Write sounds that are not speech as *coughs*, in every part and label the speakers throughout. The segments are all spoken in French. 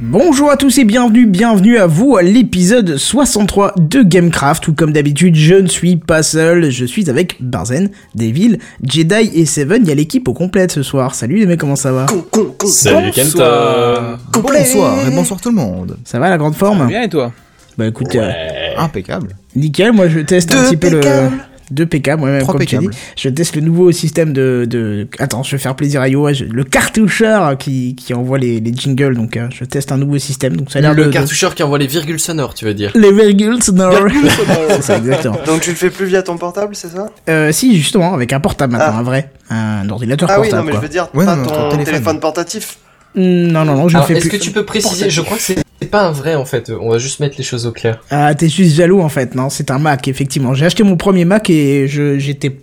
Speaker 1: Bonjour à tous et bienvenue, bienvenue à vous à l'épisode 63 de Gamecraft où comme d'habitude je ne suis pas seul, je suis avec Barzen, Devil, Jedi et Seven, il y a l'équipe au complète ce soir. Salut les mecs, comment ça va
Speaker 2: Con, con, con,
Speaker 3: Salut Kenta
Speaker 2: Complet.
Speaker 4: Bonsoir et bonsoir tout le monde.
Speaker 1: Ça va la grande forme
Speaker 5: Bien et toi
Speaker 1: Bah écoute, euh,
Speaker 4: Impeccable.
Speaker 1: nickel, moi je teste un
Speaker 2: Deux
Speaker 1: petit peu le...
Speaker 2: peccables.
Speaker 1: Deux PK, moi-même,
Speaker 4: Trois
Speaker 1: comme tu dis.
Speaker 4: peccables.
Speaker 1: Je teste le nouveau système de, de- Attends, je vais faire plaisir à Yo, je- le cartoucheur qui, qui envoie les, les jingles, donc euh, je teste un nouveau système, donc ça a l'air
Speaker 3: Le
Speaker 1: de- de-
Speaker 3: cartoucheur qui envoie les virgules sonores, tu veux dire
Speaker 1: Les virgules, non. *laughs* C'est ça, exactement.
Speaker 2: Donc tu le fais plus via ton portable, c'est ça
Speaker 1: Euh, si, justement, avec un portable maintenant,
Speaker 2: Ah.
Speaker 1: un vrai. Un ordinateur
Speaker 2: Ah oui, non,
Speaker 1: portable.
Speaker 2: mais je
Speaker 1: quoi. Mm,
Speaker 2: veux dire,
Speaker 4: Ouais,
Speaker 2: pas
Speaker 4: non,
Speaker 2: ton,
Speaker 4: ton téléphone.
Speaker 2: téléphone. portatif.
Speaker 1: Non, non, non, je ne
Speaker 3: Alors,
Speaker 1: fais
Speaker 3: est-ce
Speaker 1: plus.
Speaker 3: que tu peux préciser Je crois que c'est c'est pas un vrai en fait, on va juste mettre les choses au clair.
Speaker 1: Ah, t'es juste jaloux en fait, non C'est un Mac, effectivement. J'ai acheté mon premier Mac et je, j'étais.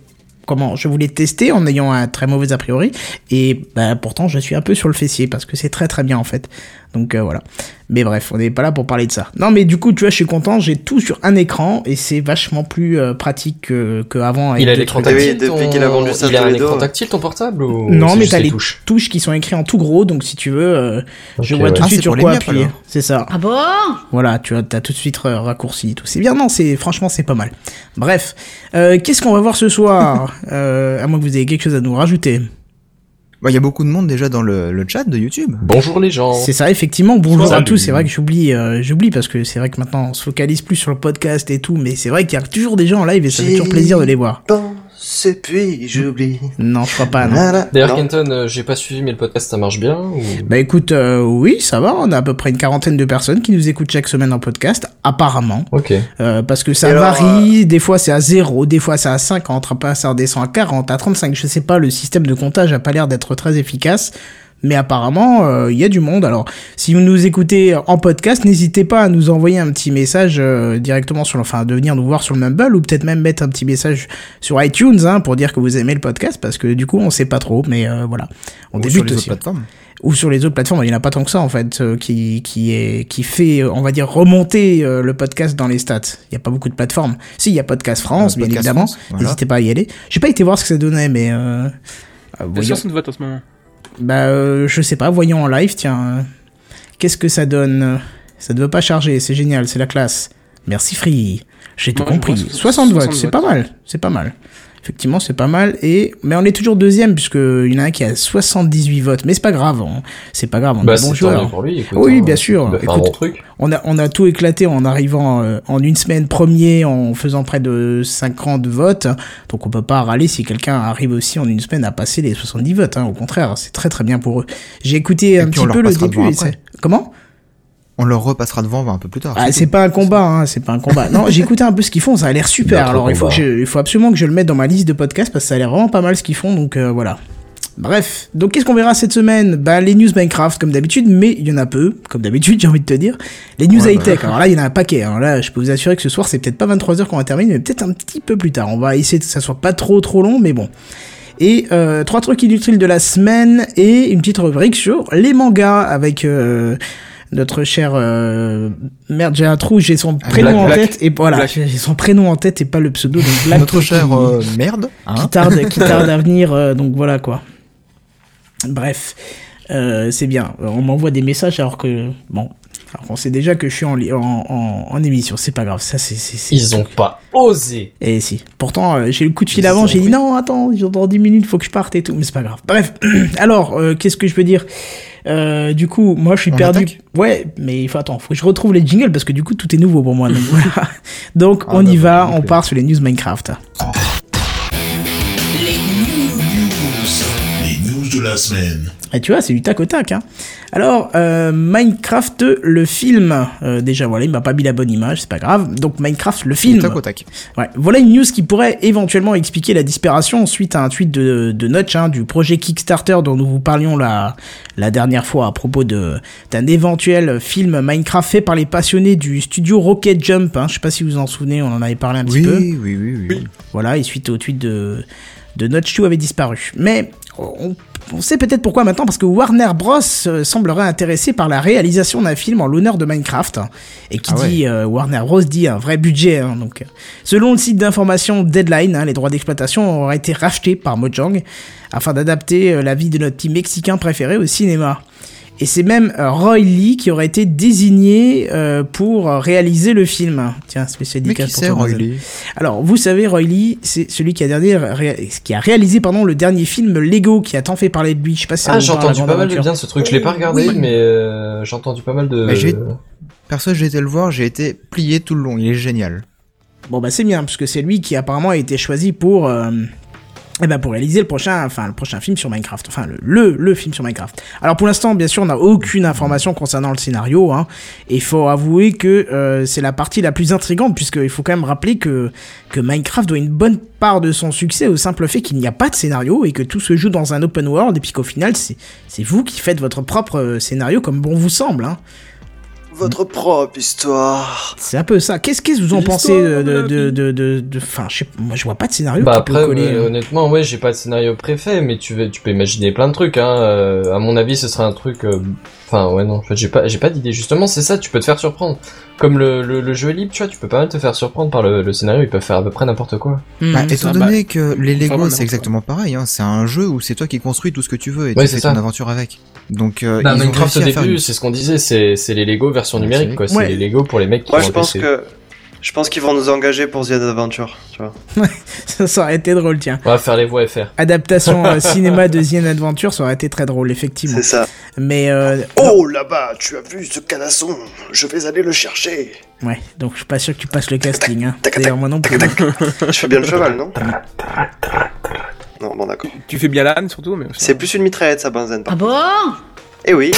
Speaker 1: Comment Je voulais tester en ayant un très mauvais a priori. Et bah, pourtant, je suis un peu sur le fessier parce que c'est très très bien en fait. Donc euh, voilà. Mais bref, on n'est pas là pour parler de ça. Non, mais du coup, tu vois, je suis content. J'ai tout sur un écran et c'est vachement plus euh, pratique que, que avant. avec
Speaker 3: Il a
Speaker 1: deux
Speaker 3: l'écran
Speaker 1: trucs.
Speaker 2: oui,
Speaker 3: tactile
Speaker 2: depuis
Speaker 3: ton-
Speaker 2: qu'il a vendu ça
Speaker 3: Il a
Speaker 2: tous
Speaker 3: un
Speaker 2: les deux,
Speaker 3: écran
Speaker 2: ouais.
Speaker 3: tactile ton portable ou
Speaker 1: Non,
Speaker 3: c'est
Speaker 1: mais
Speaker 3: juste
Speaker 1: t'as
Speaker 3: les
Speaker 1: les
Speaker 3: touches
Speaker 1: touches qui sont écrites en tout gros, donc si tu veux, euh, je
Speaker 3: Ok,
Speaker 1: vois
Speaker 3: ouais.
Speaker 1: tout de
Speaker 4: Ah,
Speaker 1: suite
Speaker 4: c'est pour
Speaker 1: sur
Speaker 4: les
Speaker 1: quoi
Speaker 4: miapes,
Speaker 1: appuyer.
Speaker 4: alors.
Speaker 1: C'est ça.
Speaker 6: Ah bon
Speaker 1: Voilà, tu as, t'as tout de suite euh, raccourci et tout. C'est bien, non, c'est, franchement, c'est pas mal. Bref, euh, qu'est-ce qu'on va voir ce soir *laughs* Euh, À moins que vous ayez quelque chose à nous rajouter.
Speaker 4: Bah, Il y a beaucoup de monde déjà dans le, le chat de YouTube.
Speaker 3: Bonjour les gens
Speaker 1: C'est ça, effectivement. Bonjour à
Speaker 3: Salut.
Speaker 1: tous. C'est vrai que j'oublie, euh, j'oublie parce que c'est vrai que maintenant on se focalise plus sur le podcast et tout, mais c'est vrai qu'il y a toujours des gens en live et ça fait
Speaker 2: J'ai-
Speaker 1: toujours plaisir de les voir.
Speaker 2: Bon, c'est puis j'oublie.
Speaker 1: Non, je crois pas. Non.
Speaker 2: Voilà.
Speaker 3: D'ailleurs,
Speaker 2: Non.
Speaker 3: Kenton, euh, j'ai pas suivi, mais le podcast ça marche bien ou...
Speaker 1: Bah écoute, euh, oui, ça va. On a à peu près une quarantaine de personnes qui nous écoutent chaque semaine en podcast, apparemment.
Speaker 3: Ok. Bah,
Speaker 1: Euh, parce que ça
Speaker 2: Et alors, euh,
Speaker 1: varie, des fois c'est à 0, des fois c'est à 50, après ça redescend à 40, à 35, je sais pas, le système de comptage a pas l'air d'être très efficace, mais apparemment euh, il y a du monde. Alors si vous nous écoutez en podcast, n'hésitez pas à nous envoyer un petit message euh, directement sur, le- enfin de venir nous voir sur le Mumble ou peut-être même mettre un petit message sur iTunes hein, pour dire que vous aimez le podcast parce que du coup on sait pas trop, mais euh, voilà, on
Speaker 4: Ou
Speaker 1: débute
Speaker 4: sur les autres
Speaker 1: aussi
Speaker 4: plateformes.
Speaker 1: ou sur les autres plateformes, il n'y en a pas tant que ça en fait, euh, qui, qui, est, qui fait, euh, on va dire, remonter euh, le podcast dans les stats. Il n'y a pas beaucoup de plateformes. Si, il y a Podcast France,
Speaker 4: Euh,
Speaker 1: bien
Speaker 4: Podcast
Speaker 1: évidemment.
Speaker 4: France, voilà.
Speaker 1: N'hésitez pas à y aller. J'ai pas été voir ce que ça donnait, mais... Euh, euh,
Speaker 5: T'as
Speaker 1: voyons,
Speaker 5: 60 votes en ce moment.
Speaker 1: bah, euh, je sais pas, voyons en live, tiens. euh, Qu'est-ce que ça donne Ça ne veut pas charger, c'est génial, c'est la classe. Merci Free. J'ai tout
Speaker 5: Moi, je
Speaker 1: compris.
Speaker 5: vois
Speaker 1: 60 votes, c'est
Speaker 5: votes.
Speaker 1: pas mal. C'est pas mal. Effectivement, c'est pas mal. Et mais on est toujours deuxième puisque il y en a un qui a 78 votes. Mais c'est pas grave. on- C'est pas grave. On
Speaker 3: Bah,
Speaker 1: est bon
Speaker 3: c'est tant mieux
Speaker 1: joueur.
Speaker 3: pour lui, écoute.
Speaker 1: Oui,
Speaker 3: hein,
Speaker 1: bien sûr.
Speaker 3: Il va faire un
Speaker 1: Écoute,
Speaker 3: bon truc.
Speaker 1: On a on a tout éclaté en arrivant euh, en une semaine premier en faisant près de 50 votes. Donc on peut pas râler si quelqu'un arrive aussi en une semaine à passer les 70 votes. hein. Au contraire, c'est très très bien pour eux. J'ai écouté un
Speaker 4: puis,
Speaker 1: petit
Speaker 4: on leur
Speaker 1: peu le
Speaker 4: passera
Speaker 1: début.
Speaker 4: devant
Speaker 1: et
Speaker 4: après.
Speaker 1: c'est- Comment
Speaker 4: On leur repassera devant un peu plus tard.
Speaker 1: ah,
Speaker 4: c'est
Speaker 1: c'est
Speaker 4: tout.
Speaker 1: pas un combat, hein, c'est pas un combat. Non, j'écoutais un peu ce qu'ils font, ça a l'air super.
Speaker 3: Notre
Speaker 1: Alors il faut, que
Speaker 3: combat.
Speaker 1: je- il faut absolument que je le mette dans ma liste de podcasts parce que ça a l'air vraiment pas mal ce qu'ils font, donc euh, voilà. Bref, donc qu'est-ce qu'on verra cette semaine Bah les news Minecraft comme d'habitude, mais il y en a peu, comme d'habitude *laughs* j'ai envie de te dire. Les news
Speaker 4: Ouais,
Speaker 1: high-tech, alors là il y en a un paquet, hein. là je peux vous assurer que ce soir c'est peut-être pas 23h qu'on va terminer, mais peut-être un petit peu plus tard. On va essayer que ça soit pas trop trop long, mais bon. Et euh, trois trucs inutiles de la semaine et une petite rubrique sur les mangas avec euh, notre cher euh, merde j'ai un trou j'ai son prénom en
Speaker 5: Black.
Speaker 1: tête et voilà
Speaker 5: Black.
Speaker 1: j'ai j'ai son prénom en tête et pas le pseudo
Speaker 4: *laughs*
Speaker 1: donc Black
Speaker 4: Notre
Speaker 1: qui-
Speaker 4: cher euh, merde.
Speaker 1: qui
Speaker 4: Hein
Speaker 1: tarde
Speaker 3: *laughs*
Speaker 1: qui tarde à venir euh, donc voilà quoi bref euh, c'est bien on m'envoie des messages alors que bon alors qu'on sait déjà que je suis en li- en, en, en émission c'est pas grave ça c'est c'est- c'est-
Speaker 3: Ils ont pas osé
Speaker 1: et si. Pourtant, euh, j'ai eu le coup de fil
Speaker 3: Ils
Speaker 1: avant,
Speaker 3: ont
Speaker 1: j'ai dit
Speaker 3: pris.
Speaker 1: non, attends, j'ai dans 10 minutes, faut que je parte et tout, mais c'est pas grave. Bref, *clears throat* alors, euh, qu'est-ce que je peux dire Euh, Du coup, moi je suis
Speaker 4: On
Speaker 1: perdu.
Speaker 4: attaque
Speaker 1: Ouais, mais il faut attends, faut que je retrouve les jingles parce que du coup tout est nouveau pour moi.
Speaker 4: *laughs*
Speaker 1: Donc, voilà. donc
Speaker 4: Ah,
Speaker 1: on
Speaker 4: bah,
Speaker 1: y
Speaker 4: bah,
Speaker 1: va,
Speaker 4: ok.
Speaker 1: on part sur les news Minecraft.
Speaker 7: Les news de la semaine.
Speaker 1: Et tu vois, c'est du tac au tac. Hein. Alors, euh, Minecraft, le film. Euh, déjà, voilà, il m'a pas mis la bonne image, c'est pas grave. Donc, Minecraft, le film.
Speaker 4: Tac au tac.
Speaker 1: Ouais. Voilà une news qui pourrait éventuellement expliquer la disparition suite à un tweet de, de Notch, hein, du projet Kickstarter dont nous vous parlions la, la dernière fois à propos de d'un éventuel film Minecraft fait par les passionnés du studio Rocket Jump. Hein. Je sais pas si vous vous en souvenez, on en avait parlé un petit
Speaker 4: Oui,
Speaker 1: peu.
Speaker 4: oui, oui, oui.
Speaker 1: Voilà, et suite au tweet de, de Notch 2 avait disparu. Mais on, on sait peut-être pourquoi maintenant, parce que Warner Bros. euh, semblerait intéressé par la réalisation d'un film en l'honneur de Minecraft. hein, Et qui
Speaker 4: Ah ouais.
Speaker 1: dit euh, Warner Bros. dit un vrai budget. hein, donc, euh. selon le site d'information Deadline, hein, les droits d'exploitation auraient été rachetés par Mojang afin d'adapter euh, la vie de notre petit Mexicain préféré au cinéma. Et c'est même euh, Roy Lee qui aurait été désigné euh, pour euh, réaliser le film. Tiens, spécial
Speaker 4: Mais qui
Speaker 1: dédicace pour
Speaker 4: c'est,
Speaker 1: toi.
Speaker 4: Roy
Speaker 1: Denzel.
Speaker 4: Lee
Speaker 1: Alors, vous savez, Roy Lee, c'est celui qui a, dernier, ré- qui a réalisé pardon, le dernier film Lego qui a tant fait parler de lui. Je sais pas si ça
Speaker 3: Ah,
Speaker 1: vous
Speaker 3: j'ai
Speaker 1: parle,
Speaker 3: entendu
Speaker 1: La
Speaker 3: pas
Speaker 1: Grande
Speaker 3: mal de
Speaker 1: Aventure.
Speaker 3: bien ce truc. Je l'ai pas regardé,
Speaker 4: Oui.
Speaker 3: mais euh, j'ai entendu pas mal de.
Speaker 4: Bah, j'ai- Perso, j'ai été le voir, j'ai été plié tout le long. Il est génial.
Speaker 1: Bon, bah c'est bien, parce que c'est lui qui apparemment a été choisi pour. euh, eh ben pour réaliser le prochain, enfin le prochain film sur Minecraft, enfin le, le, le film sur Minecraft. Alors pour l'instant, bien sûr, on n'a aucune information concernant le scénario. Hein, et il faut avouer que euh, c'est la partie la plus intrigante, puisqu'il faut quand même rappeler que que Minecraft doit une bonne part de son succès au simple fait qu'il n'y a pas de scénario et que tout se joue dans un open world, et puis qu'au final, c'est c'est vous qui faites votre propre euh, scénario comme bon vous semble. Hein.
Speaker 2: Votre propre histoire.
Speaker 1: C'est un peu ça. Qu'est-ce qu'est-ce que vous en pensez de de de de de- de- Enfin, je sais, moi je vois pas de scénario
Speaker 3: Bah
Speaker 1: qui
Speaker 3: après,
Speaker 1: peut coller.
Speaker 3: euh,
Speaker 1: euh.
Speaker 3: honnêtement, ouais, j'ai pas de scénario préfet, mais tu, veux- tu peux imaginer plein de trucs. Hein. Euh, à mon avis, ce serait un truc. euh, Enfin, ouais, non, en fait, j'ai pas, j'ai pas d'idée. Justement, c'est ça. Tu peux te faire surprendre. Comme le, le, le jeu est libre, tu vois, tu peux pas mal te faire surprendre par le, le scénario. Ils peuvent faire à peu près n'importe quoi.
Speaker 1: Hmm.
Speaker 4: Bah, étant
Speaker 5: ça, bah,
Speaker 4: donné que les
Speaker 5: vraiment
Speaker 4: Lego,
Speaker 5: n'importe
Speaker 4: c'est exactement pareil. hein. C'est un jeu où c'est toi qui construis tout ce que tu veux et
Speaker 3: Ouais,
Speaker 4: tu
Speaker 3: c'est
Speaker 4: fais
Speaker 3: ça.
Speaker 4: ton aventure avec. Donc, euh,
Speaker 3: Bah,
Speaker 4: ils ont
Speaker 3: Minecraft au
Speaker 4: réussi à faire
Speaker 3: début,
Speaker 4: une-
Speaker 3: c'est ce qu'on disait, c'est, c'est les Lego version
Speaker 4: Ouais,
Speaker 3: numérique,
Speaker 4: c'est
Speaker 3: quoi. C'est
Speaker 1: Ouais.
Speaker 3: les Lego pour les mecs qui
Speaker 2: Moi,
Speaker 3: ont
Speaker 2: je
Speaker 3: un
Speaker 2: pense
Speaker 3: PC.
Speaker 2: que. Je pense qu'ils vont nous engager pour The Adventure, tu vois.
Speaker 1: *laughs* ça, ça aurait été drôle, tiens.
Speaker 3: On va faire les voix FR.
Speaker 1: Adaptation
Speaker 2: *laughs*
Speaker 1: euh, cinéma de The Adventure, ça aurait été très drôle, effectivement.
Speaker 2: C'est ça.
Speaker 1: Mais euh,
Speaker 2: Oh, là-bas, tu as vu ce canasson Je vais aller le chercher.
Speaker 1: ouais, donc je suis pas sûr que tu passes le casting. Hein. D'ailleurs, moi non plus.
Speaker 2: Je fais bien le cheval, non Non, bon, d'accord.
Speaker 5: Tu fais bien l'âne surtout, mais.
Speaker 2: C'est plus une mitraillette, ça, Benzen.
Speaker 6: Ah bon
Speaker 2: Eh oui.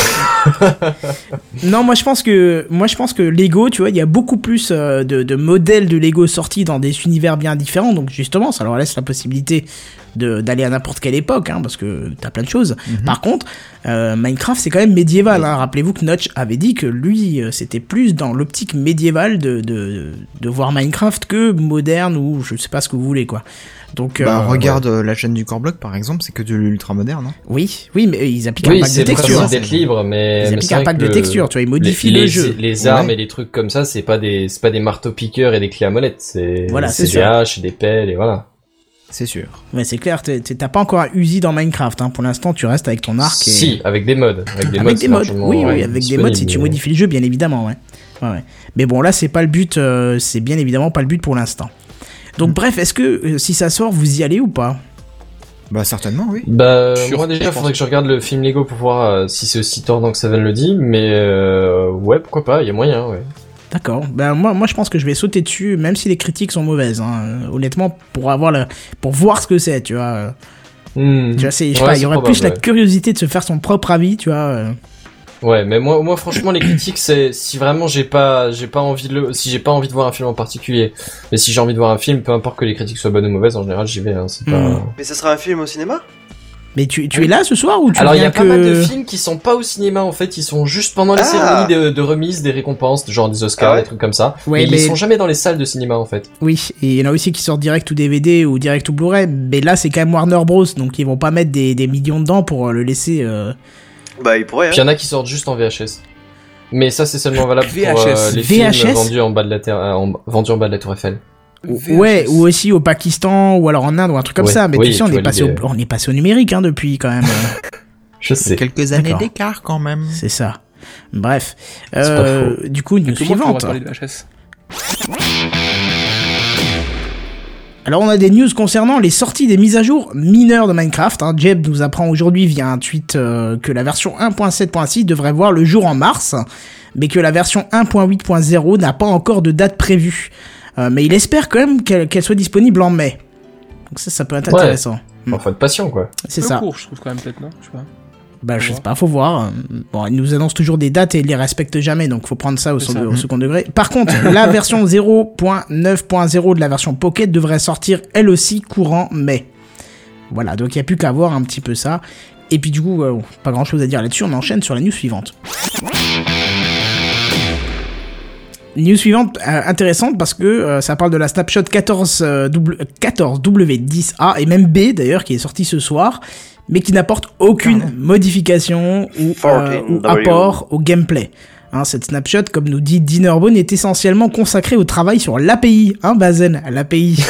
Speaker 1: Non, moi je pense que moi je pense que Lego, tu vois, il y a beaucoup plus euh, de, de modèles de Lego sortis dans des univers bien différents. Donc justement, ça leur laisse la possibilité de- d'aller à n'importe quelle époque, hein, parce que t'as plein de choses.
Speaker 4: Mhm.
Speaker 1: Par contre, euh, Minecraft c'est quand même médiéval. hein. Rappelez-vous que Notch avait dit que lui, euh, c'était plus dans l'optique médiévale de, de de voir Minecraft que moderne ou je sais pas ce que vous voulez quoi. Donc euh,
Speaker 4: Bah, regarde euh, la chaîne du Corblock, par exemple, c'est que de l'ultra moderne. hein.
Speaker 1: Oui, oui, mais euh, ils appliquent un
Speaker 3: Oui,
Speaker 1: pack de
Speaker 3: c'est le
Speaker 1: texture.
Speaker 3: principe d'être libre, mais.
Speaker 1: Ils
Speaker 3: mais
Speaker 1: appliquent
Speaker 3: c'est
Speaker 1: un
Speaker 3: vrai
Speaker 1: pack
Speaker 3: que
Speaker 1: de
Speaker 3: le-
Speaker 1: texture, tu vois, ils modifient
Speaker 3: les,
Speaker 1: le
Speaker 3: les-
Speaker 1: jeu.
Speaker 3: les armes
Speaker 4: Ouais.
Speaker 3: et les trucs comme ça, c'est pas des, c'est pas des marteaux piqueurs et des clés à molette. C'est,
Speaker 1: Voilà, c'est
Speaker 3: c'est des
Speaker 1: sûr.
Speaker 3: haches et des pelles et voilà.
Speaker 4: C'est sûr.
Speaker 1: Ouais, c'est clair, t'es- t'es- t'as pas encore un Uzi dans Minecraft. Hein. Pour l'instant, tu restes avec ton arc. Et...
Speaker 3: Si, avec des modes. Avec des modes.
Speaker 1: avec
Speaker 3: c'est
Speaker 1: des modes.
Speaker 3: largement,
Speaker 1: Oui, oui,
Speaker 3: ouais,
Speaker 1: avec des
Speaker 3: disponible,
Speaker 1: modes si tu
Speaker 3: mais-
Speaker 1: modifies le jeu, bien évidemment. Ouais. Ouais, ouais. Mais bon, là, c'est pas le but. euh, c'est bien évidemment pas le but pour l'instant. Donc,
Speaker 3: Mm.
Speaker 1: bref, est-ce que euh, si ça sort, vous y allez ou pas
Speaker 4: Bah, certainement, oui.
Speaker 3: Bah,
Speaker 5: Sur-
Speaker 3: moi déjà,
Speaker 5: je
Speaker 3: faudrait
Speaker 5: pense.
Speaker 3: que je regarde le film Lego pour voir euh, si c'est aussi tordant que Seven le dit, mais euh, ouais, pourquoi pas, il y a moyen, ouais.
Speaker 1: D'accord. Ben moi, moi, je pense que je vais sauter dessus, même si les critiques sont mauvaises. hein. Euh, Honnêtement, pour avoir la, pour voir ce que c'est, tu vois. euh,
Speaker 3: Hmm.
Speaker 1: Tu vois, c'est, je sais
Speaker 3: Mm. Ouais,
Speaker 1: pas,
Speaker 3: c'est
Speaker 1: il y aurait
Speaker 3: probable,
Speaker 1: plus la
Speaker 3: ouais.
Speaker 1: curiosité de se faire son propre avis, tu vois. euh.
Speaker 3: Ouais, mais moi, moi franchement, les critiques, c'est si vraiment j'ai pas, j'ai pas envie de le, si j'ai pas envie de voir un film en particulier, mais si j'ai envie de voir un film, peu importe que les critiques soient bonnes ou mauvaises, en général, j'y vais. Hein, c'est pas...
Speaker 1: Hmm.
Speaker 2: Mais ce sera un film au cinéma
Speaker 1: Mais tu, tu es là ce soir ou tu
Speaker 3: Alors il y
Speaker 1: viens
Speaker 3: a
Speaker 1: que
Speaker 3: pas mal de films qui sont pas au cinéma en fait, ils sont juste pendant les
Speaker 2: Ah.
Speaker 3: cérémonies de, de remise des récompenses, genre des Oscars,
Speaker 2: Ah ouais.
Speaker 3: des trucs comme ça.
Speaker 1: Ouais,
Speaker 3: mais,
Speaker 1: mais-
Speaker 3: ils sont jamais dans les salles de cinéma en fait.
Speaker 1: Oui, et il y en a aussi qui sortent direct ou DVD ou direct ou Blu-ray, mais là c'est quand même Warner Bros, donc ils vont pas mettre des, des millions dedans pour euh, le laisser. euh,
Speaker 2: Bah, il pourrait.
Speaker 3: Puis il y en a qui sortent juste en VHS. Mais ça c'est seulement valable pour euh,
Speaker 5: VHS.
Speaker 3: les
Speaker 1: VHS?
Speaker 3: films vendus en bas de la terre, euh, en- vendus en bas de la Tour Eiffel.
Speaker 5: VHS.
Speaker 1: Ouais, ou aussi au Pakistan ou alors en Inde ou un truc comme
Speaker 3: Ouais,
Speaker 1: ça, mais
Speaker 3: oui,
Speaker 1: tu sais, on
Speaker 3: tu
Speaker 1: est,
Speaker 3: vois
Speaker 1: passé au,
Speaker 3: l'idée.
Speaker 1: on est passé au numérique hein, depuis quand même, euh, *laughs*
Speaker 3: Je sais.
Speaker 4: Quelques
Speaker 1: années
Speaker 4: années
Speaker 1: D'accord.
Speaker 4: d'écart, quand même.
Speaker 1: c'est ça. Bref,
Speaker 3: pas
Speaker 1: Euh, du coup, news
Speaker 5: Tout le monde pourra
Speaker 1: suivante.
Speaker 5: parler de VHS.
Speaker 1: Alors on a des news concernant les sorties des mises à jour mineures de Minecraft. Hein. Jeb nous apprend aujourd'hui via un tweet euh, que la version 1.7.6 devrait voir le jour en mars, mais que la version 1.8.0 n'a pas encore de date prévue. Euh, mais il espère quand même qu'elle qu'elle soit disponible en mai. Donc ça, ça peut être
Speaker 3: Ouais.
Speaker 1: intéressant.
Speaker 3: Enfin, faut être patient quoi.
Speaker 1: C'est
Speaker 5: Peu
Speaker 1: ça.
Speaker 5: court, je trouve quand même peut-être, non Je sais pas.
Speaker 1: Bah je
Speaker 5: Faut
Speaker 1: sais
Speaker 5: voir.
Speaker 1: pas, faut voir. Euh, Bon, ils nous annoncent toujours des dates et ils les respectent jamais, donc faut prendre ça au,
Speaker 5: C'est
Speaker 1: second-
Speaker 5: ça.
Speaker 1: au second degré.
Speaker 5: *laughs*
Speaker 1: Par contre, la version 0.9.0 de la version Pocket devrait sortir elle aussi courant mai. Voilà, donc il n'y a plus qu'à voir un petit peu ça. Et puis du coup, euh, pas grand chose à dire là-dessus, on enchaîne sur la news suivante. News suivante euh, intéressante parce que euh, ça parle de la snapshot 14, euh, W- 14W10A et même B d'ailleurs qui est sortie ce soir mais qui n'apporte aucune modification ou, euh, ou
Speaker 2: 14W.
Speaker 1: apport au gameplay. Hein, cette snapshot, comme nous dit Dinnerbone, est essentiellement consacrée au travail sur l'API, hein Bazen, l'API.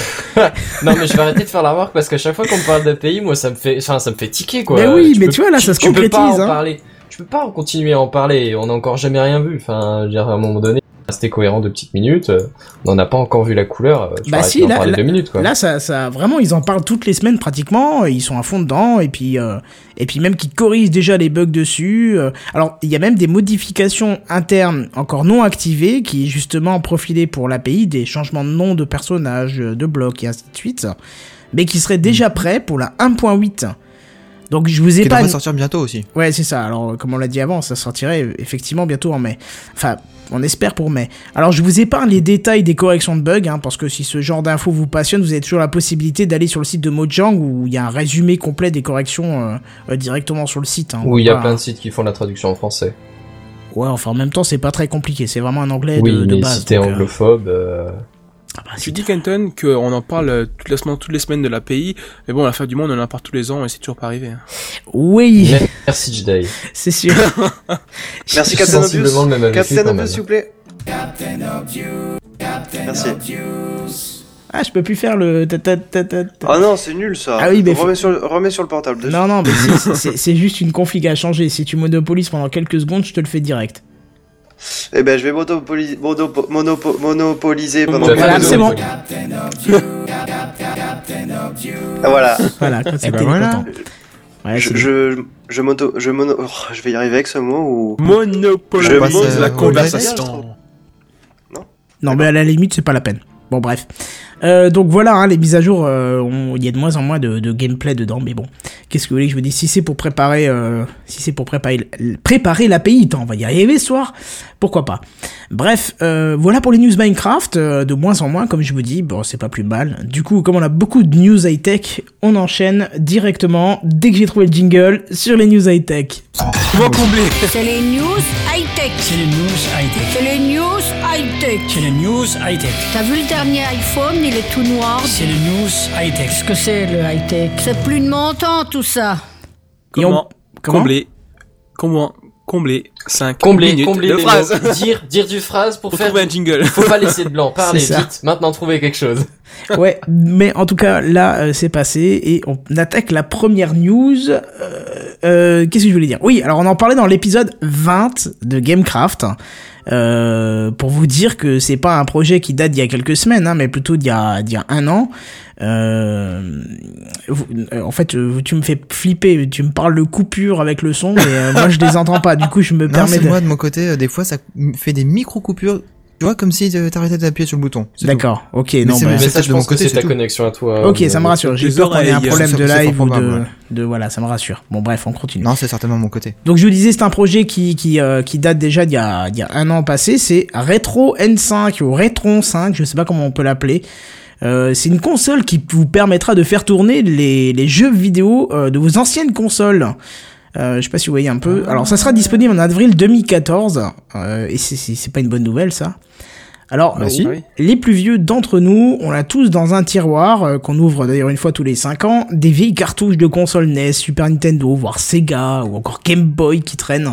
Speaker 3: non mais je vais arrêter de faire la remarque parce qu'à chaque fois qu'on me parle d'API, moi ça me fait, enfin ça me fait tiquer quoi.
Speaker 1: Mais oui,
Speaker 3: Tu
Speaker 1: mais
Speaker 3: peux-
Speaker 1: tu vois, là, ça se
Speaker 3: Tu peux pas en
Speaker 1: concrétise, hein.
Speaker 3: parler. tu peux pas en continuer à en parler. On n'a encore jamais rien vu. Enfin, je veux dire, à un moment donné, rester cohérent de petites minutes. euh, on n'a pas encore vu la couleur. euh, Tu
Speaker 1: Bah
Speaker 3: vas
Speaker 1: si,
Speaker 3: arrêter d'en
Speaker 1: là-
Speaker 3: parler
Speaker 1: là-
Speaker 3: deux minutes, quoi.
Speaker 1: Là, ça, ça, vraiment, ils en parlent toutes les semaines pratiquement. et Ils sont à fond dedans, et puis, euh, et puis même qu'ils corrigent déjà les bugs dessus. euh. Alors, il y a même des modifications internes encore non activées qui est justement profilées pour l'API, des changements de nom de personnages, euh, de blocs et ainsi de suite, mais qui seraient déjà prêts pour la 1.8. Donc, je vous
Speaker 4: Mm. Qui
Speaker 1: ai pas.
Speaker 4: devrait sortir bientôt aussi.
Speaker 1: Ouais, c'est ça. Alors, euh, comme on l'a dit avant, ça sortirait euh, effectivement bientôt en mai. Enfin, on espère pour mai. Alors, je vous épargne les détails des corrections de bugs, hein, parce que si ce genre d'infos vous passionne, vous avez toujours la possibilité d'aller sur le site de Mojang où il y a un résumé complet des corrections euh, euh, directement sur le site. hein.
Speaker 3: Où il y a
Speaker 1: Voilà.
Speaker 3: plein de sites qui font la traduction en français.
Speaker 1: Ouais, enfin, en même temps, c'est pas très compliqué. C'est vraiment un anglais
Speaker 3: oui,
Speaker 1: de, de
Speaker 3: mais
Speaker 1: base.
Speaker 3: si t'es
Speaker 1: donc, euh,
Speaker 3: anglophobe, euh,
Speaker 1: ah bah,
Speaker 5: Tu
Speaker 1: si
Speaker 5: dis, Kenton, qu'on en parle euh, toutes les semaines, toutes les semaines de l'API, mais bon, l'affaire du monde, on en parle tous les ans et c'est toujours pas arrivé. hein.
Speaker 1: t'es- Oui,
Speaker 3: mer- merci
Speaker 5: *laughs*
Speaker 3: Jedi.
Speaker 1: *laughs* c'est sûr.
Speaker 2: Merci
Speaker 3: C'est
Speaker 2: Captain Obvious.
Speaker 3: sensiblement le même avec lui,
Speaker 2: Captain
Speaker 3: quand
Speaker 2: Obvious,
Speaker 3: même.
Speaker 2: s'il vous plaît. Merci.
Speaker 1: *laughs* Ah, je peux plus faire le. ta- ta- ta- ta- ta-
Speaker 2: Ah non, c'est nul ça.
Speaker 1: Ah oui, mais-
Speaker 2: remets, sur, le- remets sur le portable.
Speaker 1: Non, non, mais c'est- c'est- c'est c'est juste une config à changer. Si tu monopolises pendant quelques secondes, je te le fais direct.
Speaker 2: Eh ben, je vais monopoli- monopo- monopo- monopoliser pendant.
Speaker 3: Tout à fait.
Speaker 1: Voilà,
Speaker 2: quelques
Speaker 1: c'est bon.
Speaker 2: secondes. Ah, Voilà.
Speaker 1: Voilà, comme ça,
Speaker 4: Eh ben
Speaker 1: t'es
Speaker 4: voilà.
Speaker 1: content. Ouais,
Speaker 2: je,
Speaker 1: c'est-
Speaker 2: je, je moto, je mono, oh, je vais y arriver avec ce mot ou.
Speaker 5: Monopoly
Speaker 2: Je
Speaker 4: passe,
Speaker 5: de
Speaker 4: euh,
Speaker 5: la
Speaker 4: au
Speaker 5: conversation.
Speaker 1: Non, mais à la limite, c'est pas la peine. Bon, bref. Euh, donc voilà, hein, les mises à jour, euh, on- il y a de moins en moins de, de gameplay dedans, mais bon. Qu'est-ce que vous voulez que je vous dise Si c'est pour préparer, euh, si c'est pour préparer, l- préparer l'API, attends, on va y arriver ce soir. Pourquoi pas Bref, euh, voilà pour les news Minecraft. euh, de moins en moins, comme je vous dis, bon, c'est pas plus mal. Du coup, comme on a beaucoup de news high tech, on enchaîne directement dès que j'ai trouvé le jingle sur les news high tech.
Speaker 5: Moi comblé
Speaker 6: C'est les news high-tech.
Speaker 7: C'est les news high-tech.
Speaker 6: C'est les news high-tech.
Speaker 7: C'est les news high-tech.
Speaker 6: T'as vu le dernier iPhone, il est tout noir.
Speaker 7: C'est les news high-tech.
Speaker 8: Qu'est-ce que c'est le high-tech
Speaker 6: C'est plus de mon temps tout ça.
Speaker 1: Et on-
Speaker 5: Comment
Speaker 1: comment
Speaker 5: Combler. Comment Combler 5
Speaker 3: Combler,
Speaker 5: minutes
Speaker 3: combler
Speaker 5: de
Speaker 3: les
Speaker 5: phrases
Speaker 3: mots. dire, dire du phrase pour
Speaker 5: pour
Speaker 3: faire.
Speaker 5: trouver un jingle.
Speaker 3: Faut pas laisser de blanc. Parlez
Speaker 1: *laughs* C'est ça.
Speaker 3: vite. Maintenant, trouvez quelque chose.
Speaker 1: Ouais, mais en tout cas, là, euh, c'est passé et on attaque la première news. Euh, euh, Qu'est-ce que je voulais dire Oui, alors on en parlait dans l'épisode 20 de Gamecraft. Euh, pour vous dire que c'est pas un projet qui date d'il y a quelques semaines, hein, mais plutôt d'il y, a- d'il y a un an. Euh, vous- euh, en fait, euh, tu me fais flipper, tu me parles de coupure avec le son, mais euh, moi je les entends pas. Du coup, je me
Speaker 4: Non,
Speaker 1: permets
Speaker 4: c'est
Speaker 1: de.
Speaker 4: moi de mon côté, euh, des fois ça m- fait des micro-coupures. Tu vois, comme si euh, t'arrêtais d'appuyer sur le bouton. c'est tout.
Speaker 1: D'accord. Ok.
Speaker 4: Mais
Speaker 1: non,
Speaker 4: c'est
Speaker 1: bah,
Speaker 4: mon-
Speaker 3: Mais ça, je
Speaker 4: de
Speaker 3: pense que
Speaker 4: côté,
Speaker 3: c'est
Speaker 4: c'est
Speaker 3: ta
Speaker 4: tout.
Speaker 3: connexion à toi.
Speaker 1: Ok,
Speaker 3: euh,
Speaker 1: ça me rassure. J'ai
Speaker 5: les
Speaker 1: peur qu'on ait un
Speaker 5: oreilles,
Speaker 1: problème
Speaker 4: ça,
Speaker 1: de
Speaker 4: c'est fort
Speaker 1: live ou
Speaker 4: probable,
Speaker 1: de,
Speaker 4: ouais.
Speaker 1: de voilà, ça me rassure. Bon, bref, on continue.
Speaker 4: Non, c'est certainement mon côté.
Speaker 1: Donc je vous disais, c'est un projet qui, qui, euh, qui date déjà d'il y a, d'il y a un an passé, c'est Retro N5 ou Retron 5, je sais pas comment on peut l'appeler. Euh, c'est une console qui vous permettra de faire tourner les, les jeux vidéo euh, de vos anciennes consoles. Euh, je sais pas si vous voyez un peu. Alors ça sera disponible en avril 2014, euh, et c'est- c'est c'est pas une bonne nouvelle ça. Alors,
Speaker 4: Bah
Speaker 1: euh,
Speaker 4: si.
Speaker 5: Ah oui.
Speaker 1: les plus vieux d'entre nous, on l'a tous dans un tiroir, euh, qu'on ouvre d'ailleurs une fois tous les 5 ans, des vieilles cartouches de consoles NES, Super Nintendo, voire Sega, ou encore Game Boy qui traînent.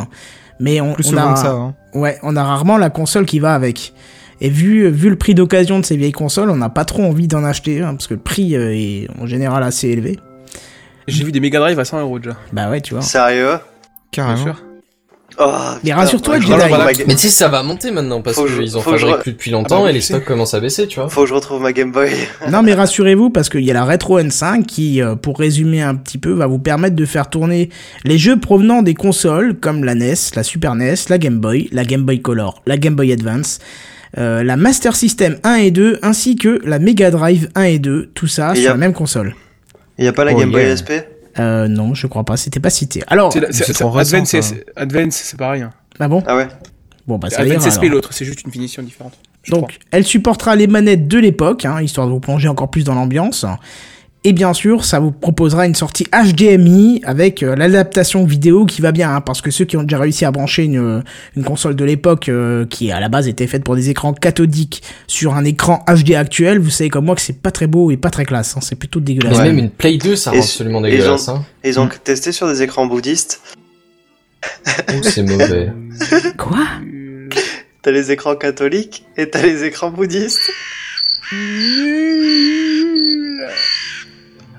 Speaker 1: Mais on,
Speaker 4: Plus
Speaker 1: on
Speaker 4: souvent
Speaker 1: a,
Speaker 4: que ça. Hein.
Speaker 1: ouais, on a rarement la console qui va avec. Et vu, vu le prix d'occasion de ces vieilles consoles, on n'a pas trop envie d'en acheter, hein, parce que le prix euh, est en général assez élevé.
Speaker 5: J'ai vu des Mega Drive à 100 euros déjà.
Speaker 1: Bah ouais, tu vois.
Speaker 2: Sérieux
Speaker 5: Bien
Speaker 4: Carrément.
Speaker 5: sûr.
Speaker 2: oh,
Speaker 1: Mais
Speaker 2: putain,
Speaker 1: rassure-toi,
Speaker 2: faut que je
Speaker 1: Jedi.
Speaker 2: retrouve ma ga-
Speaker 3: Mais tu sais, ça va monter maintenant parce
Speaker 2: Faut que je-
Speaker 3: qu'ils en
Speaker 2: faut que je
Speaker 3: fabriquent
Speaker 2: re-
Speaker 3: plus depuis longtemps
Speaker 5: Ah bah,
Speaker 3: et les
Speaker 5: je sais.
Speaker 3: stocks commencent à baisser, tu vois.
Speaker 2: Faut que je retrouve ma Game Boy.
Speaker 1: Non mais rassurez-vous parce qu'il y a la Retro N5 qui, euh, pour résumer un petit peu, va vous permettre de faire tourner les jeux provenant des consoles comme la NES, la Super NES, la Game Boy, la Game Boy Color, la Game Boy Advance, euh, la Master System 1 et 2 ainsi que la Mega Drive 1 et 2, tout ça
Speaker 2: Et y
Speaker 1: sur
Speaker 2: a-
Speaker 1: la même console.
Speaker 2: Il y a pas la
Speaker 4: Oh,
Speaker 2: Game Boy
Speaker 4: yeah.
Speaker 2: SP
Speaker 1: Euh, non, je crois pas, c'était pas cité. Alors,
Speaker 5: C'est la-
Speaker 4: c'est
Speaker 5: c'est- c'est-
Speaker 4: trop récent,
Speaker 5: Advance,
Speaker 4: ça.
Speaker 5: c'est- Advance, c'est pareil. hein.
Speaker 1: ah bon
Speaker 2: Ah ouais.
Speaker 1: Bon bah ça ira
Speaker 5: Advance SP
Speaker 1: alors.
Speaker 5: l'autre, c'est juste une finition différente. je
Speaker 1: Donc,
Speaker 5: crois.
Speaker 1: elle supportera les manettes de l'époque, hein, histoire de vous plonger encore plus dans l'ambiance. Et bien sûr, ça vous proposera une sortie HDMI avec euh, l'adaptation vidéo qui va bien, hein, parce que ceux qui ont déjà réussi à brancher une, euh, une console de l'époque euh, qui à la base était faite pour des écrans cathodiques sur un écran HD actuel, vous savez comme moi que c'est pas très beau et pas très classe, hein, c'est plutôt
Speaker 3: Mais
Speaker 1: dégueulasse.
Speaker 3: même une Play 2, ça rend
Speaker 2: Et-
Speaker 3: absolument
Speaker 2: et
Speaker 3: dégueulasse. Hein.
Speaker 2: Et Ils ont
Speaker 1: Mm.
Speaker 2: testé sur des écrans bouddhistes.
Speaker 3: Oh, c'est mauvais.
Speaker 1: Quoi
Speaker 2: T'as les écrans catholiques et t'as les écrans bouddhistes.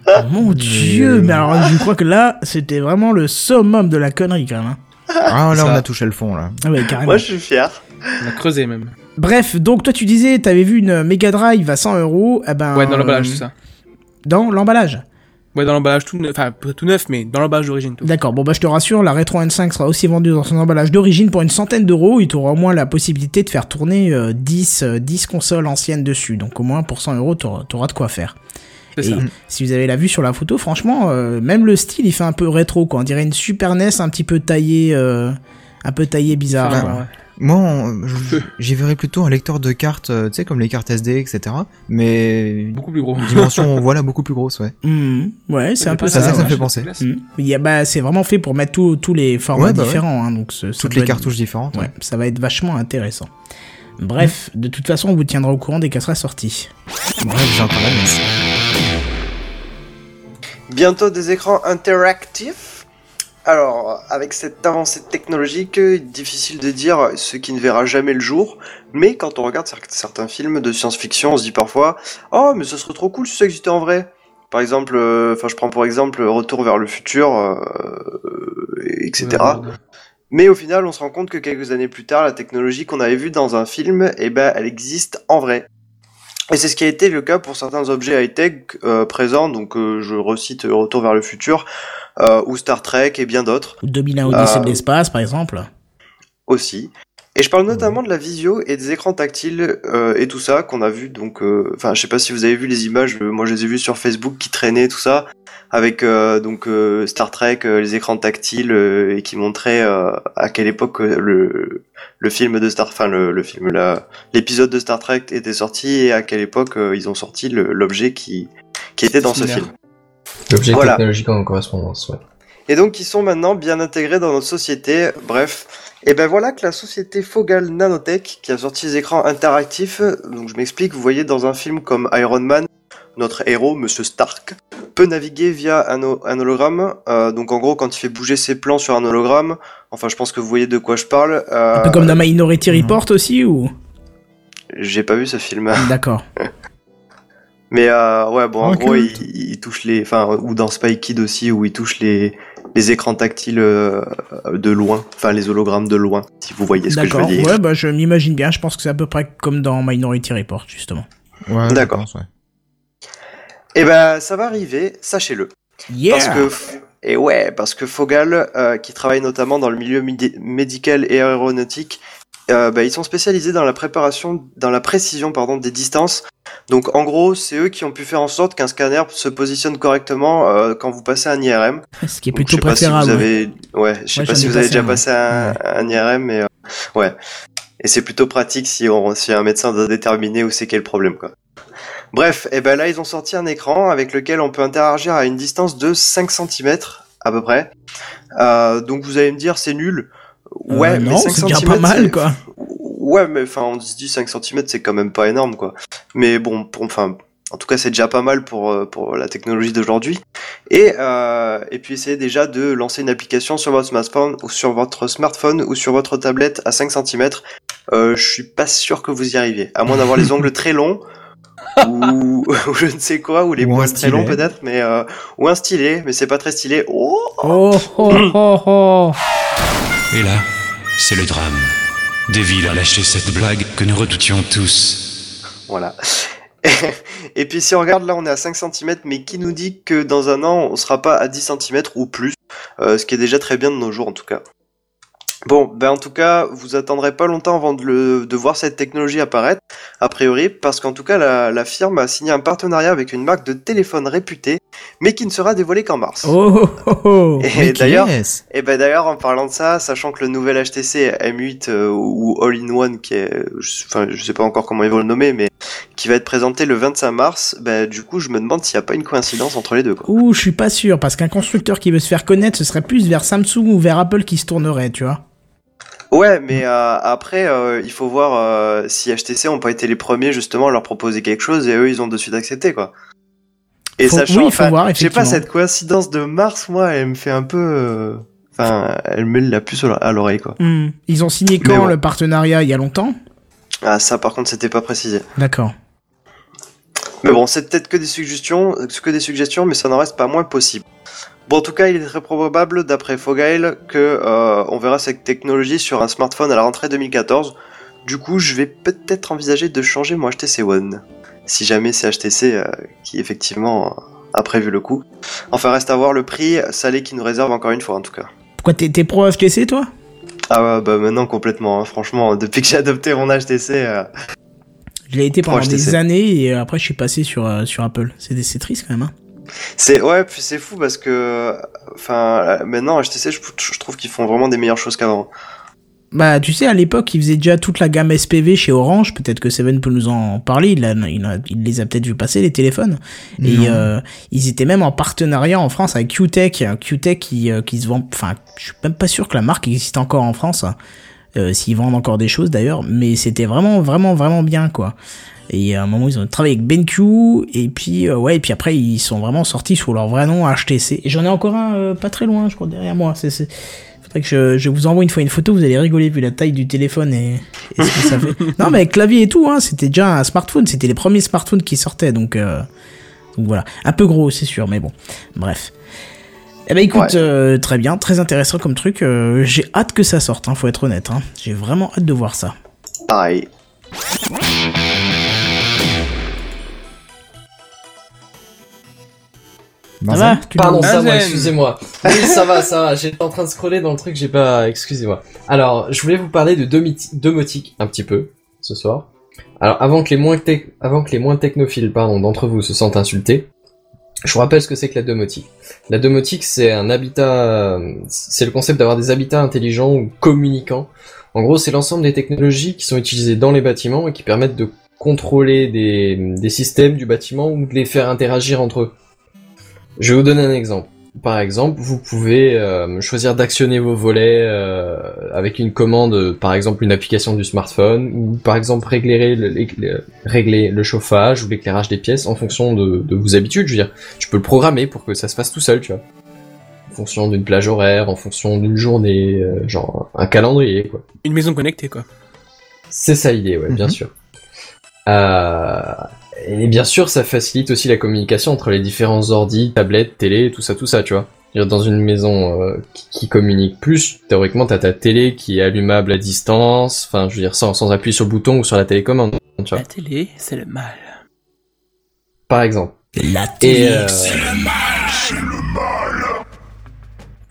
Speaker 1: Ah,
Speaker 5: euh,
Speaker 1: Mon dieu, mais alors je crois que là, c'était vraiment le summum de la connerie quand même. hein.
Speaker 4: Ah, là,
Speaker 5: Ça-
Speaker 4: on a touché le fond, là.
Speaker 1: Ah ouais, carrément.
Speaker 2: Moi, je suis fier.
Speaker 5: On a creusé même.
Speaker 1: Bref, donc toi tu disais, t'avais vu une euh, Mega Drive à 100 euros. Eh ben,
Speaker 5: Ouais, dans l'emballage,
Speaker 1: euh,
Speaker 5: tout ça.
Speaker 1: Dans l'emballage.
Speaker 5: Ouais, dans l'emballage tout neuf. Enfin, pas tout neuf, mais dans l'emballage d'origine. tout.
Speaker 1: D'accord, bon bah je te rassure, la Retro N5 sera aussi vendue dans son emballage d'origine pour une centaine d'euros. Il t'aura au moins la possibilité de faire tourner euh, 10, euh, 10 consoles anciennes dessus. Donc au moins pour 100 euros, t'auras t'auras de quoi faire.
Speaker 5: C'est
Speaker 1: Et
Speaker 5: ça.
Speaker 1: si vous avez la vue sur la photo, franchement, euh, même le style, il fait un peu rétro, quoi. On dirait une Super NES un petit peu taillée, euh, un peu taillée bizarre.
Speaker 5: Enfin,
Speaker 1: quoi.
Speaker 5: ouais.
Speaker 4: Moi, on-
Speaker 5: *laughs*
Speaker 4: je- j'y verrais plutôt un lecteur de cartes, euh, tu sais, comme les cartes SD, etc. Mais
Speaker 5: Beaucoup plus gros.
Speaker 4: *laughs* dimension, voilà, beaucoup plus grosse, ouais.
Speaker 1: Mhm. Ouais, c'est un peu ça.
Speaker 4: ça, ça
Speaker 1: ouais.
Speaker 4: me fait penser.
Speaker 1: Mhm. Il y a, bah, c'est vraiment fait pour mettre tous- tous les formats
Speaker 4: Mmh. Ouais, bah ouais.
Speaker 1: différents. hein, donc ce- ça
Speaker 4: Toutes
Speaker 1: doit
Speaker 4: les
Speaker 1: être-
Speaker 4: cartouches différentes.
Speaker 1: Ouais, ça va être vachement intéressant. Bref,
Speaker 4: Mmh.
Speaker 1: de toute façon, on vous tiendra au courant dès qu'elle sera sortie.
Speaker 4: Bref, j'ai encore la NES.
Speaker 2: Bientôt des écrans interactifs. Alors, avec cette avancée technologique, euh, difficile de dire ce qui ne verra jamais le jour, mais quand on regarde cer- certains films de science-fiction, on se dit parfois Oh, mais ce serait trop cool si ça existait en vrai. Par exemple, euh, enfin, je prends pour exemple Retour vers le futur, euh, etc.
Speaker 5: *coughs*
Speaker 2: Mais au final, on se rend compte que quelques années plus tard, la technologie qu'on avait vue dans un film, eh ben, elle existe en vrai. Et c'est ce qui a été le cas pour certains objets high-tech euh, présents, donc euh, je recite Retour vers le futur, euh, ou Star Trek et bien d'autres
Speaker 1: Ou 2001 Odyssée
Speaker 2: Ah.
Speaker 1: de l'espace, par exemple.
Speaker 2: aussi. Et je parle notamment de la visio et des écrans tactiles euh, et tout ça qu'on a vu. Donc, euh, enfin, je sais pas si vous avez vu les images. euh, moi, je les ai vues sur Facebook qui traînaient tout ça avec euh, donc euh, Star Trek, euh, les écrans tactiles euh, et qui montraient euh, à quelle époque euh, le le film de Star, enfin le, le film la- l'épisode de Star Trek était sorti et à quelle époque euh, ils ont sorti le- l'objet qui qui était dans ce
Speaker 5: Similaire.
Speaker 2: film. *laughs*
Speaker 3: L'objet
Speaker 2: Voilà.
Speaker 3: technologique en correspondance, ouais.
Speaker 2: et donc qui sont maintenant bien intégrés dans notre société. Bref, et ben voilà que la société Fogal Nanotech qui a sorti des écrans interactifs. Donc je m'explique, vous voyez dans un film comme Iron Man, notre héros Monsieur Stark peut naviguer via un, ho- un hologramme. Euh, donc en gros, quand il fait bouger ses plans sur un hologramme, enfin je pense que vous voyez de quoi je parle. Euh,
Speaker 1: Un peu comme dans Minority
Speaker 4: Mhm.
Speaker 1: Report aussi, ou
Speaker 2: J'ai pas vu ce film.
Speaker 1: D'accord.
Speaker 2: Mais euh, ouais, bon, en
Speaker 4: Oh,
Speaker 2: gros, il,
Speaker 4: culte.
Speaker 2: il touche les, enfin, ou dans Spy Kid aussi, où il touche les, les écrans tactiles euh, de loin, enfin les hologrammes de loin, si vous voyez ce que je veux
Speaker 1: D'accord.
Speaker 2: dire.
Speaker 1: Ouais, bah je m'imagine bien. Je pense que c'est à peu près comme dans Minority Report, justement.
Speaker 4: Ouais, je
Speaker 2: D'accord.
Speaker 4: pense, ouais.
Speaker 2: Et ben, ça va arriver, sachez-le.
Speaker 1: Yeah.
Speaker 2: Parce que, et ouais, parce que Fogal, euh, qui travaille notamment dans le milieu midi- médical et aéronautique, euh, bah, ils sont spécialisés dans la préparation, dans la précision pardon, des distances. Donc en gros, c'est eux qui ont pu faire en sorte qu'un scanner se positionne correctement euh, quand vous passez un IRM.
Speaker 1: Ce qui est
Speaker 2: Donc,
Speaker 1: plutôt
Speaker 2: je sais pas
Speaker 1: préférable.
Speaker 2: si vous
Speaker 1: ouais.
Speaker 2: avez... ouais. je sais
Speaker 1: Ouais,
Speaker 2: pas
Speaker 1: j'en
Speaker 2: si
Speaker 1: ai
Speaker 2: vous avez
Speaker 1: passé
Speaker 2: déjà
Speaker 1: un,
Speaker 2: passé un, un IRM, mais euh, ouais. Et c'est plutôt pratique si on si un médecin doit déterminer où c'est qu'est le problème, quoi. Bref, et ben là ils ont sorti un écran avec lequel on peut interagir à une distance de 5 cm à peu près. Euh, donc vous allez me dire c'est nul.
Speaker 1: Euh,
Speaker 2: Ouais, mais
Speaker 1: non,
Speaker 2: 5
Speaker 1: c'est déjà
Speaker 2: cm
Speaker 1: pas mal, quoi.
Speaker 2: Ouais, mais enfin, on se dit 5 cm, c'est quand même pas énorme, quoi. Mais bon, pour, enfin, en tout cas, c'est déjà pas mal pour, euh, pour la technologie d'aujourd'hui. Et, euh, et puis, essayez déjà de lancer une application sur votre smartphone ou sur votre, smartphone, ou sur votre tablette à 5 cm. Euh, je suis pas sûr que vous y arriviez, à moins d'avoir les ongles très
Speaker 4: *laughs*
Speaker 2: longs. ou, ou je ne sais quoi, ou les
Speaker 4: Ou un
Speaker 2: poils très longs
Speaker 4: stylet.
Speaker 2: peut-être, mais euh, ou un stylet, mais c'est pas très stylé. Oh,
Speaker 1: Oh, oh, oh, oh.
Speaker 7: Et là, c'est le drame. Deville a lâché cette blague que nous redoutions tous.
Speaker 2: Voilà. *laughs* Et puis si on regarde là, on est à 5 cm, mais qui nous dit que dans un an, on sera pas à 10 cm ou plus, euh, ce qui est déjà très bien de nos jours en tout cas. Bon, ben en tout cas, vous attendrez pas longtemps avant de, le- de voir cette technologie apparaître, a priori, parce qu'en tout cas, la, la firme a signé un partenariat avec une marque de téléphone réputée, mais qui ne sera dévoilée qu'en mars.
Speaker 1: Oh, oh, oh.
Speaker 2: Et
Speaker 4: Mais
Speaker 2: d'ailleurs,
Speaker 4: yes.
Speaker 2: et ben d'ailleurs, en parlant de ça, sachant que le nouvel HTC M8 euh, ou All-in-One, qui est, euh, je- enfin, je sais pas encore comment ils vont le nommer, mais qui va être présenté le 25 mars, ben du coup, je me demande s'il n'y a pas une coïncidence entre les deux. Quoi.
Speaker 1: Ouh, je suis pas sûr, parce qu'un constructeur qui veut se faire connaître, ce serait plus vers Samsung ou vers Apple qui se tournerait, tu vois.
Speaker 2: Ouais, mais euh, après, euh, il faut voir euh, si HTC ont pas été les premiers justement à leur proposer quelque chose et eux, ils ont de suite accepté quoi. Et
Speaker 1: Faut-
Speaker 2: sachant,
Speaker 1: oui, faut
Speaker 2: enfin,
Speaker 1: voir,
Speaker 2: je sais pas
Speaker 1: effectivement.
Speaker 2: cette coïncidence de mars, moi, elle me fait un peu, euh, enfin, elle me met la puce à l'oreille quoi.
Speaker 1: Hmm. Ils ont signé
Speaker 2: Mais
Speaker 1: quand
Speaker 2: ouais.
Speaker 1: le partenariat Il y a longtemps
Speaker 2: Ah ça, par contre, c'était pas précisé.
Speaker 1: D'accord.
Speaker 2: Mais bon, c'est peut-être que des suggestions, que des suggestions, mais ça n'en reste pas moins possible. Bon, en tout cas, il est très probable, d'après Fogail, que euh, on verra cette technologie sur un smartphone à la rentrée 2014. Du coup, je vais peut-être envisager de changer mon HTC One, si jamais c'est HTC euh, qui effectivement a prévu le coup. Enfin, reste à voir le prix salé qui nous réserve encore une fois, en tout cas.
Speaker 1: Pourquoi t'es t'es pro HTC toi
Speaker 2: Ah ouais, bah maintenant complètement. hein. Franchement, depuis que j'ai adopté mon HTC, euh,
Speaker 1: Je l'ai été
Speaker 2: Pro
Speaker 1: pendant des
Speaker 2: HTC.
Speaker 1: années et euh, après je suis passé sur, euh, sur Apple. C'est des- c'est triste quand même. Hein.
Speaker 2: C'est ouais, puis c'est fou parce que enfin maintenant HTC je, je trouve qu'ils font vraiment des meilleures choses qu'avant.
Speaker 1: Bah tu sais, à l'époque ils faisaient déjà toute la gamme SPV chez Orange. Peut-être que Seven peut nous en parler. Il, a- il, a- il les a peut-être vu passer les téléphones.
Speaker 4: Non.
Speaker 1: Et euh, ils étaient même en partenariat en France avec Q-Tech. hein, Q-Tech qui, euh, qui se vend. Enfin, je suis même pas sûr que la marque existe encore en France. hein, euh, S'ils vendent encore des choses d'ailleurs, mais c'était vraiment, vraiment, vraiment bien quoi. Et à un moment, ils ont travaillé avec BenQ, et puis euh, ouais, et puis après, ils sont vraiment sortis sous leur vrai nom HTC. Et J'en ai encore un euh, pas très loin, je crois, derrière moi. C'est, c'est... Faudrait que je, je vous envoie une fois une photo, vous allez rigoler vu la taille du téléphone et, et ce que ça fait. Non, mais avec clavier et tout, hein, c'était déjà un smartphone, c'était les premiers smartphones qui sortaient, donc. euh, donc voilà, un peu gros, c'est sûr, mais bon, bref. Eh ben écoute,
Speaker 2: Ouais.
Speaker 1: euh, très bien, très intéressant comme truc. euh, j'ai hâte que ça sorte, hein, faut être honnête. Hein. J'ai vraiment hâte de voir ça.
Speaker 2: Pareil.
Speaker 1: Ça
Speaker 4: Benzen.
Speaker 1: va tu nous-
Speaker 3: Pardon, ça va,
Speaker 5: Benzen.
Speaker 3: excusez-moi. Oui, ça va, ça va. J'étais en train de scroller dans le truc, j'ai pas. Excusez-moi. Alors, je voulais vous parler de domotique, domotique un petit peu ce soir. Alors, avant que les moins, tec- avant que les moins technophiles pardon, d'entre vous se sentent insultés, je vous rappelle ce que c'est que la domotique. La domotique, c'est un habitat. C'est le concept d'avoir des habitats intelligents ou communicants. En gros, c'est l'ensemble des technologies qui sont utilisées dans les bâtiments et qui permettent de contrôler des, des systèmes du bâtiment ou de les faire interagir entre eux. Je vais vous donner un exemple. Par exemple, vous pouvez euh, choisir d'actionner vos volets euh, avec une commande, euh, par exemple une application du smartphone, ou par exemple régler le, l'éc- le- régler le chauffage ou l'éclairage des pièces en fonction de, de vos habitudes. Je veux dire, tu peux le programmer pour que ça se fasse tout seul, tu vois. En fonction d'une plage horaire, en fonction d'une journée, euh, genre un calendrier, quoi.
Speaker 5: Une maison connectée, quoi.
Speaker 3: C'est ça l'idée, ouais, bien
Speaker 4: Mhm.
Speaker 3: sûr. Euh, et bien sûr, ça facilite aussi la communication entre les différents ordi, tablettes, télé, tout ça, tout ça, tu vois. Je veux dire, Dans une maison euh, qui, qui communique plus, théoriquement, t'as ta télé qui est allumable à distance, enfin, je veux dire, sans, sans appuyer sur le bouton ou sur la télécommande, tu vois,
Speaker 5: La télé, c'est le mal.
Speaker 3: par exemple.
Speaker 1: La
Speaker 3: Et
Speaker 1: télé.
Speaker 3: euh,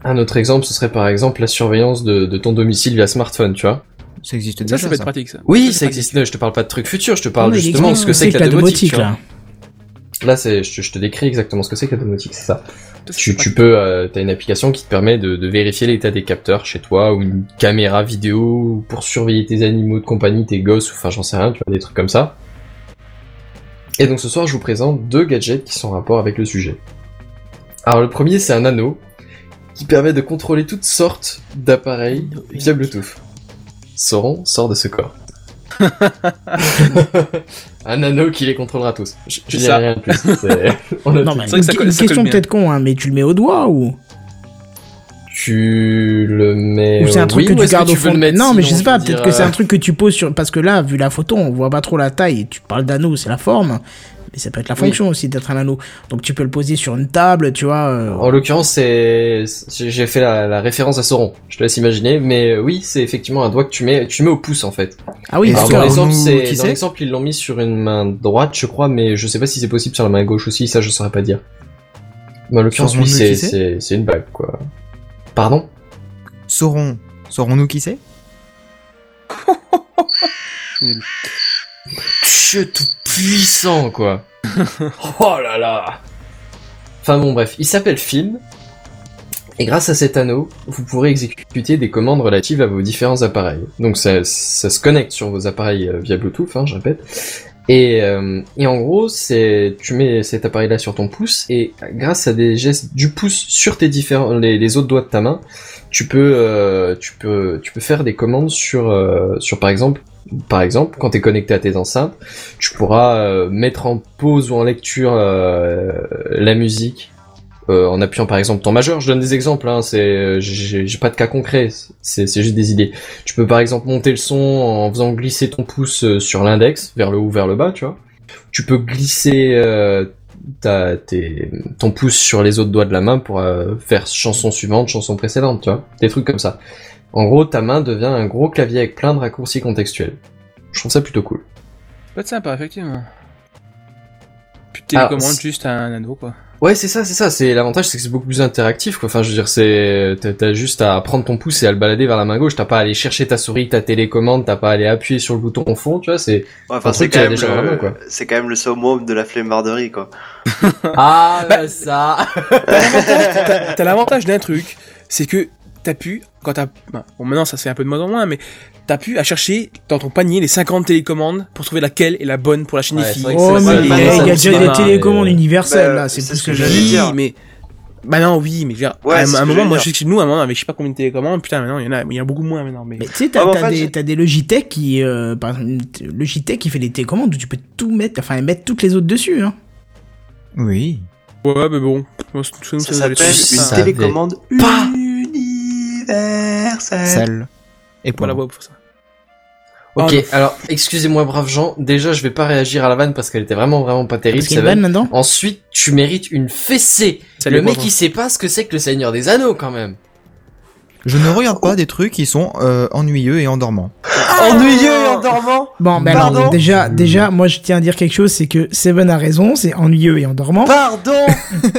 Speaker 3: un autre exemple, ce serait par exemple la surveillance de, de ton domicile via smartphone, tu vois.
Speaker 4: Ça existe
Speaker 5: Ça,
Speaker 4: déjà,
Speaker 5: ça
Speaker 4: ça.
Speaker 5: peut être pratique, ça.
Speaker 3: Oui,
Speaker 5: c'est
Speaker 3: ça existe. Je te parle pas de trucs futurs, je te parle
Speaker 1: Non, mais
Speaker 3: justement de ce que c'est que la domotique. tu vois.
Speaker 1: là.
Speaker 3: Là, c'est, je, te- je te décris exactement ce que c'est que la domotique, c'est ça.
Speaker 5: Ça, c'est
Speaker 3: Tu, tu
Speaker 5: pratique.
Speaker 3: peux, euh, t'as une application qui te permet de, de vérifier l'état des capteurs chez toi, ou une caméra vidéo pour surveiller tes animaux de compagnie, tes gosses, ou enfin j'en sais rien, tu vois, des trucs comme ça. Et donc ce soir, je vous présente deux gadgets qui sont en rapport avec le sujet. Alors le premier, c'est un anneau qui permet de contrôler toutes sortes d'appareils via Bluetooth. Sauron sort de ce
Speaker 5: *laughs*
Speaker 3: corps. *laughs* un anneau qui les contrôlera tous. Je, je
Speaker 5: C'est
Speaker 3: dirais
Speaker 5: ça.
Speaker 3: rien de plus. c'est- On a
Speaker 1: Non,
Speaker 3: tout
Speaker 1: mais
Speaker 5: C'est vrai que ça
Speaker 1: une-
Speaker 5: colle-
Speaker 1: une
Speaker 5: ça colle
Speaker 1: question
Speaker 5: bien.
Speaker 1: peut-être con, hein, mais tu le mets au doigt ou
Speaker 3: Tu le mets.
Speaker 1: Ou c'est un
Speaker 3: euh,
Speaker 1: truc
Speaker 3: oui,
Speaker 1: que
Speaker 3: ou
Speaker 1: tu
Speaker 3: est-ce
Speaker 1: gardes
Speaker 3: tu
Speaker 1: au
Speaker 3: veux
Speaker 1: fond
Speaker 3: le mettre,
Speaker 1: Non, mais je
Speaker 3: sinon,
Speaker 1: sais pas,
Speaker 3: veux
Speaker 1: peut-être
Speaker 3: dire,
Speaker 1: que c'est un
Speaker 3: euh,
Speaker 1: truc que tu poses sur. Parce que là, vu la photo, on voit pas trop la taille. Tu parles d'anneau, c'est la forme. Mais ça peut être la
Speaker 3: Oui.
Speaker 1: fonction aussi d'être un anneau. Donc tu peux le poser sur une table, tu vois. euh,
Speaker 3: *laughs* En l'occurrence, c'est j'ai j'ai fait la, la référence à Sauron. Je te laisse imaginer, mais euh, oui, c'est effectivement un doigt que tu mets, tu mets au pouce en fait.
Speaker 1: Ah oui,
Speaker 4: Et
Speaker 3: Alors,
Speaker 1: d'accord.
Speaker 3: dans
Speaker 4: Sauron,
Speaker 3: l'exemple, c'est-
Speaker 4: qui
Speaker 3: dans
Speaker 4: c'est
Speaker 3: l'exemple, ils l'ont mis sur une main droite, je crois, mais je sais pas si c'est possible sur la main gauche aussi. Ça, je saurais pas dire. Mais en l'occurrence,
Speaker 4: Sauron,
Speaker 3: oui,
Speaker 4: nous,
Speaker 3: c'est
Speaker 4: qui c'est
Speaker 3: c'est- c'est une bague quoi. Pardon
Speaker 4: Sauron. Saurons-nous qui c'est
Speaker 3: Dieu tout puissant, quoi. *laughs* oh là là. Enfin bon, bref, il s'appelle Film. Et grâce à cet anneau, vous pourrez exécuter des commandes relatives à vos différents appareils. Donc ça, ça se connecte sur vos appareils euh, via Bluetooth, hein, je répète. Et, euh, et en gros, c'est tu mets cet appareil-là sur ton pouce et grâce à des gestes du pouce sur tes différents les, les autres doigts de ta main, tu peux euh, tu peux tu peux faire des commandes sur euh, sur par exemple par exemple quand t'es connecté à tes enceintes tu pourras euh, mettre en pause ou en lecture euh, la musique euh, en appuyant par exemple ton majeur. Je donne des exemples, hein, c'est j'ai j'ai pas de cas concret, c'est c'est juste des idées. Tu peux par exemple monter le son en faisant glisser ton pouce euh, sur l'index vers le haut ou vers le bas, tu vois. Tu peux glisser euh, t'as tes- ton pouce sur les autres doigts de la main pour euh, faire chanson suivante, chanson précédente, tu vois. Des trucs comme ça. En gros, ta main devient un gros clavier avec plein de raccourcis contextuels. Je trouve ça plutôt cool.
Speaker 5: Pas de sympa, effectivement. Puis
Speaker 3: Ah,
Speaker 5: télécommande
Speaker 3: c'est-
Speaker 5: juste un ado, quoi.
Speaker 3: Ouais, c'est ça, c'est ça. C'est l'avantage, c'est que c'est beaucoup plus interactif. Quoi. Enfin, je veux dire, c'est t'as- t'as juste à prendre ton pouce et à le balader vers la main gauche. T'as pas à aller chercher ta souris, ta télécommande. T'as pas à aller appuyer sur le bouton au fond. Tu
Speaker 1: *laughs*
Speaker 3: vois, c'est
Speaker 2: Ouais, enfin,
Speaker 3: Un
Speaker 2: c'est
Speaker 3: truc
Speaker 2: quand,
Speaker 3: qui a
Speaker 2: même
Speaker 3: déjà vraiment,
Speaker 2: le...
Speaker 3: quoi.
Speaker 2: c'est quand même le summum de la flemmarderie, quoi.
Speaker 3: ah bah, ça.
Speaker 5: T'as t'as l'avantage d'un truc, c'est que t'as pu, quand t'as. bah, Bon, maintenant ça se fait un peu de moins en moins, mais t'as pu à chercher dans ton panier les 50 télécommandes pour trouver laquelle est la bonne pour la chaîne
Speaker 3: Ouais, c'est vrai que
Speaker 1: Oh,
Speaker 3: c'est-
Speaker 1: mais
Speaker 3: c'est-
Speaker 1: les
Speaker 3: c'est-
Speaker 1: gars, il y a
Speaker 3: c'est-
Speaker 1: déjà
Speaker 3: c'est-
Speaker 1: des
Speaker 3: c'est-
Speaker 1: télécommandes
Speaker 3: euh, c'est-
Speaker 1: universelles,
Speaker 2: Bah,
Speaker 1: là, c'est
Speaker 2: c'est
Speaker 1: plus
Speaker 2: ce
Speaker 1: que
Speaker 2: que
Speaker 1: jamais.
Speaker 2: j'allais
Speaker 5: Oui,
Speaker 2: dire.
Speaker 5: mais. Bah non, oui, mais je veux dire,
Speaker 2: Ouais,
Speaker 5: à
Speaker 2: c'est
Speaker 5: un,
Speaker 2: ce
Speaker 5: un
Speaker 2: que
Speaker 5: moment,
Speaker 2: j'allais dire.
Speaker 5: moi je sais que chez nous, à un moment, on avait je sais pas combien de télécommandes, putain, maintenant il y en a, il y en a beaucoup moins maintenant. Mais...
Speaker 1: Mais tu sais, t'as
Speaker 2: Ah, mais en
Speaker 1: t'as
Speaker 2: fait,
Speaker 1: des,
Speaker 2: j'ai-
Speaker 1: t'as des Logitech qui, euh, par exemple, Logitech qui fait des télécommandes où tu peux tout mettre, enfin mettre toutes les autres dessus. Hein.
Speaker 4: Oui.
Speaker 5: Ouais, mais bon, moi, c'est- chez nous,
Speaker 2: Ça
Speaker 5: nous allait
Speaker 2: s'appelle
Speaker 5: tout
Speaker 2: une
Speaker 5: ça.
Speaker 3: savais
Speaker 2: télécommande
Speaker 4: pas.
Speaker 3: Euh,
Speaker 2: universelle.
Speaker 4: Sale. Et pour
Speaker 5: Voilà,
Speaker 4: la
Speaker 5: ouais, pour ça.
Speaker 3: Ok,
Speaker 5: Oh,
Speaker 3: alors excusez-moi, braves gens. Déjà, je vais pas réagir à la vanne parce qu'elle était vraiment, vraiment pas terrible.
Speaker 1: Parce qu'il y a une
Speaker 3: Seven.
Speaker 1: vanne là-dedans.
Speaker 3: Ensuite, tu mérites une fessée.
Speaker 5: Salut,
Speaker 3: le mec,
Speaker 5: braves
Speaker 3: il sait pas ce que c'est que le Seigneur des Anneaux, quand même.
Speaker 4: Je ne regarde pas des trucs qui sont euh, ennuyeux et endormants.
Speaker 2: Ennuyeux et endormant
Speaker 1: Bon, ben alors,
Speaker 2: Pardon
Speaker 3: Mmh.
Speaker 1: déjà, déjà, moi je tiens à dire quelque chose, c'est que Seven a raison, c'est ennuyeux et endormant.
Speaker 2: Pardon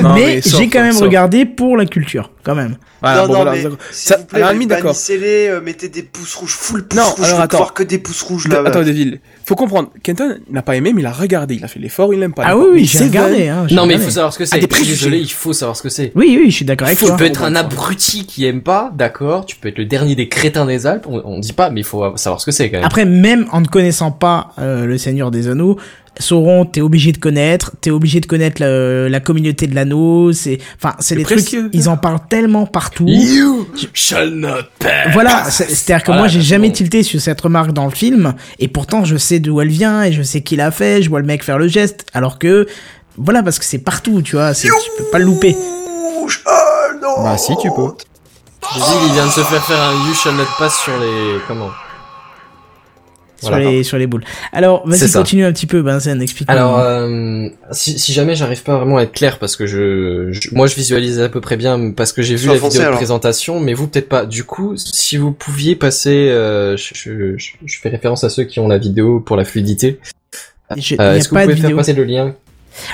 Speaker 5: Non,
Speaker 1: mais
Speaker 5: sauf,
Speaker 1: j'ai quand même
Speaker 5: sauf.
Speaker 1: regardé pour la culture, quand même.
Speaker 5: Voilà,
Speaker 3: Ah,
Speaker 2: Non,
Speaker 5: bon,
Speaker 2: non,
Speaker 5: voilà,
Speaker 2: mais
Speaker 5: d'accord.
Speaker 2: s'il
Speaker 5: Ça-
Speaker 2: vous plaît,
Speaker 5: alors, Amine, d'accord.
Speaker 2: bannissez-les, euh, mettez des pouces rouges, full pouces
Speaker 5: Non,
Speaker 2: rouges,
Speaker 5: alors,
Speaker 2: je veux
Speaker 5: attends.
Speaker 2: voir que des pouces rouges là.
Speaker 5: Attends, Deville, faut comprendre, Kenton n'a pas aimé, mais il a regardé, il a fait l'effort, il l'aime pas.
Speaker 1: ah oui,
Speaker 5: d'accord.
Speaker 1: oui,
Speaker 5: Mais
Speaker 1: j'ai
Speaker 5: Seven,
Speaker 1: regardé. Hein, j'ai
Speaker 3: non, mais il
Speaker 1: regardé.
Speaker 3: faut savoir ce que c'est.
Speaker 5: Ah, des
Speaker 3: Je suis
Speaker 5: préjugés.
Speaker 3: Désolé, il faut savoir ce que c'est.
Speaker 1: Oui, oui, je suis d'accord avec
Speaker 3: tu
Speaker 1: toi.
Speaker 3: peux être un
Speaker 5: comprendre.
Speaker 3: abruti qui aime pas, d'accord. Tu peux être le dernier des crétins des Alpes. On, on dit pas, mais il faut savoir ce que c'est quand même.
Speaker 1: Après, même en ne connaissant pas euh, le Seigneur des Anneaux, Sauron, t'es obligé de connaître, t'es obligé de connaître le- la communauté de l'anneau, c'est, enfin, c'est
Speaker 5: Le
Speaker 1: des trucs,
Speaker 5: précieux.
Speaker 1: ils en parlent tellement partout.
Speaker 3: You shall not pass.
Speaker 1: Voilà, c'est- c'est-à-dire que
Speaker 3: Voilà,
Speaker 1: moi j'ai
Speaker 3: c'est
Speaker 1: jamais
Speaker 3: bon.
Speaker 1: tilté sur cette remarque dans le film, et pourtant je sais d'où elle vient, et je sais qui l'a fait, je vois le mec faire le geste, alors que, voilà, parce que c'est partout, tu vois, c'est- tu peux pas le louper.
Speaker 2: Rouge Oh non
Speaker 4: Bah si, tu peux.
Speaker 3: Je dis qu'il vient de se faire faire un You shall not pass sur les comment.
Speaker 1: Sur,
Speaker 3: Voilà.
Speaker 1: les, sur les boules. Alors,
Speaker 3: C'est
Speaker 1: vas-y,
Speaker 3: ça.
Speaker 1: continue un petit peu, Benzen, explique-moi.
Speaker 3: Alors, euh, si, si jamais j'arrive pas vraiment à être clair, parce que je, je- moi je visualise à peu près bien parce que j'ai vu
Speaker 2: Sois
Speaker 3: la
Speaker 2: foncé,
Speaker 3: vidéo de
Speaker 2: alors.
Speaker 3: présentation, mais vous peut-être pas. Du coup, si vous pouviez passer, euh, je, je- je- je fais référence à ceux qui ont la vidéo pour la fluidité.
Speaker 1: J'ai-
Speaker 3: Euh,
Speaker 1: y a
Speaker 3: Est-ce que vous
Speaker 1: pas de
Speaker 3: pouvez faire
Speaker 1: vidéo.
Speaker 3: passer le lien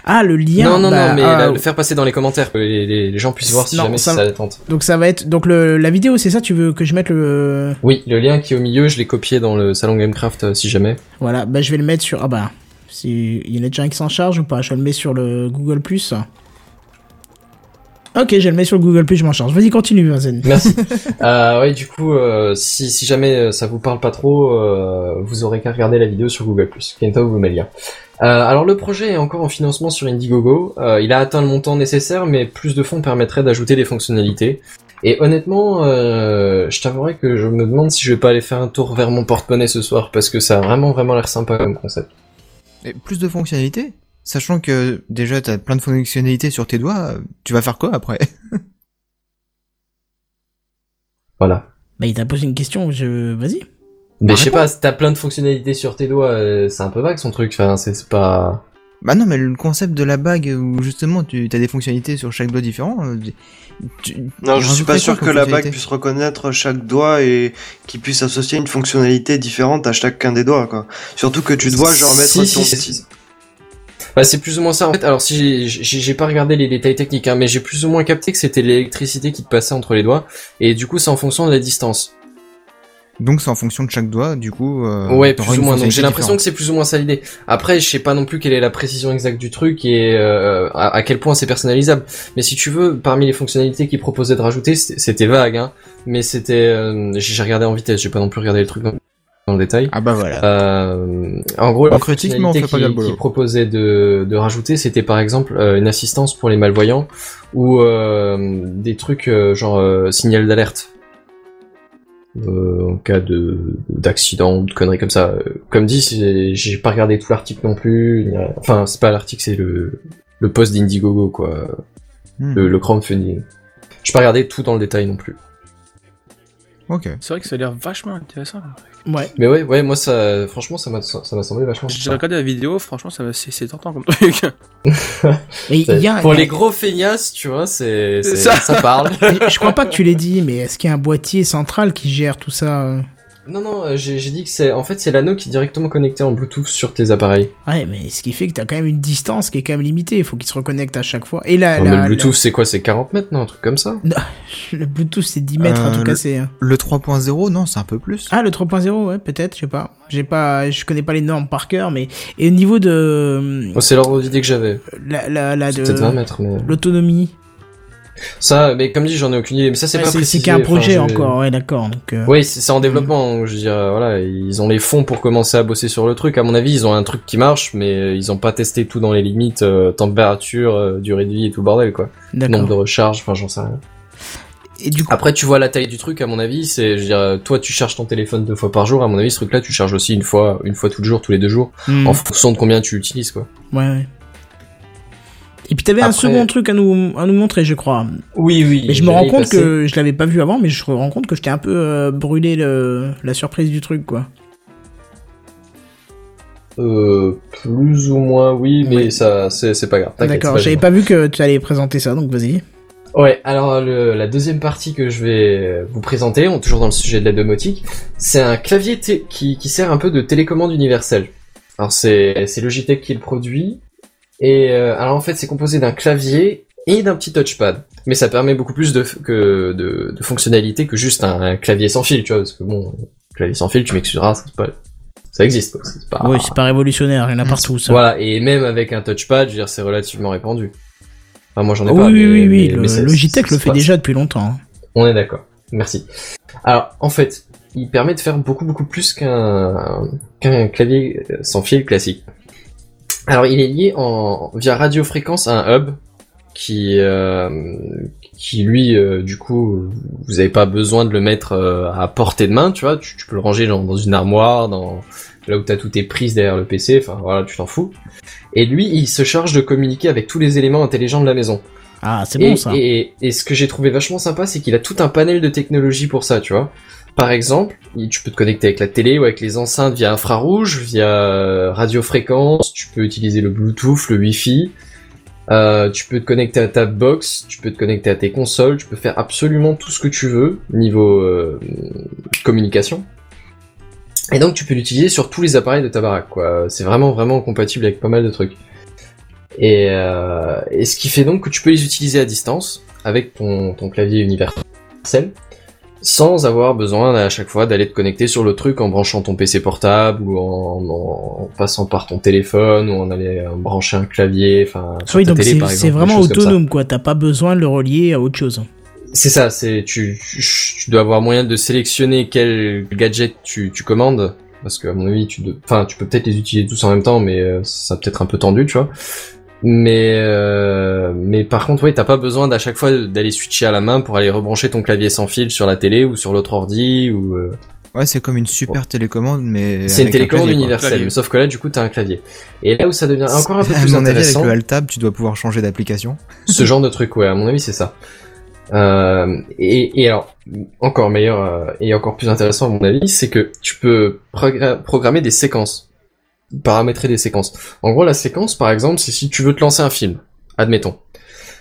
Speaker 1: Ah, le lien.
Speaker 3: Non, non,
Speaker 1: bah,
Speaker 3: non, mais
Speaker 1: ah,
Speaker 3: la- le faire passer dans les commentaires, que les, les- les gens puissent voir si
Speaker 1: Non,
Speaker 3: jamais
Speaker 1: ça-
Speaker 3: ça... les tente.
Speaker 1: Donc ça va être donc le, la vidéo, c'est ça Tu veux que je mette le
Speaker 3: Oui, le lien qui est au milieu, je l'ai copié dans le salon Gamecraft, euh, si jamais.
Speaker 1: voilà Bah je vais le mettre sur ah bah si il y en a déjà un qui s'en charge ou pas Je le mets sur le Google Plus. Ok, je le mets sur le Google Plus, je m'en charge. Vas-y, continue, Vinzen.
Speaker 3: Merci.
Speaker 1: *laughs*
Speaker 3: euh, ouais, du coup, euh, si, si jamais euh, ça vous parle pas trop, euh, vous aurez qu'à regarder la vidéo sur Google+. Kento vous met le lien. Euh, alors le projet est encore en financement sur Indiegogo. Euh, il a atteint le montant nécessaire, mais plus de fonds permettraient d'ajouter des fonctionnalités. Et honnêtement, euh, je t'avouerai que je me demande si je vais pas aller faire un tour vers mon porte-monnaie ce soir parce que ça a vraiment vraiment l'air sympa comme concept.
Speaker 4: Et plus de fonctionnalités Sachant que déjà t'as plein de fonctionnalités sur tes doigts, euh, tu vas faire quoi après *laughs*
Speaker 3: Voilà.
Speaker 1: Bah il t'a posé une question, je vas-y.
Speaker 3: Mais
Speaker 4: Bah,
Speaker 3: je sais
Speaker 4: réponds.
Speaker 3: pas, si t'as plein de fonctionnalités sur tes doigts, euh, c'est un peu vague son truc. Enfin, c'est c'est pas.
Speaker 4: Bah non, mais le concept de la bague où justement tu as des fonctionnalités sur chaque doigt différent. euh, tu-
Speaker 2: Non, je
Speaker 4: rajoute
Speaker 2: suis pas
Speaker 4: quoi
Speaker 2: sûr
Speaker 4: comme
Speaker 2: que la
Speaker 4: fonctionnalité
Speaker 2: bague puisse reconnaître chaque doigt et qu'il puisse associer une fonctionnalité différente à chacun des doigts, quoi. Surtout que tu dois genre mettre
Speaker 3: Si, si,
Speaker 2: ton
Speaker 3: si,
Speaker 2: petit-
Speaker 3: si. Bah, c'est plus ou moins ça en fait. Alors si j'ai- j'ai j'ai pas regardé les détails techniques, hein, mais j'ai plus ou moins capté que c'était l'électricité qui te passait entre les doigts, et du coup c'est en fonction de la distance.
Speaker 4: Donc c'est en fonction de chaque doigt, du coup. euh,
Speaker 3: ouais,
Speaker 4: t'auras
Speaker 3: plus ou
Speaker 4: une
Speaker 3: moins. Donc
Speaker 4: fonctionnalité
Speaker 3: j'ai l'impression
Speaker 4: différente.
Speaker 3: que c'est plus ou moins ça l'idée. Après, je sais pas non plus quelle est la précision exacte du truc et euh, à, à quel point c'est personnalisable. Mais si tu veux, parmi les fonctionnalités qu'ils proposaient de rajouter, c'était c'était vague, hein. Mais c'était, euh, j'ai regardé en vitesse. J'ai pas non plus regardé le truc dans, dans le détail.
Speaker 4: Ah bah voilà.
Speaker 3: Euh, en gros,
Speaker 4: On
Speaker 3: la
Speaker 4: critique, mais on
Speaker 3: fonctionnalité
Speaker 4: fait pas bien le
Speaker 3: qui,
Speaker 4: boulot.
Speaker 3: qui proposait de, de rajouter, c'était par exemple euh, une assistance pour les malvoyants ou euh, des trucs euh, genre euh, signal d'alerte Euh, en cas de d'accident ou de conneries comme ça. Euh, Comme dit, c'est- j'ai pas regardé tout l'article non plus. ni rien. Enfin, c'est pas l'article, c'est le le post d'Indiegogo quoi,
Speaker 4: Hmm.
Speaker 3: le, le crowdfunding. J'ai pas regardé tout dans le détail non plus.
Speaker 4: Ok.
Speaker 5: C'est vrai que ça a l'air vachement intéressant.
Speaker 1: Ouais.
Speaker 3: Mais ouais, ouais, moi ça, franchement, ça m'a, ça m'a semblé vachement.
Speaker 5: J'ai regardé la vidéo, franchement, ça m'a- c'est c'est tentant comme truc.
Speaker 1: Mais il y a,
Speaker 3: Pour
Speaker 1: il y a-
Speaker 3: les gros feignasses, tu vois, c'est,
Speaker 5: C'est
Speaker 3: c'est-
Speaker 5: ça.
Speaker 3: ça. *laughs* parle.
Speaker 1: Mais Je crois pas que tu l'aies dit, mais est-ce qu'il y a un boîtier central qui gère tout ça euh
Speaker 3: non, non, euh, j'ai, j'ai dit que c'est, en fait, c'est l'anneau qui est directement connecté en Bluetooth sur tes appareils.
Speaker 1: Ouais, mais ce qui fait que t'as quand même une distance qui est quand même limitée. Il faut qu'il se reconnecte à chaque fois. Et Ah là,
Speaker 3: Non, mais le Bluetooth, c'est quoi, c'est 40 mètres, non, un truc comme ça.
Speaker 1: le Bluetooth, c'est 10 mètres à
Speaker 4: Euh,
Speaker 1: tout
Speaker 4: le-
Speaker 1: casser. hein.
Speaker 4: Le 3.0, non, c'est un peu plus.
Speaker 1: Ah, le 3.0, ouais, peut-être, je sais pas. J'ai pas, je connais pas les normes par cœur, mais et au niveau de
Speaker 3: Moi, c'est l'ordre d'idée que j'avais.
Speaker 1: la la, la
Speaker 3: C'est peut-être 20
Speaker 1: Ah, de
Speaker 3: mètres, mais.
Speaker 1: l'autonomie.
Speaker 3: Ça, mais comme dit, j'en ai aucune idée. Mais ça, c'est
Speaker 1: Ouais,
Speaker 3: pas
Speaker 1: C'est
Speaker 3: précisé.
Speaker 1: c'est qu'un
Speaker 3: enfin,
Speaker 1: projet
Speaker 3: je-
Speaker 1: encore, ouais, d'accord. Donc euh,
Speaker 3: Oui, c'est c'est en développement. Je veux dire, euh, voilà, ils ont les fonds pour commencer à bosser sur le truc. À mon avis, ils ont un truc qui marche, mais euh, ils ont pas testé tout dans les limites, euh, température, euh, durée de vie et tout le bordel, quoi. Nombre de Ah,
Speaker 1: d'accord.
Speaker 3: recharges, enfin, j'en sais rien.
Speaker 1: Et du coup,
Speaker 3: Après, tu vois la taille du truc. À mon avis, c'est, je veux dire, euh, toi, tu charges ton téléphone deux fois par jour. À mon avis, ce truc-là, tu charges aussi une fois, une fois tous les jours, tous les deux jours,
Speaker 1: hmm,
Speaker 3: en fonction de combien tu utilises, quoi.
Speaker 1: ouais. ouais. Et puis t'avais un
Speaker 3: Après-
Speaker 1: second truc à nous à nous montrer, je crois.
Speaker 3: Oui, oui.
Speaker 1: Mais je me rends compte que je l'avais pas vu avant, mais je me rends compte que je t'ai un peu euh, brûlé le, la surprise du truc, quoi.
Speaker 3: Euh, plus ou moins, oui, mais ça, c'est c'est pas grave. t'inquiète,
Speaker 1: D'accord,
Speaker 3: c'est
Speaker 1: j'avais
Speaker 3: gênant.
Speaker 1: pas vu que tu allais présenter ça, donc vas-y.
Speaker 3: Ouais, alors le- la deuxième partie que je vais vous présenter, on, toujours dans le sujet de la domotique, c'est un clavier té- qui, qui sert un peu de télécommande universelle. Alors c'est c'est Logitech qui le produit, et euh, alors en fait c'est composé d'un clavier et d'un petit touchpad, mais ça permet beaucoup plus de, f- que, de, de fonctionnalités que juste un, un clavier sans fil, tu vois, parce que bon, clavier sans fil, tu m'excuseras, c'est pas... Ça existe, quoi, c'est pas...
Speaker 1: Oui, c'est pas révolutionnaire, il y en a
Speaker 4: Mm.
Speaker 1: partout, ça.
Speaker 3: Voilà, et même avec un touchpad, je veux dire, c'est relativement répandu. Enfin, moi j'en ai
Speaker 1: Ah
Speaker 3: pas.
Speaker 1: oui,
Speaker 3: mais-
Speaker 1: oui, oui, oui,
Speaker 3: mais-
Speaker 1: le-
Speaker 3: mais c'est-
Speaker 1: Logitech
Speaker 3: c'est-
Speaker 1: le
Speaker 3: c'est
Speaker 1: fait
Speaker 3: pas-
Speaker 1: déjà depuis longtemps. hein.
Speaker 3: On est d'accord. Merci. Alors, en fait, il permet de faire beaucoup, beaucoup plus qu'un qu'un clavier sans fil classique. Alors, il est lié en, via radiofréquence à un hub qui, euh, qui lui, euh, du coup, vous n'avez pas besoin de le mettre euh, à portée de main, tu vois. Tu, tu peux le ranger dans, dans une armoire, dans là où t'as tout tes prises derrière le PC. Enfin, voilà, tu t'en fous. Et lui, il se charge de communiquer avec tous les éléments intelligents de la maison.
Speaker 1: Ah, c'est
Speaker 3: Et,
Speaker 1: bon, ça.
Speaker 3: et- et ce que j'ai trouvé vachement sympa, c'est qu'il a tout un panel de technologies pour ça, tu vois. Par exemple, il- tu peux te connecter avec la télé ou avec les enceintes via infrarouge, via euh, radiofréquence, tu peux utiliser le Bluetooth, le Wi-Fi, euh, tu peux te connecter à ta box, tu peux te connecter à tes consoles, tu peux faire absolument tout ce que tu veux niveau euh, communication. Et donc tu peux l'utiliser sur tous les appareils de ta baraque, quoi. C'est vraiment vraiment compatible avec pas mal de trucs. Et, euh, et ce qui fait donc que tu peux les utiliser à distance avec ton, ton clavier universel sans avoir besoin à chaque fois d'aller te connecter sur le truc en branchant ton PC portable ou en, en passant par ton téléphone ou en aller euh, brancher un clavier, enfin sur
Speaker 1: Oui,
Speaker 3: ta
Speaker 1: donc
Speaker 3: télé
Speaker 1: c'est
Speaker 3: par exemple,
Speaker 1: c'est
Speaker 3: des
Speaker 1: vraiment
Speaker 3: choses comme ça.
Speaker 1: autonome, quoi. T'as pas besoin de le relier à autre chose.
Speaker 3: C'est ça, c'est tu, tu- tu dois avoir moyen de sélectionner quel gadget tu, tu commandes parce que à mon avis tu de- enfin tu peux peut-être les utiliser tous en même temps mais euh, ça peut être un peu tendu, tu vois. Mais euh, mais par contre oui, t'as pas besoin d'à chaque fois d'aller switcher à la main pour aller rebrancher ton clavier sans fil sur la télé ou sur l'autre ordi ou euh,
Speaker 4: Ouais, c'est comme une super télécommande, mais.
Speaker 3: c'est une
Speaker 4: avec un
Speaker 3: télécommande
Speaker 4: clavier, quoi.
Speaker 3: universelle,
Speaker 5: Clavier.
Speaker 3: mais sauf que là du coup t'as un clavier. Et là où ça devient encore un peu
Speaker 4: À
Speaker 3: plus
Speaker 4: mon avis, avec
Speaker 3: intéressant,
Speaker 4: le Altab, tu dois pouvoir changer d'application.
Speaker 3: ce genre de truc, ouais, à mon avis, c'est ça. Euh, et, et alors, encore meilleur euh, et encore plus intéressant à mon avis, c'est que tu peux progra- programmer des séquences, paramétrer des séquences. En gros, la séquence, par exemple, c'est si tu veux te lancer un film, admettons.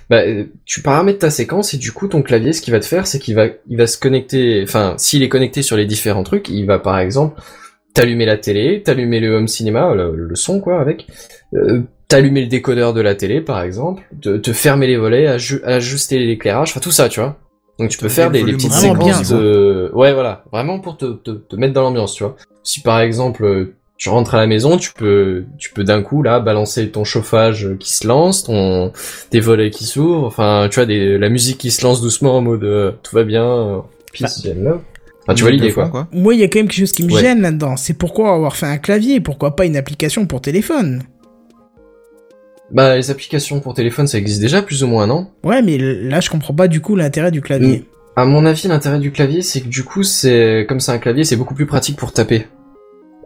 Speaker 3: Bah, euh, tu paramètres ta séquence et du coup, ton clavier, ce qu'il va te faire, c'est qu'il va, il va se connecter. Enfin, s'il est connecté sur les différents trucs, il va, par exemple, t'allumer la télé, t'allumer le home cinéma, le, le son, quoi, avec. euh, t'allumer le décodeur de la télé par exemple, te, te fermer les volets, aju- ajuster l'éclairage, enfin tout ça tu vois. Donc tu peux
Speaker 4: Putain,
Speaker 3: faire
Speaker 4: quel
Speaker 3: des, des
Speaker 4: volume
Speaker 3: petites
Speaker 1: vraiment bien,
Speaker 3: séquences de... Ouais voilà, vraiment pour te, te, te mettre dans l'ambiance tu vois. Si par exemple euh, tu rentres à la maison, tu peux, tu peux d'un coup là balancer ton chauffage qui se lance, ton, des volets qui s'ouvrent, enfin tu vois des, la musique qui se lance doucement en mode euh, tout va bien, euh, peace, love. Enfin Ah, tu vois l'idée quoi.
Speaker 1: Moi, il y a quand même quelque chose qui me
Speaker 3: Ouais.
Speaker 1: gêne là-dedans. C'est pourquoi avoir fait un clavier, pourquoi pas une application pour téléphone
Speaker 3: Bah les applications pour téléphone ça existe déjà plus ou moins non
Speaker 1: Ouais, mais là, je comprends pas du coup l'intérêt du clavier.
Speaker 3: À mon avis, l'intérêt du clavier, c'est que du coup, c'est comme c'est un clavier, c'est beaucoup plus pratique pour taper.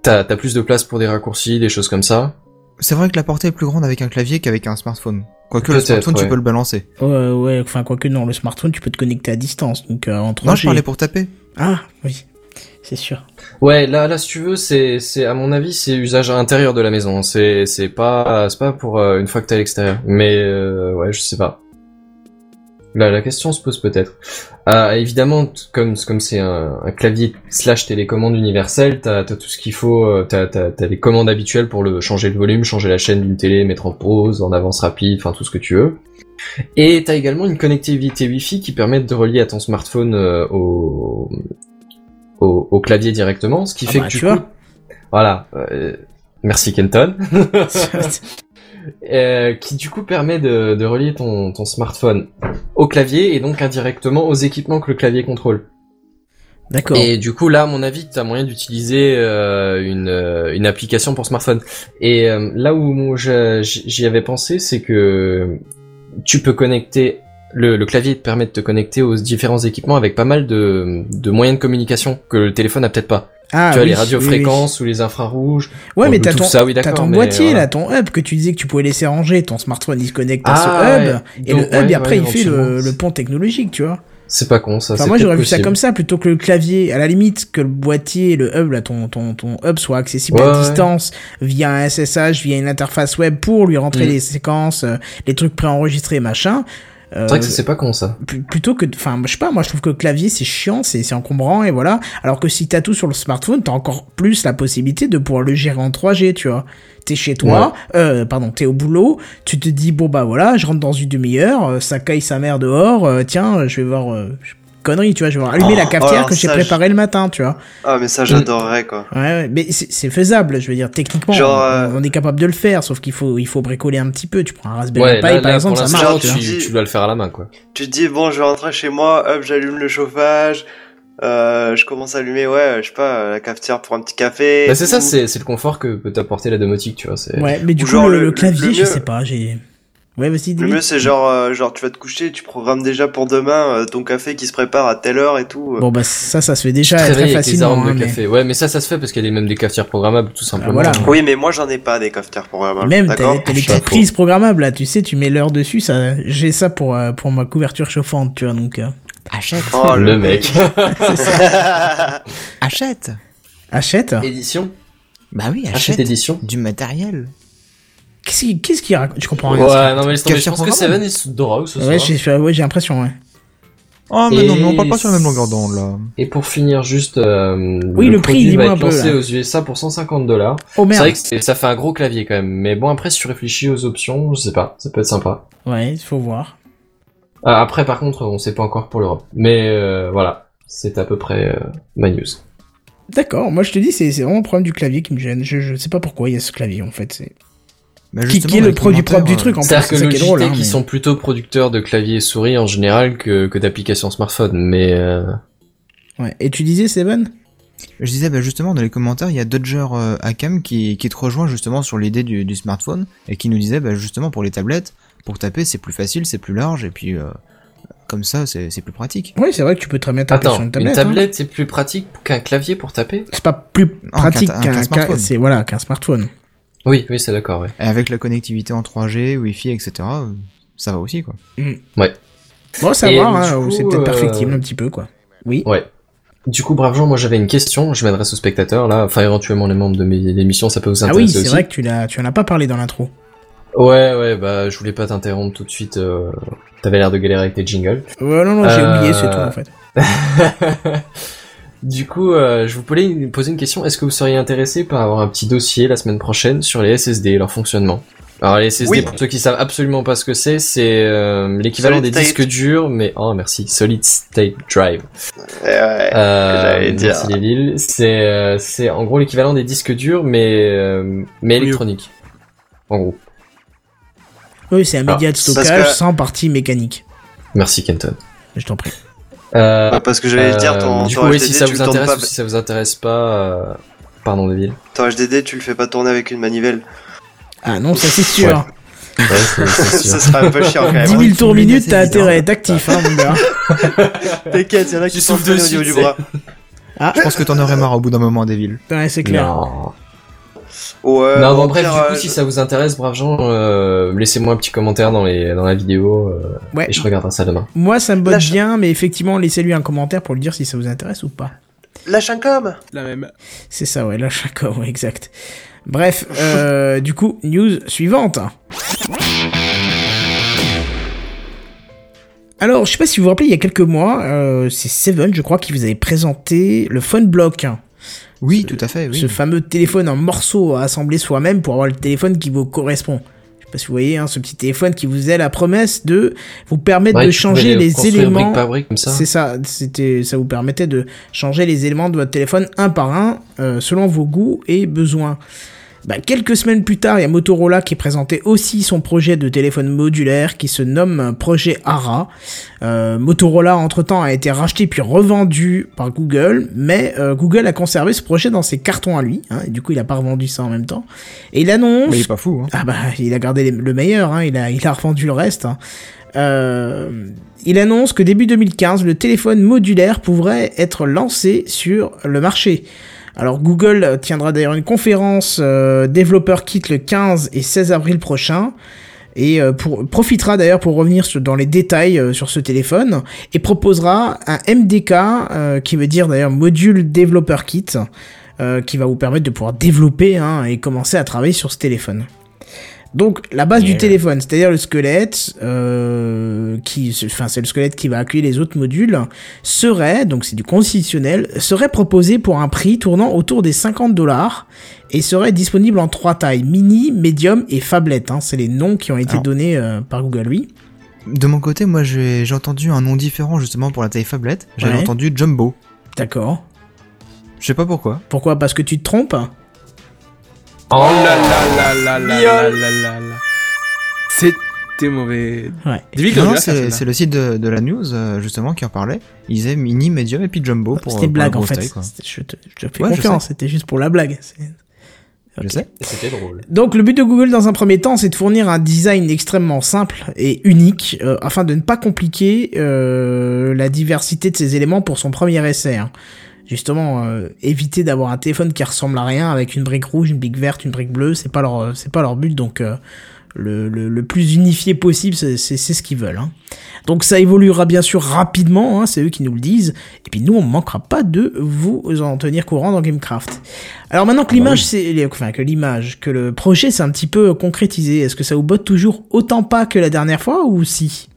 Speaker 3: T'as t'as plus de place pour des raccourcis, des choses comme ça.
Speaker 4: C'est vrai que la portée est plus grande avec un clavier qu'avec un smartphone. Quoique le
Speaker 3: Peut-être,
Speaker 4: smartphone, tu
Speaker 3: ouais.
Speaker 4: peux le balancer.
Speaker 1: Ouais, ouais, enfin, quoique non, le smartphone, tu peux te connecter à distance. Donc, euh, entre
Speaker 4: Non, je parlais pour taper.
Speaker 1: Ah, oui, c'est
Speaker 3: *laughs*
Speaker 1: sûr.
Speaker 3: Ouais, là, là, si tu veux, c'est, c'est, à mon avis, c'est usage intérieur de la maison. C'est, c'est pas, c'est pas pour euh, une fois que t'es à l'extérieur. Mais euh, ouais, je sais pas. Là, la question se pose peut-être. Ah, évidemment, t- comme, comme c'est un, un clavier slash télécommande universelle, t'as, t'as tout ce qu'il faut. euh, T'as, t'as, t'as les commandes habituelles pour le changer le volume, changer la chaîne d'une télé, mettre en pause, en avance rapide, enfin tout ce que tu veux. Et t'as également une connectivité Wi-Fi qui permet de relier à ton smartphone euh, au, au, au clavier directement, ce qui
Speaker 1: Ah
Speaker 3: fait
Speaker 1: bah,
Speaker 3: que du
Speaker 1: tu
Speaker 3: coup,
Speaker 1: vois.
Speaker 3: voilà. euh, merci Kenton. Euh, qui du coup permet de, de relier ton, ton smartphone au clavier et donc indirectement aux équipements que le clavier contrôle.
Speaker 1: D'accord.
Speaker 3: Et du coup, là, à mon avis, t'as moyen d'utiliser euh, une, euh, une application pour smartphone. Et euh, là où moi, je- j- j'y avais pensé, c'est que tu peux connecter le, le clavier te permet de te connecter aux différents équipements avec pas mal de, de moyens de communication que le téléphone a peut-être pas.
Speaker 1: Ah,
Speaker 3: tu as
Speaker 1: oui,
Speaker 3: les
Speaker 1: oui,
Speaker 3: radiofréquences ou les infrarouges.
Speaker 1: oui. Ouais,
Speaker 3: Bon,
Speaker 1: mais t'as
Speaker 3: Bluetooth,
Speaker 1: ton,
Speaker 3: ça, oui,
Speaker 1: t'as
Speaker 3: d'accord,
Speaker 1: ton
Speaker 3: mais
Speaker 1: boîtier
Speaker 3: voilà.
Speaker 1: là, ton hub que tu disais que tu pouvais laisser ranger, ton smartphone il se connecte
Speaker 3: Ah,
Speaker 1: à ce hub
Speaker 3: ouais.
Speaker 1: et
Speaker 3: Donc,
Speaker 1: le hub
Speaker 3: ouais,
Speaker 1: et après
Speaker 3: ouais,
Speaker 1: il fait le,
Speaker 3: éventuellement.
Speaker 1: le pont technologique, tu vois.
Speaker 3: C'est pas con ça.
Speaker 1: Enfin
Speaker 3: c'est
Speaker 1: moi j'aurais
Speaker 3: peut-être
Speaker 1: vu ça
Speaker 3: possible.
Speaker 1: comme ça plutôt que le clavier, à la limite que le boîtier, le hub là, ton ton ton hub soit accessible
Speaker 3: Ouais,
Speaker 1: à
Speaker 3: ouais.
Speaker 1: distance via un SSH, via une interface web pour lui rentrer
Speaker 3: Mm.
Speaker 1: les séquences, euh, les trucs préenregistrés machin. Euh,
Speaker 3: C'est vrai que ça, c'est pas con ça.
Speaker 1: pl- plutôt que enfin je sais pas moi je trouve que le clavier c'est chiant c'est c'est encombrant et voilà alors que si t'as tout sur le smartphone t'as encore plus la possibilité de pouvoir le gérer en 3G tu vois t'es chez toi euh, pardon t'es au boulot tu te dis bon bah voilà je rentre dans une demi-heure euh, ça caille sa mère dehors euh, tiens euh, je vais voir euh, je- connerie tu vois je vais voir allumer
Speaker 2: Oh,
Speaker 1: la cafetière
Speaker 2: oh,
Speaker 1: que j'ai
Speaker 2: ça,
Speaker 1: préparée le matin tu vois
Speaker 2: Ah, mais
Speaker 3: Euh,
Speaker 2: ça, j'adorerais, quoi.
Speaker 1: ouais, ouais, mais c'est c'est faisable je veux dire techniquement
Speaker 2: Genre,
Speaker 1: on,
Speaker 2: euh,
Speaker 1: on est capable de le faire sauf qu'il faut il faut bricoler un petit peu tu prends un Raspberry
Speaker 3: Ouais,
Speaker 1: Pi
Speaker 3: là,
Speaker 1: par
Speaker 3: là,
Speaker 1: exemple
Speaker 3: pour
Speaker 1: ça
Speaker 3: l'instant,
Speaker 1: marche hein.
Speaker 2: marche,
Speaker 1: tu vois.
Speaker 3: tu, tu dois le faire à la main quoi.
Speaker 2: Tu te dis, bon, je vais rentrer chez moi, hop, j'allume le chauffage, euh, je commence à allumer, ouais, je sais pas, euh, la cafetière pour un petit café.
Speaker 3: Bah, c'est ça,
Speaker 2: ou-
Speaker 3: c'est c'est le confort que peut t'apporter la domotique, tu vois. c'est-
Speaker 1: Ouais, mais du
Speaker 2: Euh, Ou
Speaker 1: coup,
Speaker 2: genre
Speaker 1: le,
Speaker 2: le-
Speaker 1: le clavier,
Speaker 2: le
Speaker 1: je
Speaker 2: mieux-
Speaker 1: sais pas, j'ai. Ouais, vas-y,
Speaker 2: Le
Speaker 1: dis.
Speaker 2: mieux, c'est genre, euh, genre, tu vas te coucher, tu programmes déjà pour demain euh, ton café qui se prépare à telle heure et tout. euh.
Speaker 1: Bon, bah, ça, ça se fait
Speaker 3: Tu te
Speaker 1: déjà
Speaker 3: réveilles
Speaker 1: très
Speaker 3: avec les
Speaker 1: facilement.
Speaker 3: arômes de
Speaker 1: hein, mais-
Speaker 3: café. Ouais, mais ça, ça se fait parce qu'il y a des- même des cafetières programmables, tout simplement.
Speaker 1: voilà.
Speaker 2: Oui, mais moi, j'en ai pas des cafetières programmables.
Speaker 1: Même, t'as
Speaker 2: d'accord
Speaker 1: t'as les
Speaker 3: Je sais
Speaker 1: petites
Speaker 3: pas.
Speaker 1: prises programmables, là, tu sais, tu mets l'heure dessus, ça, j'ai ça pour, euh, pour ma couverture chauffante, tu vois, donc, euh,
Speaker 4: Achète,
Speaker 2: Oh,
Speaker 3: *laughs* Le mec.
Speaker 4: achète.
Speaker 1: achète.
Speaker 3: édition
Speaker 4: Bah oui,
Speaker 3: Achète
Speaker 4: achète
Speaker 3: édition.
Speaker 4: du matériel.
Speaker 1: Qu'est-ce qu'il qu'est-ce qu'il raconte Je comprends rien.
Speaker 3: Ouais, non, mais laisse tomber, je
Speaker 4: Cafetière
Speaker 3: pense que
Speaker 4: programmable.
Speaker 3: Seven est sous drogue ce soir.
Speaker 1: Ouais, j'ai ouais, j'ai l'impression, ouais.
Speaker 4: Oh, mais
Speaker 3: Et
Speaker 4: non, mais on parle pas sur la même longueur d'onde, là.
Speaker 3: Et pour finir, juste. euh,
Speaker 1: Oui, le prix,
Speaker 3: produit
Speaker 1: dis-moi
Speaker 3: va
Speaker 1: un
Speaker 3: être
Speaker 1: peu,
Speaker 3: lancé
Speaker 1: là.
Speaker 3: aux USA pour 150 dollars.
Speaker 1: Oh
Speaker 3: C'est
Speaker 1: merde.
Speaker 3: vrai que c'est- ça fait un gros clavier quand même. Mais bon, après, si tu réfléchis aux options, je sais pas, ça peut être sympa.
Speaker 1: Ouais, faut voir.
Speaker 3: Ah, après, par contre, on sait pas encore pour l'Europe. Mais euh, voilà, c'est à peu près euh, ma news.
Speaker 1: D'accord, moi je te dis, c'est c'est vraiment le problème du clavier qui me gêne. Je, je sais pas pourquoi il y a ce clavier en fait. c'est-
Speaker 4: Bah,
Speaker 1: Qui,
Speaker 4: justement,
Speaker 1: qui est le
Speaker 4: avec
Speaker 1: produit propre du
Speaker 4: l'inventaire,
Speaker 1: truc en fait,
Speaker 3: euh, C'est-à-dire
Speaker 1: c'est
Speaker 3: que
Speaker 1: ça qui est
Speaker 3: Logitech,
Speaker 1: drôle. hein,
Speaker 3: ils
Speaker 1: mais-
Speaker 3: sont plutôt producteurs de claviers et souris en général que, que d'applications smartphone, mais euh,
Speaker 1: Ouais. Et tu disais, Seven
Speaker 4: Je disais bah, justement dans les commentaires, il y a Dodger euh, Akam qui, qui te rejoint justement sur l'idée du, du smartphone et qui nous disait bah, justement pour les tablettes, pour taper c'est plus facile, c'est plus large et puis euh, comme ça c'est c'est plus pratique.
Speaker 1: Oui, c'est vrai que tu peux très bien taper
Speaker 3: attends,
Speaker 1: sur une
Speaker 3: une
Speaker 1: tablette. hein.
Speaker 3: tablette c'est plus pratique qu'un clavier pour taper
Speaker 1: c'est pas plus pratique
Speaker 4: qu'un-
Speaker 1: qu'un
Speaker 4: qu'un
Speaker 1: qu'un-
Speaker 4: smartphone.
Speaker 1: c'est voilà qu'un smartphone.
Speaker 3: Oui, oui, c'est d'accord, ouais.
Speaker 4: Et avec la connectivité en 3G, Wi-Fi, etc. euh, Ça va aussi quoi.
Speaker 1: Bon, ça
Speaker 3: Et
Speaker 1: va,
Speaker 3: du
Speaker 1: hein,
Speaker 3: coup,
Speaker 1: c'est peut-être
Speaker 3: euh,
Speaker 1: perfectible un petit peu quoi. Oui.
Speaker 3: Ouais. Du coup, brave gens, moi j'avais une question, je m'adresse aux spectateurs là, enfin éventuellement les membres de mes émissions, ça peut vous
Speaker 1: Ah oui,
Speaker 3: intéresser
Speaker 1: c'est
Speaker 3: aussi.
Speaker 1: vrai que tu l'as, tu en as pas parlé dans l'intro.
Speaker 3: Ouais, ouais, bah je voulais pas t'interrompre tout de suite, euh, t'avais l'air de galérer avec tes jingles. *laughs*
Speaker 1: Ouais, non, non, j'ai
Speaker 3: Euh,
Speaker 1: oublié, c'est tout en fait.
Speaker 3: du coup, euh, je vous voulais une- poser une question. Est-ce que vous seriez intéressé par avoir un petit dossier la semaine prochaine sur les SSD et leur fonctionnement Alors les SSD,
Speaker 2: Oui.
Speaker 3: pour ceux qui savent absolument pas ce que c'est, c'est euh, l'équivalent des
Speaker 2: Solid state.
Speaker 3: disques durs, mais oh merci, solid state
Speaker 2: *laughs*
Speaker 3: drive.
Speaker 2: Eh ouais. j'allais
Speaker 3: Euh,
Speaker 2: dire.
Speaker 3: merci les villes. C'est euh, c'est en gros l'équivalent des disques durs, mais euh, mais
Speaker 5: Mieux.
Speaker 3: électronique. En gros.
Speaker 1: Oui, c'est un
Speaker 3: Ah,
Speaker 1: média de
Speaker 2: parce
Speaker 1: stockage
Speaker 2: que-
Speaker 1: sans partie mécanique.
Speaker 3: Merci Kenton.
Speaker 1: Je t'en prie.
Speaker 3: Euh,
Speaker 2: Ouais, parce que j'allais dire, ton,
Speaker 3: euh, du
Speaker 2: ton
Speaker 3: coup, oui,
Speaker 2: HDD,
Speaker 3: si ça
Speaker 2: tu
Speaker 3: vous
Speaker 2: le tournes
Speaker 3: intéresse
Speaker 2: pas,
Speaker 3: ou si ça vous intéresse pas, euh, pardon
Speaker 2: *laughs*
Speaker 3: les villes.
Speaker 2: ton HDD, tu le fais pas tourner avec une manivelle.
Speaker 1: Ah non, ça c'est sûr.
Speaker 3: Ouais, c'est-
Speaker 2: *laughs*
Speaker 3: c'est sûr.
Speaker 2: ça serait un peu chiant quand
Speaker 3: *laughs*
Speaker 1: 10
Speaker 2: même.
Speaker 1: 000
Speaker 2: hein.
Speaker 4: Ouais,
Speaker 1: tours
Speaker 4: tu
Speaker 1: minutes,
Speaker 4: mets
Speaker 1: t'as
Speaker 4: la
Speaker 1: intérêt à être actif, hein, mon gars.
Speaker 2: T'inquiète, y'en a
Speaker 3: Tu
Speaker 2: qui sont
Speaker 3: souffles
Speaker 2: au niveau
Speaker 3: dessus,
Speaker 2: du bras.
Speaker 4: Je pense que t'en aurais marre au bout d'un moment des villes.
Speaker 1: Ouais, c'est clair.
Speaker 3: Non.
Speaker 2: Au, euh,
Speaker 3: non, bon,
Speaker 2: au
Speaker 3: bref,
Speaker 2: pire,
Speaker 3: du coup,
Speaker 2: euh,
Speaker 3: si
Speaker 2: je-
Speaker 3: ça vous intéresse, braves gens, euh, laissez-moi un petit commentaire dans, les, dans la vidéo euh,
Speaker 1: Ouais.
Speaker 3: et je regarderai ça demain.
Speaker 1: Moi, ça me botte
Speaker 2: Lâche-
Speaker 1: bien, mais effectivement, laissez-lui un commentaire pour lui dire si ça vous intéresse ou pas.
Speaker 2: Lâche un com
Speaker 5: *laughs* La même.
Speaker 1: C'est ça, ouais, lâche un com, *laughs* ouais, exact. Bref, euh, du coup, news suivante. Alors, je sais pas si vous vous rappelez, il y a quelques mois, euh, c'est Seven, je crois, qui vous avait présenté le Phone Block,
Speaker 3: Eh
Speaker 4: Oui, tout à fait, oui.
Speaker 1: ce fameux téléphone en morceaux à assembler soi-même pour avoir le téléphone qui vous correspond. Je sais pas si vous voyez, hein, ce petit téléphone qui vous est la promesse de vous permettre
Speaker 3: Ouais,
Speaker 1: de
Speaker 3: tu pouvais
Speaker 1: changer les
Speaker 3: construire
Speaker 1: éléments.
Speaker 3: brique par brique, comme ça.
Speaker 1: C'est ça, c'était, ça vous permettait de changer les éléments de votre téléphone un par un euh, selon vos goûts et besoins. Bah, quelques semaines plus tard, il y a Motorola qui présentait aussi son projet de téléphone modulaire qui se nomme euh, Projet ARA. Euh, Motorola, entre-temps, a été racheté puis revendu par Google, mais euh, Google a conservé ce projet dans ses cartons à lui, hein, et du coup il a pas revendu ça en même temps. Et il annonce...
Speaker 4: Mais il est pas fou, hein.
Speaker 1: Ah bah, il a gardé les- le meilleur, hein, il, a, il a revendu le reste. hein. Euh, il annonce que début 2015, le téléphone modulaire pourrait être lancé sur le marché. Alors Google euh, tiendra d'ailleurs une conférence euh, développeur kit le 15 et 16 avril prochain et euh, pour- profitera d'ailleurs pour revenir sur- dans les détails euh, sur ce téléphone et proposera un MDK euh, qui veut dire d'ailleurs module développeur kit euh, qui va vous permettre de pouvoir développer hein, et commencer à travailler sur ce téléphone. Donc la base du téléphone, c'est-à-dire le squelette, euh, qui, c'est- enfin c'est le squelette qui va accueillir les autres modules, serait, donc c'est du conditionnel, serait proposé pour un prix tournant autour des 50 dollars et serait disponible en trois tailles, mini, medium et phablette. Hein, c'est les noms qui ont été
Speaker 4: Alors.
Speaker 1: donnés euh, par Google, oui.
Speaker 4: De mon côté, moi, j'ai j'ai entendu un nom différent justement pour la taille fablette. J'avais
Speaker 1: Ouais.
Speaker 4: entendu Jumbo.
Speaker 1: D'accord.
Speaker 4: Je sais pas pourquoi.
Speaker 1: Pourquoi Parce que tu te trompes
Speaker 5: Oh là là là là là là là là là. C'était mauvais.
Speaker 1: Ouais.
Speaker 5: Dis-lui que
Speaker 4: Non,
Speaker 5: je
Speaker 4: non,
Speaker 5: la
Speaker 4: c'est
Speaker 5: fais,
Speaker 4: c'est le site de, de la news euh, justement qui en parlait. Ils disaient mini, medium et puis Jumbo
Speaker 1: C'était
Speaker 4: pour. pour
Speaker 1: une
Speaker 4: la
Speaker 1: blague en
Speaker 4: grosse
Speaker 1: fait.
Speaker 4: taille, quoi.
Speaker 1: C'était- Je te, je te fais
Speaker 4: Ouais, je
Speaker 1: confiance, c'était juste pour la blague. C'est-
Speaker 4: Je
Speaker 1: Ok.
Speaker 4: sais.
Speaker 3: C'était drôle.
Speaker 1: Donc le but de Google dans un premier temps, c'est de fournir un design extrêmement simple et unique euh, afin de ne pas compliquer euh, la diversité de ses éléments pour son premier essai. hein. Justement, euh, éviter d'avoir un téléphone qui ressemble à rien avec une brique rouge, une brique verte, une brique bleue, c'est pas leur euh, c'est pas leur but donc euh, le, le, le plus unifié possible, c'est c'est- c'est ce qu'ils veulent. hein. Donc ça évoluera bien sûr rapidement, hein, c'est eux qui nous le disent. Et puis nous, on manquera pas de vous en tenir courant dans Gamecraft. Alors maintenant que l'image, c'est, enfin que l'image, que le projet s'est un petit peu concrétisé, est-ce que ça vous botte toujours autant pas que la dernière fois ou si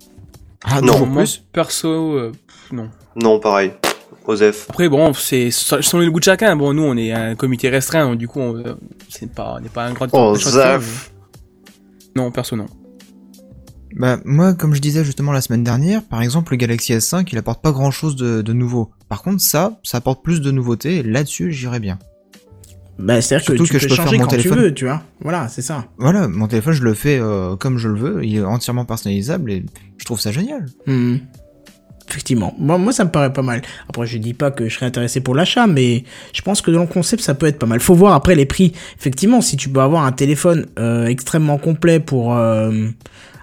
Speaker 4: Ah,
Speaker 2: Non.
Speaker 4: toujours
Speaker 5: Moi,
Speaker 4: plus.
Speaker 5: perso, euh, pff, non.
Speaker 2: Non, pareil. Osef.
Speaker 5: Après, bon, c'est selon le goût de chacun. Bon, nous, on est un comité restreint, donc du coup, on euh, c'est pas, on n'est pas un grand. un grand-
Speaker 2: Osef.
Speaker 5: Non, perso, non.
Speaker 4: Bah, moi, comme je disais justement la semaine dernière, par exemple, le Galaxy S5, il apporte pas grand chose de, de nouveau. Par contre, ça, ça apporte plus de nouveautés, et là-dessus, j'irais bien.
Speaker 1: Bah c'est-à-dire que
Speaker 4: Surtout
Speaker 1: tu
Speaker 4: que
Speaker 1: peux
Speaker 4: je peux
Speaker 1: changer
Speaker 4: faire mon
Speaker 1: quand tu
Speaker 4: téléphone.
Speaker 1: veux, tu vois. Voilà, c'est ça.
Speaker 4: Voilà, mon téléphone, je le fais euh, comme je le veux, il est entièrement personnalisable, et je trouve ça génial.
Speaker 1: Hmm. Effectivement. Moi, moi, ça me paraît pas mal. Après, je dis pas que je serais intéressé pour l'achat, mais je pense que dans le concept, ça peut être pas mal. Faut voir après les prix. Effectivement, si tu peux avoir un téléphone euh, extrêmement complet pour euh,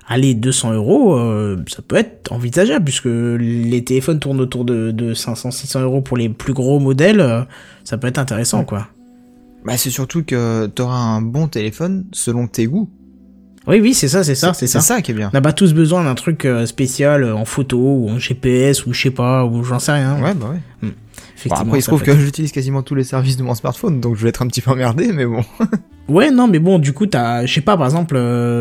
Speaker 1: aller 200 euros, euh, ça peut être envisageable, puisque les téléphones tournent autour de, de 500-600 euros pour les plus gros modèles. euh, ça peut être intéressant, quoi.
Speaker 4: Bah, c'est surtout que t'auras un bon téléphone selon tes goûts.
Speaker 1: Oui, oui, c'est ça, c'est ça, c'est ça.
Speaker 4: C'est ça qui est bien.
Speaker 1: On n'a pas tous besoin d'un truc euh, spécial euh, en photo ou en GPS ou je sais pas ou j'en sais rien.
Speaker 4: Ouais, bah ouais. Bon,
Speaker 1: Effectivement,
Speaker 4: après, il se
Speaker 1: ça
Speaker 4: trouve
Speaker 1: peut
Speaker 4: que j'utilise quasiment tous les services de mon smartphone, donc je vais être un petit peu emmerdé,
Speaker 1: *laughs*
Speaker 4: mais bon.
Speaker 1: Ouais, non, mais bon, du coup, t'as, je sais pas, par exemple,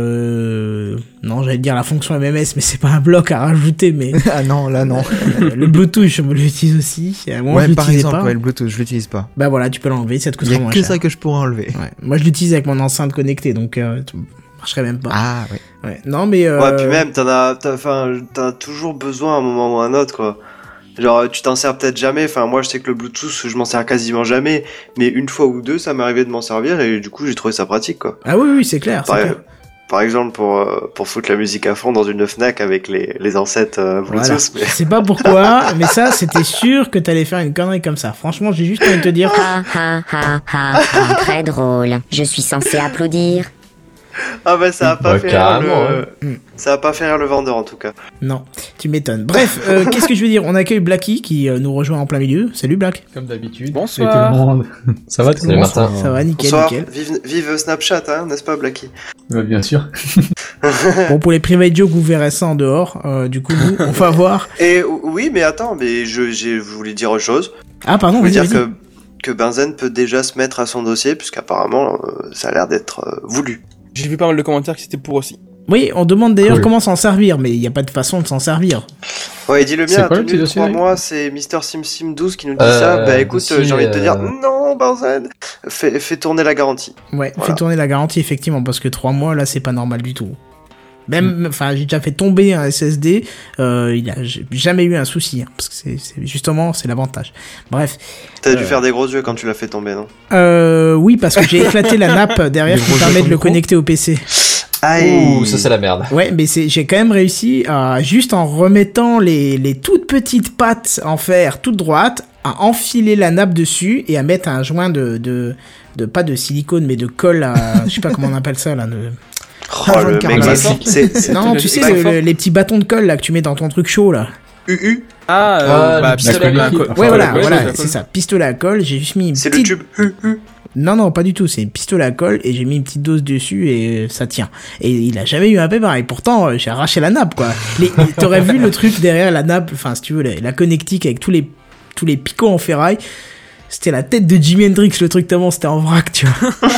Speaker 1: euh, non, j'allais dire la fonction MMS, mais c'est pas un bloc à rajouter, mais
Speaker 4: ah non, là, non.
Speaker 1: euh, *laughs* le Bluetooth, je me l'utilise aussi. Euh, Moi, je
Speaker 4: ouais, par
Speaker 1: l'utilisais
Speaker 4: exemple,
Speaker 1: pas.
Speaker 4: ouais, le Bluetooth, je l'utilise pas.
Speaker 1: Bah voilà, tu peux l'enlever, ça te
Speaker 4: Il
Speaker 1: coûtera
Speaker 4: y a
Speaker 1: moins
Speaker 4: que
Speaker 1: cher.
Speaker 4: ça que je pourrais enlever.
Speaker 1: Ouais. Moi, je l'utilise avec mon enceinte connectée, donc euh, ça marcherait même pas.
Speaker 4: Ah, ouais.
Speaker 1: Ouais. Non, mais euh,
Speaker 2: Ouais, puis même, t'en as, t'as, enfin, t'en as toujours besoin à un moment ou à un autre, quoi. Genre, tu t'en sers peut-être jamais. Enfin, moi, je sais que le Bluetooth, je m'en sers quasiment jamais. Mais une fois ou deux, ça m'est arrivé de m'en servir et du coup, j'ai trouvé ça pratique, quoi.
Speaker 1: ah oui, oui, c'est clair. c'est
Speaker 2: Par,
Speaker 1: clair.
Speaker 2: par exemple, pour, euh, pour foutre la musique à fond dans une Fnac avec les, les ancêtres euh,
Speaker 1: Voilà.
Speaker 2: Bluetooth.
Speaker 1: Je sais pas pourquoi, mais ça, c'était sûr que t'allais faire une connerie comme ça. Franchement, j'ai juste envie de te dire.
Speaker 9: Ha ha ha ha ha, très drôle. Je suis censé applaudir.
Speaker 2: Ah bah ça a pas
Speaker 3: Bah,
Speaker 2: fait rire
Speaker 3: carrément,
Speaker 2: le... Hmm. ça a pas fait rire le vendeur en tout cas.
Speaker 1: Non, tu m'étonnes. Bref, euh, qu'est-ce que je veux dire On accueille Blacky qui euh, nous rejoint en plein milieu. Salut Black.
Speaker 3: Comme d'habitude.
Speaker 9: Salut tout le
Speaker 5: Bonsoir.
Speaker 9: monde. Ça va tout le
Speaker 3: Salut,
Speaker 9: monde
Speaker 3: Martin.
Speaker 1: Ça
Speaker 4: *laughs*
Speaker 1: va, nickel,
Speaker 2: Bonsoir,
Speaker 1: nickel.
Speaker 2: vive, vive Snapchat, hein, n'est-ce pas Blacky
Speaker 9: Bah, Bien sûr.
Speaker 1: Bon, pour les private jokes, vous verrez ça en dehors. Euh, du *laughs* coup, nous, on va voir.
Speaker 2: Et ou- oui, mais attends, mais je, j'ai- je voulais dire autre chose.
Speaker 1: Ah, pardon,
Speaker 2: je voulais
Speaker 1: vas-y,
Speaker 2: dire
Speaker 1: vas-y.
Speaker 2: que, que Benzen peut déjà se mettre à son dossier, puisqu'apparemment euh, ça a l'air d'être euh, voulu.
Speaker 5: J'ai vu pas mal de commentaires qui c'était pour aussi.
Speaker 1: Oui, on demande d'ailleurs
Speaker 9: Cool.
Speaker 1: comment s'en servir, mais il n'y a pas de façon de s'en servir.
Speaker 2: Ouais, il dit le
Speaker 9: C'est
Speaker 2: mien a
Speaker 9: quoi le
Speaker 2: tenu
Speaker 9: petit dossier,
Speaker 2: 3
Speaker 9: Nick
Speaker 2: mois, c'est Mister Sim Sim 12 qui nous dit
Speaker 3: Euh,
Speaker 2: ça. Bah écoute,
Speaker 3: dossier,
Speaker 2: j'ai envie de te dire,
Speaker 3: euh,
Speaker 2: non Benzen, fais, fais tourner la garantie.
Speaker 1: Ouais,
Speaker 2: Voilà.
Speaker 1: fait tourner la garantie, effectivement, parce que 3 mois, là, c'est pas normal du tout. Même, enfin, j'ai déjà fait tomber un SSD, euh, il a j'ai jamais eu un souci, hein, parce que c'est- c'est justement, c'est l'avantage. Bref.
Speaker 2: T'as dû
Speaker 1: Euh.
Speaker 2: faire des gros yeux quand tu l'as fait tomber, non
Speaker 1: Euh, oui, parce que j'ai éclaté la *laughs* nappe derrière
Speaker 4: Les
Speaker 1: qui
Speaker 4: gros
Speaker 1: permet
Speaker 4: jetons
Speaker 1: de
Speaker 4: de
Speaker 1: le
Speaker 4: con.
Speaker 1: connecter au PC.
Speaker 3: Ouh, ça c'est la merde.
Speaker 1: Ouais, mais c'est, j'ai quand même réussi à, juste en remettant les, les toutes petites pattes en fer toutes droites, à enfiler la nappe dessus et à mettre un joint de, de, de pas de silicone, mais de colle à, je sais pas comment on appelle ça, là, de-
Speaker 2: Oh,
Speaker 1: Ah,
Speaker 2: le
Speaker 1: Jean-Pierre
Speaker 2: mec,
Speaker 5: Vincent.
Speaker 2: c'est- c'est- c'est-
Speaker 1: Non,
Speaker 5: le-
Speaker 1: tu sais,
Speaker 5: le-
Speaker 1: le- le- les petits bâtons de colle, là, que tu mets dans ton truc chaud, là.
Speaker 2: UU,
Speaker 5: Ah,
Speaker 3: Ah,
Speaker 5: euh,
Speaker 3: le
Speaker 5: bah,
Speaker 3: pistolet
Speaker 5: pistolet,
Speaker 9: à
Speaker 5: un
Speaker 9: colle.
Speaker 5: co-
Speaker 9: Ouais,
Speaker 5: un
Speaker 1: Ouais,
Speaker 5: pistolet,
Speaker 1: voilà,
Speaker 5: ouais,
Speaker 1: voilà,
Speaker 5: un
Speaker 1: c'est
Speaker 5: co-
Speaker 1: ça. Pistolet à colle, j'ai juste mis une
Speaker 2: c'est
Speaker 1: petite...
Speaker 2: le tube UU.
Speaker 1: Non, non, pas du tout. C'est une pistolet à colle et j'ai mis une petite dose dessus et euh, ça tient. Et il a jamais eu un pépin. Et pourtant, euh, j'ai arraché la nappe, quoi. Les- T'aurais vu le truc derrière la nappe, enfin, si tu veux, la, la connectique avec tous les, tous les picots en ferraille. C'était la tête de Jimi Hendrix, le truc d'avant, c'était en vrac, tu vois.
Speaker 4: Ah,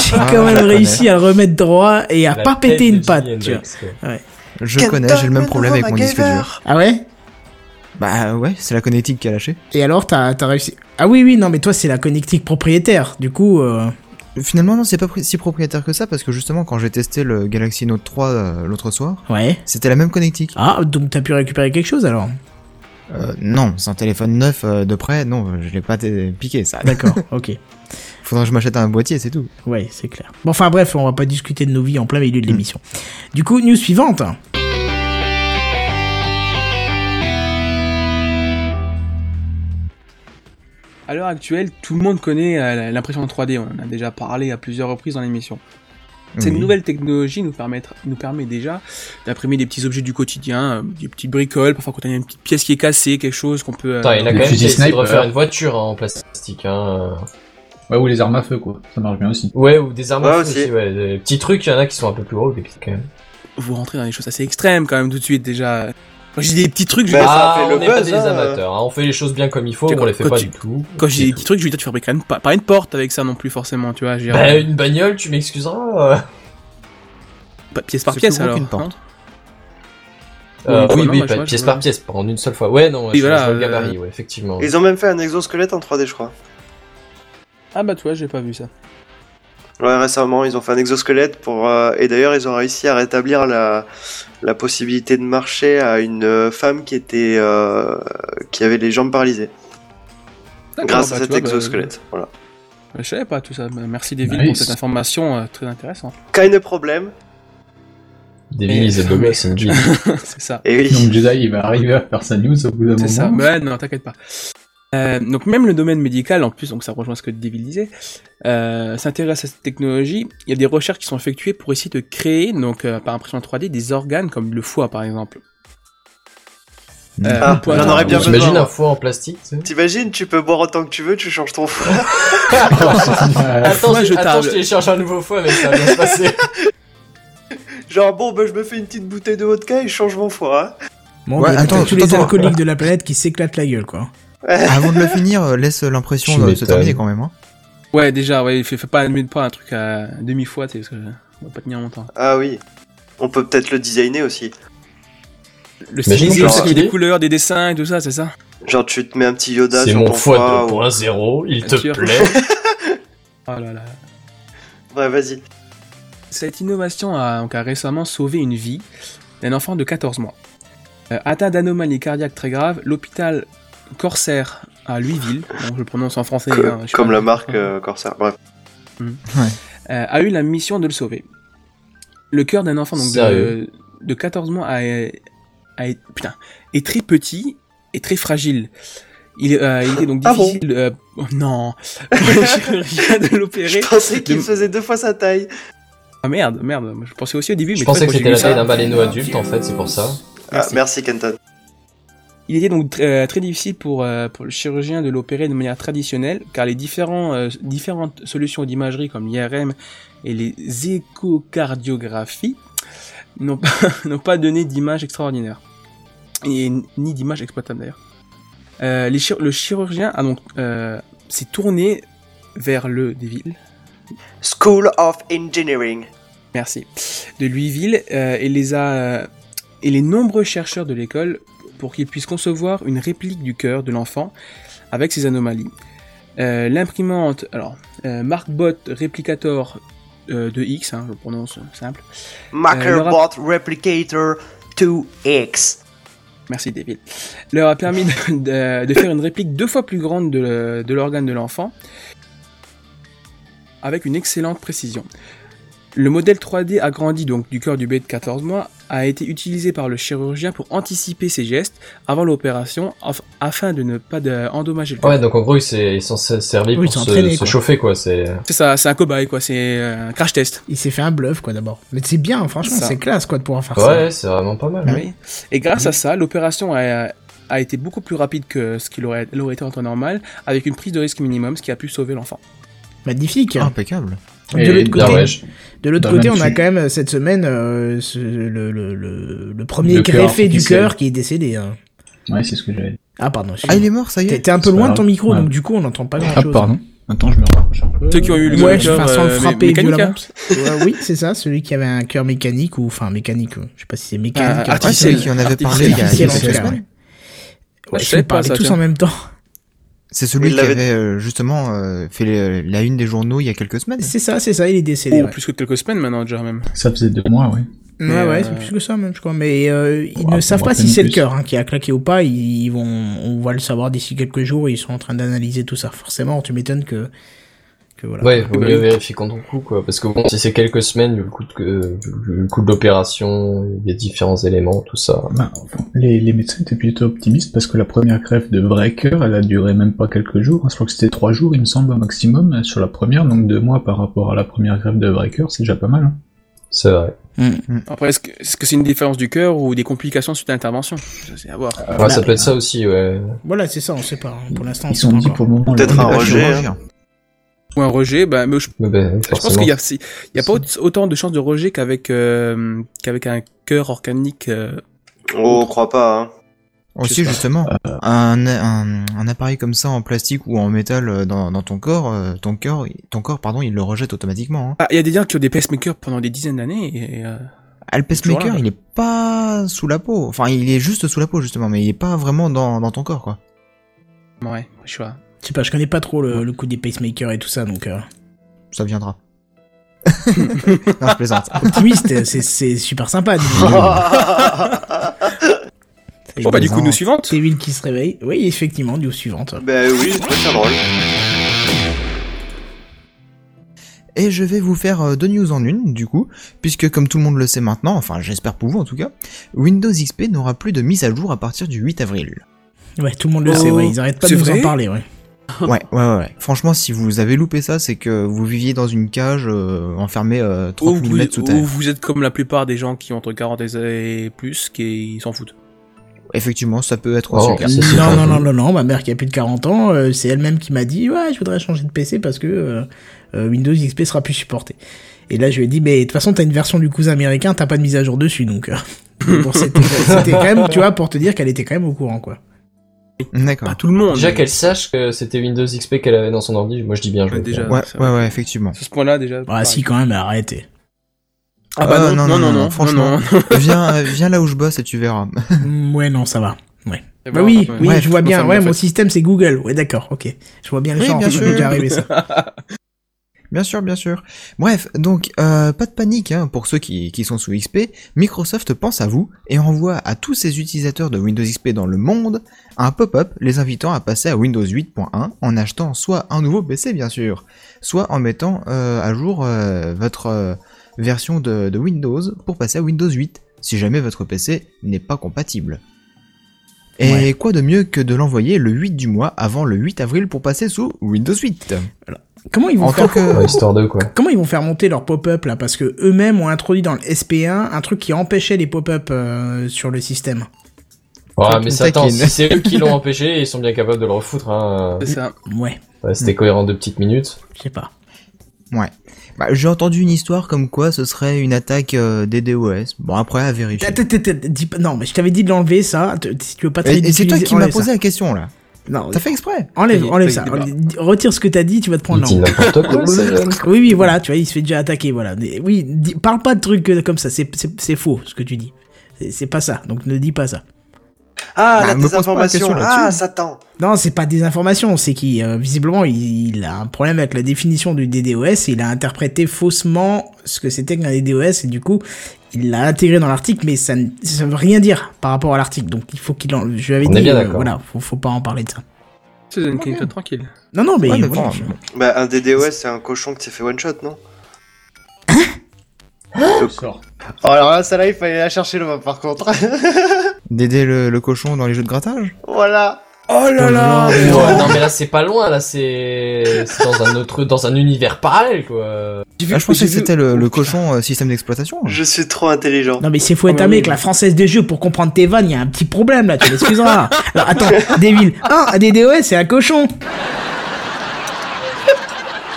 Speaker 1: j'ai
Speaker 3: Ah,
Speaker 1: quand même réussi à le remettre droit et à
Speaker 3: La
Speaker 1: pas péter
Speaker 3: tête
Speaker 1: une
Speaker 3: de
Speaker 1: patte,
Speaker 3: Jimi
Speaker 1: tu vois.
Speaker 3: Hendrix, quoi.
Speaker 4: Je connais, j'ai le même problème avec mon disque dur.
Speaker 1: Ah ouais?
Speaker 4: Bah ouais, c'est la connectique qui a lâché.
Speaker 1: Et alors, t'as t'as réussi. Ah oui, oui, non, mais toi, c'est la connectique propriétaire. Du coup, euh,
Speaker 4: Finalement, non, c'est pas pri- si propriétaire que ça parce que justement, quand j'ai testé le Galaxy Note 3 euh, l'autre soir,
Speaker 1: ouais.
Speaker 4: c'était la même connectique.
Speaker 1: Ah, donc t'as pu récupérer quelque chose alors?
Speaker 4: Euh, non, c'est un téléphone neuf euh, de près, non, euh, je l'ai pas t- piqué ça. *laughs*
Speaker 1: D'accord, ok.
Speaker 4: Faudra que je m'achète un boîtier, c'est tout.
Speaker 1: Ouais, c'est clair. Bon, enfin bref, on va pas discuter de nos vies en plein milieu de l'émission.
Speaker 4: Hmm.
Speaker 1: Du coup, news suivante.
Speaker 5: À l'heure actuelle, tout le monde connaît euh, l'impression 3D. On en a déjà parlé à plusieurs reprises dans l'émission. Cette
Speaker 4: Oui.
Speaker 5: nouvelle technologie nous permet, nous permet déjà d'imprimer des petits objets du quotidien, euh, des petites bricoles, parfois quand il y a une petite pièce qui est cassée, quelque chose qu'on peut... euh,
Speaker 3: Attends, il a
Speaker 9: Le
Speaker 3: quand même
Speaker 9: fusil
Speaker 3: essayé de
Speaker 9: sniper.
Speaker 3: refaire une voiture en plastique. Hein.
Speaker 9: Ouais, ou les armes à feu, quoi. Ça marche bien aussi.
Speaker 3: Ouais, ou des armes à
Speaker 2: Ouais,
Speaker 3: feu
Speaker 2: aussi.
Speaker 3: aussi. ouais. Des petits trucs, il y en a qui sont un peu plus gros, des petits quand même.
Speaker 5: Vous rentrez dans des choses assez extrêmes quand même tout de suite déjà. Quand je dis des petits trucs, je...
Speaker 2: Bah, ça
Speaker 3: ah,
Speaker 2: a fait
Speaker 3: on
Speaker 2: le
Speaker 3: n'est pas
Speaker 2: buzz,
Speaker 3: des
Speaker 2: hein,
Speaker 3: amateurs, hein. on fait les choses bien comme il faut,
Speaker 5: Tu sais,
Speaker 3: on
Speaker 5: quand-
Speaker 3: les fait
Speaker 5: quand
Speaker 3: pas
Speaker 5: tu-
Speaker 3: du tout.
Speaker 5: quand je dis des petits trucs, je vais dire tu fabriques quand même pas, pas une porte avec ça non plus forcément, tu vois. je veux dire,
Speaker 3: Bah,
Speaker 5: euh,
Speaker 3: une bagnole, tu m'excuseras. euh.
Speaker 5: pas- pièce par
Speaker 4: c'est
Speaker 5: pièce
Speaker 4: plus gros
Speaker 5: alors.
Speaker 4: qu'une porte.
Speaker 5: hein.
Speaker 3: Euh,
Speaker 5: Ou-
Speaker 3: oui,
Speaker 5: non,
Speaker 3: oui,
Speaker 5: bah, je
Speaker 3: pas-
Speaker 5: vois,
Speaker 3: pièce
Speaker 5: je
Speaker 3: par
Speaker 5: vois.
Speaker 3: pièce, pas en une seule fois. Ouais, non,
Speaker 5: Oui,
Speaker 3: je- je
Speaker 5: voilà,
Speaker 3: vois le
Speaker 5: euh,
Speaker 3: gabarit, ouais, effectivement.
Speaker 2: Ils ont même fait un exosquelette en 3D, je crois.
Speaker 5: Ah bah tu vois, j'ai pas vu ça.
Speaker 2: Ouais, récemment, ils ont fait un exosquelette pour. euh, et d'ailleurs, ils ont réussi à rétablir la, la possibilité de marcher à une euh, femme qui était. euh, qui avait les jambes paralysées.
Speaker 5: D'accord,
Speaker 2: Grâce
Speaker 5: bah,
Speaker 2: à
Speaker 5: tu
Speaker 2: cet
Speaker 5: vois, bah,
Speaker 2: exosquelette. Voilà.
Speaker 5: je savais pas tout ça. Bah, Merci David
Speaker 9: Nice.
Speaker 5: pour cette information euh, très intéressante. *laughs*
Speaker 2: Kind of problème.
Speaker 3: Des villes,
Speaker 5: Mais-
Speaker 3: des beaux gosses, c'est une vie.
Speaker 5: c'est ça.
Speaker 2: Et oui.
Speaker 9: Donc Jedi, il va arriver à faire sa news au bout d'un moment.
Speaker 5: C'est ça. Ouais, non, t'inquiète pas. Euh, donc même le domaine médical, en plus, donc ça rejoint ce que David disait, euh, s'intéresse à cette technologie. Il y a des recherches qui sont effectuées pour essayer de créer, donc euh, par impression 3D, des organes comme le foie, par exemple. Euh,
Speaker 2: Ah,
Speaker 5: pour-
Speaker 2: j'en aurais bien
Speaker 5: *laughs* Ah,
Speaker 3: T'imagines
Speaker 2: besoin.
Speaker 3: un foie en plastique tu
Speaker 2: *laughs*
Speaker 3: sais
Speaker 2: T'imagines, tu peux boire autant que tu veux, tu changes ton foie. *laughs*
Speaker 9: Ouais.
Speaker 3: Attends,
Speaker 5: foie,
Speaker 3: je,
Speaker 5: je
Speaker 3: attends,
Speaker 5: tarde.
Speaker 3: je télécharge un nouveau foie, mais ça va bien se passer.
Speaker 2: Genre, bon, bah, je me fais une petite bouteille de vodka et je change mon foie. hein.
Speaker 1: Bon,
Speaker 4: Ouais,
Speaker 1: bah, t'as
Speaker 4: attends,
Speaker 1: tous
Speaker 4: attends,
Speaker 1: les
Speaker 4: attends.
Speaker 1: alcooliques de la planète qui s'éclatent la gueule, quoi.
Speaker 4: Avant de le finir, euh, laisse l'impression
Speaker 3: Tu
Speaker 4: de se
Speaker 3: m'étonnes.
Speaker 4: terminer quand même. Hein.
Speaker 5: Ouais, déjà, ouais, fais, fais pas un pas un truc à demi fois, tu sais, parce que euh, on va pas tenir longtemps.
Speaker 2: Ah oui. On peut peut-être le designer aussi.
Speaker 5: Le
Speaker 3: Imagine
Speaker 5: stylisme,
Speaker 2: qu'on
Speaker 3: peut-
Speaker 5: c'est des couleurs, des dessins et tout ça, c'est ça.
Speaker 2: Genre, tu te mets un petit Yoda
Speaker 3: C'est
Speaker 2: sur
Speaker 3: mon
Speaker 2: ton
Speaker 3: foie
Speaker 2: foie. ou-
Speaker 3: 2.0, il te
Speaker 5: Sûr.
Speaker 3: plaît.
Speaker 5: Oh là là.
Speaker 2: Ouais, vas-y.
Speaker 5: Cette innovation a, donc, a récemment sauvé une vie d'un enfant de 14 mois. Euh, atteint d'anomalies cardiaques très graves, l'hôpital Corsair à Louisville, bon, je le prononce en français,
Speaker 2: Que-
Speaker 5: hein, je suis
Speaker 2: comme
Speaker 5: pas-
Speaker 2: la marque euh, Corsair. Bref.
Speaker 5: euh, a eu la mission de le sauver. Le cœur d'un enfant donc de,
Speaker 3: Sérieux
Speaker 5: de 14 mois a, a- putain, est très petit et très fragile. Il, euh, il était donc
Speaker 2: Ah bon
Speaker 5: difficile. euh, *laughs* oh non, pour le chirurgien de l'opérer.
Speaker 2: Je pensais qu'il
Speaker 5: de-
Speaker 2: faisait deux fois sa taille.
Speaker 5: Ah merde, merde, je pensais aussi au début, mais
Speaker 3: Je
Speaker 5: c'est
Speaker 3: pensais
Speaker 5: vrai
Speaker 3: que
Speaker 5: j'ai
Speaker 3: c'était
Speaker 5: lu
Speaker 3: la
Speaker 5: ça.
Speaker 3: taille d'un baleineau adulte en fait, c'est pour ça.
Speaker 2: Ah, merci Kenton.
Speaker 5: Il était donc tr- euh, très difficile pour, euh, pour le chirurgien de l'opérer de manière traditionnelle, car les différents, euh, différentes solutions d'imagerie comme l'IRM et les échocardiographies n'ont pas, *laughs* n'ont pas donné d'image extraordinaire, et, n- ni d'image exploitable d'ailleurs. Euh, les chir- le chirurgien a donc, euh, s'est tourné vers le Deville,
Speaker 2: School of Engineering.
Speaker 5: merci, de Louisville euh, et les a euh, et les nombreux chercheurs de l'école pour qu'ils puissent concevoir une réplique du cœur de l'enfant avec ses anomalies. Euh, L'imprimante, alors euh, MarkBot Replicator euh, de X, hein, je le prononce euh, simple. le
Speaker 2: Macrobot
Speaker 5: rap-
Speaker 2: Replicator 2X.
Speaker 5: Merci David, leur a permis de, de- de faire une réplique deux fois plus grande de, de l'organe de l'enfant, avec une excellente précision. Le modèle 3D agrandi donc du cœur du bébé de 14 mois a été utilisé par le chirurgien pour anticiper ses gestes avant l'opération af- afin de ne pas de- endommager le corps.
Speaker 3: Ouais, donc en gros, il s'est il s'en s'est servi
Speaker 1: Oui, ils
Speaker 3: pour
Speaker 1: sont
Speaker 3: se,
Speaker 1: entraînés,
Speaker 3: se
Speaker 1: quoi.
Speaker 3: chauffer quoi. C'est
Speaker 5: C'est ça, c'est un cobaye quoi, c'est euh, un crash test.
Speaker 1: Il s'est fait un bluff, quoi, d'abord. Mais c'est bien, franchement,
Speaker 5: Ça.
Speaker 1: c'est classe, quoi, de pouvoir faire ça.
Speaker 3: ouais, Mm-hmm. c'est vraiment pas mal.
Speaker 5: Oui. Et grâce à ça, l'opération a, a été beaucoup plus rapide que ce qu'il aurait, l'aurait été en temps normal, avec une prise de risque minimum, ce qui a pu sauver l'enfant.
Speaker 1: Magnifique.
Speaker 4: Ah, impeccable.
Speaker 1: De
Speaker 9: Et
Speaker 1: l'autre
Speaker 9: bien,
Speaker 1: côté,
Speaker 9: ouais,
Speaker 3: je-
Speaker 1: de l'autre
Speaker 9: Bah,
Speaker 1: côté,
Speaker 9: même
Speaker 1: on a
Speaker 9: tu-
Speaker 1: quand même euh, cette semaine euh, ce- le, le, le, le premier
Speaker 9: Le cœur
Speaker 1: greffé du
Speaker 9: artificiel.
Speaker 1: cœur qui est décédé. hein.
Speaker 9: Ouais, c'est ce que j'avais.
Speaker 1: Ah pardon.
Speaker 4: Ah, il
Speaker 1: excuse-moi.
Speaker 4: est mort, ça y est
Speaker 1: T'es t'es un peu
Speaker 9: C'est
Speaker 1: loin
Speaker 9: pas
Speaker 1: de ton
Speaker 9: grave.
Speaker 1: micro,
Speaker 9: Ouais.
Speaker 1: donc du coup, on n'entend pas
Speaker 9: Ah,
Speaker 1: grand-chose.
Speaker 9: pardon. Attends, je me rapproche un peu.
Speaker 5: Ceux qui ont eu le
Speaker 1: Ouais,
Speaker 5: cœur,
Speaker 1: enfin, sans le
Speaker 5: euh,
Speaker 1: frapper
Speaker 5: mé- mécanique,
Speaker 1: violemment.
Speaker 5: hein.
Speaker 1: Ouais, oui, c'est ça, celui qui avait un cœur mécanique ou enfin mécanique. euh, Je sais pas si c'est mécanique.
Speaker 5: Ah,
Speaker 4: Ouais, c'est
Speaker 1: artificiel.
Speaker 4: lui qui en avait
Speaker 5: Artificiel.
Speaker 4: parlé il y a il y a
Speaker 1: Artificiel, en
Speaker 4: quelques
Speaker 1: tout cas,
Speaker 4: semaines.
Speaker 1: Ouais,
Speaker 5: Ah, je
Speaker 1: ils
Speaker 5: savais
Speaker 1: nous
Speaker 5: pas
Speaker 1: parlaient
Speaker 5: ça,
Speaker 1: tous
Speaker 5: tiens.
Speaker 1: en même temps.
Speaker 4: C'est celui
Speaker 2: Il
Speaker 4: qui
Speaker 2: l'avait-
Speaker 4: avait euh, justement euh, fait le- la une des journaux il y a quelques semaines.
Speaker 2: Ah,
Speaker 1: C'est ça, c'est ça, il est
Speaker 5: Oh,
Speaker 1: décédé. ouais.
Speaker 5: plus que quelques semaines maintenant déjà même.
Speaker 9: Ça faisait deux mois, ouais.
Speaker 1: Ouais,
Speaker 5: Mais,
Speaker 1: ouais,
Speaker 5: euh,
Speaker 1: c'est plus que ça même, je crois. Mais euh, ils
Speaker 9: Ouais,
Speaker 1: ne
Speaker 9: pour
Speaker 1: savent
Speaker 9: moi,
Speaker 1: pas
Speaker 9: c'est
Speaker 1: si c'est le
Speaker 9: plus.
Speaker 1: cœur hein, qui a claqué ou pas. Ils vont, on va le savoir d'ici quelques jours. Ils sont en train d'analyser tout ça. Forcément, tu m'étonnes que, que voilà.
Speaker 3: Ouais, vaut mieux vérifier quand on coup quoi. Parce que bon, si c'est quelques semaines, vu le coup de, euh, vu le coup de l'opération, les différents éléments, tout ça.
Speaker 9: Bah, enfin, les, les médecins étaient plutôt optimistes parce que la première greffe de vrai cœur, elle a duré même pas quelques jours. hein. Je crois que c'était trois jours, il me semble, au maximum euh, sur la première, donc deux mois par rapport à la première greffe de vrai cœur, c'est déjà pas mal. hein.
Speaker 3: C'est vrai.
Speaker 5: Après, est-ce que est-ce que c'est une différence du cœur ou des complications suite à l'intervention Ça, C'est à voir.
Speaker 3: Ouais,
Speaker 1: bah,
Speaker 3: ça peut être ça aussi, ouais.
Speaker 1: Voilà, c'est ça. On sait pas. hein. Pour l'instant, on
Speaker 9: Ils
Speaker 1: sait
Speaker 9: sont
Speaker 1: pas
Speaker 9: dit
Speaker 1: encore.
Speaker 9: pour le moment.
Speaker 2: Peut-être
Speaker 9: la-
Speaker 2: un
Speaker 9: la-
Speaker 2: rejet, hein.
Speaker 4: chirurgien.
Speaker 5: Ou un rejet, bah, mais je,
Speaker 3: Mais ben,
Speaker 5: je pense qu'il
Speaker 3: forcément.
Speaker 5: y a, si- il y a pas aut- autant de chances de rejet qu'avec euh, qu'avec un cœur organique. euh,
Speaker 2: Oh, crois pas, *laughs* hein.
Speaker 4: Aussi, justement,
Speaker 5: Euh,
Speaker 4: un, un, un appareil comme ça en plastique ou en métal euh, dans, dans ton corps, euh, ton cœur, ton corps, pardon, il le rejette automatiquement. Hein.
Speaker 5: Ah, il y a des gens qui ont des pacemakers pendant des dizaines d'années. et, euh,
Speaker 4: Ah, le pacemaker,
Speaker 5: Toujours là.
Speaker 4: il est pas sous la peau. Enfin, il est juste sous la peau, justement, mais il est pas vraiment dans, dans ton corps, quoi.
Speaker 5: Ouais, je vois.
Speaker 1: Je sais pas. Je connais pas trop le, le coup des pacemakers et tout ça. Donc euh,
Speaker 4: Ça
Speaker 5: *laughs*
Speaker 4: viendra. non, je plaisante.
Speaker 1: *laughs* optimiste, c'est- c'est super sympa. dis donc. C'est
Speaker 5: Bon, Oh, bah,
Speaker 1: une-
Speaker 5: du coup, nous suivante.
Speaker 1: c'est Will qui se réveille. Oui, effectivement, du suivante.
Speaker 2: ben oui, je trouve ça drôle.
Speaker 4: Et je vais vous faire euh, deux news en une, du coup, puisque comme tout le monde le sait maintenant, enfin j'espère pour vous en tout cas, Windows XP n'aura plus de mise à jour à partir du 8 avril.
Speaker 1: Ouais, tout le monde le
Speaker 5: Oh,
Speaker 1: sait. Ouais, ils arrêtent pas de
Speaker 5: c'est
Speaker 1: nous en
Speaker 5: vrai
Speaker 1: parler. Ouais.
Speaker 4: Ouais, ouais, ouais. ouais. Franchement, si vous avez loupé ça, c'est que vous viviez dans une cage euh, enfermée euh,
Speaker 5: Ou
Speaker 4: 30 000
Speaker 5: vous,
Speaker 4: mètres sous
Speaker 5: ou
Speaker 4: terre.
Speaker 5: vous êtes comme la plupart des gens qui ont entre 40 et plus, qui s'en foutent.
Speaker 4: Effectivement, ça peut être
Speaker 3: Oh,
Speaker 4: aussi le cas.
Speaker 3: Ça, c'est
Speaker 1: non,
Speaker 3: pas
Speaker 1: non, non, non,
Speaker 3: vrai.
Speaker 1: non, ma mère qui a plus de 40 ans, euh, c'est elle-même qui m'a dit Ouais, je voudrais changer de PC parce que euh, euh, Windows XP sera plus supporté. Et là, je lui ai dit Mais de toute façon, t'as une version du cousin américain, t'as pas de mise à jour dessus, donc. euh, *laughs* bon, c'était c'était quand même, tu vois, pour te dire qu'elle était quand même au courant, quoi.
Speaker 4: D'accord.
Speaker 5: Pas tout le monde.
Speaker 3: Déjà qu'elle sache que c'était Windows XP qu'elle avait dans son ordi, moi je dis bien joué.
Speaker 5: Ouais, déjà.
Speaker 4: Ouais,
Speaker 5: c'est vrai.
Speaker 4: ouais, ouais, effectivement.
Speaker 5: Sur ce point-là, déjà.
Speaker 1: Ah, si, quand même,
Speaker 4: *laughs*
Speaker 1: arrêtez.
Speaker 5: Ah, bah
Speaker 4: Euh,
Speaker 5: non, non, non, non, franchement.
Speaker 4: viens, euh, viens là où je bosse et tu verras.
Speaker 1: Mm, ouais, non, ça va. Bah oui, oui,
Speaker 4: Ouais,
Speaker 1: je vois
Speaker 5: je
Speaker 1: bien.
Speaker 5: comprends
Speaker 1: Ouais,
Speaker 5: bien,
Speaker 1: mon
Speaker 5: en fait.
Speaker 1: système, c'est Google. Ouais, d'accord, ok. Je vois bien les
Speaker 4: Oui,
Speaker 1: gens.
Speaker 4: bien
Speaker 1: ça m'est
Speaker 4: sûr.
Speaker 1: déjà arrivé, ça.
Speaker 4: Bien sûr, bien sûr. Bref, donc euh, pas de panique hein, pour ceux qui, qui sont sous XP. Microsoft pense à vous et envoie à tous ses utilisateurs de Windows XP dans le monde un pop-up les invitant à passer à Windows 8.1 en achetant soit un nouveau PC bien sûr, soit en mettant euh, à jour euh, votre euh, version de, de Windows pour passer à Windows 8 si jamais votre PC n'est pas compatible. Et
Speaker 1: Ouais.
Speaker 4: quoi de mieux que de l'envoyer le 8 du mois avant le 8 avril pour passer sous Windows 8
Speaker 1: Comment ils vont
Speaker 4: En tant
Speaker 1: faire
Speaker 4: que.
Speaker 3: Ouais, histoire de quoi.
Speaker 1: Comment ils vont faire monter leur pop-up là Parce que eux-mêmes ont introduit dans le SP1 un truc qui empêchait les pop-up euh, sur le système.
Speaker 3: Ouais,
Speaker 4: tu
Speaker 3: mais
Speaker 4: me
Speaker 3: ça, attends,
Speaker 4: taquines.
Speaker 3: si c'est eux qui l'ont empêché, ils sont bien capables de le refoutre. Hein.
Speaker 5: C'est ça.
Speaker 1: Ouais,
Speaker 3: Ouais, C'était cohérent deux petites minutes.
Speaker 1: je sais pas.
Speaker 4: Bah, j'ai entendu une histoire comme quoi ce serait une attaque euh, des DOS. Bon, après, à vérifier.
Speaker 1: Attends, attends, attends, dis pas- Non, mais je t'avais dit de l'enlever ça. Te- Si tu veux pas te
Speaker 4: Et, et c'est toi
Speaker 1: ridiculiser,
Speaker 4: qui m'as
Speaker 1: enlève ça.
Speaker 4: posé la question là.
Speaker 1: Non,
Speaker 4: T'as fait exprès
Speaker 1: enlève,
Speaker 5: Ça y est,
Speaker 1: enlève
Speaker 5: ça
Speaker 1: ça.
Speaker 5: y est, débarque.
Speaker 1: Enlève- Retire ce que t'as dit, tu vas te
Speaker 3: Il
Speaker 1: prendre
Speaker 3: dit
Speaker 1: l'angle.
Speaker 3: n'importe *laughs* quoi, ce jeune.
Speaker 1: Oui, oui, voilà, tu vois, il se fait déjà attaquer, voilà. Mais oui, dis- parle pas de trucs euh, comme ça, c'est- c'est c'est faux ce que tu dis. C'est- C'est pas ça, donc ne dis pas ça.
Speaker 2: Ah,
Speaker 4: Bah,
Speaker 2: la
Speaker 4: me pose pas la
Speaker 2: désinformation.
Speaker 4: question là-dessus.
Speaker 2: Ah, Satan.
Speaker 1: Non, c'est pas des informations, c'est qu'il, euh, visiblement, il, il a un problème avec la définition du DDoS et il a interprété faussement ce que c'était qu'un DDoS et du coup, il l'a intégré dans l'article, mais ça ne ça veut rien dire par rapport à l'article, donc il faut qu'il en... Je lui avais
Speaker 3: On est
Speaker 1: dit,
Speaker 3: bien
Speaker 1: euh,
Speaker 3: d'accord.
Speaker 1: voilà, faut, faut pas en parler de ça.
Speaker 5: Susan Clinton, tranquille.
Speaker 1: Non, non, mais...
Speaker 4: Ouais, mais
Speaker 1: voilà,
Speaker 4: bon,
Speaker 1: je-
Speaker 4: bon.
Speaker 2: Bah, un DDoS, c'est un cochon qui s'est fait one shot, non
Speaker 9: Sors.
Speaker 2: Oh, alors là, celle-là, il fallait la chercher là par contre. *laughs*
Speaker 4: D'aider le, le cochon dans les jeux de grattage Ah,
Speaker 2: voilà.
Speaker 1: Oh là là
Speaker 3: Ouais, non, mais là, c'est pas loin, là, c'est c'est dans un autre, dans un univers parallèle, quoi.
Speaker 4: Ah, Je pensais que c'était le, le cochon euh, système d'exploitation.
Speaker 2: Je suis trop intelligent.
Speaker 1: Non mais c'est faut être
Speaker 5: Ah, mais
Speaker 1: amé
Speaker 5: oui.
Speaker 1: avec la française des jeux pour comprendre tes vannes, il y a un petit problème là, tu m'excuseras. Alors attends, Devil 1, un DDoS c'est un cochon.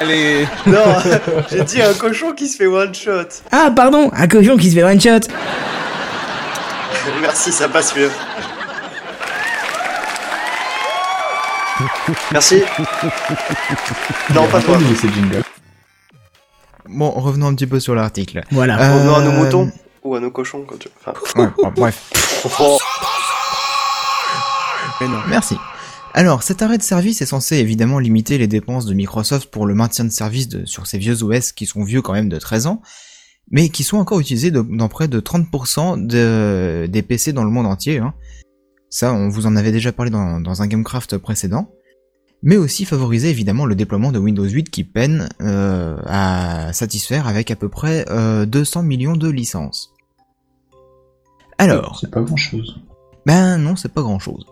Speaker 5: Allez,
Speaker 2: non, *laughs* j'ai dit un cochon qui se fait one shot.
Speaker 1: Ah pardon, un cochon qui se fait one shot.
Speaker 2: Merci, ça passe mieux. Merci. Non, pas toi.
Speaker 9: Attendez, c'est jingle.
Speaker 4: Bon, revenons un petit peu sur l'article.
Speaker 1: Voilà.
Speaker 4: Euh,
Speaker 2: Revenons à nos moutons. Ou à nos cochons, quand tu... Enfin,
Speaker 4: Ouais, bon, bref,
Speaker 2: oh,
Speaker 5: mais non.
Speaker 4: merci. Alors, cet arrêt de service est censé évidemment limiter les dépenses de Microsoft pour le maintien de service de- sur ces vieux OS qui sont vieux quand même de 13 ans, mais qui sont encore utilisés de- dans près de 30% de- des PC dans le monde entier. hein. Ça, on vous en avait déjà parlé dans, dans un GameCraft précédent. Mais aussi favoriser évidemment le déploiement de Windows 8 qui peine euh, à satisfaire avec à peu près euh, 200 millions de licences. Alors,
Speaker 9: C'est pas grand chose.
Speaker 4: ben non, c'est pas grand chose.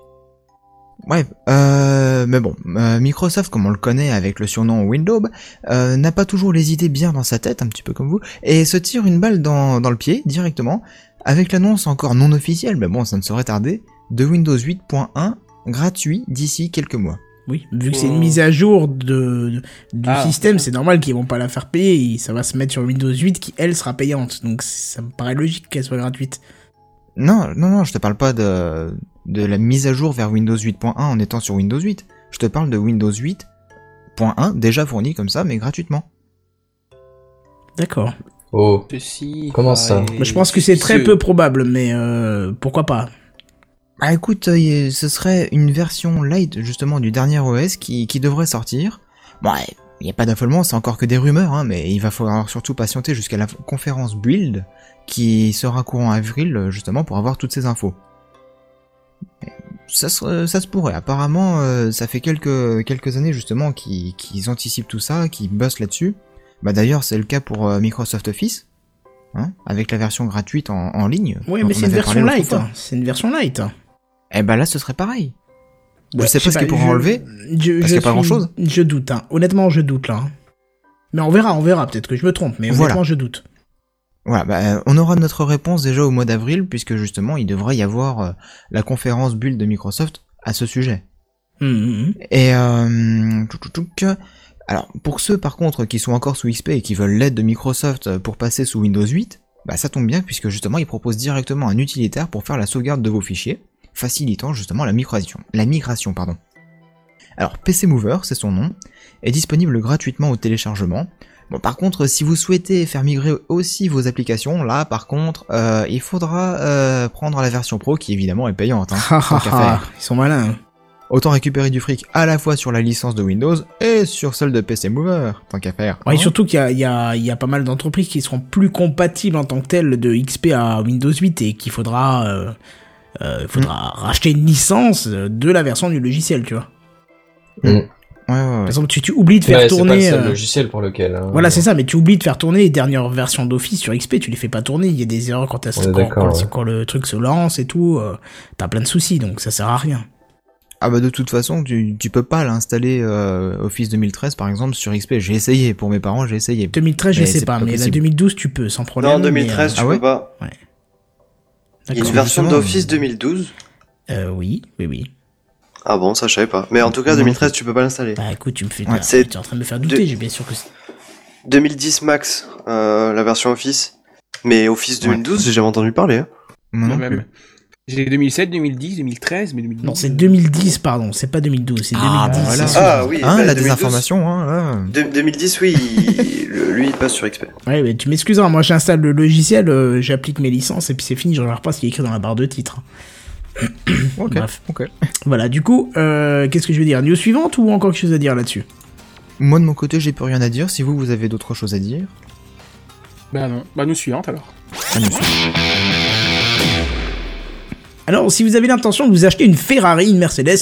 Speaker 4: Bref, euh, mais bon, euh, Microsoft, comme on le connaît avec le surnom Windows, euh, n'a pas toujours les idées bien dans sa tête, un petit peu comme vous, et se tire une balle dans, dans le pied directement, avec l'annonce encore non officielle, mais bon, ça ne saurait tarder, de Windows 8.1 gratuit d'ici quelques mois.
Speaker 1: oui, vu que c'est
Speaker 2: Oh.
Speaker 1: une mise à jour de, de- du
Speaker 5: Ah.
Speaker 1: système, c'est normal qu'ils vont pas la faire payer, et ça va se mettre sur Windows 8 qui elle sera payante. Donc ça me paraît logique qu'elle soit gratuite.
Speaker 4: Non, non, non, je te parle pas de, de la mise à jour vers Windows 8.1 en étant sur Windows 8. Je te parle de Windows 8.1 déjà fourni comme ça, mais gratuitement.
Speaker 1: D'accord.
Speaker 3: Oh.
Speaker 5: Ceci.
Speaker 3: Comment ça
Speaker 5: paraît-
Speaker 1: Bah, je pense que c'est très peu probable, mais euh, pourquoi pas
Speaker 4: Ah écoute, euh, y- ce serait une version light justement du dernier OS qui, qui devrait sortir. Bon, il n'y a pas d'affolement, c'est encore que des rumeurs, hein, mais il va falloir surtout patienter jusqu'à la f- conférence build qui sera courant avril euh, justement pour avoir toutes ces infos. Mais Ça se, ça se pourrait, apparemment euh, ça fait quelques, quelques années justement qu'ils qu'ils anticipent tout ça, qu'ils bossent là-dessus. Bah d'ailleurs c'est le cas pour euh, Microsoft Office, hein, avec la version gratuite en, en ligne.
Speaker 1: Ouais,
Speaker 4: dont
Speaker 1: mais
Speaker 4: on
Speaker 1: c'est une
Speaker 4: avait
Speaker 1: version
Speaker 4: parlé l'autre
Speaker 1: light.
Speaker 4: fois.
Speaker 1: hein. C'est une version light.
Speaker 4: Eh ben là, ce serait pareil.
Speaker 1: Ouais,
Speaker 4: Bah, je sais pas ce qu'ils pourront
Speaker 1: je-
Speaker 4: enlever.
Speaker 1: je- je
Speaker 4: parce qu'il y a pas
Speaker 1: suis-
Speaker 4: grand-chose.
Speaker 1: Je doute, hein. honnêtement, je doute là. hein. Mais on verra, on verra. Peut-être que je me trompe, mais
Speaker 4: Voilà.
Speaker 1: honnêtement, je doute.
Speaker 4: Voilà, bah, euh, on aura notre réponse déjà au mois d'avril, puisque justement, il devrait y avoir euh, la conférence bulle de Microsoft à ce sujet.
Speaker 1: Hum, hum,
Speaker 4: Et euh, tchouk, tchouk, tchouk. alors, pour ceux par contre qui sont encore sous XP et qui veulent l'aide de Microsoft euh, pour passer sous Windows 8, bah ça tombe bien puisque justement ils proposent directement un utilitaire pour faire la sauvegarde de vos fichiers, facilitant justement la migration. La migration, pardon. Alors, PC Mover, c'est son nom, est disponible gratuitement au téléchargement. Bon, par contre, si vous souhaitez faire migrer aussi vos applications, là, par contre, euh, il faudra euh, prendre la version pro qui évidemment
Speaker 1: *laughs*
Speaker 4: est payante. hein.
Speaker 1: hum. Ha, ha,
Speaker 4: qu'à
Speaker 1: ha.
Speaker 4: faire.
Speaker 1: Ils sont malins. hein.
Speaker 4: Autant récupérer du fric à la fois sur la licence de Windows et sur celle de PC Mover, tant qu'à faire.
Speaker 1: Ouais, et
Speaker 4: Hein
Speaker 1: surtout qu'il y a, il y, a, il y a pas mal d'entreprises qui seront plus compatibles en tant que telles de XP à Windows 8 et qu'il faudra, euh, euh, faudra racheter une licence euh, de la version du logiciel, tu vois.
Speaker 4: Ouais, ouais, ouais.
Speaker 1: Par exemple, tu, tu oublies de faire
Speaker 3: Ouais, c'est pas le
Speaker 1: tourner.
Speaker 3: seul
Speaker 1: euh,
Speaker 3: logiciel pour lequel. hein.
Speaker 1: Voilà, c'est ça, mais tu oublies de faire tourner les dernières versions d'Office sur XP, tu les fais pas tourner, il y a des erreurs quand, elles-
Speaker 3: On est
Speaker 1: quand,
Speaker 3: d'accord,
Speaker 1: quand-
Speaker 3: ouais.
Speaker 1: quand le truc se lance et tout, euh, t'as plein de soucis, donc ça sert à rien.
Speaker 4: Ah bah de toute façon, tu, tu peux pas l'installer euh, Office 2013 par exemple sur XP. J'ai essayé, pour mes parents j'ai essayé.
Speaker 1: 2013, je
Speaker 4: Mais
Speaker 1: sais
Speaker 4: c'est
Speaker 1: pas,
Speaker 4: pas
Speaker 1: mais la
Speaker 4: possible.
Speaker 1: 2012, tu peux, sans problème.
Speaker 2: Non, en
Speaker 1: mais,
Speaker 2: 2013, tu
Speaker 4: ah ouais
Speaker 2: peux pas.
Speaker 1: euh,
Speaker 2: Il y a une
Speaker 1: d'accord.
Speaker 2: version
Speaker 4: justement,
Speaker 2: d'Office 2012.
Speaker 1: Euh, oui, oui, oui.
Speaker 2: Ah bon, ça je savais pas. Mais en tout cas, 2013, tu peux pas l'installer.
Speaker 1: Bah écoute, tu me fais.
Speaker 4: Ouais.
Speaker 1: tu
Speaker 2: C'est-
Speaker 1: es en train de me faire douter,
Speaker 2: de-
Speaker 1: j'ai bien sûr que. c'est-
Speaker 2: 2010 Max, euh, la version Office. Mais Office 2012, j'ai jamais entendu parler. hein.
Speaker 4: Moi non
Speaker 5: Moi même. J'ai 2007, 2010, 2013, mais 2012.
Speaker 1: Non, c'est 2010, pardon, c'est pas 2012, c'est
Speaker 4: Ah,
Speaker 1: 2010.
Speaker 4: bah voilà.
Speaker 1: c'est sûr.
Speaker 2: Ah oui,
Speaker 4: Hein,
Speaker 2: bah,
Speaker 4: la
Speaker 2: 2012,
Speaker 4: désinformation, hein, là.
Speaker 2: de- 2010, oui, il- le- lui il passe sur XP.
Speaker 1: Ouais, mais tu m'excuseras, moi j'installe le logiciel, euh, j'applique mes licences et puis c'est fini, je regarde pas ce qui est écrit dans la barre de titre.
Speaker 4: Ok,
Speaker 1: Bref.
Speaker 4: ok.
Speaker 1: Voilà, du coup, euh, qu'est-ce que je veux dire News suivante ou encore quelque chose à dire là-dessus
Speaker 4: Moi de mon côté, j'ai plus rien à dire. Si vous, vous avez d'autres choses à dire.
Speaker 5: Bah non. Bah nous suivante alors.
Speaker 4: Ah, non, c'est-
Speaker 1: Alors, si vous avez l'intention de vous acheter une Ferrari, une Mercedes,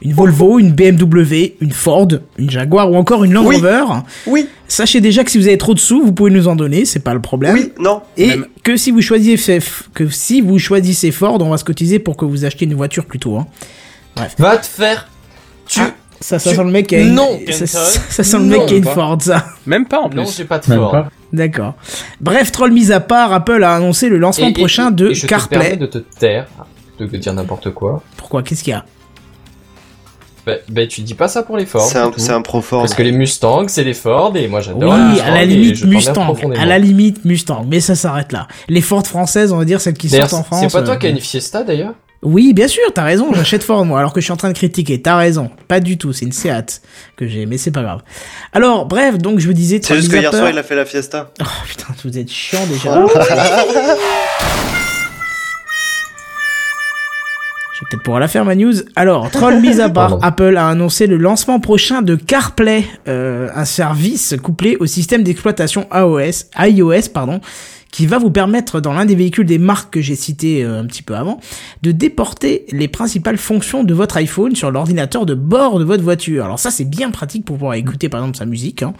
Speaker 1: une Volvo, une BMW, une Ford, une Jaguar ou encore une Land
Speaker 2: Oui.
Speaker 1: Rover,
Speaker 2: Oui,
Speaker 1: sachez déjà que si vous avez trop de sous, vous pouvez nous en donner, c'est pas le problème.
Speaker 2: oui, non.
Speaker 1: Et
Speaker 5: Même.
Speaker 1: que si vous choisissez que si vous choisissez Ford, on va se cotiser pour que vous achetiez une voiture plutôt. Hein.
Speaker 3: Va te faire. Tu.
Speaker 1: Ça, ça
Speaker 3: Tu-
Speaker 1: sent le mec qui a une.
Speaker 3: Non,
Speaker 1: ça, ça-
Speaker 3: Kenton.
Speaker 1: ça sent le mec
Speaker 3: Non,
Speaker 1: qui a une
Speaker 5: pas.
Speaker 1: Ford, ça.
Speaker 5: Même pas en
Speaker 3: non,
Speaker 5: plus.
Speaker 3: j'ai pas de
Speaker 9: Même
Speaker 3: fort.
Speaker 9: pas.
Speaker 1: *laughs* D'accord. Bref, troll mis à part, Apple a annoncé le lancement
Speaker 3: Et- et-
Speaker 1: prochain
Speaker 3: et-
Speaker 1: de
Speaker 3: et je Te
Speaker 1: CarPlay.
Speaker 3: permets de te taire, Ah, de te dire n'importe quoi.
Speaker 1: Pourquoi Qu'est-ce qu'il y a
Speaker 3: Bah, bah, tu dis pas ça pour les Ford.
Speaker 2: C'est un,
Speaker 3: c'est tout.
Speaker 2: c'est un pro Ford.
Speaker 3: Parce que les Mustangs, c'est les Ford, et moi j'adore. les
Speaker 1: Oui,
Speaker 3: Mustangs
Speaker 1: à la
Speaker 3: et
Speaker 1: limite
Speaker 3: je t'en aime
Speaker 1: Mustang,
Speaker 3: profondément.
Speaker 1: à la limite Mustang, mais ça s'arrête là. Les Ford françaises, on va dire celles qui
Speaker 3: D'ailleurs,
Speaker 1: sortent en France.
Speaker 3: c'est pas toi
Speaker 1: euh,
Speaker 3: qui as une Fiesta d'ailleurs
Speaker 1: Oui, bien sûr, t'as raison, j'achète Ford moi, alors que je suis en train de critiquer, t'as raison. Pas du tout, c'est une Seat que j'ai, mais c'est pas grave. Alors, bref, donc je vous disais,
Speaker 2: C'est juste que
Speaker 1: Travis
Speaker 2: hier
Speaker 1: Zapper-
Speaker 2: soir il a fait la fiesta.
Speaker 1: Oh putain, vous êtes chiant déjà. Je vais peut-être pouvoir la faire ma news. Alors, troll mis à part,
Speaker 3: Pardon.
Speaker 1: Apple a annoncé le lancement prochain de CarPlay, euh, un service couplé au système d'exploitation iOS, iOS pardon, qui va vous permettre dans l'un des véhicules des marques que j'ai cité un petit peu avant, de déporter les principales fonctions de votre iPhone sur l'ordinateur de bord de votre voiture. Alors ça c'est bien pratique pour pouvoir écouter par exemple sa musique, hein.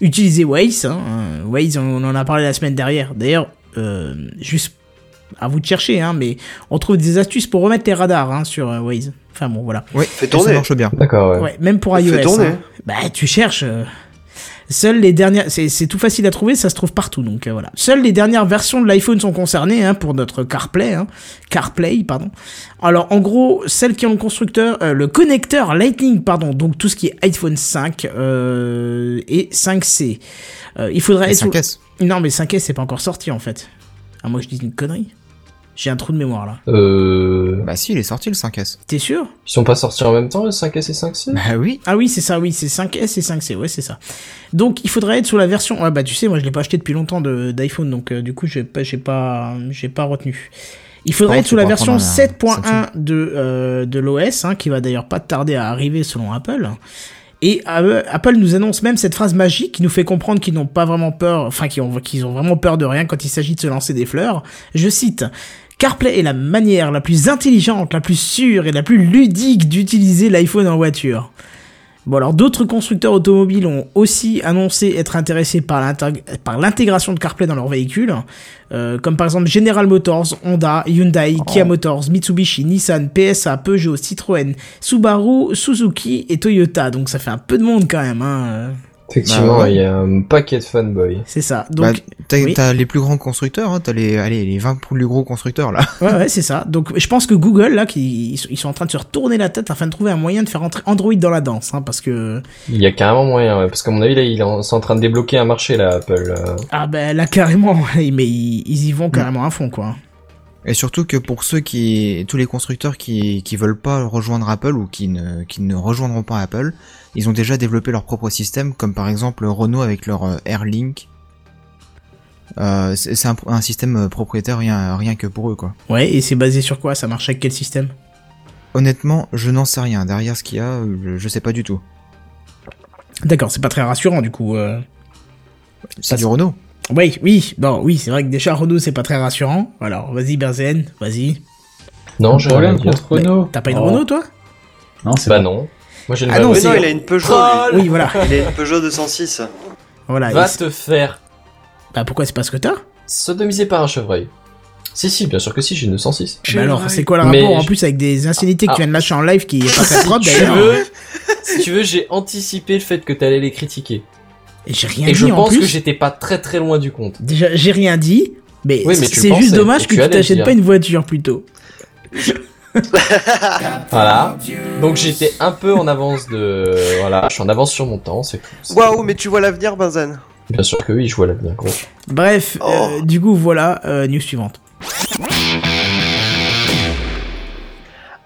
Speaker 1: utiliser Waze, hein. Euh, Waze on on en a parlé la semaine dernière. D'ailleurs, euh, juste à vous de chercher, hein, mais on trouve des astuces pour remettre les radars hein, sur euh, Waze. Enfin bon voilà.
Speaker 4: Ouais,
Speaker 2: Fais
Speaker 4: et
Speaker 2: tourner.
Speaker 4: Ça marche bien.
Speaker 3: D'accord, ouais.
Speaker 1: Ouais, même pour
Speaker 2: Fais
Speaker 1: iOS.
Speaker 2: tourner.
Speaker 1: hein. Bah, tu cherches. euh, Seules les dernières, c'est c'est tout facile à trouver, ça se trouve partout, donc euh, voilà. Seules les dernières versions de l'iPhone sont concernées hein, pour notre CarPlay, hein. CarPlay, pardon. Alors en gros, celles qui ont le constructeur, euh, le connecteur Lightning, pardon, donc tout ce qui est iPhone 5 euh, et 5C. Euh, il faudrait
Speaker 4: Et
Speaker 1: être-
Speaker 4: 5S.
Speaker 1: Non mais 5S c'est pas encore sorti en fait. À moi je dis une connerie. J'ai un trou de mémoire là.
Speaker 3: Euh.
Speaker 4: Bah si, il est sorti le 5S.
Speaker 1: T'es sûr
Speaker 3: Ils sont pas sortis en même temps, le 5S et 5C
Speaker 4: Bah oui.
Speaker 1: Ah oui, c'est ça, oui, c'est 5S et 5C, ouais, c'est ça. Donc il faudrait être sur la version. Ah bah tu sais, moi je l'ai pas acheté depuis longtemps de- d'iPhone, donc euh, du coup j'ai pas, j'ai pas, j'ai pas retenu. Il faudrait
Speaker 4: Par
Speaker 1: être
Speaker 4: contre,
Speaker 1: sous
Speaker 4: tu
Speaker 1: la
Speaker 4: pourras
Speaker 1: version
Speaker 4: prendre un
Speaker 1: 7.1 de, euh, de l'OS, hein, qui va d'ailleurs pas tarder à arriver selon Apple. Et euh, Apple nous annonce même cette phrase magique qui nous fait comprendre qu'ils n'ont pas vraiment peur, enfin qu'ils ont, qu'ils ont vraiment peur de rien quand il s'agit de se lancer des fleurs. Je cite. CarPlay est la manière la plus intelligente, la plus sûre et la plus ludique d'utiliser l'iPhone en voiture. Bon alors d'autres constructeurs automobiles ont aussi annoncé être intéressés par l'intég- par l'intégration de CarPlay dans leurs véhicules, euh, comme par exemple General Motors, Honda, Hyundai, Kia Motors, Mitsubishi, Nissan, PSA, Peugeot, Citroën, Subaru, Suzuki et Toyota. Donc ça fait un peu de monde quand même, hein, euh,
Speaker 3: Effectivement,
Speaker 4: Bah ouais.
Speaker 3: il y a un paquet de fanboys.
Speaker 1: c'est ça.
Speaker 4: Bah,
Speaker 1: Donc
Speaker 4: t'as
Speaker 1: oui.
Speaker 4: t'as les plus grands constructeurs, hein, t'as les, allez, les 20 plus gros constructeurs là.
Speaker 1: Ouais, ouais, c'est ça. Donc, je pense que Google, là, qui, ils sont- ils sont en train de se retourner la tête afin de trouver un moyen de faire entrer Android dans la danse, hein, parce que,
Speaker 3: Il y a carrément moyen, ouais, parce qu'à mon avis, là, ils en- sont en train de débloquer un marché, là, Apple. euh.
Speaker 1: ah ben là, carrément, *laughs* ouais, mais ils, ils y vont carrément à fond, quoi.
Speaker 4: Et surtout que pour ceux qui, tous les constructeurs qui, qui veulent pas rejoindre Apple ou qui ne, qui ne rejoindront pas Apple, ils ont déjà développé leur propre système, comme par exemple Renault avec leur euh, AirLink. Euh, c'est c'est un, un système euh, propriétaire rien, rien que pour eux quoi.
Speaker 1: Ouais, et c'est basé sur quoi Ça marche avec quel système
Speaker 4: Honnêtement, je n'en sais rien. Derrière ce qu'il y a, euh, je, je sais pas du tout.
Speaker 1: D'accord, c'est pas très rassurant, du coup. euh.
Speaker 4: C'est
Speaker 1: Parce-
Speaker 4: du Renault.
Speaker 1: Oui, oui, non, oui, c'est vrai que déjà, Renault, c'est pas très rassurant. Alors, vas-y, Benzen, vas-y.
Speaker 3: Non, j'ai
Speaker 9: J'ai rien
Speaker 3: rien dire.
Speaker 9: contre Renault.
Speaker 1: T'as pas une
Speaker 9: Oh.
Speaker 1: Renault, toi
Speaker 9: Non, c'est
Speaker 3: Bah
Speaker 9: pas-
Speaker 3: non. Moi, j'ai une
Speaker 1: Ah non,
Speaker 2: Mais
Speaker 1: c'est-
Speaker 2: Bah non, il a une Peugeot.
Speaker 3: Troll
Speaker 2: lui.
Speaker 1: Oui, voilà.
Speaker 2: Il a une Peugeot 206.
Speaker 1: voilà.
Speaker 3: Va
Speaker 1: et c'est-
Speaker 3: te faire
Speaker 1: Bah, pourquoi c'est pas ce que t'as
Speaker 3: sodomiser par un chevreuil. Si, si, bien sûr que si, j'ai 906.
Speaker 1: Mais Bah alors, c'est quoi le
Speaker 3: Mais
Speaker 1: rapport en
Speaker 3: je-
Speaker 1: plus avec des insanités que
Speaker 3: Ah.
Speaker 1: tu viens de lâcher en live qui est pas très propre
Speaker 3: *laughs* Si tu
Speaker 1: d'ailleurs
Speaker 3: veux, si tu veux, j'ai anticipé le fait que t'allais les critiquer.
Speaker 1: Et J'ai rien
Speaker 3: Et je
Speaker 1: dit en
Speaker 3: pense que
Speaker 1: plus.
Speaker 3: j'étais pas très très loin du compte.
Speaker 1: Déjà, j'ai rien dit. Mais,
Speaker 3: Oui, mais tu
Speaker 1: c'est
Speaker 3: pensais,
Speaker 1: juste dommage
Speaker 3: et
Speaker 1: que
Speaker 3: tu
Speaker 1: tu
Speaker 3: allais le
Speaker 1: t'achètes
Speaker 3: dire.
Speaker 1: pas une voiture plutôt.
Speaker 3: Voilà. Donc j'étais un peu en avance de. Voilà, je suis en avance sur mon temps, c'est tout. C'est-
Speaker 2: Waouh, mais tu vois l'avenir, Benzen.
Speaker 3: Bien sûr que oui, je vois l'avenir, gros.
Speaker 1: Bref,
Speaker 2: Oh.
Speaker 1: euh, du coup, voilà, euh, news suivante.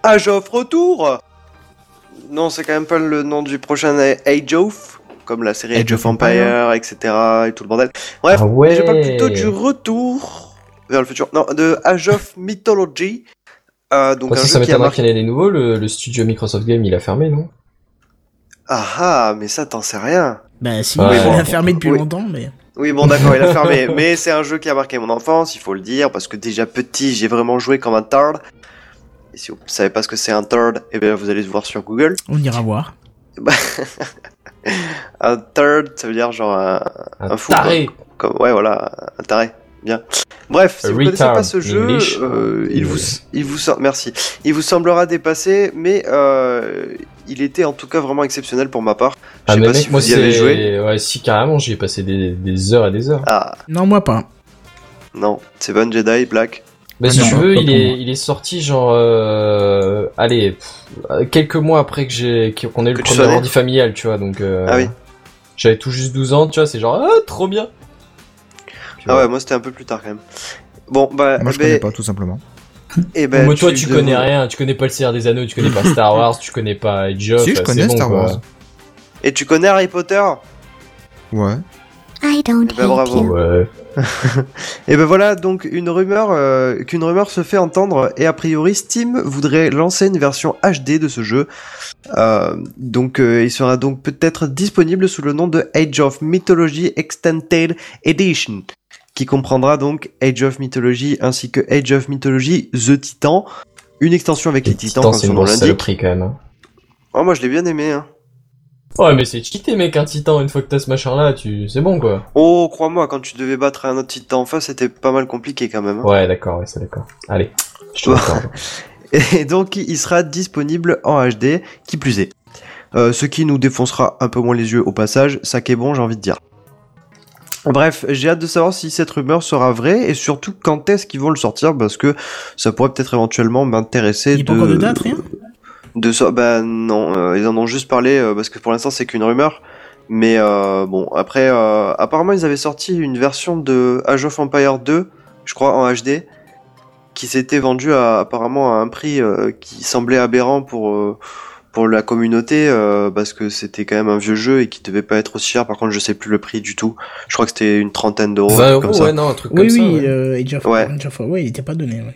Speaker 2: Ah, j'offre retour Non, c'est quand même pas le nom du prochain Age of, comme la série Age of Empire, etc. et tout le bordel. Bref,
Speaker 3: Ah ouais.
Speaker 2: je parle plutôt du retour vers le futur. Non, de Age of Mythology. Euh, donc
Speaker 3: Après,
Speaker 2: un
Speaker 3: Bah, ça, ça
Speaker 2: jeu qui a
Speaker 3: m'étonnerait
Speaker 2: marqué.
Speaker 3: qu'il y en ait des nouveaux. Le, le studio Microsoft Game, il a fermé, non
Speaker 2: Ah ah, mais ça, t'en sais rien.
Speaker 1: Bah, si,
Speaker 3: Ouais.
Speaker 1: on l'a fermé depuis
Speaker 2: Oui.
Speaker 1: longtemps, mais.
Speaker 2: Oui, bon, d'accord, il a fermé. mais c'est un jeu qui a marqué mon enfance, il faut le dire, parce que déjà petit, j'ai vraiment joué comme un tard. Et si vous savez pas ce que c'est un tard, eh bien, vous allez le voir sur Google.
Speaker 1: On ira voir.
Speaker 2: Un tard, ça veut dire genre un,
Speaker 3: Un
Speaker 2: Un fou,
Speaker 3: taré
Speaker 2: comme ouais voilà un taré bien bref si
Speaker 3: A
Speaker 2: vous connaissez
Speaker 3: retard
Speaker 2: pas ce
Speaker 3: in
Speaker 2: jeu
Speaker 3: English.
Speaker 2: euh, il vous
Speaker 3: Yeah.
Speaker 2: il vous sem- merci il vous semblera dépassé mais euh, il était en tout cas vraiment exceptionnel pour ma part je
Speaker 3: Ah,
Speaker 2: sais
Speaker 3: mais
Speaker 2: pas
Speaker 3: mec,
Speaker 2: si
Speaker 3: moi,
Speaker 2: vous y avez
Speaker 3: c'est-
Speaker 2: joué
Speaker 3: Ouais, si, carrément, j'y ai passé des, des heures et des heures.
Speaker 2: ah
Speaker 1: Non, moi pas.
Speaker 2: non c'est Seven Jedi Black
Speaker 3: Bah, si
Speaker 9: Ah non,
Speaker 3: tu veux,
Speaker 9: pas
Speaker 3: il
Speaker 9: pour
Speaker 3: est,
Speaker 9: moi.
Speaker 3: il est sorti genre, euh, allez, pff, quelques mois après que j'ai, qu'on ait
Speaker 2: Que tu
Speaker 3: le premier
Speaker 2: sois né.
Speaker 3: ordi familial, tu vois, donc, euh,
Speaker 2: Ah oui.
Speaker 3: J'avais tout juste 12 ans, tu vois, c'est genre, ah, trop bien! Tu
Speaker 2: ah
Speaker 3: vois.
Speaker 2: ouais moi c'était un peu plus tard quand même bon bah
Speaker 4: Moi, je
Speaker 2: ben,
Speaker 4: connais pas, tout simplement.
Speaker 2: eh ben,
Speaker 3: Moi, toi, tu connais
Speaker 2: devrais-
Speaker 3: rien, tu connais pas le Seigneur des Anneaux, tu connais pas Star Wars, tu connais pas Age of,
Speaker 4: Si, je
Speaker 3: euh,
Speaker 4: connais
Speaker 3: c'est bon,
Speaker 4: Star
Speaker 3: quoi.
Speaker 4: Wars.
Speaker 2: et tu connais Harry Potter
Speaker 4: Ouais.
Speaker 10: I don't
Speaker 2: Eh ben, bravo.
Speaker 3: Ouais.
Speaker 2: Et ben voilà donc une rumeur euh, qu'une rumeur se fait entendre et a priori Steam voudrait lancer une version HD de ce jeu. Euh, donc euh, il sera donc peut-être disponible sous le nom de Age of Mythology Extended Edition qui comprendra donc Age of Mythology ainsi que Age of Mythology The Titan, une extension avec les, titans,
Speaker 3: Titan,
Speaker 2: comme
Speaker 3: c'est
Speaker 2: son
Speaker 3: une
Speaker 2: nom
Speaker 3: grosse
Speaker 2: l'indique.
Speaker 3: saloperie quand même. hein.
Speaker 2: Oh moi je l'ai bien aimé hein.
Speaker 3: Ouais, mais c'est cheaté, mec, un Titan, une fois que t'as ce machin là, tu, c'est bon, quoi.
Speaker 2: Oh crois-moi quand tu devais battre un autre titan en face, c'était pas mal compliqué quand même. hein.
Speaker 3: Ouais, d'accord, ouais, c'est d'accord. Allez. Je te
Speaker 2: Bon. *laughs*
Speaker 3: l'accorde.
Speaker 2: Et donc il sera disponible en HD, qui plus est. Euh, ce qui nous défoncera un peu moins les yeux au passage, ça qui est bon j'ai envie de dire. Bref, j'ai hâte de savoir si cette rumeur sera vraie et surtout quand est-ce qu'ils vont le sortir parce que ça pourrait peut-être éventuellement m'intéresser
Speaker 1: Il n'y a
Speaker 2: de...
Speaker 1: pas encore de date, rien
Speaker 2: de ça, bah non, euh, ils en ont juste parlé euh, parce que pour l'instant c'est qu'une rumeur. Mais euh, bon, après, euh, apparemment ils avaient sorti une version de Age of Empire 2, je crois en HD, qui s'était vendue à, apparemment à un prix euh, qui semblait aberrant pour euh, pour la communauté euh, parce que c'était quand même un vieux jeu et qui devait pas être aussi cher. Par contre, je sais plus le prix du tout. Je crois que c'était une trentaine d'euros, un
Speaker 3: 20
Speaker 2: truc
Speaker 3: euros,
Speaker 2: comme ça.
Speaker 3: Bah, ouais, non, un truc
Speaker 1: Oui,
Speaker 3: comme ça.
Speaker 1: oui,
Speaker 3: ouais.
Speaker 1: euh, Age of-
Speaker 2: Ouais.
Speaker 1: Age of- ouais, il était pas donné. ouais.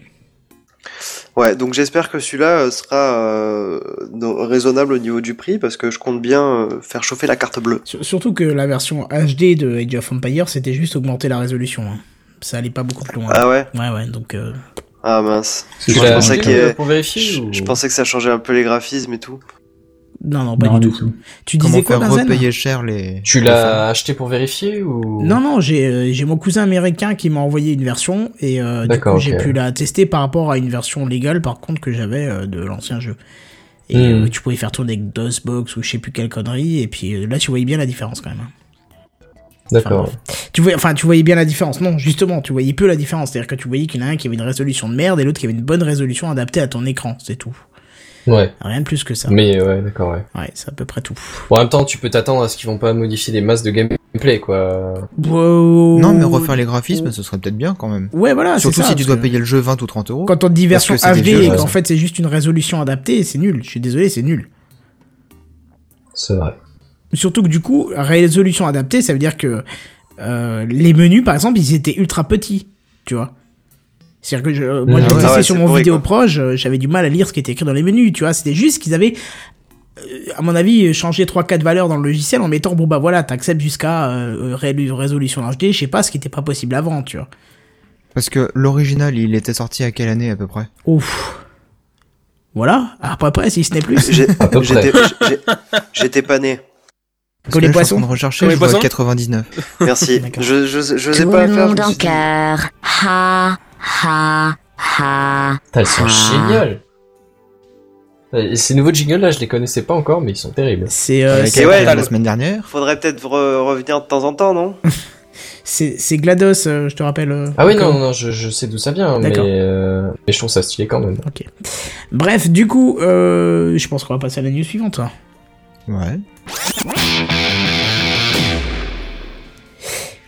Speaker 2: Ouais, donc j'espère que celui-là euh, sera euh, no- raisonnable au niveau du prix parce que je compte bien euh, faire chauffer la carte bleue.
Speaker 1: Sur- Surtout que la version HD de Age of Empire, c'était juste augmenter la résolution. hein. Ça allait pas beaucoup plus loin.
Speaker 2: Ah ouais
Speaker 1: Ouais, ouais, donc. euh,
Speaker 2: Ah mince.
Speaker 9: C'est
Speaker 3: Tu
Speaker 2: Je
Speaker 9: juste
Speaker 3: l'as
Speaker 9: un
Speaker 2: pensais
Speaker 3: acheté
Speaker 9: jeu.
Speaker 2: qu'il y avait-
Speaker 3: pour vérifier
Speaker 2: Je,
Speaker 3: ou...
Speaker 2: je pensais que ça changeait un peu les graphismes et tout.
Speaker 1: Non, non, pas
Speaker 9: Non,
Speaker 1: du
Speaker 9: du
Speaker 1: tout.
Speaker 9: tout.
Speaker 1: Tu
Speaker 4: Comment
Speaker 1: disais quoi,
Speaker 4: faire
Speaker 1: Benzen
Speaker 4: repayer cher les.
Speaker 3: Tu
Speaker 4: les fans
Speaker 3: l'as acheté pour vérifier ou
Speaker 1: Non, non, j'ai euh, j'ai mon cousin américain qui m'a envoyé une version et euh, du
Speaker 3: D'accord,
Speaker 1: coup, j'ai
Speaker 3: ok.
Speaker 1: pu la tester par rapport à une version légale par contre que j'avais euh, de l'ancien jeu. Et
Speaker 3: Hmm.
Speaker 1: euh, tu pouvais faire tourner avec DOSBox ou je sais plus quelle connerie et puis euh, là tu voyais bien la différence quand même. hein.
Speaker 3: D'accord.
Speaker 1: Tu voyais, enfin tu voyais bien la différence, non justement tu voyais peu la différence, c'est-à-dire que tu voyais qu'il y en a un qui avait une résolution de merde et l'autre qui avait une bonne résolution adaptée à ton écran, c'est tout.
Speaker 3: Ouais.
Speaker 1: Rien de plus que ça.
Speaker 3: Mais ouais, d'accord, ouais.
Speaker 1: Ouais, c'est à peu près tout.
Speaker 3: Bon, en même temps, tu peux t'attendre à ce qu'ils vont pas modifier des masses de gameplay, quoi.
Speaker 1: Oh,
Speaker 4: Non, mais refaire les graphismes, ce serait peut-être bien quand même.
Speaker 1: Ouais, voilà, Ah, c'est
Speaker 4: Surtout
Speaker 1: ça,
Speaker 4: si tu
Speaker 1: parce
Speaker 4: dois
Speaker 1: que-
Speaker 4: payer le jeu 20 ou 30 euros.
Speaker 1: Quand on dit
Speaker 4: Parce
Speaker 1: version
Speaker 4: que c'est des
Speaker 1: HD
Speaker 4: vieux
Speaker 1: et
Speaker 4: jeux,
Speaker 1: qu'en
Speaker 4: ça.
Speaker 1: fait c'est juste une résolution adaptée, c'est nul. Je suis désolé, c'est nul.
Speaker 3: C'est vrai.
Speaker 1: Surtout que du coup, résolution adaptée, ça veut dire que euh, les menus, par exemple, ils étaient ultra petits, tu vois. C'est-à-dire que je, euh, moi,
Speaker 3: Mhm.
Speaker 1: j'ai
Speaker 3: Ah
Speaker 1: testé
Speaker 2: ouais,
Speaker 1: sur
Speaker 2: c'est
Speaker 1: mon
Speaker 2: pourri,
Speaker 1: vidéo
Speaker 2: quoi.
Speaker 1: proche, euh, j'avais du mal à lire ce qui était écrit dans les menus, tu vois. C'était juste qu'ils avaient, euh, à mon avis, changé 3-4 valeurs dans le logiciel en mettant, bon bah voilà, t'acceptes jusqu'à euh, ré- résolution HD, je sais pas, ce qui était pas possible avant, tu vois.
Speaker 4: Parce que l'original, il était sorti à quelle année à peu près
Speaker 1: Ouf. Voilà, après, après si ce n'est
Speaker 3: *laughs*
Speaker 1: plus.
Speaker 2: J'ai-
Speaker 3: À peu près.
Speaker 2: J'étais j'ai- j'étais pas né.
Speaker 4: Parce
Speaker 1: Comme
Speaker 4: que
Speaker 1: les Euh,
Speaker 4: là, Je suis
Speaker 1: poissons.
Speaker 4: en train de rechercher,
Speaker 5: Comme
Speaker 4: je
Speaker 5: les
Speaker 4: vois
Speaker 5: poissons
Speaker 4: 99.
Speaker 10: *laughs*
Speaker 2: Merci.
Speaker 1: D'accord.
Speaker 2: je je, je sais
Speaker 10: Tout
Speaker 2: pas
Speaker 10: le
Speaker 2: faire. je me
Speaker 10: monde en
Speaker 2: suis dit-
Speaker 10: cœur. Ha.
Speaker 8: Ha, ha.
Speaker 3: Putain, ils sont
Speaker 8: Ah.
Speaker 3: géniales. Et Ces nouveaux jingles là, je les connaissais pas encore, mais ils sont terribles.
Speaker 1: C'est euh,
Speaker 4: Avec
Speaker 1: c'est-
Speaker 2: et ouais,
Speaker 4: Atlanta la
Speaker 2: le-
Speaker 4: semaine dernière.
Speaker 2: Faudrait peut-être re- revenir de temps en temps, non
Speaker 1: c'est- c'est GLaDOS, euh, je te rappelle. euh,
Speaker 3: Ah oui,
Speaker 1: encore.
Speaker 3: non, non, je, je sais d'où ça vient, mais,
Speaker 1: D'accord.
Speaker 3: euh, mais je trouve ça stylé quand même.
Speaker 1: Bref, du coup, euh, je pense qu'on va passer à la news suivante. hein.
Speaker 4: Ouais.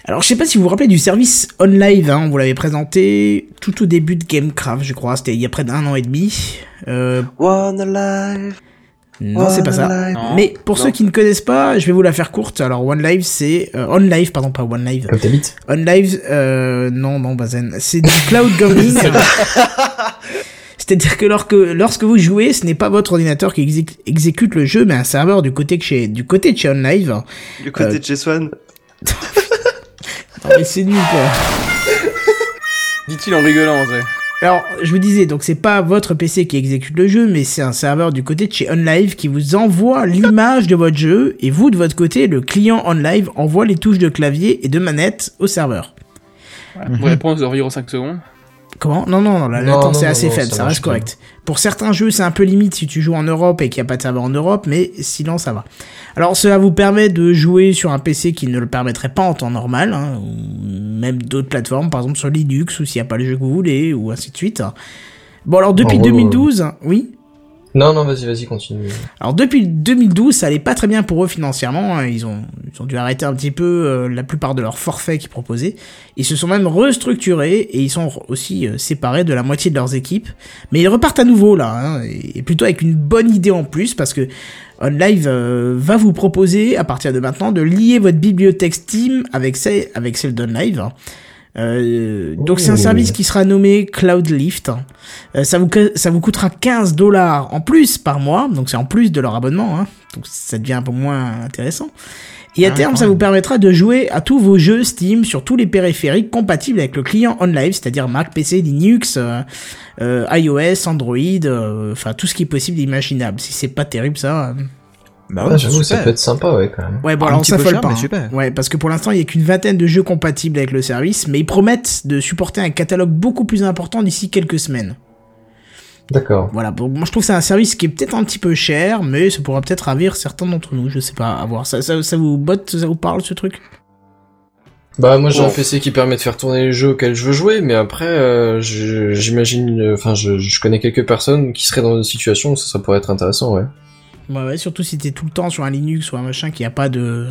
Speaker 1: Alors, je sais pas si vous vous rappelez du service OnLive, hein, on vous l'avait présenté tout au début de GameCraft, je crois, c'était il y a près d'un an et demi. Euh,
Speaker 2: One alive.
Speaker 1: non, c'est pas ça. Mais pour
Speaker 2: Oh Non.
Speaker 1: ceux qui ne connaissent pas, je vais vous la faire courte. Alors One Live, c'est euh, On Live, pardon, pas One Live.
Speaker 3: Comme t'habites
Speaker 1: On Live, euh, non, non, Bazen, c'est du cloud gaming. *laughs* C'est-à-dire que lorsque, lorsque vous jouez, ce n'est pas votre ordinateur qui exé- exécute le jeu, mais un serveur du côté de chez, du côté de chez On Live.
Speaker 2: Du côté
Speaker 1: Euh,
Speaker 2: de chez Swan.
Speaker 1: Non, mais c'est nul, quoi.
Speaker 5: Dit-il en rigolant, ouais.
Speaker 1: Alors, je vous disais, donc c'est pas votre PC qui exécute le jeu, mais c'est un serveur du côté de chez OnLive qui vous envoie l'image de votre jeu, et vous, de votre côté, le client OnLive envoie les touches de clavier et de manette au serveur.
Speaker 5: Pour réponse environ 5 secondes.
Speaker 1: Comment Non, non, non, la
Speaker 3: Non,
Speaker 1: latence
Speaker 3: non,
Speaker 1: est
Speaker 3: non,
Speaker 1: assez
Speaker 3: non,
Speaker 1: faible,
Speaker 3: ça
Speaker 1: ça,
Speaker 3: marche
Speaker 1: reste correct. Pour certains jeux, c'est un peu limite si tu joues en Europe et qu'il n'y a pas de serveur en Europe, mais sinon, ça va. Alors, cela vous permet de jouer sur un PC qui ne le permettrait pas en temps normal, hein, ou même d'autres plateformes, par exemple sur Linux, ou s'il n'y a pas le jeu que vous voulez, ou ainsi de suite. Bon, alors, depuis
Speaker 3: gros, euh,
Speaker 1: 2012, oui
Speaker 3: Non, non, vas-y, vas-y, continue.
Speaker 1: alors depuis 2012, ça allait pas très bien pour eux financièrement. hein. Ils ont, ils ont dû arrêter un petit peu euh, la plupart de leurs forfaits qu'ils proposaient. Ils se sont même restructurés et ils sont re- aussi euh, séparés de la moitié de leurs équipes. Mais ils repartent à nouveau là, hein, et, et plutôt avec une bonne idée en plus parce que OnLive euh, va vous proposer à partir de maintenant de lier votre bibliothèque Steam avec celle, avec celle d'OnLive. hein. Euh, donc c'est un
Speaker 3: Oh.
Speaker 1: service qui sera nommé Cloud Lift. Euh, ça vous, co- ça vous coûtera 15 dollars en plus par mois, donc c'est en plus de leur abonnement, hein. donc ça devient un peu moins intéressant. Et à
Speaker 4: Ah,
Speaker 1: terme,
Speaker 4: quand
Speaker 1: ça
Speaker 4: même.
Speaker 1: vous permettra de jouer à tous vos jeux Steam sur tous les périphériques compatibles avec le client OnLive, c'est-à-dire Mac, PC, Linux, euh, euh, iOS, Android, euh, enfin tout ce qui est possible et imaginable. Si c'est pas terrible ça. euh.
Speaker 4: Bah
Speaker 3: Ah,
Speaker 4: ouais,
Speaker 3: J'avoue, ça
Speaker 4: super.
Speaker 3: peut être sympa, ouais, quand même.
Speaker 1: Ouais, bon,
Speaker 4: Un
Speaker 1: alors
Speaker 4: petit
Speaker 1: ça
Speaker 4: peu
Speaker 1: folle
Speaker 4: cher,
Speaker 1: pas.
Speaker 4: mais
Speaker 1: hein.
Speaker 4: super.
Speaker 1: Ouais, parce que pour l'instant, il y a qu'une vingtaine de jeux compatibles avec le service, mais ils promettent de supporter un catalogue beaucoup plus important d'ici quelques semaines.
Speaker 3: D'accord.
Speaker 1: Voilà, bon, moi je trouve que c'est un service qui est peut-être un petit peu cher, mais ça pourra peut-être ravir certains d'entre nous, je sais pas, à voir. Ça, ça, ça vous botte, ça vous parle ce truc
Speaker 3: Bah, moi, j'ai
Speaker 2: Bon.
Speaker 3: un PC qui permet de faire tourner les jeux auxquels je veux jouer, mais après, euh, je- j'imagine, euh, enfin, je, je connais quelques personnes qui seraient dans une situation où ça, ça pourrait être intéressant, ouais.
Speaker 1: Ouais, ouais, surtout si t'es tout le temps sur un Linux ou un machin qui a pas de.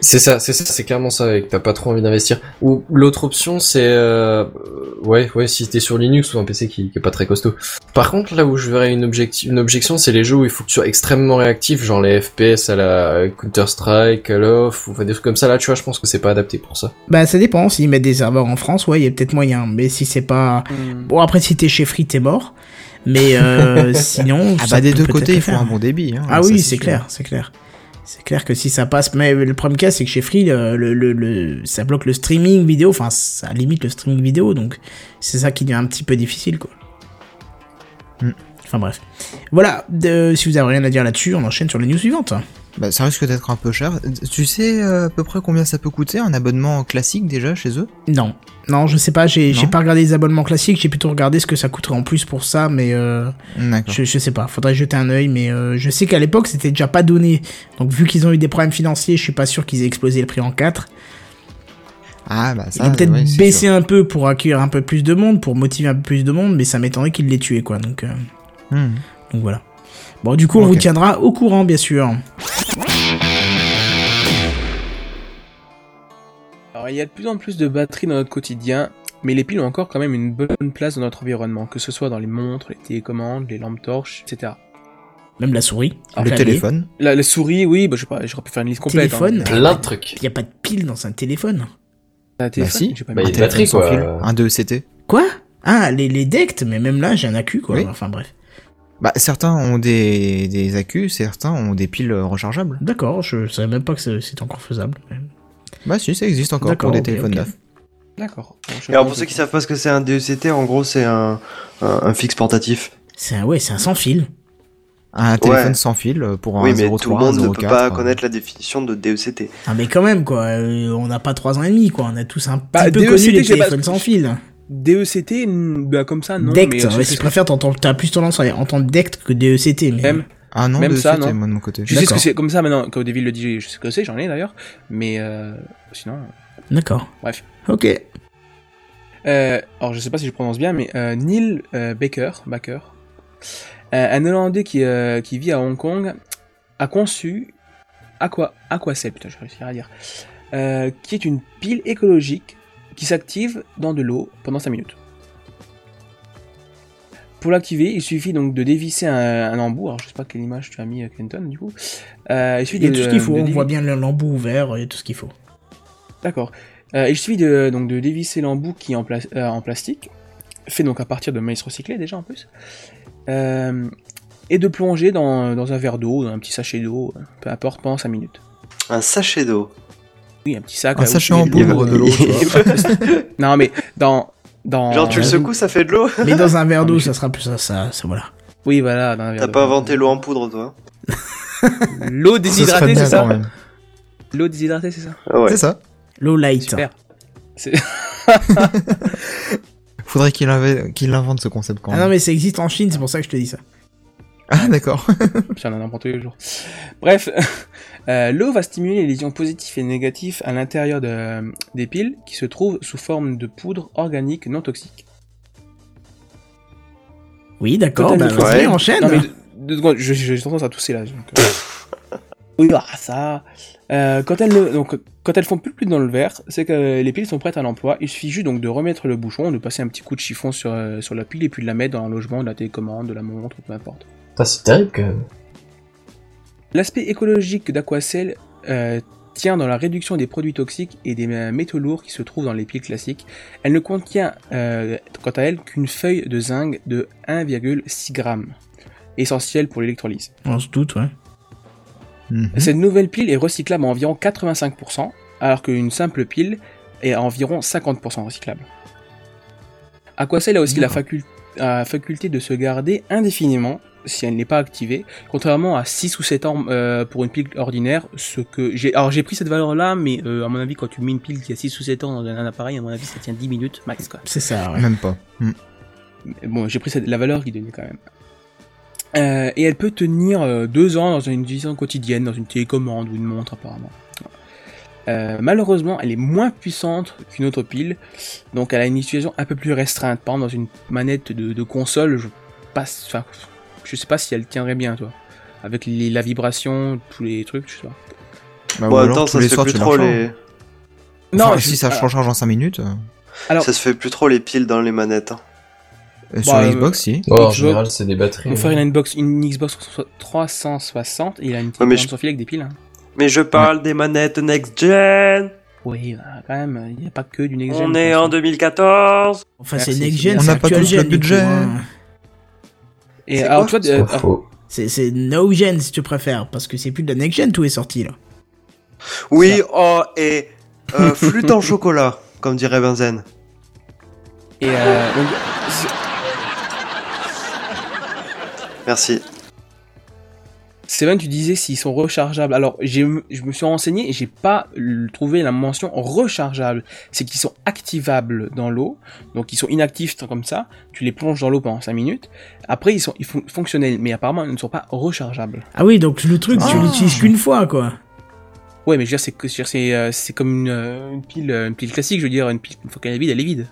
Speaker 3: C'est ça, c'est ça, c'est clairement ça, et que t'as pas trop envie d'investir. Ou l'autre option, c'est euh, ouais, ouais, si t'es sur Linux ou un PC qui, qui est pas très costaud. Par contre, là où je verrais une, objecti- une objection, c'est les jeux où il faut que tu sois extrêmement réactif, genre les FPS à la Counter Strike, Call of, ou enfin, des trucs comme ça. Là, tu vois, je pense que c'est pas adapté pour ça.
Speaker 1: Bah, ça dépend, s'ils mettent des serveurs en France, ouais, il y a peut-être moyen, mais si c'est pas.
Speaker 3: Hmm.
Speaker 1: Bon, après, si t'es chez Free, t'es mort. Mais euh,
Speaker 4: *laughs*
Speaker 1: sinon.
Speaker 4: Ah
Speaker 1: ça
Speaker 4: bah des
Speaker 1: peut
Speaker 4: deux
Speaker 1: peut-être
Speaker 4: côtés,
Speaker 1: le
Speaker 4: il faut
Speaker 1: faire.
Speaker 4: un bon débit. hein,
Speaker 1: Ah
Speaker 4: ça,
Speaker 1: oui,
Speaker 4: c'est
Speaker 1: c'est
Speaker 4: sûr.
Speaker 1: clair, c'est clair. C'est clair que si ça passe, mais le problème cas, c'est que chez Free, le, le, le- le- ça bloque le streaming vidéo, enfin, ça limite le streaming vidéo, donc c'est ça qui devient un petit peu difficile, quoi.
Speaker 4: Mm.
Speaker 1: Enfin bref. Voilà, de- si vous avez rien à dire là-dessus, on enchaîne sur les news suivantes.
Speaker 4: Bah ça risque d'être un peu cher. Tu sais euh, à peu près combien ça peut coûter un abonnement classique déjà chez eux
Speaker 1: Non, non, je sais pas, j'ai
Speaker 4: Non.
Speaker 1: j'ai pas regardé les abonnements classiques, j'ai plutôt regardé ce que ça coûterait en plus pour ça, mais euh,
Speaker 4: D'accord.
Speaker 1: je, je sais pas, faudrait jeter un œil, mais euh, je sais qu'à l'époque, c'était déjà pas donné. Donc vu qu'ils ont eu des problèmes financiers, je suis pas sûr qu'ils aient explosé le prix en 4.
Speaker 4: Ah bah
Speaker 1: Il
Speaker 4: ça.
Speaker 1: a peut-être
Speaker 4: ouais, c'est
Speaker 1: baissé
Speaker 4: sûr.
Speaker 1: un peu pour accueillir un peu plus de monde, pour motiver un peu plus de monde, mais ça m'étonnerait qu'il l'ait tué, quoi. Donc, euh,
Speaker 4: Hmm.
Speaker 1: donc voilà. Bon, du coup, on
Speaker 4: Ok.
Speaker 1: vous tiendra au courant, bien sûr.
Speaker 5: Alors, il y a de plus en plus de batteries dans notre quotidien, mais les piles ont encore quand même une bonne place dans notre environnement, que ce soit dans les montres, les télécommandes, les lampes torches, etc.
Speaker 1: Même la souris.
Speaker 4: Le
Speaker 1: clavier.
Speaker 4: téléphone.
Speaker 5: La, la souris, oui, bah, je sais pas, j'aurais pu faire une liste complète.
Speaker 1: Téléphone.
Speaker 5: hein.
Speaker 3: Plein de trucs.
Speaker 1: Il n'y a pas de pile dans un téléphone.
Speaker 5: Ah,
Speaker 4: Bah
Speaker 5: téléphone,
Speaker 4: si.
Speaker 5: j'ai pas
Speaker 3: Bah,
Speaker 5: mis.
Speaker 3: il y a une batterie,
Speaker 4: Sans
Speaker 3: quoi.
Speaker 4: fil. Un E 2 CT.
Speaker 1: Quoi Ah, les, les dects, mais même là, j'ai un accu, quoi.
Speaker 4: Oui.
Speaker 1: Enfin, bref.
Speaker 4: Bah certains ont des des accus, certains ont des piles euh, rechargeables.
Speaker 1: D'accord, je savais même pas que c'est- c'était encore faisable.
Speaker 4: Bah si, ça existe encore
Speaker 1: D'accord,
Speaker 4: pour des
Speaker 1: ok,
Speaker 4: téléphones
Speaker 1: ok.
Speaker 4: neufs.
Speaker 5: D'accord. Bon, je
Speaker 2: Et alors
Speaker 5: pense
Speaker 2: pour
Speaker 5: que-
Speaker 2: ceux qui savent pas ce que c'est un DECT, en gros c'est un, un, un fixe portatif.
Speaker 1: C'est un, ouais, c'est un sans fil.
Speaker 4: Un téléphone sans fil euh, pour
Speaker 2: oui
Speaker 4: un
Speaker 2: mais
Speaker 4: 03,
Speaker 2: tout le monde
Speaker 4: un
Speaker 2: ne
Speaker 4: 04.
Speaker 2: peut pas
Speaker 4: euh.
Speaker 2: connaître la définition de E DECT.
Speaker 1: Ah, mais quand même, quoi. euh, on n'a pas trois ans et demi, quoi. On a tous un petit
Speaker 5: Bah,
Speaker 1: peu
Speaker 5: DECT,
Speaker 1: connu les
Speaker 5: je sais pas
Speaker 1: téléphones
Speaker 5: ce que-
Speaker 1: sans fil.
Speaker 5: DECT, mm, bah, comme ça, non. mais,
Speaker 1: DECT,
Speaker 5: euh,
Speaker 1: ouais,
Speaker 5: c'est-
Speaker 1: si tu préfères, t'entends- t'as plus tendance à entendre DECT que DECT. Mais...
Speaker 5: Même.
Speaker 4: Ah non,
Speaker 5: Même
Speaker 4: de
Speaker 5: ça,
Speaker 4: c'était,
Speaker 5: non.
Speaker 4: moi de mon côté.
Speaker 5: Je sais ce
Speaker 4: D'accord.
Speaker 5: que c'est comme ça maintenant, quand Devil le dit, je sais ce que c'est, j'en ai d'ailleurs. Mais euh, sinon.
Speaker 1: D'accord.
Speaker 5: Bref.
Speaker 1: Ok.
Speaker 5: Euh, alors, je sais pas si je prononce bien, mais euh, Neil euh, Baker, Baker euh, un Hollandais qui, euh, qui vit à Hong Kong, a conçu Aqua, Aquacel, putain, je réussirai à dire, euh, qui est une pile écologique qui s'active dans de l'eau pendant 5 minutes. Pour l'activer, il suffit donc de dévisser un, un embout. Alors, je sais pas quelle image tu as mis, euh, Clinton, du coup. Euh, il suffit
Speaker 1: Il y a
Speaker 5: de-
Speaker 1: tout ce qu'il faut,
Speaker 5: de
Speaker 1: on
Speaker 5: dévi-
Speaker 1: voit bien le l'embout ouvert, il y a tout ce qu'il faut.
Speaker 5: D'accord. Euh, il suffit de, donc de dévisser l'embout qui est en, pla- euh, en plastique, fait donc à partir de maïs recyclé déjà en plus, euh, et de plonger dans, dans un verre d'eau, dans un petit sachet d'eau, euh, peu importe, pendant 5 minutes.
Speaker 2: Un sachet d'eau.
Speaker 5: Oui, un petit sac.
Speaker 4: Un
Speaker 5: là, où
Speaker 4: sachet
Speaker 5: tu mets
Speaker 4: en
Speaker 5: le-
Speaker 4: poudre de l'eau. tu vois.
Speaker 5: *laughs* Non mais dans... dans euh,
Speaker 2: Genre, tu le secoues, ça fait de l'eau.
Speaker 1: Mais dans un verre d'eau, ça sera plus ça, ça, ça, voilà.
Speaker 5: Oui voilà, dans un verre
Speaker 2: T'as
Speaker 5: d'eau.
Speaker 2: pas inventé l'eau en poudre, toi
Speaker 5: L'eau
Speaker 4: Ce serait
Speaker 5: déshydratée,
Speaker 4: bien
Speaker 5: c'est ça
Speaker 4: quand même.
Speaker 5: L'eau déshydratée, c'est ça
Speaker 2: Ah Ouais.
Speaker 4: C'est ça.
Speaker 1: Low light.
Speaker 5: Super. C'est-
Speaker 4: Faudrait qu'il inve- qu'il invente ce concept quand
Speaker 1: Ah non,
Speaker 4: même.
Speaker 1: mais ça existe en Chine, c'est pour ça que je te dis ça.
Speaker 4: Ah d'accord. *laughs*
Speaker 5: Puis on en apprend tous les jours. Bref, *laughs* euh, l'eau va stimuler les ions positifs et négatifs à l'intérieur de- des piles qui se trouvent sous forme de poudre organique non toxique.
Speaker 1: Oui, d'accord, bah
Speaker 5: Totalement.
Speaker 1: vas-y,
Speaker 2: Ouais.
Speaker 1: enchaîne.
Speaker 5: Non mais deux- deux secondes, je- je- j'ai tendance à tousser là. donc, euh. Oui, ah, ça. Euh, quand elles ne- donc quand elles font plus plus dans le verre, c'est que les piles sont prêtes à l'emploi. Il suffit juste donc de remettre le bouchon, de passer un petit coup de chiffon sur, euh, sur la pile et puis de la mettre dans un logement, de la télécommande, de la montre, peu importe.
Speaker 3: Putain, c'est terrible quand même.
Speaker 5: L'aspect écologique d'Aquacel euh, tient dans la réduction des produits toxiques et des euh, métaux lourds qui se trouvent dans les piles classiques. Elle ne contient, euh, quant à elle, qu'une feuille de zinc de 1,6 g, essentielle pour l'électrolyse.
Speaker 1: On se doute, ouais.
Speaker 4: Mhm.
Speaker 5: Cette nouvelle pile est recyclable à environ 85%, alors qu'une simple pile est à environ 50% recyclable. Aquacel a aussi la, facul- la faculté de se garder indéfiniment si elle n'est pas activée, contrairement à 6 ou 7 ans euh, pour une pile ordinaire, ce que j'ai... Alors j'ai pris cette valeur-là, mais euh, à mon avis, quand tu mets une pile qui a 6 ou 7 ans dans un appareil, à mon avis, ça tient 10 minutes max, quoi.
Speaker 1: C'est ça, ouais.
Speaker 4: Même pas. Mm.
Speaker 5: Mais bon, j'ai pris cette- la valeur qu'il donnait quand même. Euh, et elle peut tenir euh, deux ans dans une utilisation quotidienne, dans une télécommande ou une montre apparemment. Euh, malheureusement, elle est moins puissante qu'une autre pile, donc elle a une utilisation un peu plus restreinte. Par exemple, dans une manette de, de console, je passe, enfin, je sais pas si elle tiendrait bien, toi, avec les- la vibration, tous les trucs, je sais pas.
Speaker 4: Bah, ou
Speaker 2: Bon,
Speaker 4: alors,
Speaker 2: attends,
Speaker 4: tous
Speaker 2: ça se
Speaker 4: les
Speaker 2: fait
Speaker 4: soirs,
Speaker 2: plus
Speaker 4: tu
Speaker 2: trop
Speaker 4: la recharges.
Speaker 2: les.
Speaker 4: Enfin,
Speaker 5: je-
Speaker 4: si ça se
Speaker 5: alors,
Speaker 4: recharge en 5 minutes. euh,
Speaker 5: alors,
Speaker 2: Ça se fait plus trop les piles dans les manettes. hein.
Speaker 4: euh, sur la
Speaker 5: euh,
Speaker 4: Xbox, si.
Speaker 3: Oh, en
Speaker 5: Xbox.
Speaker 3: général, c'est des batteries.
Speaker 5: mon frère,
Speaker 3: hein.
Speaker 5: il a une, box, une Xbox 360, et il a une petite
Speaker 2: Ouais, mais
Speaker 5: bande
Speaker 2: je-
Speaker 5: sans fil avec des piles. hein.
Speaker 2: Mais je parle des manettes next gen.
Speaker 5: Oui, bah, quand même, il n'y a pas que du next-gen.
Speaker 2: On est en 2014.
Speaker 1: Enfin, c'est
Speaker 5: Merci,
Speaker 1: next
Speaker 5: c'est
Speaker 1: gen,
Speaker 5: bien.
Speaker 4: On
Speaker 1: c'est
Speaker 4: n'a pas
Speaker 1: actuel
Speaker 4: tous
Speaker 1: gen,
Speaker 4: le
Speaker 1: du coup,
Speaker 4: budget.
Speaker 1: hein.
Speaker 5: Et
Speaker 2: C'est
Speaker 5: alors,
Speaker 2: quoi
Speaker 5: toi, euh,
Speaker 3: C'est pas
Speaker 5: alors,
Speaker 3: faux.
Speaker 1: C'est c'est no gen si tu préfères, parce que c'est plus de la next gen, tout est sorti là.
Speaker 2: Oui, oh, et euh,
Speaker 3: *laughs*
Speaker 2: flûte en chocolat, comme dirait Benzen.
Speaker 5: et, euh, donc,
Speaker 2: Merci.
Speaker 5: Steven, tu disais s'ils sont rechargeables. Alors, j'ai- je me suis renseigné et j'ai pas l- trouvé la mention rechargeable. C'est qu'ils sont activables dans l'eau. Donc, ils sont inactifs tant comme ça. Tu les plonges dans l'eau pendant 5 minutes. Après, ils sont ils font- fonctionnels, mais apparemment, ils ne sont pas rechargeables.
Speaker 1: Ah oui, donc le truc, tu
Speaker 4: Ah.
Speaker 1: l'utilises qu'une fois, quoi.
Speaker 5: Ouais, mais je veux dire, c'est que- je veux dire, c'est euh, c'est comme une, euh, une pile, euh, une pile classique. Je veux dire, une pile, une fois qu'elle est vide, elle est vide.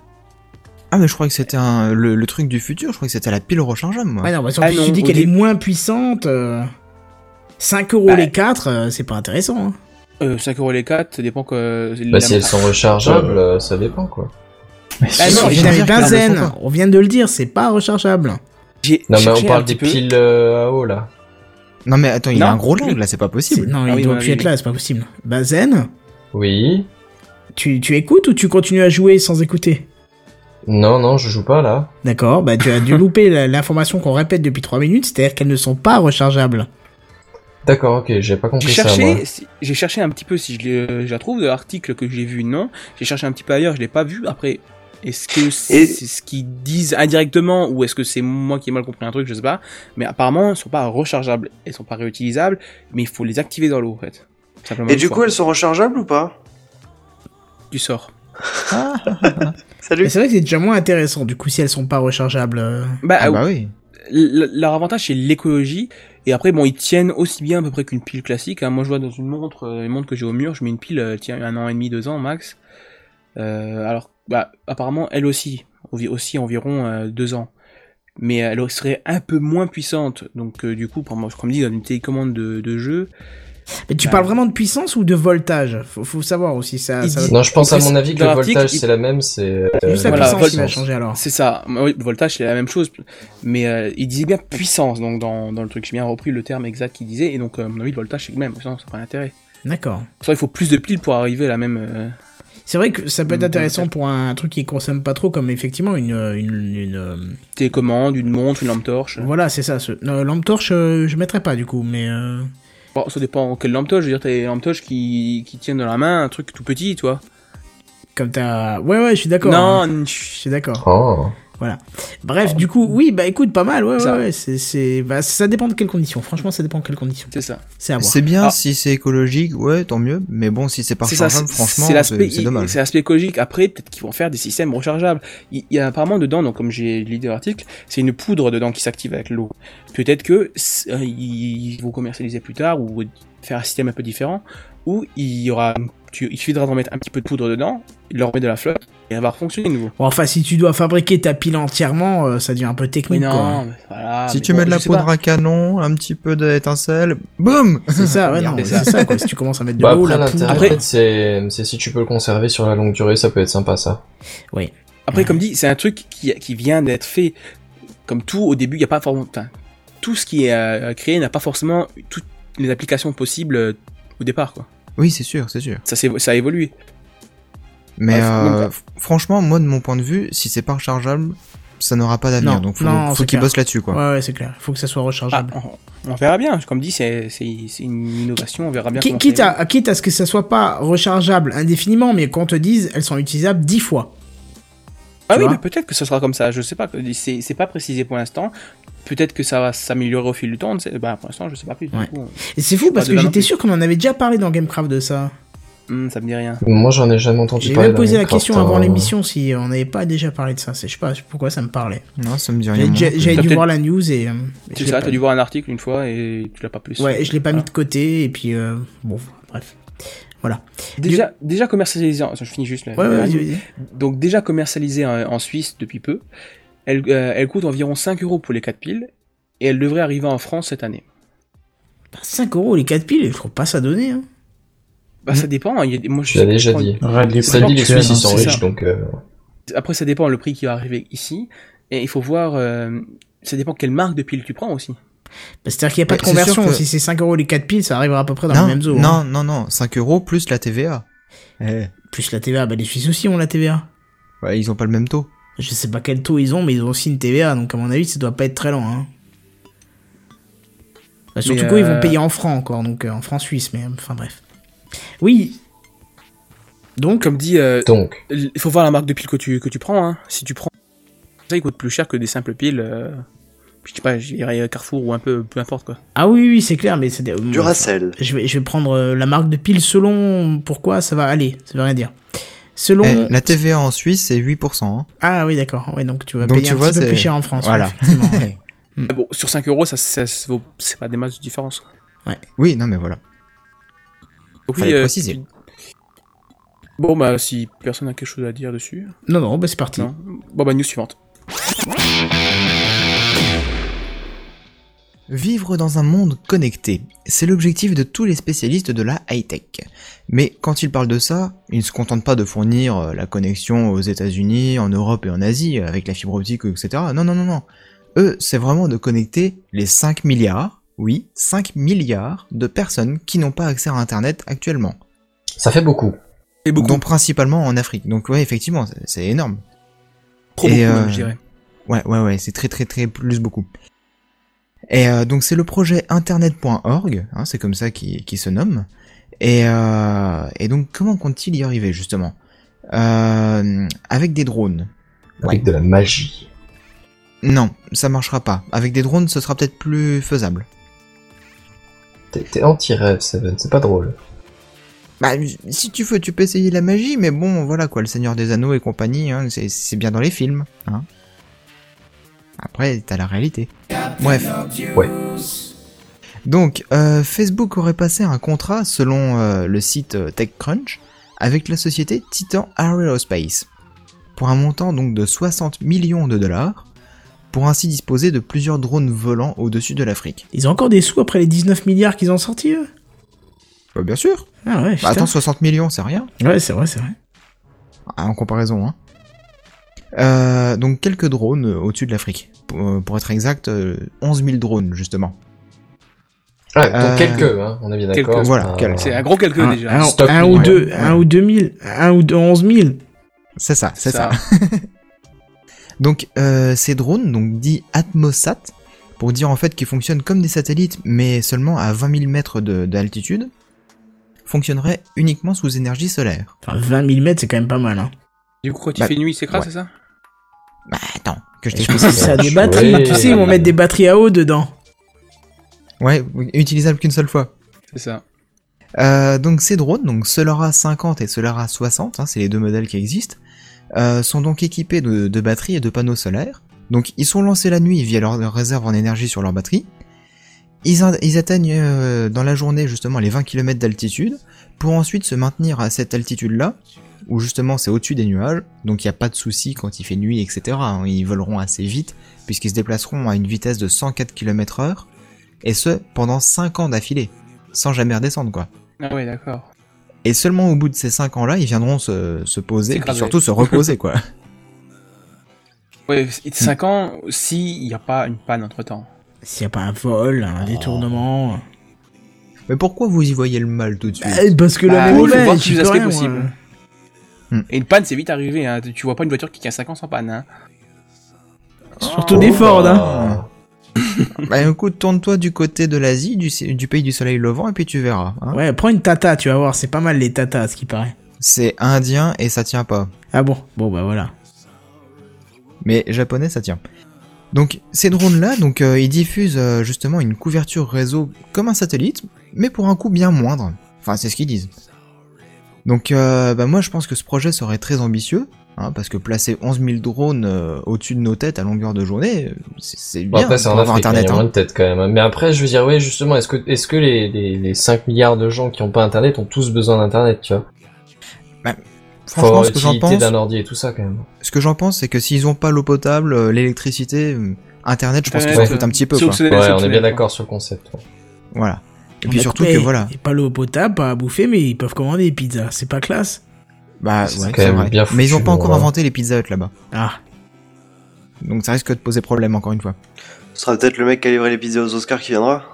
Speaker 4: Ah mais je crois que c'était un, le, le truc du futur. Je crois que c'était la pile rechargeable. Moi.
Speaker 1: Ouais, non, parce que
Speaker 5: Ah
Speaker 1: tu
Speaker 5: non,
Speaker 1: dis
Speaker 5: au
Speaker 1: qu'elle est
Speaker 5: début-
Speaker 1: moins puissante. euh, 5 euros
Speaker 5: Bah,
Speaker 1: les 4, c'est pas intéressant. Hein.
Speaker 5: Euh, 5 euros les 4, ça dépend que. euh,
Speaker 3: Bah, si elles sont rechargeables, euh, ça dépend quoi.
Speaker 5: Ah non,
Speaker 1: on, vient
Speaker 5: je viens de
Speaker 1: de
Speaker 4: dire qu'elles le
Speaker 1: Benzen,
Speaker 4: sont pas.
Speaker 1: on vient de le dire, c'est pas rechargeable.
Speaker 3: Non, mais on parle des piles euh, à eau là.
Speaker 4: Non mais attends, il y a
Speaker 5: Non.
Speaker 4: un gros lag là, c'est pas
Speaker 1: C'est-
Speaker 4: possible.
Speaker 1: Non,
Speaker 5: Ah
Speaker 1: il
Speaker 5: oui,
Speaker 1: doit
Speaker 5: on a
Speaker 1: plus
Speaker 5: vu.
Speaker 1: être là, c'est pas possible. Benzen,
Speaker 3: Oui.
Speaker 1: tu, tu écoutes ou tu continues à jouer sans écouter
Speaker 3: Non, non, je joue pas là.
Speaker 1: D'accord, bah tu as *laughs* dû louper la- l'information qu'on répète depuis 3 minutes, c'est-à-dire qu'elles ne sont pas rechargeables.
Speaker 3: D'accord, ok, j'ai pas
Speaker 5: J'ai
Speaker 3: compris ça moi.
Speaker 5: cherché, si- j'ai cherché un petit peu si je, l'ai- euh, je la trouve de l'article que j'ai vu, non. J'ai cherché un petit peu ailleurs, je l'ai pas vu. Après, est-ce que c'est
Speaker 2: Et-
Speaker 5: c'est ce qu'ils disent indirectement ou est-ce que c'est moi qui ai mal compris un truc, je sais pas. Mais apparemment, elles sont pas rechargeables, elles sont pas réutilisables, mais il faut les activer dans l'eau en fait. Simplement
Speaker 2: Et
Speaker 5: une
Speaker 2: du
Speaker 5: fois.
Speaker 2: coup, elles sont rechargeables ou pas
Speaker 5: tu sors.
Speaker 1: Mais
Speaker 2: Salut.
Speaker 1: c'est vrai que c'est déjà moins intéressant, du coup, si elles sont pas rechargeables. euh.
Speaker 5: Bah,
Speaker 4: Ah bah oui.
Speaker 5: l- leur avantage c'est l'écologie et après bon ils tiennent aussi bien à peu près qu'une pile classique hein. moi je vois dans une montre euh, les montres que j'ai au mur je mets une pile euh, tient un an et demi deux ans max Euh, alors bah apparemment elle aussi envi- aussi environ euh, deux ans mais elle serait un peu moins puissante donc euh, du coup pour moi comme dit dans une télécommande de, de jeu
Speaker 1: Mais tu
Speaker 5: Bah.
Speaker 1: parles vraiment de puissance ou de voltage faut, faut savoir aussi ça.
Speaker 5: Il
Speaker 1: ça
Speaker 5: dit-
Speaker 1: va-
Speaker 3: Non, je pense à
Speaker 5: Dans
Speaker 3: mon avis que le
Speaker 5: l'article,
Speaker 3: voltage
Speaker 5: il-
Speaker 3: c'est la même, c'est. euh,
Speaker 1: Juste la
Speaker 5: voilà,
Speaker 1: puissance qui va
Speaker 5: voltage.
Speaker 1: changer alors.
Speaker 5: c'est ça oui le voltage c'est la même chose mais euh, il disait bien puissance donc dans, dans le truc j'ai bien repris le terme exact qu'il disait et donc euh, à mon avis le voltage c'est le même sinon ça n'a pas d'intérêt
Speaker 1: D'accord.
Speaker 5: Ça, il faut plus de piles pour arriver à la même. euh,
Speaker 1: C'est vrai que ça peut être
Speaker 5: Mm,
Speaker 1: intéressant
Speaker 5: voltage.
Speaker 1: pour un truc qui consomme pas trop, comme effectivement une. euh, une, une, euh,
Speaker 5: télécommande, une montre, une lampe torche.
Speaker 1: Voilà, c'est ça. Ce... euh, lampe torche, euh, je mettrais pas du coup, mais. euh,
Speaker 5: Bon, ça dépend quelle lampe torche. Je veux dire, t'as des lampes torches qui, qui tiennent dans la main un truc tout petit, toi.
Speaker 1: Comme t'as. Ouais, ouais, je suis d'accord.
Speaker 5: Non,
Speaker 1: hein.
Speaker 5: une-
Speaker 1: Je suis d'accord.
Speaker 3: Oh.
Speaker 1: Bref, du coup, oui, bah écoute, pas mal, ouais,
Speaker 5: Ça.
Speaker 1: ouais, ouais, c'est, c'est, bah, ça dépend de quelles conditions. Franchement, ça dépend de quelles conditions.
Speaker 5: c'est ça.
Speaker 1: C'est à voir.
Speaker 4: C'est bien
Speaker 5: Ah.
Speaker 4: si c'est écologique, ouais, tant mieux. Mais bon, si c'est pas
Speaker 5: C'est ça,
Speaker 4: rechargeable,
Speaker 5: c'est-
Speaker 4: franchement,
Speaker 5: c'est l'aspect-
Speaker 4: c'est c'est dommage.
Speaker 5: C'est l'aspect écologique. Après, peut-être qu'ils vont faire des systèmes rechargeables. Il il y a apparemment dedans, donc comme j'ai lu dans l'article, c'est une poudre dedans qui s'active avec l'eau. Peut-être que c'est- euh, ils vont commercialiser plus tard ou faire un système un peu différent où il y aura, tu, il suffira d'en mettre un petit peu de poudre dedans, leur met de la flotte et elle va refonctionner de nouveau.
Speaker 1: Bon, enfin, si tu dois fabriquer ta pile entièrement, euh, ça devient un peu technique.
Speaker 5: Mais
Speaker 1: quoi.
Speaker 5: non, mais voilà.
Speaker 4: Si
Speaker 5: Ah, mais
Speaker 4: tu
Speaker 5: bon,
Speaker 4: mets de la
Speaker 5: je sais
Speaker 4: poudre
Speaker 5: pas.
Speaker 4: à canon, un petit peu d'étincelle, boum *laughs*
Speaker 1: C'est ça, ouais,
Speaker 5: *laughs*
Speaker 4: Merde,
Speaker 1: non,
Speaker 5: c'est
Speaker 1: c'est ça, quoi. Si tu commences à mettre de
Speaker 3: Bah,
Speaker 1: l'eau,
Speaker 3: après,
Speaker 1: la poudre.
Speaker 3: l'intérêt,
Speaker 5: Après-
Speaker 3: peut-être, c'est c'est si tu peux le conserver sur la longue durée, ça peut être sympa ça.
Speaker 5: Après, comme dit, c'est un truc qui, qui vient d'être fait. Comme tout, au début, il n'y a pas forcément. Enfin, tout ce qui est euh, créé n'a pas forcément toutes les applications possibles euh, au départ, quoi.
Speaker 4: Oui, c'est sûr, c'est sûr.
Speaker 5: Ça, s'est- ça a évolué.
Speaker 4: Mais
Speaker 5: Ouais,
Speaker 1: Bah,
Speaker 4: euh,
Speaker 5: donc,
Speaker 4: f- franchement, moi, de mon point de vue, si c'est pas rechargeable, ça n'aura pas d'avenir.
Speaker 1: Non,
Speaker 4: Donc faut,
Speaker 1: non,
Speaker 4: faut
Speaker 1: c'est
Speaker 4: qu'ils
Speaker 1: clair.
Speaker 4: bossent là-dessus, quoi.
Speaker 1: Ouais, ouais, c'est clair. Faut que ça soit
Speaker 5: Ah,
Speaker 1: rechargeable.
Speaker 5: on, on verra bien. Comme dit, c'est c'est- c'est une innovation. On verra bien.
Speaker 1: Qui-
Speaker 5: comment ça
Speaker 1: quitte,
Speaker 5: évolue.
Speaker 1: à, quitte à ce que ça soit pas rechargeable indéfiniment, mais qu'on te dise, elles sont utilisables dix fois.
Speaker 5: Ah
Speaker 1: tu
Speaker 5: oui,
Speaker 1: vois.
Speaker 5: mais peut-être que ce sera comme ça. Je sais pas. que- C'est c'est pas précisé pour l'instant. Peut-être que ça va s'améliorer au fil du temps. on ne sait- bah, pour l'instant, je sais pas plus. Du
Speaker 1: Ouais.
Speaker 5: coup,
Speaker 1: Et c'est fou parce
Speaker 5: de
Speaker 1: que
Speaker 5: là non
Speaker 1: j'étais
Speaker 5: plus.
Speaker 1: sûr qu'on en avait déjà parlé dans Gamecraft de ça.
Speaker 5: hum, ça me dit rien.
Speaker 3: Moi, j'en ai jamais entendu
Speaker 1: J'ai
Speaker 3: parler.
Speaker 1: même
Speaker 3: dans
Speaker 1: posé la
Speaker 3: Minecraft,
Speaker 1: question
Speaker 3: hein.
Speaker 4: euh,
Speaker 1: avant l'émission si on n'avait pas déjà parlé de ça. C'est- Je sais pas pourquoi ça me parlait.
Speaker 4: Non, ça me dit rien.
Speaker 1: J'avais
Speaker 4: moi.
Speaker 1: déjà- J'avais dû
Speaker 5: peut-être-
Speaker 1: voir la news et. euh, et
Speaker 5: Tu
Speaker 1: je l'ai
Speaker 5: sais,
Speaker 1: pas
Speaker 5: t'as
Speaker 1: mis.
Speaker 5: dû voir un article une fois et tu l'as pas plus.
Speaker 1: Ouais, et je l'ai pas
Speaker 5: Voilà.
Speaker 1: mis de côté et puis euh, bon, bref. Voilà.
Speaker 5: Déjà, déjà commercialisé. en- Je finis juste. la-
Speaker 1: Ouais, ouais,
Speaker 5: la-
Speaker 1: vas-y, vas-y.
Speaker 5: donc déjà commercialisée en, en Suisse depuis peu. Elle, euh, elle coûte environ 5 euros pour les 4 piles et elle devrait arriver en France cette année.
Speaker 1: Bah, 5 euros les 4 piles, je trouve pas ça donné. Hein.
Speaker 5: Bah, ça dépend. hein, il y a des- moi, je
Speaker 3: Tu l'as
Speaker 5: sais pas
Speaker 3: déjà
Speaker 5: comment-
Speaker 3: dit.
Speaker 9: Arrête les
Speaker 3: Ça
Speaker 5: prix
Speaker 3: dit, les
Speaker 9: actuels,
Speaker 3: Suisses, ils
Speaker 9: hein,
Speaker 3: sont
Speaker 5: c'est
Speaker 3: riches,
Speaker 5: ça.
Speaker 3: donc. euh,
Speaker 5: Après, ça dépend le prix qui va arriver ici. Et il faut voir. euh, ça dépend quelle marque de pile tu prends aussi.
Speaker 1: Bah, C'est-à-dire qu'il n'y a pas
Speaker 4: Ouais,
Speaker 1: de
Speaker 4: c'est sûr
Speaker 1: conversion.
Speaker 4: que-
Speaker 1: Si c'est 5 euros les 4 piles, ça arrivera à peu près dans
Speaker 4: non,
Speaker 1: le même zoo. hein.
Speaker 4: non, non, non, 5 euros plus la TVA. Eh,
Speaker 1: Plus la TVA, bah les Suisses aussi ont la TVA.
Speaker 4: ouais, ils ont pas le même taux.
Speaker 1: Je sais pas quel taux ils ont, mais ils ont aussi une TVA, donc à mon avis, ça doit pas être très loin. Hein. Bah, surtout
Speaker 5: Mais,
Speaker 1: quoi, ils vont
Speaker 5: euh,
Speaker 1: payer en francs encore, donc euh, en francs suisses, mais euh, enfin bref. Oui. Donc,
Speaker 5: Comme dit, euh,
Speaker 3: Donc,
Speaker 5: il faut voir la marque de pile que tu, que tu prends. hein. Si tu prends. Ça, il coûte plus cher que des simples piles. euh, je sais pas, je dirais Carrefour ou un peu, peu importe quoi.
Speaker 1: ah oui, oui, c'est clair, mais c'est. euh,
Speaker 2: Du Racel.
Speaker 1: Je vais, je vais prendre euh, la marque de pile selon pourquoi ça va aller, ça veut rien dire. Selon.
Speaker 4: Eh, la TVA en Suisse, c'est 8%. hein.
Speaker 1: Ah oui, d'accord, ouais, donc tu vas
Speaker 4: Donc
Speaker 1: payer
Speaker 4: tu
Speaker 1: un
Speaker 4: vois,
Speaker 1: petit peu
Speaker 4: c'est-
Speaker 1: plus cher en France.
Speaker 4: Voilà.
Speaker 1: ouais, effectivement,
Speaker 4: *laughs*
Speaker 1: ouais.
Speaker 5: Ah Bon, sur 5 euros, ça, ça, se vaut- c'est pas des masses de différence. quoi.
Speaker 4: Oui, non, mais voilà.
Speaker 5: Donc,
Speaker 4: Fallait
Speaker 5: euh,
Speaker 4: préciser.
Speaker 5: tu- Bon, bah, si personne n'a quelque chose à dire dessus.
Speaker 1: non, non, bah c'est parti.
Speaker 5: Non. Bon, bah, news suivante.
Speaker 4: Vivre dans un monde connecté, c'est l'objectif de tous les spécialistes de la high-tech. Mais quand ils parlent de ça, ils ne se contentent pas de fournir euh, la connexion aux États-Unis, en Europe et en Asie, euh, avec la fibre optique, etc. Non, non, non, non. Eux, c'est vraiment de connecter les 5 milliards, oui, 5 milliards de personnes qui n'ont pas accès à Internet actuellement.
Speaker 3: ça fait beaucoup.
Speaker 5: Et beaucoup.
Speaker 4: Dont principalement en Afrique. Donc ouais, effectivement, c'est- c'est énorme.
Speaker 5: trop
Speaker 4: et,
Speaker 5: beaucoup,
Speaker 4: euh,
Speaker 5: même, je dirais.
Speaker 4: Ouais, ouais, ouais, c'est très, très, très plus beaucoup. Et euh, donc c'est le projet internet.org, hein, c'est comme ça qui, qui se nomme. Et, euh, et donc comment compte-t-il y arriver justement euh, Avec des drones.
Speaker 3: Avec de la magie.
Speaker 4: Non, ça marchera pas. Avec des drones, ce sera peut-être plus faisable.
Speaker 3: T'es- T'es anti-rêve, Seven, c'est pas drôle.
Speaker 4: Bah, si tu veux, tu peux essayer la magie, mais bon, voilà quoi, le Seigneur des Anneaux et compagnie, hein, c'est- c'est bien dans les films. Hein. Après, t'as la réalité. Bref.
Speaker 3: Ouais.
Speaker 4: Donc, euh, Facebook aurait passé un contrat, selon euh, le site euh, TechCrunch, avec la société Titan Aerospace, pour un montant donc de 60 millions de dollars, pour ainsi disposer de plusieurs drones volants au-dessus de l'Afrique.
Speaker 1: Ils ont encore des sous après les 19 milliards qu'ils ont sortis, eux
Speaker 4: Bah, bien sûr
Speaker 1: Ah ouais,
Speaker 4: Bah,
Speaker 1: putain.
Speaker 4: Attends, 60 millions, c'est rien
Speaker 1: Ouais, c'est vrai, c'est vrai.
Speaker 4: Ah, en comparaison. Hein. Euh, donc quelques drones euh, au-dessus de l'Afrique. P- euh, Pour être exact, euh, 11 000 drones justement.
Speaker 3: Ouais, donc
Speaker 4: Euh,
Speaker 3: quelques, hein, on est bien
Speaker 5: quelques,
Speaker 3: d'accord.
Speaker 4: voilà,
Speaker 3: c'est un-
Speaker 4: quelques.
Speaker 5: C'est un gros calque
Speaker 1: Un,
Speaker 5: déjà.
Speaker 1: un-
Speaker 3: Stop,
Speaker 1: un ou
Speaker 3: ouais,
Speaker 1: deux,
Speaker 4: ouais.
Speaker 1: un ou deux mille, un ou deux, onze mille.
Speaker 4: C'est ça, c'est ça.
Speaker 5: Ça.
Speaker 4: Donc euh, ces drones, donc dit Atmosat, pour dire en fait qu'ils fonctionnent comme des satellites, mais seulement à 20 000 mètres de- d'altitude, fonctionneraient uniquement sous énergie solaire.
Speaker 1: Enfin, 20 000 mètres, c'est quand même pas mal, hein.
Speaker 5: Du coup, quand il
Speaker 4: Bah,
Speaker 5: fait nuit, il s'écrase,
Speaker 4: ouais.
Speaker 5: c'est ça
Speaker 4: Bah attends, que je
Speaker 1: Je
Speaker 4: t'explique.
Speaker 1: pense que ça a des
Speaker 3: Ouais.
Speaker 1: batteries, tu sais, ils vont mettre des batteries à eau dedans.
Speaker 4: Ouais, utilisable qu'une seule fois.
Speaker 5: C'est ça.
Speaker 4: Euh, donc ces drones, donc Solara 50 et Solara 60, hein, c'est les deux modèles qui existent, euh, sont donc équipés de, de batteries et de panneaux solaires. Donc ils sont lancés la nuit via leur, leur réserve en énergie sur leur batterie. Ils, a- ils atteignent euh, dans la journée justement les 20 km d'altitude pour ensuite se maintenir à cette altitude-là, où justement c'est au-dessus des nuages, donc il n'y a pas de souci quand il fait nuit, etc. hein. Ils voleront assez vite puisqu'ils se déplaceront à une vitesse de 104 km/h et ce pendant 5 ans d'affilée, sans jamais redescendre quoi.
Speaker 5: Ah ouais, d'accord.
Speaker 4: Et seulement au bout de ces 5 ans-là, ils viendront se, se poser, puis
Speaker 5: S'écraser.
Speaker 4: surtout se reposer, quoi.
Speaker 5: Ouais,
Speaker 1: Hmm.
Speaker 5: 5 ans, s'il n'y a pas une panne entre temps.
Speaker 1: S'il n'y a pas un vol,
Speaker 4: Oh.
Speaker 1: un détournement.
Speaker 4: Mais pourquoi vous y voyez le mal tout de suite
Speaker 1: Eh, parce que
Speaker 5: Bah,
Speaker 1: la
Speaker 5: faut
Speaker 1: mauvaise,
Speaker 5: voir
Speaker 1: j'y
Speaker 5: tous les
Speaker 1: peux
Speaker 5: aspects
Speaker 1: rien, moi. Hmm.
Speaker 5: possibles. Et une panne, c'est vite arrivé. Hein. Tu vois pas une voiture qui tient 5 ans sans panne. Hein.
Speaker 1: euh, Surtout
Speaker 4: Oh.
Speaker 1: des Ford, hein.
Speaker 3: Ah.
Speaker 4: Bah écoute, tourne-toi du côté de l'Asie, du, du pays du soleil levant, et puis tu verras. hein.
Speaker 1: Ouais, prends une tata, tu vas voir, c'est pas mal les tatas, à ce qui paraît.
Speaker 4: C'est indien et ça tient pas.
Speaker 1: Ah bon Bon, bah voilà.
Speaker 4: Mais japonais, ça tient. Donc ces drones-là, donc euh, ils diffusent euh, justement une couverture réseau comme un satellite, mais pour un coût bien moindre. Enfin, c'est ce qu'ils disent. Donc euh, bah, moi, je pense que ce projet serait très ambitieux, hein, parce que placer 11 000 drones euh, au-dessus de nos têtes à longueur de journée, euh, c'est- c'est
Speaker 3: Bon,
Speaker 4: bien
Speaker 3: après, c'est en
Speaker 4: pour avoir
Speaker 3: Afrique, hein, il y
Speaker 4: Internet.
Speaker 3: a moins
Speaker 4: hein.
Speaker 3: de tête quand même. hein. Mais après, je veux dire, ouais, justement, est-ce que, est-ce que les, les, les 5 milliards de gens qui ont pas internet ont tous besoin d'internet, tu vois?
Speaker 4: Franchement,
Speaker 3: Faut
Speaker 4: ce que j'en
Speaker 3: l'utilité
Speaker 4: pense,
Speaker 3: d'un ordi et tout ça, quand même.
Speaker 4: ce que j'en pense, c'est que s'ils ont pas l'eau potable, euh, l'électricité, euh, Internet, je pense qu'ils
Speaker 5: Internet,
Speaker 4: s'en
Speaker 5: euh,
Speaker 4: foutent un petit peu.
Speaker 5: c'est
Speaker 4: Quoi.
Speaker 5: optionnel, c'est
Speaker 3: Ouais, on est
Speaker 5: optionnel,
Speaker 3: bien
Speaker 5: quoi.
Speaker 3: d'accord sur le concept. ouais.
Speaker 4: Voilà. Et
Speaker 1: On
Speaker 4: puis
Speaker 1: a
Speaker 4: surtout
Speaker 1: coupé,
Speaker 4: que voilà,
Speaker 1: y a Pas l'eau potable, pas à bouffer, mais ils peuvent commander des pizzas. C'est pas classe
Speaker 4: bah ouais,
Speaker 3: C'est quand
Speaker 4: c'est
Speaker 3: même
Speaker 4: vrai.
Speaker 3: bien
Speaker 4: Mais ils ont
Speaker 3: foutu,
Speaker 4: pas encore
Speaker 3: voilà.
Speaker 4: inventé les pizzas Hut là-bas.
Speaker 1: Ah,
Speaker 4: Donc ça risque de poser problème encore une fois.
Speaker 2: Ce sera peut-être le mec qui a livré les pizzas aux Oscars qui viendra.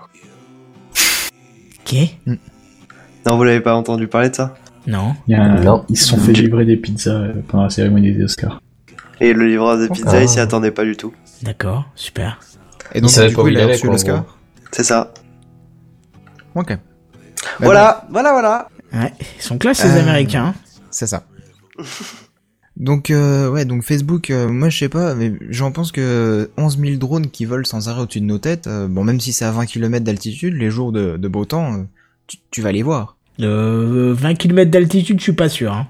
Speaker 1: ok.
Speaker 2: Non, vous l'avez pas entendu parler de ça
Speaker 1: Non.
Speaker 9: Il y a un-
Speaker 3: Non.
Speaker 9: Ils se sont fait livrer des pizzas euh, pendant la cérémonie des Oscars.
Speaker 2: Et le livreur de pizza,
Speaker 3: Ah.
Speaker 2: il s'y attendait pas du tout.
Speaker 1: D'accord, super.
Speaker 4: Et donc
Speaker 3: savaient
Speaker 4: du
Speaker 3: pas
Speaker 4: coup
Speaker 3: où
Speaker 4: il
Speaker 3: il
Speaker 4: a
Speaker 3: allait,
Speaker 4: reçu
Speaker 3: quoi, en
Speaker 4: l'Oscar.
Speaker 2: C'est ça.
Speaker 4: Ok. Bah
Speaker 3: Eh ben.
Speaker 2: voilà, voilà, voilà.
Speaker 1: Ouais, ils sont classe les
Speaker 4: Euh,
Speaker 1: Américains. hein.
Speaker 4: bon, c'est ça. *laughs* Donc euh, ouais, donc Facebook, euh, moi je sais pas, mais j'en pense que 11 000 drones qui volent sans arrêt au-dessus de nos têtes, euh, bon même si c'est à 20 km d'altitude, les jours de, de beau temps, euh, tu, tu vas les voir.
Speaker 1: Euh, 20 km d'altitude, je suis pas sûr. Hein.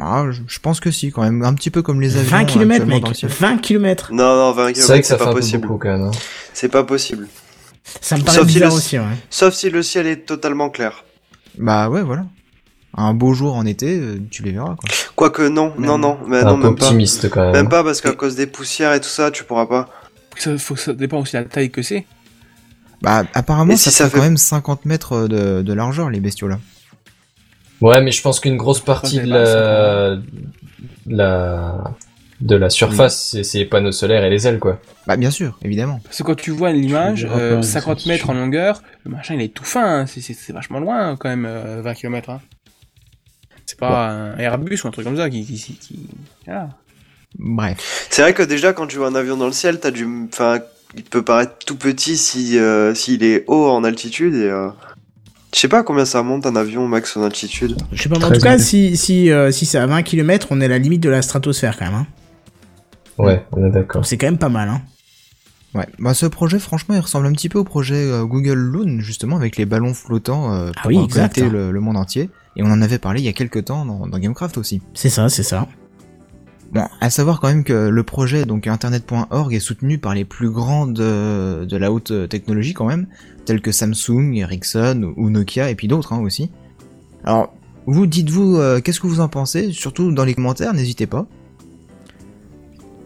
Speaker 4: Ah, je, je pense que si quand même, un petit peu comme les avions. euh,
Speaker 1: 20 km,
Speaker 4: actuellement
Speaker 1: mec.
Speaker 4: dans le ciel.
Speaker 1: 20 km.
Speaker 2: Non, non, 20
Speaker 3: C'est vrai
Speaker 2: km, c'est
Speaker 3: que ça fait un
Speaker 2: pas
Speaker 3: peu
Speaker 2: possible.
Speaker 3: beaucoup, quand même. hein.
Speaker 2: C'est pas possible.
Speaker 1: Ça me paraît
Speaker 2: Sauf si
Speaker 1: bizarre
Speaker 2: le-
Speaker 1: aussi, ouais.
Speaker 2: Sauf si le ciel est totalement clair.
Speaker 4: Bah ouais, voilà. Un beau jour en été, euh, tu les verras quoi.
Speaker 2: Quoique, non,
Speaker 4: Même-
Speaker 2: non, non, mais
Speaker 3: C'est
Speaker 2: Ah non,
Speaker 3: un peu
Speaker 2: même pas.
Speaker 3: optimiste, quand même.
Speaker 2: Même pas parce qu'à cause des poussières et tout ça, tu pourras pas.
Speaker 5: Faut que ça, faut que ça dépend aussi de la taille que c'est.
Speaker 4: Bah apparemment
Speaker 2: Et
Speaker 4: ça,
Speaker 2: si ça
Speaker 4: fait quand
Speaker 2: fait-
Speaker 4: même 50 mètres euh, de, de largeur les bestiaux là.
Speaker 3: Ouais, mais je pense qu'une grosse partie
Speaker 5: Enfin,
Speaker 3: de
Speaker 5: c'est pas-
Speaker 3: la, la, de la surface, c'est- c'est les panneaux solaires et les ailes, quoi.
Speaker 4: Bah bien sûr, évidemment.
Speaker 5: Parce que quand tu vois l'image,
Speaker 9: verras
Speaker 5: euh,
Speaker 9: pas,
Speaker 5: 50
Speaker 9: c'est
Speaker 5: mètres
Speaker 9: sûr.
Speaker 5: en longueur, le machin il est tout fin, hein. c'est- c'est c'est vachement loin hein, quand même, euh, 20 km. Hein. C'est pas un Airbus ou un truc comme ça qui. qui, qui, qui- voilà.
Speaker 4: Bref.
Speaker 2: C'est vrai que déjà, quand tu vois un avion dans le ciel, t'as du. Enfin, il peut paraître tout petit si euh, s'il est haut en altitude et. euh, Je sais pas combien ça monte un avion max en altitude.
Speaker 1: Je sais pas, mais en
Speaker 9: Très
Speaker 1: tout cas,
Speaker 9: bien.
Speaker 1: si, si, euh, si c'est à 20 km, on est à la limite de la stratosphère quand même. Hein.
Speaker 3: Ouais, on est d'accord.
Speaker 1: Donc c'est quand même pas mal. Hein.
Speaker 4: Ouais. Bah, ce projet, franchement, il ressemble un petit peu au projet euh, Google Loon, justement, avec les ballons flottants euh,
Speaker 1: Ah
Speaker 4: pour
Speaker 1: oui,
Speaker 4: euh,
Speaker 1: exact.
Speaker 4: connecter le, le monde entier. Et on en avait parlé il y a quelques temps dans, dans Gamecraft aussi.
Speaker 1: C'est ça, c'est ça.
Speaker 4: Bon, à savoir quand même que le projet, donc internet.org, est soutenu par les plus grands de, de la haute euh, technologie quand même, tels que Samsung, Ericsson ou Nokia, et puis d'autres hein, aussi. Alors, vous dites-vous, euh, qu'est-ce que vous en pensez Surtout dans les commentaires, n'hésitez pas.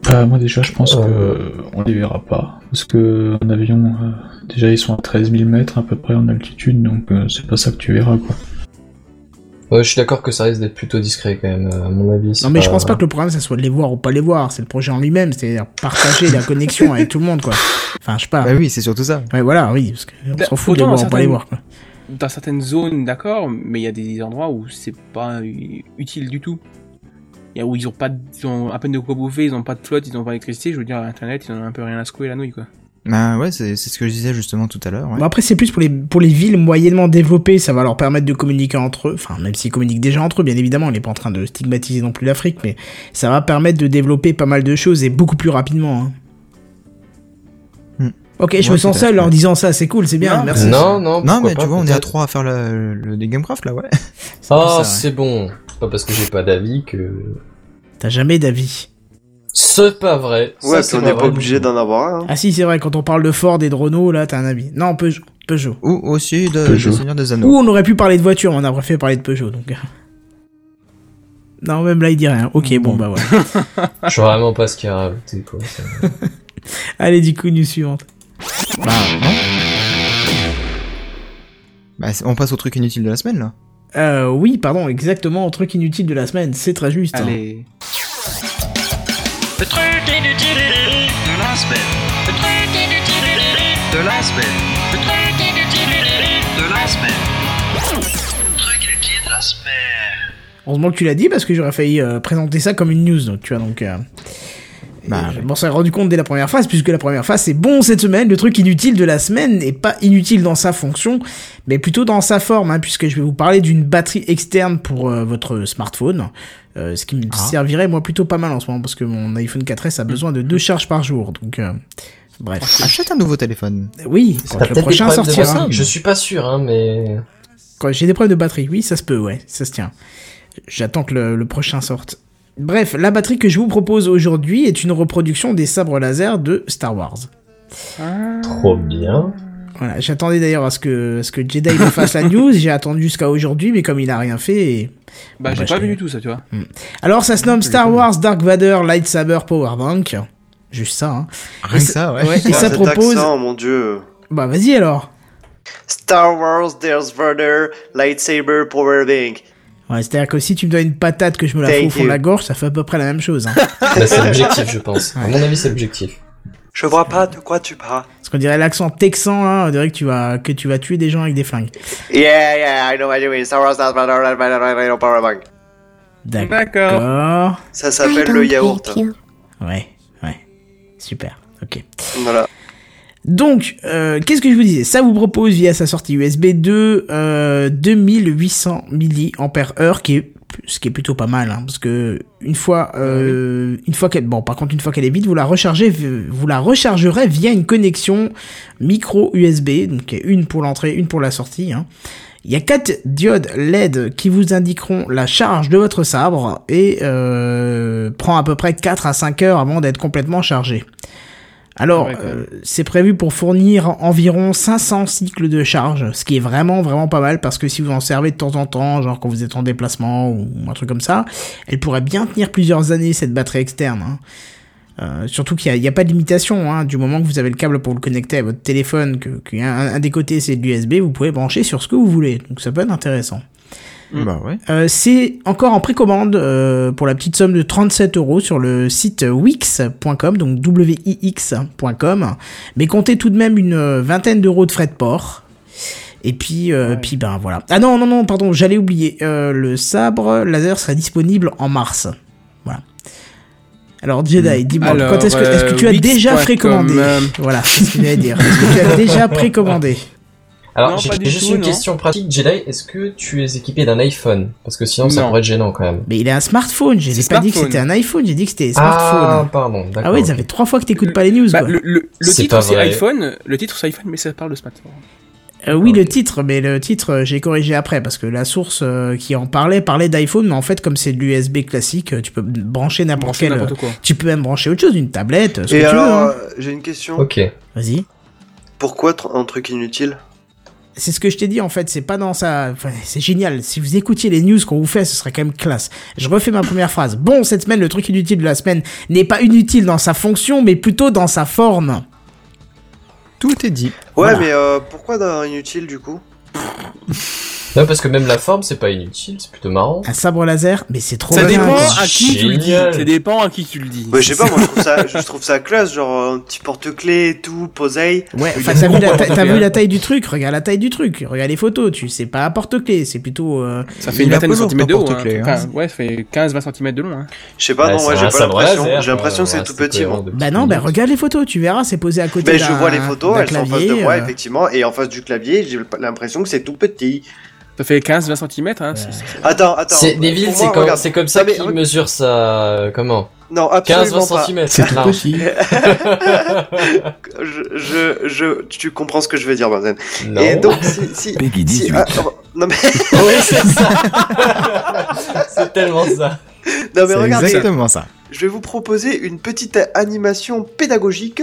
Speaker 9: Bah, moi déjà, je pense
Speaker 3: Euh.
Speaker 9: que euh, on les verra pas. Parce que un avion, euh, déjà, ils sont à 13 000 mètres à peu près en altitude, donc euh, c'est pas ça que tu verras, quoi.
Speaker 3: Ouais, je suis d'accord que ça risque d'être plutôt discret quand même, à mon avis. c'est
Speaker 1: Non, mais je pense pas que le problème, ça soit de les voir ou pas les voir. C'est le projet en lui-même, c'est-à-dire partager la connexion avec tout le monde, quoi. Enfin, je sais pas.
Speaker 4: Bah oui, c'est surtout ça.
Speaker 1: Ouais, voilà, oui, parce qu'on
Speaker 5: Bah,
Speaker 1: s'en fout de les
Speaker 5: autant
Speaker 1: voir ou pas les
Speaker 5: certaines-
Speaker 1: voir, quoi.
Speaker 5: Dans certaines zones, d'accord, mais il y a des endroits où c'est pas u- utile du tout. Il y a où ils ont pas, de- ils ont à peine de quoi bouffer, ils ont pas de flotte, ils ont pas d'électricité. Je veux dire, internet, ils en ont un peu rien à secouer la nouille, quoi.
Speaker 4: Bah ouais, c'est c'est ce que je disais justement tout à l'heure. ouais.
Speaker 1: Bon, après, c'est plus pour les, pour les villes moyennement développées, ça va leur permettre de communiquer entre eux. Enfin, même s'ils communiquent déjà entre eux, bien évidemment, on n'est pas en train de stigmatiser non plus l'Afrique, mais ça va permettre de développer pas mal de choses et beaucoup plus rapidement. hein.
Speaker 4: Hmm.
Speaker 1: Ok, je
Speaker 4: Ouais,
Speaker 1: me sens
Speaker 4: tout à
Speaker 1: seul
Speaker 4: fait.
Speaker 1: en disant ça, c'est cool, c'est bien,
Speaker 5: Non,
Speaker 1: merci.
Speaker 3: Non, non,
Speaker 4: Non,
Speaker 3: Oh, pourquoi
Speaker 4: mais
Speaker 3: pas,
Speaker 4: tu vois, on est à
Speaker 3: peut-être.
Speaker 4: trois à faire le, le, le Gamecraft là, ouais.
Speaker 3: Ah,
Speaker 4: ouais.
Speaker 3: c'est bon. C'est Pas parce que j'ai pas d'avis que.
Speaker 1: T'as jamais d'avis.
Speaker 3: C'est pas vrai. Ça,
Speaker 2: Ouais,
Speaker 3: c'est
Speaker 2: puis on n'est pas
Speaker 3: vrai.
Speaker 2: obligé d'en avoir un. hein.
Speaker 1: Ah si, c'est vrai, quand on parle de Ford et de Renault, là, t'as un avis. Non, Peugeot. Peugeot.
Speaker 4: Ou aussi de,
Speaker 9: Peugeot.
Speaker 4: de Seigneur des Anneaux.
Speaker 1: Ou on aurait pu parler de voiture, mais on a préféré parler de Peugeot, donc... *laughs* euh. Non, même là, il dit rien. Ok, bon, bah voilà. *laughs*
Speaker 3: Je suis vraiment pas ce qu'il y a à rajouter, quoi. ça.
Speaker 1: Allez, du coup, news suivante.
Speaker 4: Bah non. Bah, c'est- on passe au truc inutile de la semaine là.
Speaker 1: Euh, oui, pardon, exactement, truc inutile de la semaine, c'est très juste. hein.
Speaker 5: Allez.
Speaker 10: Le truc inutile de la semaine. Le truc inutile de la semaine. Le truc inutile de la semaine. Le truc inutile de la semaine.
Speaker 1: Heureusement que tu l'as dit parce que j'aurais failli euh, présenter ça comme une news, donc tu vois, donc. euh,
Speaker 4: Bah,
Speaker 1: et je m'en serais rendu compte dès la première phase, puisque la première phase c'est bon cette semaine, le truc inutile de la semaine n'est pas inutile dans sa fonction, mais plutôt dans sa forme, hein, puisque je vais vous parler d'une batterie externe pour euh, votre smartphone, euh, ce qui me
Speaker 4: Ah.
Speaker 1: servirait moi plutôt pas mal en ce moment, parce que mon iPhone 4S
Speaker 3: Mm.
Speaker 1: a besoin de deux charges par jour, donc. euh, Bref.
Speaker 4: Achète un nouveau téléphone.
Speaker 1: Oui, quand
Speaker 3: T'as
Speaker 1: le
Speaker 3: peut-être des
Speaker 1: prochain
Speaker 3: problèmes de
Speaker 1: sortira.
Speaker 3: batterie, Je suis pas sûr, hein, mais.
Speaker 1: Quand j'ai des problèmes de batterie, oui, ça se peut, ouais, ça se tient. J'attends que le, le prochain sorte. Bref, la batterie que je vous propose aujourd'hui est une reproduction des sabres laser de Star Wars.
Speaker 3: Trop bien.
Speaker 1: Voilà, j'attendais d'ailleurs à ce que, à ce que Jedi me fasse
Speaker 4: *laughs*
Speaker 1: la news, j'ai attendu jusqu'à aujourd'hui, mais comme il a rien fait. et-
Speaker 5: Bah, j'ai
Speaker 1: bah,
Speaker 5: pas
Speaker 1: je-
Speaker 5: vu du tout ça, tu vois.
Speaker 1: Alors ça se nomme Star Wars Dark Vader Lightsaber Power Bank. Juste ça, hein.
Speaker 4: Rien que ça, ouais.
Speaker 1: Ouais, et
Speaker 2: Ah,
Speaker 1: ça
Speaker 2: cet
Speaker 1: propose.
Speaker 2: accent, mon dieu.
Speaker 1: Bah vas-y alors.
Speaker 2: Star Wars, Darth Vader, lightsaber, power bank.
Speaker 1: Ouais, c'est-à-dire que si tu me donnes une patate que je me la fous
Speaker 2: Thank
Speaker 1: au fond de
Speaker 2: you.
Speaker 1: la gorge, ça fait à peu près la même chose. Hein.
Speaker 3: Bah, *laughs* c'est l'objectif, je pense. À mon avis, c'est l'objectif.
Speaker 2: Je vois pas de quoi tu parles.
Speaker 1: Parce qu'on dirait l'accent texan, là, on dirait que tu vas, que tu vas tuer des gens avec des flingues.
Speaker 2: Yeah, yeah, I know what you mean. Star Wars, Darth Vader, Darth Vader, Darth Vader, power bank.
Speaker 1: D'accord.
Speaker 5: D'accord.
Speaker 2: Ça s'appelle le yaourt.
Speaker 1: Ouais, ouais. Super. Ok.
Speaker 2: Voilà.
Speaker 1: Donc, euh, qu'est-ce que je vous disais Ça vous propose via sa sortie USB 2 euh, 2800 mAh, qui est ce qui est plutôt pas mal, hein, parce que une fois, euh, une fois qu'elle, bon, par contre, une fois qu'elle est vide, vous la rechargez, vous la rechargerez via une connexion micro USB, donc il y a une pour l'entrée, une pour la sortie. hein. Il y a quatre diodes LED qui vous indiqueront la charge de votre sabre et euh, prend à peu près 4 à 5 heures avant d'être complètement chargé. Alors,
Speaker 5: Ouais, quand
Speaker 1: euh, c'est prévu pour fournir environ 500 cycles de charge, ce qui est vraiment vraiment pas mal parce que si vous en servez de temps en temps, genre quand vous êtes en déplacement ou un truc comme ça, elle pourrait bien tenir plusieurs années cette batterie externe. hein. Euh, surtout qu'il n'y a, pas de limitation, hein. du moment que vous avez le câble pour le connecter à votre téléphone, que, qu'un- un, des côtés c'est de l'USB, vous pouvez brancher sur ce que vous voulez, donc ça peut être intéressant.
Speaker 4: Bah ouais.
Speaker 1: Euh, c'est encore en précommande euh, pour la petite somme de 37 euros sur le site wix.com, donc wix.com, mais comptez tout de même une euh, vingtaine d'euros de frais de port. Et puis, euh, puis ben voilà. Ah non, non, non, pardon, j'allais oublier. Euh, le sabre laser sera disponible en mars. Voilà. Alors Jedi, dis-moi,
Speaker 5: Hmm. Alors,
Speaker 1: quand est-ce que, est-ce que tu as
Speaker 5: euh,
Speaker 1: déjà
Speaker 5: wix.com,
Speaker 1: précommandé
Speaker 5: euh, *laughs*
Speaker 1: Voilà, c'est ce que j'allais dire. Est-ce que tu as déjà précommandé
Speaker 3: Alors,
Speaker 5: Non,
Speaker 3: j'ai
Speaker 5: pas du
Speaker 3: juste
Speaker 5: tout,
Speaker 3: une
Speaker 5: non.
Speaker 3: question pratique, Jedi. Est-ce que tu es équipé d'un iPhone Parce que sinon, ça
Speaker 5: Non.
Speaker 3: pourrait être gênant quand même.
Speaker 1: Mais il a un smartphone, j'ai pas dit que
Speaker 5: smartphone.
Speaker 1: c'était un iPhone, j'ai dit que c'était
Speaker 3: Ah,
Speaker 1: smartphone.
Speaker 3: pardon. D'accord.
Speaker 1: Ah, ouais, ça fait trois fois que t'écoutes pas les news,
Speaker 5: Bah,
Speaker 1: quoi.
Speaker 5: le, le- le
Speaker 3: C'est
Speaker 5: titre
Speaker 3: pas
Speaker 5: c'est
Speaker 3: vrai.
Speaker 5: iPhone, le titre c'est iPhone, mais ça parle de smartphone.
Speaker 1: Euh, oui,
Speaker 3: Ah,
Speaker 1: le
Speaker 3: ok.
Speaker 1: titre, mais le titre, euh, j'ai corrigé après, parce que la source euh, qui en parlait parlait d'iPhone, mais en fait, comme c'est de l'USB classique, euh, tu peux brancher n'importe
Speaker 5: Brancher
Speaker 1: quel. euh,
Speaker 5: n'importe quoi.
Speaker 1: Tu peux même brancher autre chose, une tablette, ce
Speaker 2: Et
Speaker 1: que tu veux.
Speaker 2: alors,
Speaker 1: hein.
Speaker 2: euh, j'ai une question.
Speaker 3: Ok.
Speaker 1: Vas-y.
Speaker 2: Pourquoi tr- un truc inutile
Speaker 1: C'est ce que je t'ai dit en fait, c'est pas dans ça. Enfin, c'est génial. Si vous écoutiez les news qu'on vous fait, ce serait quand même classe. Je refais ma première phrase. Bon, cette semaine, le truc inutile de la semaine n'est pas inutile dans sa fonction, mais plutôt dans sa forme.
Speaker 4: Tout est dit.
Speaker 2: Ouais,
Speaker 1: Voilà.
Speaker 2: mais euh, pourquoi d'un inutile du coup
Speaker 3: Non, parce que même la forme, c'est pas inutile. C'est plutôt marrant.
Speaker 1: Un sabre laser, mais c'est trop
Speaker 5: Ça
Speaker 1: bien.
Speaker 5: dépend
Speaker 1: quoi.
Speaker 5: à qui tu le dis.
Speaker 3: Génial.
Speaker 5: Ça dépend à qui tu le dis.
Speaker 2: Bah, je sais pas, moi je trouve ça, je trouve ça classe, genre un petit porte-clés et tout, poseille.
Speaker 1: Ouais, enfin, t'as vu, la ta- t'as vu la taille du truc, regarde la taille du truc, regarde les photos, tu sais pas à porte-clés, c'est plutôt. euh,
Speaker 5: Ça fait
Speaker 4: Il
Speaker 5: une
Speaker 4: a
Speaker 5: vingtaine de
Speaker 4: pas lourd,
Speaker 5: centimètres de
Speaker 4: ton
Speaker 5: haut. hein.
Speaker 4: porte-clés, hein.
Speaker 5: Enfin, ouais, ça fait 15-20 cm de long. Hein.
Speaker 2: Je sais pas,
Speaker 3: Bah,
Speaker 2: non, ouais, j'ai pas l'impression. J'ai
Speaker 3: euh,
Speaker 2: l'impression que c'est tout petit, hein. moi.
Speaker 1: Bah non, bah regarde les photos, tu verras, c'est posé à côté.
Speaker 2: Mais je
Speaker 1: d'un-
Speaker 2: vois les photos,
Speaker 1: d'un
Speaker 2: elles sont en face de
Speaker 1: clavier,
Speaker 2: moi,
Speaker 1: euh,
Speaker 2: effectivement, et en face du clavier, j'ai l'impression que c'est tout petit.
Speaker 5: Ça fait 15-20 cm. Hein. c'est- c'est-
Speaker 2: Attends, attends.
Speaker 3: C'est
Speaker 2: pour
Speaker 3: des villes,
Speaker 2: moi,
Speaker 3: c'est comme,
Speaker 2: regarde.
Speaker 3: c'est comme ça
Speaker 2: Non, mais-
Speaker 3: qu'ils mesurent ça. euh, Comment
Speaker 2: Non,
Speaker 3: 15
Speaker 2: absolument pas.
Speaker 3: cm.
Speaker 9: C'est tout petit.
Speaker 2: Je, je, je, tu comprends ce que je veux dire, Benzen.
Speaker 3: Non.
Speaker 2: Et donc, si, si,
Speaker 7: Peggy
Speaker 2: si,
Speaker 7: 18.
Speaker 2: ah, non mais, *laughs*
Speaker 3: Oui, c'est ça. *laughs* c'est tellement ça.
Speaker 2: non Ah, mais
Speaker 4: C'est
Speaker 2: regardez,
Speaker 4: exactement ça.
Speaker 2: je vais vous proposer une petite animation pédagogique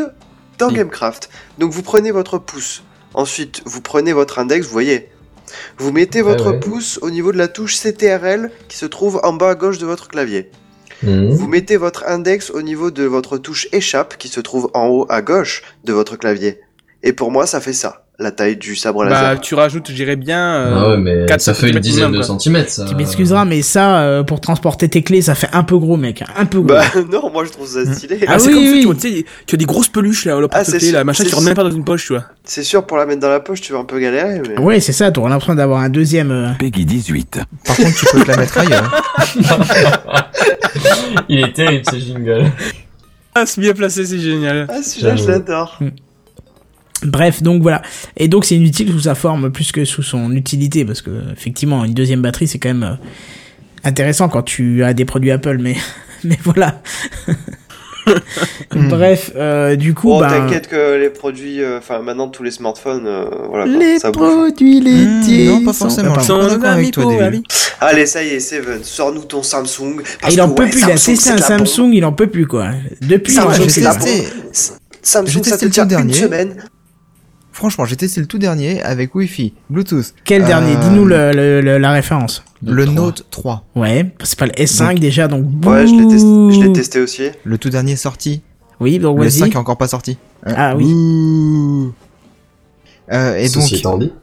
Speaker 3: Hmm.
Speaker 2: dans GameCraft. Donc vous prenez votre pouce, ensuite vous prenez votre index, vous voyez. Vous mettez votre
Speaker 3: ouais.
Speaker 2: pouce au niveau de la touche CTRL qui se trouve en bas à gauche de votre clavier.
Speaker 3: Mmh. Hmm. Euh,
Speaker 2: Vous mettez votre index au niveau de votre touche échappe qui se trouve en haut à gauche de votre clavier. Et pour moi, ça fait ça, la taille du sabre
Speaker 5: Bah,
Speaker 2: laser.
Speaker 5: tu rajoutes, je dirais bien. euh,
Speaker 3: Ah mais
Speaker 5: quatre centimètres minimum, quoi.
Speaker 3: centimètres, ça.
Speaker 1: Tu m'excuseras, mais ça, euh, pour transporter tes clés, ça fait un peu gros, mec, hein. un peu gros.
Speaker 2: Bah, *laughs* non, moi je trouve
Speaker 3: Hmm.
Speaker 2: ça stylé.
Speaker 1: Ah
Speaker 5: Ah, c'est
Speaker 1: oui,
Speaker 5: comme
Speaker 1: oui.
Speaker 5: ceux qui ont, tu sais, qui ont des grosses peluches là, là, pour
Speaker 2: Ah,
Speaker 5: côté,
Speaker 2: c'est
Speaker 5: là,
Speaker 2: sûr,
Speaker 5: machin,
Speaker 2: c'est
Speaker 5: qui rentrent même pas dans une poche, tu vois.
Speaker 2: C'est sûr, pour la mettre dans la poche, tu vas un peu galérer, mais...
Speaker 1: Ouais, c'est ça, t'auras l'impression d'avoir un deuxième. euh,
Speaker 7: Peggy 18.
Speaker 4: Par contre, tu peux te la mettre ailleurs.
Speaker 3: Il est terrible ce jingle.
Speaker 5: Ah, c'est bien placé, c'est génial.
Speaker 2: Ah, celui-là, je
Speaker 3: J'avoue.
Speaker 2: l'adore.
Speaker 1: Bref, donc voilà. Et donc c'est inutile sous sa forme plus que sous son utilité, parce que effectivement, une deuxième batterie, c'est quand même euh, intéressant quand tu as des produits Apple, mais, *laughs* mais
Speaker 2: *laughs*
Speaker 1: voilà. Bref, euh, du coup,
Speaker 2: Oh,
Speaker 1: ben,
Speaker 2: t'inquiète que les produits, euh, enfin maintenant tous les smartphones, euh, voilà, quoi,
Speaker 1: les
Speaker 2: ça bouge.
Speaker 1: produits laitiers.
Speaker 4: Mm. non, pas
Speaker 1: sont-
Speaker 4: forcément.
Speaker 1: Ah,
Speaker 4: Je suis
Speaker 1: pardon.
Speaker 4: pas d'accord avec toi, David.
Speaker 2: Allez, ça y est, Seven, sors-nous ton Samsung.
Speaker 1: Ah,
Speaker 2: parce
Speaker 1: il en
Speaker 2: que,
Speaker 1: peut
Speaker 2: ouais,
Speaker 1: plus, il a
Speaker 2: Samsung,
Speaker 1: testé
Speaker 2: c'est
Speaker 1: un
Speaker 2: de la bombe.
Speaker 1: Samsung, il en peut plus quoi. Depuis,
Speaker 2: Ça,
Speaker 1: il en
Speaker 2: ouais,
Speaker 1: peut
Speaker 4: J'ai
Speaker 1: plus.
Speaker 2: c'est la bombe.
Speaker 4: testé, J'ai
Speaker 2: Samsung, ça
Speaker 4: testé
Speaker 2: te
Speaker 4: le
Speaker 2: tient
Speaker 4: tout
Speaker 2: une
Speaker 4: dernier.
Speaker 2: semaine.
Speaker 4: franchement, j'ai testé le tout dernier avec Wi-Fi, Bluetooth.
Speaker 1: Quel
Speaker 4: Euh,
Speaker 1: dernier Dis-nous le- le- le- la référence.
Speaker 4: Le
Speaker 9: Note
Speaker 4: Note 3.
Speaker 1: Ouais, c'est pas le S5 déjà, donc.
Speaker 2: Ouais, je l'ai testé, je l'ai
Speaker 1: bouh.
Speaker 2: testé aussi.
Speaker 4: Le tout dernier sorti.
Speaker 1: Oui, donc
Speaker 4: le
Speaker 1: vas-y.
Speaker 4: 5 est encore pas sorti. Euh,
Speaker 1: Ah oui.
Speaker 2: Mmh.
Speaker 4: ouh. Euh, et donc,
Speaker 3: Ceci étant dit.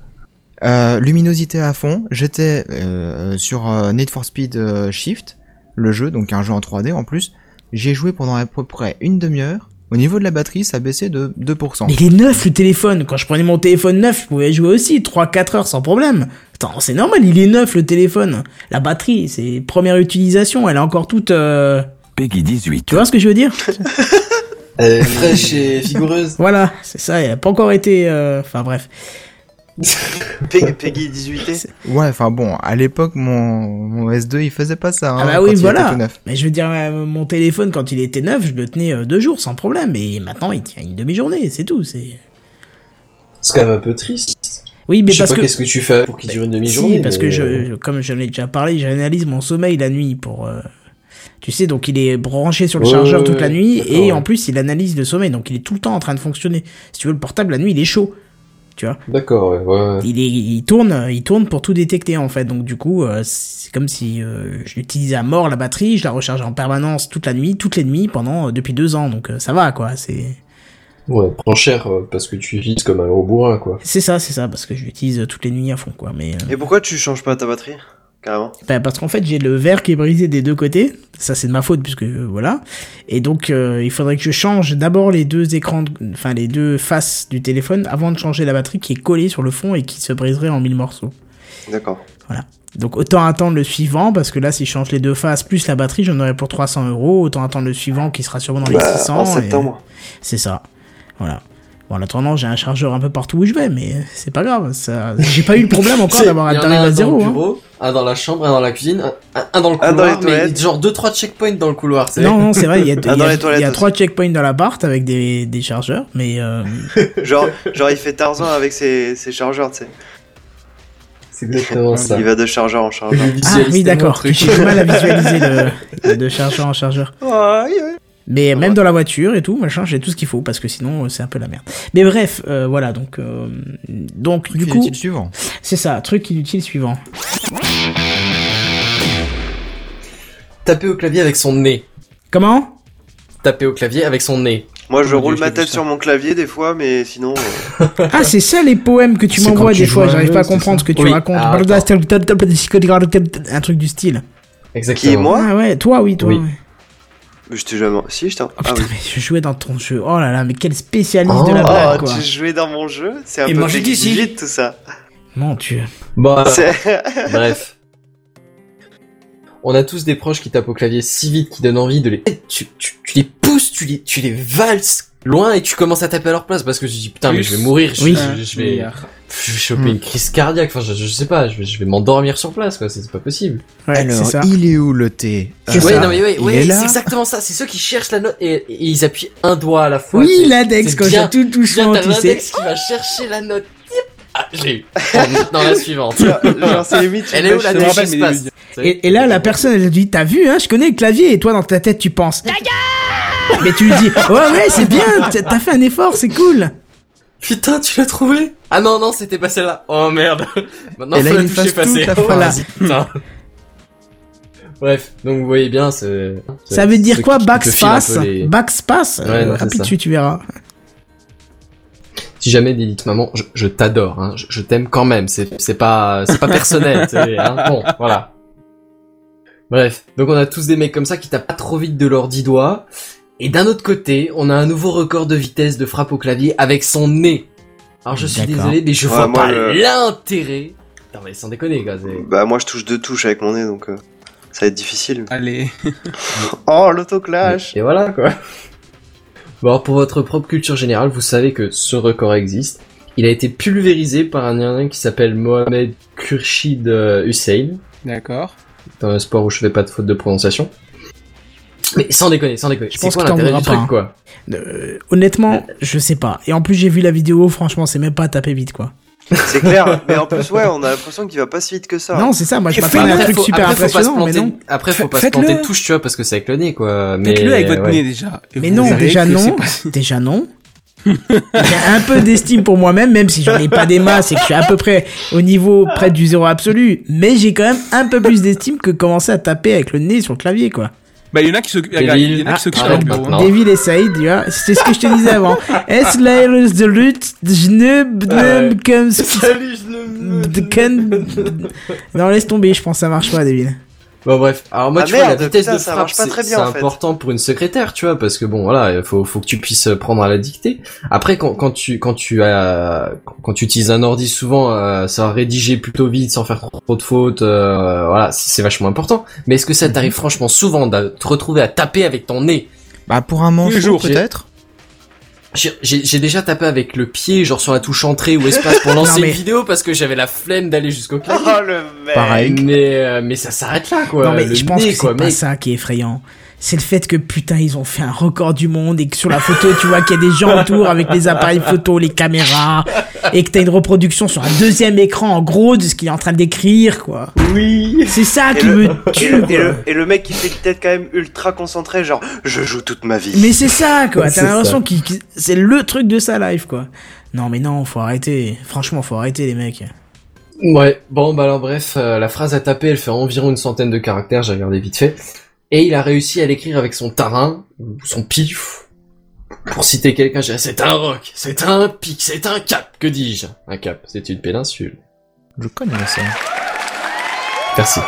Speaker 4: euh, luminosité à fond. J'étais euh, sur euh, Need for Speed euh, Shift, le jeu, donc un jeu en 3D en plus. J'ai joué pendant à peu près une demi-heure. Au niveau de la batterie, ça baissait de 2%.
Speaker 1: Mais il est neuf le téléphone. Quand je prenais mon téléphone neuf, je pouvais jouer aussi 3-4 heures sans problème. Attends, c'est normal, il est neuf le téléphone. La batterie, c'est première utilisation, elle est encore toute. euh,
Speaker 7: Peggy 18.
Speaker 1: Tu vois ce que je veux dire
Speaker 3: Elle est fraîche et vigoureuse.
Speaker 1: Voilà, c'est ça, elle a pas encore été. euh, Enfin bref. *laughs*
Speaker 2: Pe- Peggy 18
Speaker 4: Ouais, enfin bon, à l'époque, mon, mon S2, il faisait pas ça. hein,
Speaker 1: Ah bah
Speaker 4: quand
Speaker 1: oui,
Speaker 4: il était
Speaker 1: voilà.
Speaker 4: tout neuf.
Speaker 1: Mais je veux dire, euh, mon téléphone, quand il était neuf, je le tenais euh, deux jours sans problème. Et maintenant, il tient une demi-journée, c'est tout. C'est.
Speaker 3: C'est quand même un peu triste.
Speaker 1: Oui, mais
Speaker 3: je sais
Speaker 1: parce
Speaker 3: pas
Speaker 1: que.
Speaker 3: qu'est-ce que tu fais pour qu'il dure une demi-journée.
Speaker 1: Si, parce
Speaker 3: mais- euh,
Speaker 1: que je, je- comme je l'ai déjà parlé, j'analyse mon sommeil la nuit pour. euh, tu sais, donc il est branché sur le
Speaker 3: Ouais,
Speaker 1: chargeur
Speaker 3: ouais,
Speaker 1: toute la
Speaker 3: ouais,
Speaker 1: nuit
Speaker 3: d'accord,
Speaker 1: et
Speaker 3: ouais.
Speaker 1: en plus il analyse le sommeil, donc il est tout le temps en train de fonctionner. Si tu veux, le portable la nuit il est chaud.
Speaker 3: D'accord, ouais, ouais.
Speaker 1: Il, est, il tourne, il tourne pour tout détecter en fait. Donc du coup, euh, c'est comme si euh, je l'utilisais à mort la batterie, je la recharge en permanence toute la nuit, toutes les nuits pendant euh, depuis deux ans. Donc euh, ça va quoi. C'est
Speaker 3: Ouais, prends cher euh, parce que tu vides comme un gros bourrin, quoi.
Speaker 1: c'est ça, c'est ça, parce que je l'utilise toutes les nuits à fond quoi. Mais euh,
Speaker 2: Et pourquoi tu changes pas ta batterie Carrément.
Speaker 1: Bah, parce qu'en fait, j'ai le verre qui est brisé des deux côtés. Ça, c'est de ma faute, puisque euh, voilà. Et donc, euh, il faudrait que je change d'abord les deux écrans, de- enfin, les deux faces du téléphone avant de changer la batterie qui est collée sur le fond et qui se briserait en mille morceaux.
Speaker 2: D'accord.
Speaker 1: Donc, autant attendre le suivant, parce que là, si je change les deux faces plus la batterie, j'en aurai pour 300 euros. Autant attendre le suivant qui sera sûrement dans les
Speaker 2: Bah,
Speaker 1: 600.
Speaker 2: en
Speaker 1: et-
Speaker 2: septembre.
Speaker 1: C'est ça. Voilà. Bon, en attendant, j'ai un chargeur un peu partout où je vais, mais c'est pas grave. Ça... J'ai pas eu le problème
Speaker 3: *laughs*
Speaker 1: encore d'avoir un tarif à zéro. hein.
Speaker 3: Un dans le bureau, un dans la chambre, un dans la cuisine, un, un- un dans le couloir,
Speaker 2: Un dans les
Speaker 3: mais
Speaker 2: toilettes.
Speaker 3: genre deux trois checkpoints dans le couloir. c'est-
Speaker 1: Non, non, c'est vrai, il y a, il
Speaker 3: *laughs*
Speaker 1: y a-
Speaker 2: Ah, dans les
Speaker 1: il y a
Speaker 2: toilettes
Speaker 1: trois checkpoints dans l'appart avec des, des chargeurs, mais euh,
Speaker 2: Genre, genre il fait Tarzan avec ses, ses chargeurs, tu sais.
Speaker 3: C'est exactement ça.
Speaker 2: Il va de chargeur en
Speaker 3: Je
Speaker 2: chargeur.
Speaker 1: Ah
Speaker 3: visualise
Speaker 1: oui,
Speaker 3: tellement
Speaker 1: d'accord.
Speaker 3: le truc.
Speaker 1: J'ai du mal à visualiser le, de chargeur en chargeur. Mais même dans la voiture et tout, machin, j'ai tout ce qu'il faut parce que sinon euh, c'est un peu la merde. Mais bref, euh, voilà, donc euh, donc du coup,
Speaker 4: Inutile suivant.
Speaker 1: c'est ça, truc inutile suivant.
Speaker 3: Taper au clavier avec son nez.
Speaker 1: Comment
Speaker 3: Taper au clavier avec son nez.
Speaker 2: Moi, je
Speaker 4: Mon
Speaker 2: roule
Speaker 4: Dieu,
Speaker 2: ma
Speaker 4: j'ai
Speaker 2: tête
Speaker 4: vu
Speaker 2: sur mon clavier des fois, mais sinon. euh,
Speaker 1: Ah, c'est ça les poèmes que tu
Speaker 4: C'est
Speaker 1: m'envoies
Speaker 4: quand tu
Speaker 1: des fois,
Speaker 4: joues à
Speaker 1: j'arrive pas à
Speaker 4: Dieu, c'est
Speaker 1: comprendre ce que tu
Speaker 3: Oui.
Speaker 1: racontes.
Speaker 3: Ah,
Speaker 1: un truc du style.
Speaker 2: Qui est
Speaker 3: Exactement.
Speaker 2: moi
Speaker 1: ah ouais, toi oui, toi.
Speaker 3: Oui.
Speaker 1: ouais.
Speaker 2: Je t'ai jamais. Si, je t'ai.
Speaker 1: Oh
Speaker 2: ah
Speaker 1: putain,
Speaker 2: oui.
Speaker 1: mais je jouais dans ton jeu. Oh là là, mais quel spécialiste
Speaker 3: Oh,
Speaker 1: de la blague
Speaker 2: Oh,
Speaker 1: Ah, bah, quoi.
Speaker 2: tu jouais dans mon jeu C'est un
Speaker 10: Et
Speaker 2: peu
Speaker 10: manger d'ici.
Speaker 2: vite tout ça.
Speaker 1: Mon dieu.
Speaker 3: Bah,
Speaker 2: C'est-
Speaker 3: bref. On a tous des proches qui tapent au clavier si vite qu'ils donnent envie de les. Eh, Tu, tu, tu les pousses, tu les, tu les valses loin et tu commences à taper à leur place parce que tu te dis putain, mais je vais mourir, je,
Speaker 1: Oui. Hmm.
Speaker 3: je- je vais,
Speaker 5: Milliard.
Speaker 3: je vais choper une crise cardiaque, enfin je, je sais pas, je vais, je vais m'endormir sur place quoi, c'est c'est pas possible.
Speaker 1: Ouais, c'est
Speaker 4: Alors,
Speaker 1: ça.
Speaker 4: il est où le thé
Speaker 1: C'est
Speaker 4: Ah,
Speaker 1: ça.
Speaker 3: Ouais, non mais ouais,
Speaker 4: il
Speaker 3: ouais,
Speaker 4: est
Speaker 3: c'est
Speaker 4: là.
Speaker 3: exactement ça, c'est ceux qui cherchent la note et, et ils appuient un doigt à la fois.
Speaker 1: Oui,
Speaker 3: c'est-
Speaker 1: l'index,
Speaker 3: c'est
Speaker 1: quand
Speaker 3: bien-
Speaker 1: j'ai tout
Speaker 3: Tiens,
Speaker 1: touchant,
Speaker 3: t'as
Speaker 1: tu sais.
Speaker 3: l'index qui va chercher la note. Ah, j'ai eu.
Speaker 1: *laughs*
Speaker 3: Dans la suivante.
Speaker 2: Genre, c'est limite.
Speaker 3: Elle est où
Speaker 2: je
Speaker 3: la
Speaker 2: te-
Speaker 5: me
Speaker 3: note
Speaker 5: rappelle, mais-
Speaker 3: Qu'est-ce qui se passe
Speaker 1: Et, et là, la personne, elle dit, t'as vu, hein, je connais le clavier, et toi, dans ta tête, tu penses. Mais tu lui dis, ouais, ouais, c'est bien, t'as t'as fait un effort, c'est cool.
Speaker 3: Putain, tu l'as trouvé Ah non, non, c'était pas celle-là. Oh merde. Maintenant,
Speaker 4: Et là,
Speaker 3: faut la
Speaker 4: il
Speaker 3: toucher
Speaker 4: efface
Speaker 3: passer. Oh,
Speaker 4: toute la
Speaker 3: Voilà.
Speaker 4: phrase.
Speaker 3: Putain. Bref, donc vous voyez bien, c'est...
Speaker 1: Ça veut dire
Speaker 3: c'est-
Speaker 1: quoi,
Speaker 3: qui te file un peu
Speaker 1: backspace
Speaker 3: les-
Speaker 1: Backspace
Speaker 3: Ouais, non,
Speaker 1: euh,
Speaker 3: c'est
Speaker 1: Appuie
Speaker 3: ça.
Speaker 1: dessus, tu verras.
Speaker 3: Si jamais dit maman, je, je t'adore, hein, je, je t'aime quand même, c'est, c'est pas, c'est pas personnel, c'est, hein, bon, voilà. Bref, donc on a tous des mecs comme ça qui tapent pas trop vite de leurs dix doigts, et d'un autre côté, on a un nouveau record de vitesse de frappe au clavier avec son nez. Alors je suis
Speaker 1: D'accord.
Speaker 3: désolé, mais je
Speaker 2: Ouais,
Speaker 3: vois
Speaker 2: moi,
Speaker 3: pas
Speaker 2: le-
Speaker 3: l'intérêt. Non mais sans déconner, gars, c'est...
Speaker 2: Bah, moi, je touche deux touches avec mon nez, donc euh, ça va être difficile.
Speaker 5: Allez.
Speaker 2: Oh, l'autoclash
Speaker 3: Et voilà, quoi. Bon, alors, pour votre propre culture générale, vous savez que ce record existe. Il a été pulvérisé par un Indien qui s'appelle Mohamed Khurshid euh, Hussein.
Speaker 5: D'accord.
Speaker 3: dans un sport où je fais pas de faute de prononciation. Mais sans déconner, sans déconner.
Speaker 1: Je
Speaker 3: Je
Speaker 1: pense
Speaker 3: pense quoi
Speaker 1: que t'en
Speaker 3: l'intérêt
Speaker 1: voudras
Speaker 3: du
Speaker 1: pas,
Speaker 3: truc,
Speaker 1: hein.
Speaker 3: quoi.
Speaker 1: Euh, honnêtement, je sais pas. Et en plus, j'ai vu la vidéo, franchement, c'est même pas taper vite, quoi.
Speaker 2: C'est clair, mais en plus, ouais, on a l'impression qu'il va pas si vite que ça.
Speaker 1: Non, c'est ça, moi, je
Speaker 5: Et
Speaker 1: m'attendais à un
Speaker 5: fais-le,
Speaker 1: truc
Speaker 3: faut,
Speaker 1: super
Speaker 3: après, faut pas se
Speaker 1: impressionnant, mais
Speaker 3: planter,
Speaker 1: non.
Speaker 3: après, faut pas se
Speaker 5: Faites-le.
Speaker 3: planter de touche, tu vois, parce que c'est avec le nez, quoi. Mais,
Speaker 5: Faites-le avec votre
Speaker 3: ouais.
Speaker 5: nez déjà. Et
Speaker 1: Mais
Speaker 5: vous
Speaker 1: non,
Speaker 5: verrez
Speaker 1: déjà
Speaker 5: que c'est
Speaker 1: non.
Speaker 5: pas-
Speaker 1: Déjà non. J'ai un peu d'estime pour moi-même, même si j'en ai pas des masses et que je suis à peu près au niveau près du zéro absolu. Mais j'ai quand même un peu plus d'estime que commencer à taper avec le nez sur le clavier, quoi.
Speaker 5: Bah, il y en a qui s'occupent.
Speaker 3: Kevin,
Speaker 5: regarde, Il y en a qui s'occupent
Speaker 3: ah,
Speaker 5: à leur
Speaker 3: arrête
Speaker 5: bureau.
Speaker 3: maintenant.
Speaker 5: hein.
Speaker 1: Devil et Saïd, tu vois, c'est ce que je te disais avant. Es l'airus de lutte, je ne
Speaker 3: Ah ouais.
Speaker 1: b'nem comme ce-
Speaker 3: Salut, je le...
Speaker 1: b'd'ken- Non, laisse tomber, je pense que ça marche pas, Devil.
Speaker 3: Bon, bref. Alors, moi,
Speaker 2: Ah,
Speaker 3: tu vois,
Speaker 2: merde,
Speaker 3: la vitesse
Speaker 2: putain,
Speaker 3: de
Speaker 2: ça
Speaker 3: frappe,
Speaker 2: marche pas
Speaker 3: c'est
Speaker 2: très
Speaker 3: c'est
Speaker 2: bien, en fait.
Speaker 3: important pour une secrétaire, tu vois, parce que bon, voilà, il faut, faut que tu puisses euh, prendre à la dictée. Après, quand, quand tu, quand tu as, quand tu utilises un ordi souvent, euh, ça rédiger plutôt vite, sans faire trop, trop de fautes, euh, voilà, c'est c'est vachement important. Mais est-ce que ça t'arrive
Speaker 2: Mhm.
Speaker 3: franchement souvent de te retrouver à taper avec ton nez?
Speaker 4: Bah pour un
Speaker 5: Tous les
Speaker 4: manchot
Speaker 5: jours,
Speaker 4: peut-être.
Speaker 3: J'ai j'ai déjà tapé avec le pied, genre sur la touche entrée ou espace
Speaker 2: *laughs*
Speaker 3: pour lancer
Speaker 1: Non, mais-
Speaker 3: une vidéo parce que j'avais la flemme d'aller jusqu'au clavier.
Speaker 2: Oh, le mec
Speaker 4: Pareil.
Speaker 3: Mais, euh, mais ça s'arrête là, quoi.
Speaker 1: Non, mais
Speaker 3: Le
Speaker 1: je pense
Speaker 3: nez,
Speaker 1: que
Speaker 3: quoi,
Speaker 1: c'est pas
Speaker 3: mec.
Speaker 1: ça qui est effrayant. C'est le fait que putain, ils ont fait un record du monde et que sur la photo, tu vois qu'il y a des gens autour avec les appareils photo, les caméras, et que t'as une reproduction sur un deuxième écran en gros de ce qu'il est en train d'écrire, quoi. Oui. C'est ça
Speaker 2: Et
Speaker 1: qui
Speaker 2: le-
Speaker 1: me
Speaker 2: et
Speaker 1: tue,
Speaker 2: le, et,
Speaker 1: quoi.
Speaker 2: le, et le mec qui fait une tête quand même ultra concentré, genre je joue toute ma vie.
Speaker 1: Mais c'est ça, quoi. T'as
Speaker 3: C'est ça.
Speaker 1: l'impression que c'est le truc de sa life, quoi. Non, mais non, faut arrêter. Franchement, faut arrêter, les mecs.
Speaker 3: Ouais, bon, bah alors bref, euh, la phrase à taper, elle fait environ une centaine de caractères, j'ai regardé vite fait. Et il a réussi à l'écrire avec son tarin, ou son pif. Pour citer quelqu'un, j'ai c'est un roc, c'est un pic, c'est un cap, que dis-je Un cap, c'est une péninsule.
Speaker 4: Je connais ça.
Speaker 3: Merci.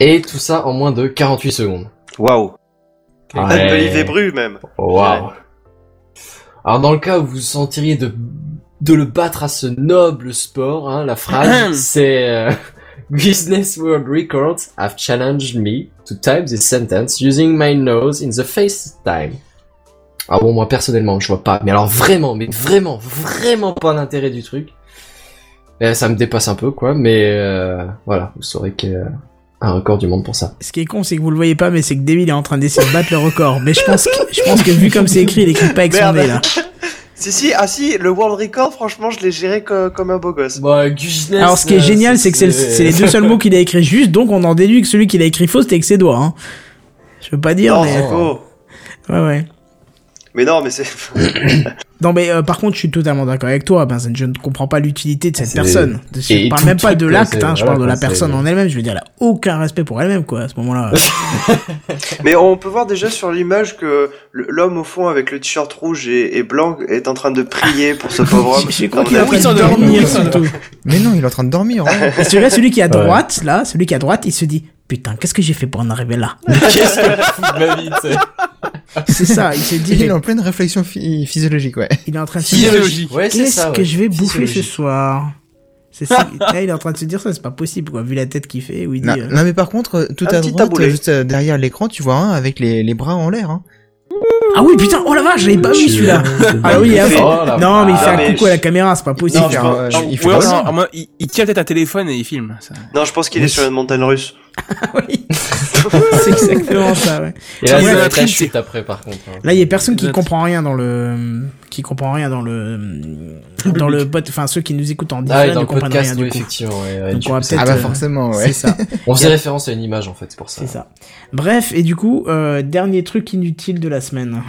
Speaker 3: Et tout ça en moins de 48 secondes.
Speaker 2: Waoup.
Speaker 3: Ouais.
Speaker 2: Même de l'Yves Bru même.
Speaker 3: Waouh. Alors dans le cas où vous sentiriez de de le battre à ce noble sport, hein, la phrase c'est euh, *laughs* Guinness World Records have challenged me to type this sentence using my nose in the FaceTime. Ah bon, moi personnellement, je vois pas. Mais alors vraiment, mais vraiment, vraiment pas l'intérêt du truc. Euh, ça me dépasse un peu, quoi. Mais euh, voilà, vous saurez qu'il y a un record du monde pour ça.
Speaker 1: Ce qui est con, c'est que vous le voyez pas, mais c'est que David est en train d'essayer de battre le record. Mais je pense que, je pense que vu comme c'est écrit, il écrit pas avec son
Speaker 2: Merde.
Speaker 1: nez, là.
Speaker 2: Si, si, ah si, le World Record, franchement, je l'ai géré co- comme un beau gosse.
Speaker 3: Bon, Guinness,
Speaker 1: Alors, ce qui est
Speaker 3: euh,
Speaker 1: génial, c'est que c'est le- c'est les deux seuls mots qu'il a écrit juste, donc on en déduit que celui qu'il a écrit faux, c'était avec ses doigts, hein. Je veux pas dire,
Speaker 2: Non,
Speaker 1: mais.
Speaker 2: c'est faux.
Speaker 1: Ouais, ouais.
Speaker 2: Mais non, mais c'est.
Speaker 1: Non, mais euh, par contre, je suis totalement d'accord avec toi, Benzen. Je ne comprends pas l'utilité de cette
Speaker 3: C'est-
Speaker 1: personne. De- Je
Speaker 3: et
Speaker 1: parle
Speaker 3: tout
Speaker 1: même pas
Speaker 3: truc,
Speaker 1: de
Speaker 3: quoi,
Speaker 1: l'acte,
Speaker 3: c'est-
Speaker 1: hein, je
Speaker 3: voilà,
Speaker 1: parle de la
Speaker 3: quoi, c'est-
Speaker 1: personne en elle-même. Je veux dire, elle a aucun respect pour elle-même, quoi, à ce moment-là.
Speaker 2: mais on peut voir déjà sur l'image que le- l'homme au fond avec le t-shirt rouge et, et blanc est en train de prier pour
Speaker 1: *laughs*
Speaker 2: ce pauvre homme.
Speaker 1: Je- je crois
Speaker 2: Non,
Speaker 1: qu'il est en
Speaker 2: mais-
Speaker 1: train de dormir, surtout.
Speaker 4: Mais non, il est en train de dormir. *laughs* hein.
Speaker 1: Et celui-là, celui qui est à droite, là, celui qui est à droite, il se dit Putain, qu'est-ce que j'ai fait pour en arriver là
Speaker 3: Qu'est-ce que je fous de *laughs* ma vie, tu sais
Speaker 1: C'est ça, il se dit
Speaker 4: Il
Speaker 1: Il
Speaker 4: est en pleine réflexion phy- physiologique, ouais.
Speaker 1: est en train de se dire
Speaker 5: Physiologie.
Speaker 3: Ouais, c'est
Speaker 1: Qu'est-ce
Speaker 3: ça.
Speaker 1: que
Speaker 3: ouais.
Speaker 1: je vais bouffer ce
Speaker 3: Physiologie.
Speaker 1: soir C'est ça, *laughs* là, il est en train de se dire ça, c'est pas possible, quoi, vu la tête qu'il fait, où il dit
Speaker 4: Non,
Speaker 1: euh,
Speaker 4: non, mais par contre, euh, tout
Speaker 2: Un
Speaker 4: à
Speaker 2: petit
Speaker 4: droite,
Speaker 2: taboulet.
Speaker 4: euh, juste euh, derrière l'écran, tu vois un avec les, les bras en l'air. Hein.
Speaker 1: Ah oui, putain, oh la vache, j'avais pas vu celui-là Ah oui, il a
Speaker 2: Oh
Speaker 1: fait.
Speaker 3: la
Speaker 1: Non, mais il
Speaker 2: vache.
Speaker 1: fait
Speaker 3: Ah,
Speaker 1: un
Speaker 2: Non, mais
Speaker 1: coucou à
Speaker 2: je-
Speaker 1: la caméra, c'est pas
Speaker 4: Il
Speaker 1: possible.
Speaker 2: Non,
Speaker 4: fait
Speaker 2: je
Speaker 4: un-
Speaker 2: pense-
Speaker 4: euh,
Speaker 2: non,
Speaker 4: il fait
Speaker 5: Ouais,
Speaker 4: pas
Speaker 5: ouais,
Speaker 4: ça.
Speaker 5: non, à moins, il, il tient peut-être un téléphone et il filme. Ça.
Speaker 2: Non, je pense qu'il est sur une montagne russe.
Speaker 1: *laughs* Ah Oui. c'est exactement ça, ouais.
Speaker 3: Et là,
Speaker 1: Ouais, la
Speaker 3: ça va être la
Speaker 5: trine,
Speaker 3: chute après, par contre. hein.
Speaker 1: Là, il y a personne qui
Speaker 5: Exact.
Speaker 1: comprend rien dans le, qui comprend rien dans le, dans le pod, enfin ceux qui nous écoutent en
Speaker 3: Ah, et
Speaker 1: direct
Speaker 3: dans
Speaker 1: ne
Speaker 3: le
Speaker 1: comprennent
Speaker 3: podcast,
Speaker 1: rien
Speaker 3: oui,
Speaker 1: du coup.
Speaker 3: effectivement. ouais, ouais,
Speaker 1: Donc,
Speaker 3: du
Speaker 1: on va
Speaker 3: coup, c'est-
Speaker 4: Ah bah
Speaker 1: euh,
Speaker 4: forcément, ouais.
Speaker 1: C'est ça,
Speaker 3: on faisait référence à une image, en fait, c'est pour ça.
Speaker 1: c'est ça. Bref, et du coup, euh, dernier truc inutile de la semaine.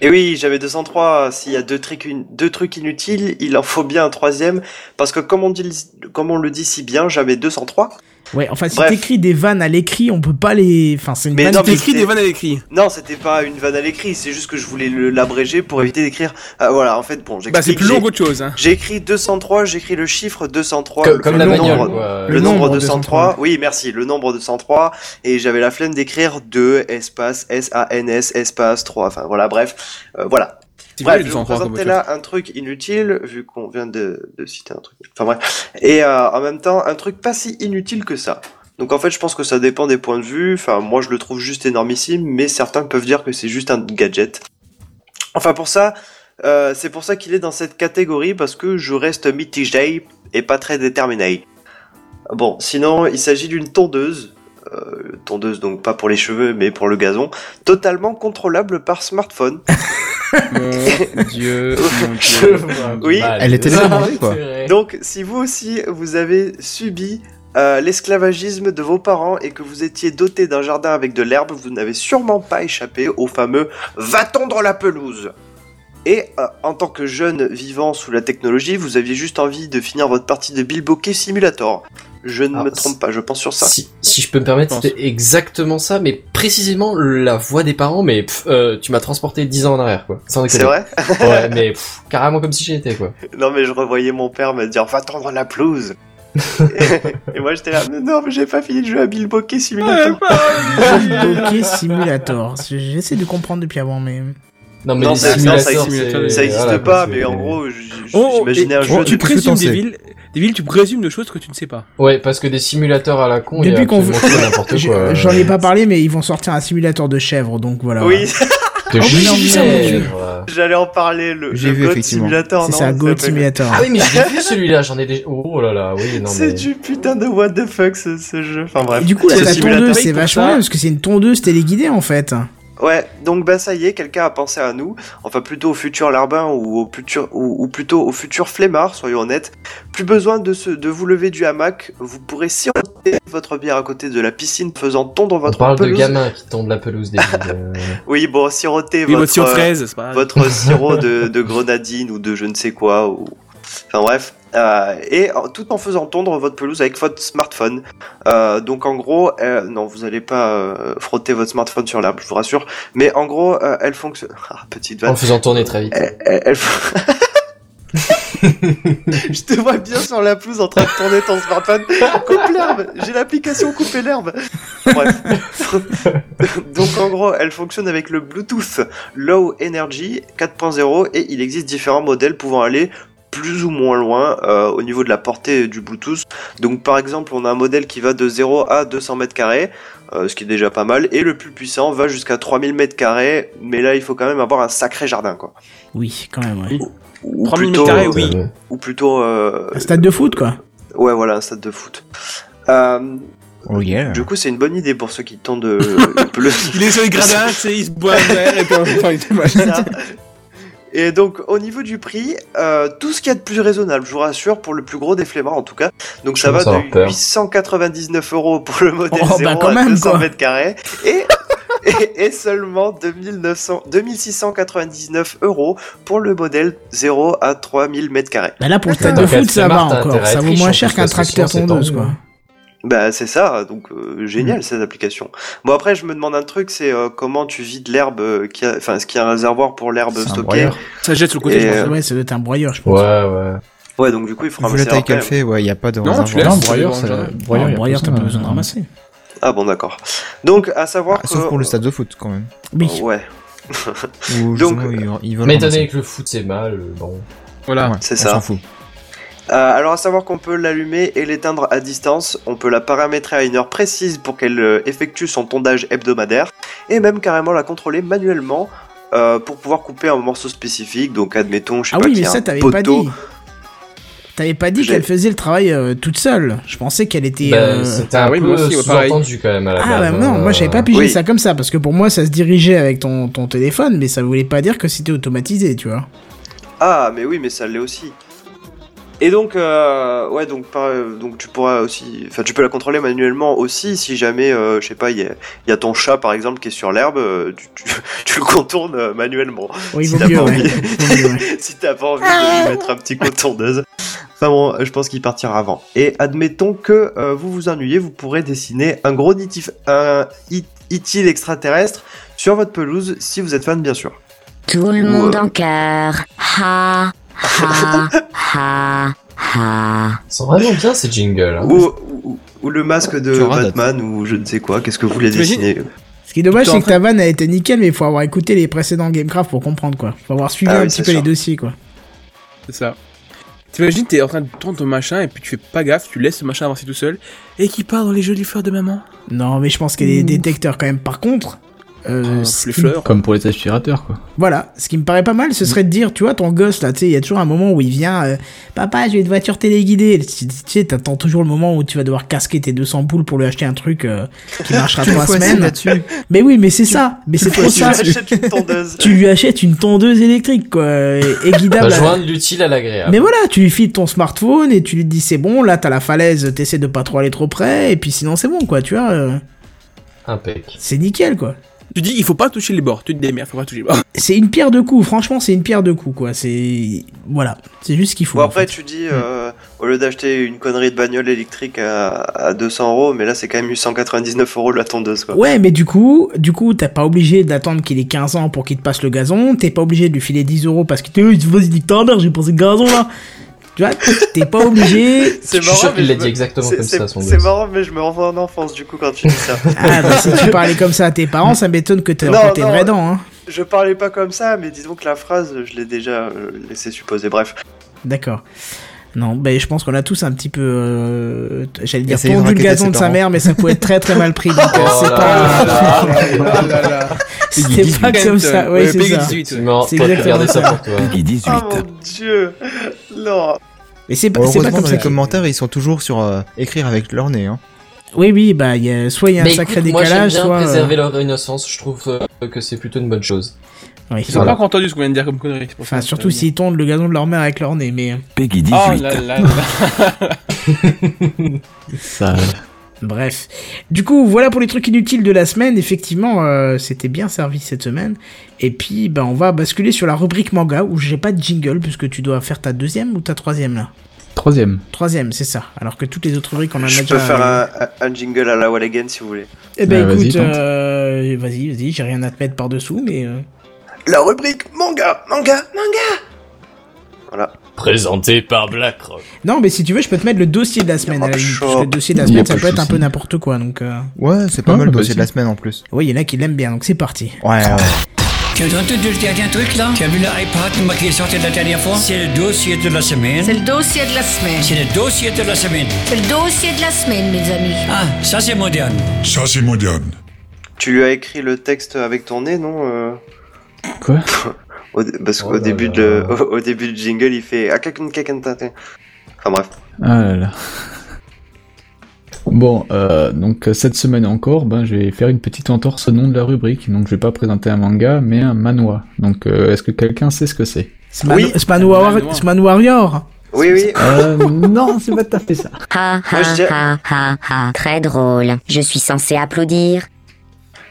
Speaker 2: Et oui, j'avais 203. S'il y a deux trucs, in- deux trucs inutiles, il en faut bien un troisième. Parce que comme on, dit, comme on le dit si bien, j'avais 203.
Speaker 1: Ouais, enfin, si
Speaker 2: Bref.
Speaker 1: t'écris des vannes à l'écrit, on peut pas les, enfin, c'est une
Speaker 2: Mais
Speaker 1: vanne
Speaker 2: non,
Speaker 1: qui-
Speaker 2: mais- Bah,
Speaker 5: T'écris des vannes à l'écrit.
Speaker 2: Non, c'était pas une vanne à l'écrit, c'est juste que je voulais le- l'abréger pour éviter d'écrire. Ah, voilà, en fait, bon,
Speaker 5: Bah, c'est
Speaker 2: j'explique.
Speaker 5: plus long
Speaker 2: j'ai-
Speaker 5: qu'autre chose. Hein.
Speaker 2: J'ai écrit 203, j'écrit le chiffre 203.
Speaker 3: Comme,
Speaker 2: le-
Speaker 3: comme
Speaker 2: le
Speaker 3: la
Speaker 2: nombre-
Speaker 3: bagnole, quoi.
Speaker 2: Euh, Le,
Speaker 1: Le
Speaker 2: nombre,
Speaker 1: nombre
Speaker 2: 203. oui, merci, le nombre 203. Et j'avais la flemme d'écrire 2, espace, S-A-N-S, espace 3. Enfin, voilà, bref. Euh, voilà.
Speaker 5: C'est
Speaker 2: Bref,
Speaker 5: vrai,
Speaker 2: je
Speaker 5: ils
Speaker 2: vous
Speaker 5: sont encore comme
Speaker 2: présentais
Speaker 5: autre
Speaker 2: là un truc inutile, vu qu'on vient de, de citer un truc. Enfin, bref. Et euh, en même temps, un truc pas si inutile que ça. Donc en fait, je pense que ça dépend des points de vue. Enfin, moi, je le trouve juste énormissime, mais certains peuvent dire que c'est juste un gadget. Enfin, pour ça, euh, c'est pour ça qu'il est dans cette catégorie parce que je reste mitigé et pas très déterminé. Bon, sinon, il s'agit d'une tondeuse. euh, tondeuse donc pas pour les cheveux mais pour le gazon, totalement contrôlable par smartphone.
Speaker 5: chose.
Speaker 2: *laughs*
Speaker 5: Mon Dieu. mon
Speaker 2: Oh, Je
Speaker 5: Dieu.
Speaker 2: Oui.
Speaker 4: Elle
Speaker 3: Bah,
Speaker 4: est télécommandée, quoi.
Speaker 2: Donc, si vous aussi vous avez subi euh, l'esclavagisme de vos parents et que vous étiez doté d'un jardin avec de l'herbe, vous n'avez sûrement pas échappé au fameux va tondre la pelouse. Et euh, en tant que jeune vivant sous la technologie, vous aviez juste envie de finir votre partie de Bilbo Cave Simulator. Je ne
Speaker 3: Ah,
Speaker 2: me
Speaker 3: c'est-
Speaker 2: trompe pas, je pense sur ça.
Speaker 3: Si, si je peux me permettre,
Speaker 5: Je pense.
Speaker 3: c'était exactement ça, mais précisément la voix des parents, mais pff, euh, tu m'as transporté 10 ans en arrière, quoi. Sans
Speaker 2: C'est
Speaker 3: déconner.
Speaker 2: vrai
Speaker 3: Ouais, mais pff, carrément comme si j'y étais, quoi.
Speaker 2: Non mais je revoyais mon père me dire va tendre la *laughs* pelouse. et moi j'étais là, mais non mais j'ai pas fini de jouer à Bilbo Cave Simulator.
Speaker 1: Donkey Simulator. J'essaie de comprendre depuis avant, mais.
Speaker 3: Non, mais
Speaker 2: Non,
Speaker 3: les
Speaker 2: ça- ça,
Speaker 3: simulateurs,
Speaker 2: ça existe-
Speaker 3: c'est-
Speaker 2: ça existe
Speaker 3: Euh, voilà,
Speaker 2: pas,
Speaker 3: quoi,
Speaker 2: mais
Speaker 3: c'est-
Speaker 2: en gros, j- j-
Speaker 5: Oh,
Speaker 2: j'imaginais
Speaker 5: et-
Speaker 2: un
Speaker 5: tu-
Speaker 2: jeu.
Speaker 5: tu
Speaker 4: de-
Speaker 5: présumes
Speaker 4: Qu'est-ce que
Speaker 5: des
Speaker 4: t'en
Speaker 5: villes, des villes, tu présumes de choses que tu ne sais pas.
Speaker 3: Ouais, parce que des simulateurs à la con, il y a
Speaker 1: Depuis qu'on
Speaker 3: absolument tout et
Speaker 1: *laughs*
Speaker 3: n'importe
Speaker 1: J'ai-
Speaker 3: quoi.
Speaker 1: J'en ai pas parlé, mais ils vont sortir un simulateur de chèvre, donc voilà.
Speaker 2: Oui, *laughs*
Speaker 3: De
Speaker 1: oui, j'ai vu ça, mon
Speaker 3: chèvre.
Speaker 1: Dieu.
Speaker 2: j'allais en parler, le,
Speaker 4: J'ai
Speaker 2: le
Speaker 4: vu,
Speaker 2: Goat
Speaker 4: effectivement.
Speaker 2: Simulator,
Speaker 1: C'est
Speaker 2: non
Speaker 1: ça,
Speaker 2: ça
Speaker 1: Goat
Speaker 2: s'appelle
Speaker 1: Simulator.
Speaker 3: Ah oui, mais j'ai vu celui-là, j'en ai déjà. Oh là là, oui, non
Speaker 2: C'est
Speaker 3: mais.
Speaker 2: du putain de what the fuck ce, ce jeu. Enfin bref.
Speaker 1: Et du coup, la,
Speaker 2: Ce
Speaker 1: la
Speaker 2: simulateur.
Speaker 1: tondeuse, c'est
Speaker 5: pour
Speaker 1: vachement
Speaker 5: ça.
Speaker 1: bien parce que c'est une tondeuse téléguidée en fait.
Speaker 2: Ouais, donc bah ça y est, quelqu'un a pensé à nous, enfin plutôt au futur larbin ou au futur ou, ou plutôt au futur flemmard, soyons honnêtes. Plus besoin de se, de vous lever du hamac, vous pourrez siroter votre bière à côté de la piscine faisant tondre
Speaker 3: On
Speaker 2: votre
Speaker 3: parle de
Speaker 2: pelouse.
Speaker 3: gamins qui tondent la pelouse des villes,
Speaker 2: *laughs*
Speaker 3: euh,
Speaker 2: Oui, bon, siroter
Speaker 5: Des
Speaker 2: votre
Speaker 5: mots sur
Speaker 2: euh,
Speaker 5: fraise, c'est pas grave.
Speaker 2: votre sirop de, de grenadine ou de je ne sais quoi ou enfin bref Euh, et en- tout en faisant tondre votre pelouse avec votre smartphone Euh, donc en gros euh, non vous allez pas euh, frotter votre smartphone sur l'arbre je vous rassure mais en gros euh, elle fonctionne *laughs* ah, petite
Speaker 3: en
Speaker 2: vanne
Speaker 3: le faisant tourner très vite.
Speaker 2: Elle- elle- elle- *laughs* je te vois bien sur la pelouse en train de tourner ton smartphone. Coupe l'herbe. J'ai l'application couper l'herbe. Bref. *laughs* Donc en gros, elle fonctionne avec le Bluetooth Low Energy 4.0 et il existe différents modèles pouvant aller plus ou moins loin euh, au niveau de la portée du Bluetooth. Donc par exemple, on a un modèle qui va de 0 à 200 mètres carrés, euh, ce qui est déjà pas mal, et le plus puissant va jusqu'à 3000 mètres carrés, mais là il faut quand même avoir un sacré jardin quoi.
Speaker 1: Oui, quand même, ouais.
Speaker 2: Ou
Speaker 5: 3000
Speaker 2: plutôt,
Speaker 5: mètres carrés,
Speaker 2: euh,
Speaker 5: oui.
Speaker 2: Ou plutôt, euh,
Speaker 1: Un stade de foot, quoi.
Speaker 2: ouais voilà, un stade de foot. Euh,
Speaker 4: *laughs* Oh yeah.
Speaker 2: du coup, c'est une bonne idée pour ceux qui
Speaker 1: *laughs*
Speaker 2: tentent de le,
Speaker 5: Il est sur les gradins, tu sais, il se boit
Speaker 2: *laughs*
Speaker 5: un verre et puis enfin, il te mange.
Speaker 2: ça. Et donc au niveau du prix, euh, tout ce qu'il y a de plus raisonnable, je vous rassure, pour le plus gros des flemmards en tout cas. Donc ça
Speaker 3: Je
Speaker 2: va
Speaker 3: commence à avoir
Speaker 2: de
Speaker 3: peur.
Speaker 2: 899 euros pour le modèle
Speaker 1: Oh, bah,
Speaker 2: 0
Speaker 1: quand
Speaker 2: à
Speaker 1: même,
Speaker 2: 200
Speaker 1: quoi.
Speaker 2: mètres carrés et, et, et seulement 2900 2699 euros pour le modèle 0 à 3000 mètres carrés.
Speaker 1: Bah là, pour le stade
Speaker 3: Attends,
Speaker 1: de foot,
Speaker 3: Captain
Speaker 1: ça va
Speaker 3: Martin,
Speaker 1: encore.
Speaker 3: t'as
Speaker 1: Ça vaut
Speaker 3: triche,
Speaker 1: moins
Speaker 3: en
Speaker 1: cher
Speaker 3: plus,
Speaker 1: qu'un
Speaker 3: parce que
Speaker 1: tracteur
Speaker 3: sinon, c'est
Speaker 1: tondeuse,
Speaker 3: tendu,
Speaker 1: quoi.
Speaker 2: Bah c'est ça, donc euh,
Speaker 4: Mm.
Speaker 2: génial cette application. Bon après je me demande un truc, c'est euh, comment tu vides l'herbe, euh, qui a- enfin est-ce qu'il y a un réservoir pour l'herbe
Speaker 4: C'est un
Speaker 2: stockée
Speaker 4: broyeur.
Speaker 5: Ça jette sur le côté,
Speaker 2: Et,
Speaker 5: je pense.
Speaker 2: euh,
Speaker 1: Ouais, ça doit être un broyeur, je
Speaker 3: Ouais,
Speaker 1: pense.
Speaker 3: ouais.
Speaker 2: Ouais donc du coup il faudra
Speaker 4: Vu
Speaker 2: me
Speaker 4: la taille
Speaker 2: servir quand
Speaker 4: qu'elle
Speaker 2: même.
Speaker 4: fait, ouais, il n'y a pas de
Speaker 5: Non,
Speaker 4: réservoir.
Speaker 5: tu l'as,
Speaker 9: Non,
Speaker 5: c'est
Speaker 9: broyeur,
Speaker 5: dans
Speaker 9: ça-
Speaker 5: le jardin.
Speaker 1: Broyeur,
Speaker 9: broyeur, y a
Speaker 1: broyeur,
Speaker 9: pas
Speaker 1: t'as
Speaker 9: ça,
Speaker 1: pas besoin de
Speaker 9: euh,
Speaker 1: ramasser.
Speaker 2: Ah bon, d'accord. Donc, à savoir
Speaker 4: Ah,
Speaker 2: que...
Speaker 4: Sauf pour le stade de foot quand même.
Speaker 1: Oui.
Speaker 2: Ouais, Donc,
Speaker 4: Où justement, ils- ils veulent
Speaker 3: Mais étant
Speaker 4: ramasser.
Speaker 3: donné que le foot c'est mal, euh, bon.
Speaker 5: Voilà.
Speaker 4: Ouais,
Speaker 2: C'est
Speaker 4: on
Speaker 2: ça.
Speaker 4: s'en fout.
Speaker 2: Euh, alors à savoir qu'on peut l'allumer et l'éteindre à distance, on peut la paramétrer à une heure précise pour qu'elle euh, effectue son tondage hebdomadaire, et même carrément la contrôler manuellement euh, pour pouvoir couper un morceau spécifique, donc admettons, je sais
Speaker 1: Ah
Speaker 2: pas,
Speaker 1: oui,
Speaker 2: qu'il
Speaker 1: mais
Speaker 2: y a
Speaker 1: ça,
Speaker 2: un
Speaker 1: t'avais
Speaker 2: poteau.
Speaker 1: pas dit. T'avais pas dit
Speaker 2: J'ai-
Speaker 1: qu'elle faisait le travail euh, toute seule. Je pensais qu'elle était.
Speaker 3: Bah,
Speaker 1: euh,
Speaker 3: C'était un
Speaker 5: ah oui, moi
Speaker 3: peu
Speaker 5: aussi, ouais, pareil.
Speaker 3: sous-entendu quand même à la
Speaker 1: Ah bah
Speaker 3: base,
Speaker 1: non,
Speaker 3: hein,
Speaker 1: moi j'avais pas pigé
Speaker 2: oui.
Speaker 1: ça comme ça parce que pour moi ça se dirigeait avec ton, ton téléphone, mais ça voulait pas dire que c'était automatisé, tu vois.
Speaker 2: Ah, mais oui, mais ça l'est aussi. Et donc, euh, ouais, donc, par- euh, donc tu pourras aussi, enfin, tu peux la contrôler manuellement aussi si jamais, euh, je sais pas, il y, a- il y a ton chat par exemple qui est sur l'herbe, euh, tu, tu- tu le contournes euh, manuellement.
Speaker 1: Oui,
Speaker 2: Si
Speaker 1: vaut
Speaker 2: t'as
Speaker 1: mieux,
Speaker 2: pas
Speaker 1: ouais.
Speaker 2: envie.
Speaker 1: Vaut mieux, ouais.
Speaker 2: si t'as pas envie de lui mettre un petit coup de tondeuse. Enfin bon, je pense qu'il partira avant. Et admettons que euh, vous vous ennuyez, vous pourrez dessiner un gros nitif, un it- itil extraterrestre sur votre pelouse si vous êtes fan, bien sûr.
Speaker 8: Tout le
Speaker 2: Ou,
Speaker 8: monde
Speaker 2: euh,
Speaker 8: en cœur. Ha, ha, ha, ha.
Speaker 3: Ils sont vraiment bien ces jingles. hein.
Speaker 2: Ou, ou- ou le masque de
Speaker 4: Tu auras
Speaker 2: Batman ou je ne sais quoi, qu'est-ce que vous voulez
Speaker 5: T'imagines
Speaker 2: dessiner
Speaker 1: Ce qui est dommage,
Speaker 5: Tout en
Speaker 1: c'est que ta vanne a été nickel, mais il faut avoir écouté les précédents Gamecraft pour comprendre quoi. Faut avoir suivi
Speaker 2: Ah
Speaker 1: un
Speaker 2: oui,
Speaker 1: petit
Speaker 2: c'est
Speaker 1: peu les
Speaker 2: sûr.
Speaker 1: dossiers quoi.
Speaker 5: C'est ça. T'imagines, t'es en train de tourner ton machin et puis tu fais pas gaffe, tu laisses ce machin avancer tout seul et qui part dans les jolies fleurs de maman.
Speaker 1: Non, mais je pense qu'il y a des détecteurs quand même. Par contre, euh,
Speaker 2: Ah,
Speaker 5: Oh,
Speaker 1: ce
Speaker 5: les
Speaker 1: qui-
Speaker 5: fleurs.
Speaker 9: Comme pour les aspirateurs, quoi.
Speaker 1: voilà, ce qui me paraît pas mal, ce serait de dire, tu vois, ton gosse là, tu sais, il y a toujours un moment où il vient, euh, papa, j'ai une voiture téléguidée. Tu tu sais, t'attends toujours le moment où tu vas devoir casquer tes 200 poules pour lui acheter un truc euh,
Speaker 2: *laughs*
Speaker 1: qui marchera trois semaines.
Speaker 4: là-dessus.
Speaker 1: *laughs* Mais oui, mais c'est ça, mais c'est trop
Speaker 2: Tu
Speaker 1: ça.
Speaker 3: *laughs*
Speaker 2: achètes une tondeuse.
Speaker 1: Tu lui achètes une tondeuse électrique quoi, et et
Speaker 3: Bah,
Speaker 2: Ah,
Speaker 1: guidable. à-
Speaker 3: joindre l'utile à l'agréable.
Speaker 1: Mais voilà, tu lui files ton smartphone et tu lui dis c'est bon, là t'as la falaise, t'essaies de pas trop aller trop près, et puis sinon c'est bon quoi, tu vois, euh,
Speaker 3: Impec.
Speaker 1: c'est nickel quoi.
Speaker 5: Tu dis, il faut pas toucher les bords. Tu te démerdes, faut pas toucher les bords.
Speaker 1: C'est une pierre de coups, franchement c'est une pierre de coups quoi, c'est... Voilà, c'est juste ce qu'il faut.
Speaker 2: Bon
Speaker 1: en
Speaker 2: après
Speaker 1: fait.
Speaker 2: tu dis euh, au lieu d'acheter une connerie de bagnole électrique à, à 200 euros, mais là c'est quand même 899 euros la tondeuse quoi.
Speaker 1: Ouais, mais du coup, du coup, t'es pas obligé d'attendre qu'il ait 15 ans pour qu'il te passe le gazon, t'es pas obligé de lui filer 10 euros parce que t'es, il te vas-y, nique ta mère, j'ai pensé le gazon là. tu vois, t'es pas obligé.
Speaker 3: Je suis sûr
Speaker 2: mais
Speaker 3: qu'il
Speaker 2: je
Speaker 3: l'a
Speaker 2: me-
Speaker 3: dit exactement
Speaker 2: c'est-
Speaker 3: comme
Speaker 2: c'est-
Speaker 3: ça son
Speaker 2: C'est
Speaker 3: gosse.
Speaker 2: marrant, mais je me renvoie en enfance du coup quand tu dis
Speaker 3: *laughs*
Speaker 2: ça.
Speaker 1: Ah bah si tu parlais comme ça à tes parents, ça m'étonne que t'aies
Speaker 2: Non,
Speaker 1: rencontré une
Speaker 2: non.
Speaker 1: vraie dent, hein.
Speaker 2: Je parlais pas comme ça, mais disons que la phrase, je l'ai déjà euh, laissé supposer. Bref.
Speaker 1: D'accord. Non, ben je pense qu'on a tous un petit peu, euh, t- j'allais dire,
Speaker 4: Essayez de
Speaker 1: tendu le
Speaker 4: raqueter
Speaker 1: gazon
Speaker 4: ses
Speaker 1: de sa
Speaker 4: parents.
Speaker 1: mère, mais ça pouvait être très très mal pris. Donc, euh,
Speaker 3: Oh
Speaker 1: c'est
Speaker 3: là
Speaker 2: Ah
Speaker 1: pas,
Speaker 5: *laughs*
Speaker 3: là
Speaker 1: *laughs* c'est pas comme ça. Oui, c'est ça.
Speaker 3: C'est marrant,
Speaker 1: C'est
Speaker 3: toi, t'as
Speaker 1: exactement
Speaker 3: gardé ça pour toi.
Speaker 7: Peggy 18.
Speaker 2: Oh mon dieu Non
Speaker 1: Mais c'est pas, c'est
Speaker 4: Heureusement,
Speaker 1: pas comme
Speaker 4: dans
Speaker 1: ça.
Speaker 4: les
Speaker 1: que-
Speaker 4: commentaires, ils sont toujours sur euh, écrire avec leur nez. Hein.
Speaker 1: Oui, oui, bah, il y a, soit il y a un
Speaker 3: Mais
Speaker 1: sacré
Speaker 3: écoute, moi j'aime
Speaker 1: décalage,
Speaker 3: bien
Speaker 1: soit. euh,
Speaker 3: préserver leur innocence, je trouve euh, que c'est plutôt une bonne chose.
Speaker 1: oui.
Speaker 5: Ils ont pas encore entendu ce qu'on vient de dire comme connerie. c'est pour
Speaker 1: Enfin,
Speaker 5: ça.
Speaker 1: surtout s'ils tondent le gazon de leur mère avec leur nez, mais euh,
Speaker 7: Peggy
Speaker 5: Oh
Speaker 7: 18.
Speaker 5: là là là.
Speaker 9: Ça.
Speaker 1: bref. Du coup, voilà pour les trucs inutiles de la semaine. Effectivement, euh, c'était bien servi cette semaine. Et puis, bah, on va basculer sur la rubrique manga où j'ai pas de jingle puisque tu dois faire ta deuxième ou ta troisième là.
Speaker 9: Troisième.
Speaker 1: Troisième, c'est ça. Alors que toutes les autres rubriques, on en a
Speaker 2: Je
Speaker 1: déjà.
Speaker 2: peux faire un, un- un jingle à la Wall Again si vous voulez.
Speaker 1: Eh ben
Speaker 9: Ah, vas-y,
Speaker 1: écoute,
Speaker 9: tente.
Speaker 1: euh, vas-y, vas-y, j'ai rien à te mettre par-dessous, mais. euh,
Speaker 2: La rubrique manga Manga Manga Voilà.
Speaker 3: Présenté par BlackRock.
Speaker 1: Non, mais si tu veux, je peux te mettre le dossier de la semaine.
Speaker 2: pas
Speaker 1: à la
Speaker 2: de
Speaker 1: limite,
Speaker 2: choix.
Speaker 1: parce que le dossier de la
Speaker 9: Y a
Speaker 1: semaine,
Speaker 9: pas
Speaker 1: ça
Speaker 9: de
Speaker 1: peut être un peu
Speaker 9: souci.
Speaker 1: n'importe quoi. Donc, euh...
Speaker 4: Ouais, c'est pas
Speaker 9: Ah,
Speaker 4: mal le
Speaker 9: bah
Speaker 4: dossier
Speaker 9: si.
Speaker 4: de la semaine en plus. Ah,
Speaker 1: oui, il y en a qui l'aiment bien, donc c'est parti.
Speaker 4: Ouais, ouais.
Speaker 11: Tu as entendu le dernier truc là Tu as vu le iPad moi, qui est sorti la dernière fois C'est le dossier de la semaine.
Speaker 6: C'est le dossier de la semaine.
Speaker 11: C'est le dossier de la semaine.
Speaker 6: C'est le dossier de la semaine, mes amis.
Speaker 11: Ah, ça c'est moderne.
Speaker 12: Ça, c'est moderne.
Speaker 2: Tu lui as écrit le texte avec ton nez, non euh
Speaker 9: Quoi
Speaker 2: Au dé- Parce qu'au début, de *laughs* le- au, au début du jingle, il fait. Ah, quelqu'un, quelqu'un, quelqu'un. Enfin bref.
Speaker 9: Ah là là. Bon, euh, donc euh, cette semaine encore, ben, je vais faire une petite entorse au nom de la rubrique. Donc je vais pas présenter un manga, mais un manhwa. Donc euh, est-ce que quelqu'un sait ce que c'est
Speaker 1: C'est Manu- c'est Manu Warrior- c'est Manu Warrior.
Speaker 2: Oui, oui.
Speaker 9: Euh, non, c'est pas tout à fait ça.
Speaker 8: Ha
Speaker 2: Moi, je dirais-
Speaker 8: ha ha ha ha. Très drôle. Je suis censé applaudir.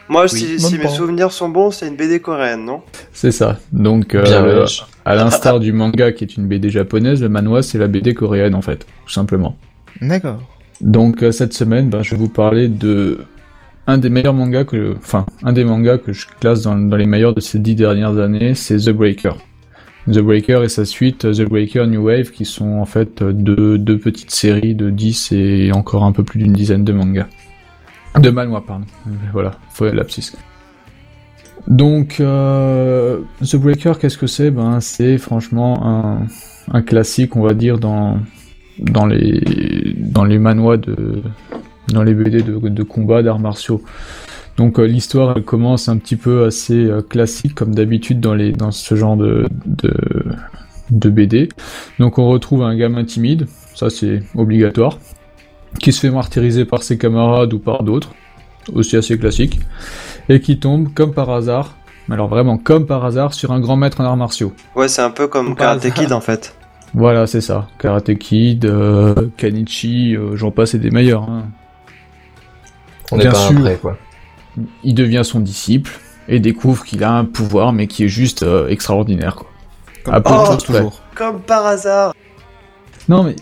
Speaker 2: Moi,
Speaker 9: Oui,
Speaker 2: si,
Speaker 9: même
Speaker 2: si mes
Speaker 9: pas.
Speaker 2: souvenirs sont bons, c'est une BD coréenne, non
Speaker 9: C'est ça. Donc, euh,
Speaker 3: Bien riche.
Speaker 9: à l'instar du manga qui est une BD japonaise, le manhwa c'est la BD coréenne en fait, tout simplement.
Speaker 4: D'accord.
Speaker 9: Donc euh, cette semaine, ben, je vais vous parler de un des meilleurs mangas que, enfin, un des mangas que je classe dans, dans les meilleurs de ces dix dernières années, c'est The Breaker. The Breaker et sa suite, euh, The Breaker New Wave, qui sont en fait euh, deux, deux petites séries de 10 et encore un peu plus d'une dizaine de mangas. De manhwa, pardon. Voilà, faut lapsus. Donc, euh, The Breaker, qu'est-ce que c'est Ben, c'est franchement un, un classique, on va dire, dans, dans les, dans les manois de, dans les BD de, de combat, d'arts martiaux. Donc, euh, l'histoire, elle commence un petit peu assez euh, classique, comme d'habitude dans les, dans ce genre de, de, de BD. Donc, on retrouve un gamin timide, ça c'est obligatoire, qui se fait martyriser par ses camarades ou par d'autres, aussi assez classique et qui tombe comme par hasard, mais alors vraiment comme par hasard, sur un grand maître en arts martiaux.
Speaker 2: Ouais, c'est un peu comme Karate Kid en fait.
Speaker 9: Voilà, c'est ça. Karate Kid, euh, Kanichi, euh, j'en passe et des meilleurs. hein.
Speaker 3: On n'est
Speaker 9: Bien
Speaker 3: pas
Speaker 9: sûr.
Speaker 3: après, quoi.
Speaker 9: Il devient son disciple et découvre qu'il a un pouvoir, mais qui est juste euh, extraordinaire. Quoi.
Speaker 4: Comme
Speaker 9: À peu de
Speaker 2: Oh,
Speaker 9: choses près.
Speaker 4: Toujours.
Speaker 2: Comme par hasard
Speaker 9: Non, mais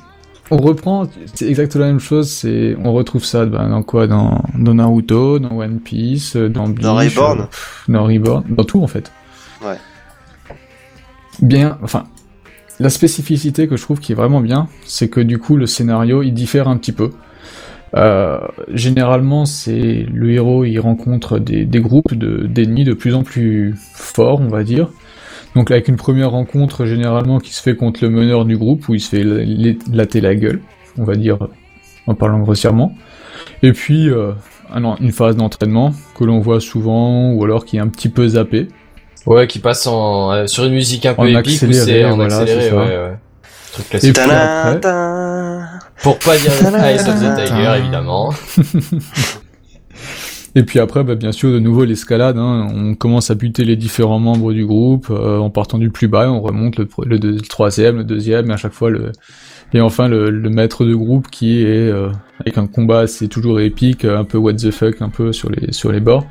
Speaker 9: on reprend, c'est exactement la même chose. C'est, on retrouve ça ben, dans quoi dans, dans Naruto, dans One Piece, euh, dans Bleach,
Speaker 2: Dans Reborn.
Speaker 9: euh, dans Reborn, dans tout en fait.
Speaker 2: Ouais.
Speaker 9: bien, enfin, la spécificité que je trouve qui est vraiment bien, c'est que du coup le scénario il diffère un petit peu. Euh, généralement, c'est le héros il rencontre des, des groupes de- d'ennemis de plus en plus forts, on va dire. Donc là, avec une première rencontre généralement qui se fait contre le meneur du groupe où il se fait la- la- latter la gueule, on va dire en parlant grossièrement. Et puis euh, un en- une phase d'entraînement que l'on voit souvent ou alors qui est un petit peu zappée.
Speaker 3: Ouais, qui passe en, euh, sur une musique un peu
Speaker 9: En
Speaker 3: épique ou c'est
Speaker 9: accéléré,
Speaker 3: en
Speaker 9: voilà,
Speaker 3: accéléré,
Speaker 9: c'est ça.
Speaker 3: ouais, ouais. Truc classique.
Speaker 9: puis
Speaker 2: Tadam,
Speaker 9: après-
Speaker 2: tadam.
Speaker 3: Pour pas
Speaker 9: *laughs*
Speaker 3: dire
Speaker 2: Tadam.
Speaker 3: Eyes of the Tiger, évidemment.
Speaker 9: Et puis après, bah, bien sûr, de nouveau l'escalade. hein. On commence à buter les différents membres du groupe euh, en partant du plus bas. On remonte le, pr- le deux- le troisième, le deuxième, et à chaque fois le et enfin le, le maître de groupe qui est euh, avec un combat assez toujours épique, euh, un peu what the fuck, un peu sur les sur les bords,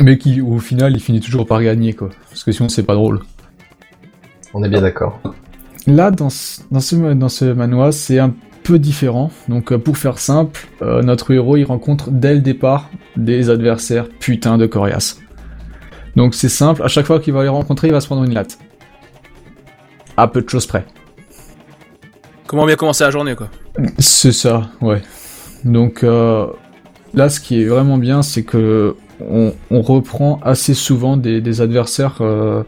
Speaker 9: mais qui au final il finit toujours par gagner quoi. Parce que sinon c'est pas drôle.
Speaker 3: On est bien d'accord.
Speaker 9: Là, dans ce, dans ce, dans ce manoir, c'est un peu différent. Donc, euh, pour faire simple, euh, notre héros, il rencontre dès le départ des adversaires putain de coriaces. Donc, c'est simple, à chaque fois qu'il va les rencontrer, il va se prendre une latte. À peu de choses près.
Speaker 5: Comment bien commencer la journée, quoi
Speaker 9: C'est ça, ouais. Donc euh, là, ce qui est vraiment bien, c'est que on, on reprend assez souvent des, des adversaires. euh,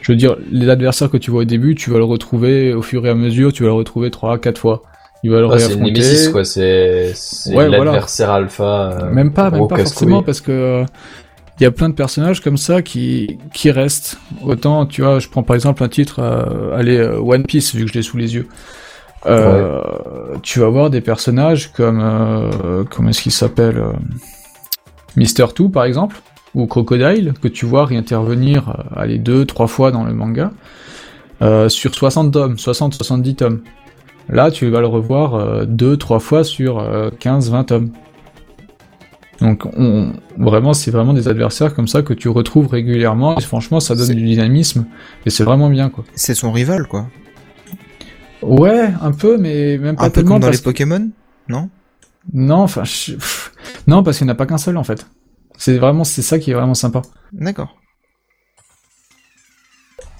Speaker 9: je veux dire, les adversaires que tu vois au début, tu vas le retrouver au fur et à mesure, tu vas le retrouver 3 quatre fois. Il va le
Speaker 3: Ouais, Ah, c'est une
Speaker 9: réaffronter.
Speaker 3: Nemesis, quoi. C'est c'est
Speaker 9: Ouais, voilà.
Speaker 3: l'adversaire alpha. euh,
Speaker 9: Même pas, même
Speaker 3: gros
Speaker 9: pas
Speaker 3: casse-couille.
Speaker 9: forcément, parce que il y a plein de personnages comme ça qui, qui restent. Autant, tu vois, je prends par exemple un titre, euh, allez, euh, One Piece, vu que je l'ai sous les yeux. Euh, Tu vas voir des personnages comme, euh, comment est-ce qu'il s'appelle euh, Mister Two, par exemple, ou Crocodile, que tu vois réintervenir, euh, allez, deux, trois fois dans le manga, euh, sur 60 tomes, 60, 70 tomes. Là, tu vas le revoir euh, deux, trois fois sur euh, 15, 20 tomes. Donc on, vraiment, c'est vraiment des adversaires comme ça que tu retrouves régulièrement. Et franchement, ça donne
Speaker 4: C'est-
Speaker 9: du dynamisme et c'est vraiment bien quoi.
Speaker 4: C'est son rival, quoi.
Speaker 9: Ouais, un peu, mais même pas
Speaker 4: un peu
Speaker 9: tellement
Speaker 4: comme dans les
Speaker 9: parce que
Speaker 4: Pokémon, non
Speaker 9: non, enfin je- pff, non parce qu'il n'y en a pas qu'un seul en fait. C'est vraiment c'est ça qui est vraiment sympa.
Speaker 4: D'accord.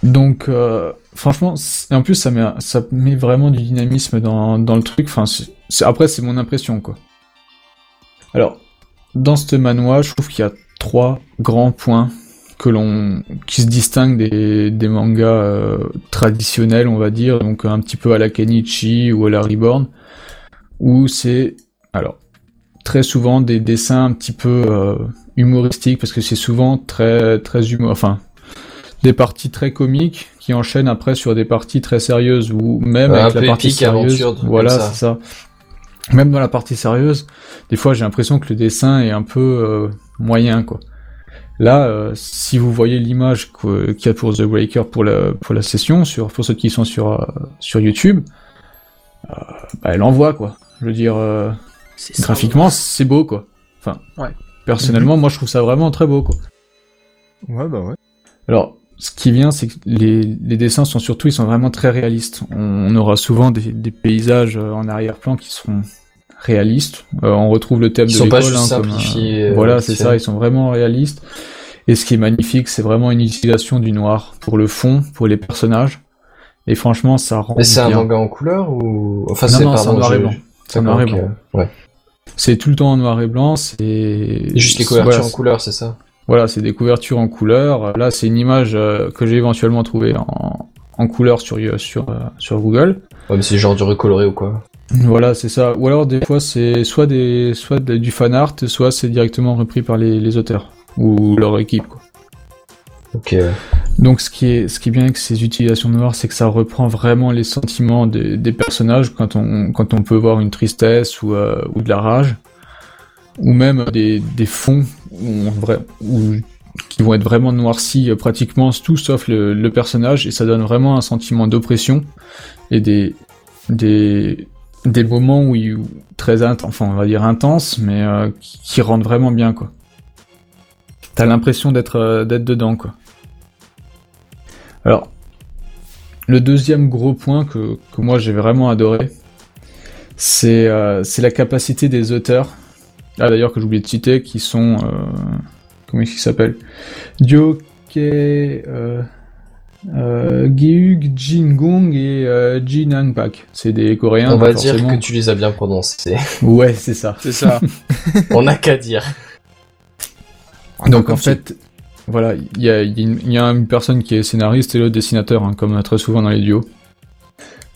Speaker 9: Donc euh, franchement, c'est- en plus ça met ça met vraiment du dynamisme dans, dans le truc. Enfin, c'est- c'est- après c'est mon impression quoi. Alors dans ce manoir, je trouve qu'il y a trois grands points que l'on qui se distingue des, des mangas euh, traditionnels, on va dire, donc un petit peu à la Kenichi ou à la Reborn, où c'est alors très souvent des dessins un petit peu euh, humoristiques parce que c'est souvent très très humo- enfin des parties très comiques qui enchaînent après sur des parties très sérieuses ou même
Speaker 3: Ouais, un
Speaker 9: avec la
Speaker 3: peu
Speaker 9: partie
Speaker 3: épique,
Speaker 9: sérieuse.
Speaker 3: aventure, comme
Speaker 9: voilà,
Speaker 3: ça.
Speaker 9: c'est ça. Même dans la partie sérieuse, des fois j'ai l'impression que le dessin est un peu euh, moyen quoi. Là, euh, si vous voyez l'image que- qu'il y a pour The Breaker pour la, pour la session, sur, pour ceux qui sont sur, euh, sur YouTube, euh, bah, elle envoie quoi. Je veux dire, euh,
Speaker 5: ça.
Speaker 9: graphiquement c'est beau quoi. Enfin,
Speaker 5: Ouais.
Speaker 3: Mhm.
Speaker 9: personnellement, moi je trouve ça vraiment très beau quoi.
Speaker 4: Ouais, bah ouais.
Speaker 9: Alors, ce qui vient, c'est que les, les dessins sont surtout, ils sont vraiment très réalistes. On, on aura souvent des, des paysages euh, en arrière-plan qui seront réalistes. Euh, on retrouve le thème
Speaker 3: Ils
Speaker 9: de
Speaker 3: sont pas
Speaker 9: l'école,
Speaker 3: juste
Speaker 9: hein, comme, euh,
Speaker 3: simplifiés, euh,
Speaker 9: voilà, c'est
Speaker 3: vite
Speaker 9: ça.
Speaker 3: fait.
Speaker 9: Ils sont vraiment réalistes. Et ce qui est magnifique, c'est vraiment une utilisation du noir pour le fond, pour les personnages. Et franchement, ça rend
Speaker 3: Mais c'est un
Speaker 9: bien.
Speaker 3: manga en couleur ou enfin
Speaker 9: Non,
Speaker 3: c'est
Speaker 9: non,
Speaker 3: pardon,
Speaker 9: c'est en noir
Speaker 3: je-
Speaker 9: et blanc.
Speaker 3: je-
Speaker 9: C'est en noir et
Speaker 3: D'accord,
Speaker 9: blanc.
Speaker 3: ok, Ouais.
Speaker 9: C'est tout le temps en noir et blanc, c'est...
Speaker 3: Juste les couvertures
Speaker 9: voilà,
Speaker 3: en couleur, c'est ça
Speaker 9: Voilà, c'est des couvertures en couleur. Là, c'est une image euh, que j'ai éventuellement trouvée en, en couleur sur, sur, euh, sur Google.
Speaker 3: Ouais, mais c'est genre du recoloré ou quoi
Speaker 9: Voilà, c'est ça. Ou alors, des fois, c'est soit, des, soit de- du fan art, soit c'est directement repris par les, les auteurs ou leur équipe. quoi.
Speaker 3: Ok. ouais.
Speaker 9: Donc, ce qui, est, ce qui est bien avec ces utilisations de noir, c'est que ça reprend vraiment les sentiments des, des personnages quand on, quand on peut voir une tristesse ou, euh, ou de la rage, ou même des, des fonds où on vra- où- qui vont être vraiment noircis euh, pratiquement tout sauf le, le personnage, et ça donne vraiment un sentiment d'oppression et des, des, des moments où, il- où- très int- enfin, on va dire intenses, mais euh, qui, qui rendent vraiment bien quoi. T'as l'impression d'être euh, d'être dedans quoi. Alors, le deuxième gros point que, que moi j'ai vraiment adoré, c'est euh, c'est la capacité des auteurs, ah d'ailleurs que j'ai oublié de citer, qui sont, euh, comment ils s'appellent Dioke, euh, euh, Geuk Jin Gong et euh, Jin Han Pak. C'est des Coréens.
Speaker 3: On va
Speaker 9: donc
Speaker 3: dire
Speaker 9: forcément.
Speaker 3: que tu les as bien prononcés. *laughs*
Speaker 9: Ouais, c'est ça.
Speaker 5: C'est ça.
Speaker 3: On n'a qu'à dire.
Speaker 4: Ah,
Speaker 9: Donc en fait, voilà, il y a, il y a une- il y a une personne qui est scénariste et l'autre dessinateur, hein, comme très souvent dans les duos.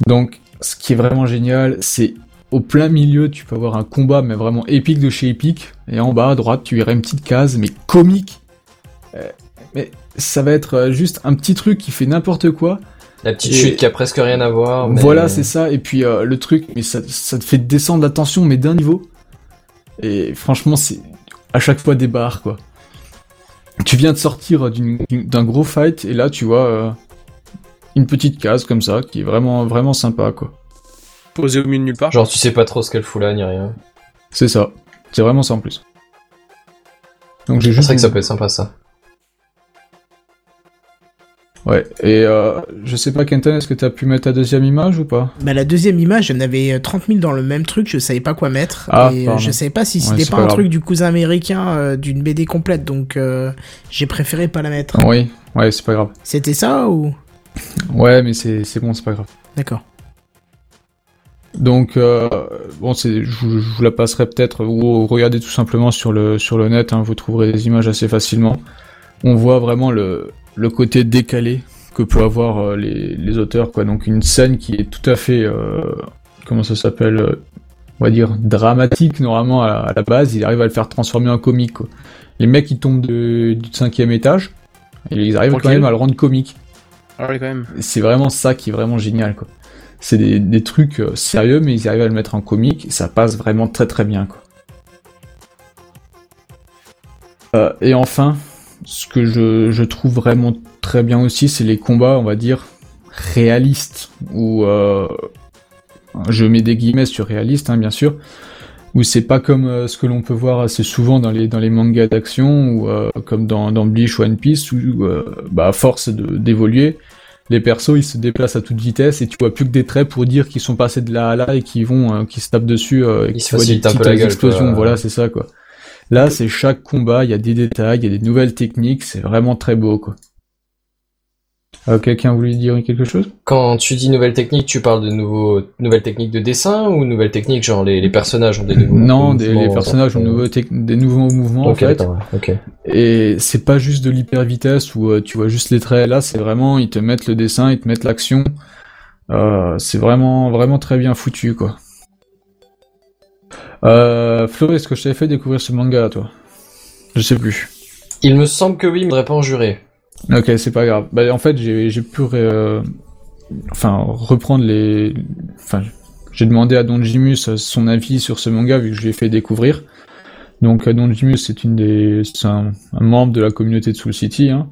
Speaker 9: Donc ce qui est vraiment génial, c'est au plein milieu, tu peux avoir un combat, mais vraiment épique de chez épique, et en bas à droite, tu verras une petite case, mais comique. Euh, mais ça va être euh, juste un petit truc qui fait n'importe quoi,
Speaker 3: La petite
Speaker 9: Et-
Speaker 3: chute qui a presque rien à voir. Oh, mais-
Speaker 9: voilà, c'est ça. Et puis euh, le truc, mais ça, ça te fait descendre la tension, mais d'un niveau. Et franchement, c'est à chaque fois des barres, quoi. Tu viens de sortir d'une- d'une- d'un gros fight, et là, tu vois euh, une petite case comme ça, qui est vraiment, vraiment sympa, quoi.
Speaker 5: Posé au milieu de nulle part.
Speaker 3: Genre tu sais pas trop ce qu'elle fout là ni rien.
Speaker 9: C'est ça. C'est vraiment ça en plus. Donc j'ai
Speaker 3: C'est
Speaker 9: juste.
Speaker 3: vrai que ça
Speaker 9: une-
Speaker 3: peut être sympa ça.
Speaker 9: Ouais. Et euh, je sais pas, Kenton, est-ce que t'as pu mettre ta deuxième image ou pas
Speaker 1: Bah, la deuxième image, j'en avais euh, 30 000 dans le même truc, je savais pas quoi mettre.
Speaker 9: Ah,
Speaker 1: et euh,
Speaker 9: pardon.
Speaker 1: je savais pas si
Speaker 9: Ouais,
Speaker 1: c'était
Speaker 9: c'est
Speaker 1: pas,
Speaker 9: pas
Speaker 1: un
Speaker 9: grave.
Speaker 1: truc du cousin américain euh, d'une BD complète, donc euh, j'ai préféré pas la mettre.
Speaker 9: Oui. Ouais, c'est pas grave.
Speaker 1: C'était ça ou
Speaker 9: Ouais, mais c'est c'est bon, c'est pas grave.
Speaker 1: D'accord.
Speaker 9: Donc, euh, bon, c'est, je, vous- je vous la passerai peut-être, ou regardez tout simplement sur le, sur le net, hein, vous trouverez des images assez facilement. On voit vraiment le, le côté décalé que peut avoir euh, les, les auteurs, quoi. Donc, une scène qui est tout à fait, euh, comment ça s'appelle, euh, on va dire, dramatique, normalement, à, à la base, il arrive à le faire transformer en comique, quoi. Les mecs, ils tombent de- du cinquième étage, et ils arrivent quand
Speaker 5: Tranquille.
Speaker 9: même à le rendre comique.
Speaker 5: Alors, quand même.
Speaker 9: C'est vraiment ça qui est vraiment génial, quoi. C'est des, des trucs euh, sérieux, mais ils arrivent à le mettre en comique, et ça passe vraiment très très bien, quoi. Euh, et enfin, ce que je, je trouve vraiment très bien aussi, c'est les combats, on va dire, réalistes, ou euh, je mets des guillemets sur réaliste, hein, bien sûr, où c'est pas comme euh, ce que l'on peut voir assez souvent dans les, dans les mangas d'action, ou euh, comme dans, dans Bleach ou One Piece, où, euh, bah, à force de- d'évoluer, les persos ils se déplacent à toute vitesse et tu vois plus que des traits pour dire qu'ils sont passés de là à là et qu'ils vont, euh, qu'ils se tapent dessus, euh, et
Speaker 3: Ils
Speaker 9: qu'ils
Speaker 3: se
Speaker 9: voient des
Speaker 3: facilitent un peu
Speaker 9: petites
Speaker 3: la gueule,
Speaker 9: explosions,
Speaker 3: quoi.
Speaker 9: voilà, c'est ça, quoi. Là, c'est chaque combat, il y a des détails, il y a des nouvelles techniques, c'est vraiment très beau, quoi. Euh, Quelqu'un voulait dire quelque chose
Speaker 3: Quand tu dis nouvelles techniques, tu parles de nouveaux, nouvelles techniques de dessin ou nouvelles techniques, genre les, les personnages ont des nouveaux
Speaker 9: Non,
Speaker 3: des
Speaker 9: des, les
Speaker 3: mouvements,
Speaker 9: personnages ont
Speaker 3: enfin,
Speaker 9: nouveau tec- des nouveaux mouvements
Speaker 3: euh, Ok,
Speaker 9: en fait.
Speaker 3: d'accord, ouais, ok.
Speaker 9: Et c'est pas juste de l'hyper vitesse où euh, tu vois juste les traits. Là, c'est vraiment ils te mettent le dessin, ils te mettent l'action. Euh, c'est vraiment vraiment très bien foutu quoi. Euh, Flo, est-ce que je t'avais fait découvrir ce manga à toi Je sais plus.
Speaker 3: Il me semble que oui, mais je voudrais pas en jurer.
Speaker 9: Ok, c'est pas grave. Bah, en fait, j'ai j'ai pu ré- euh, enfin reprendre les. Enfin, j'ai demandé à Don Jimus son avis sur ce manga vu que je lui ai fait découvrir. Donc euh, Don Jimus c'est une des, c'est un, un membre de la communauté de Soul City. hein.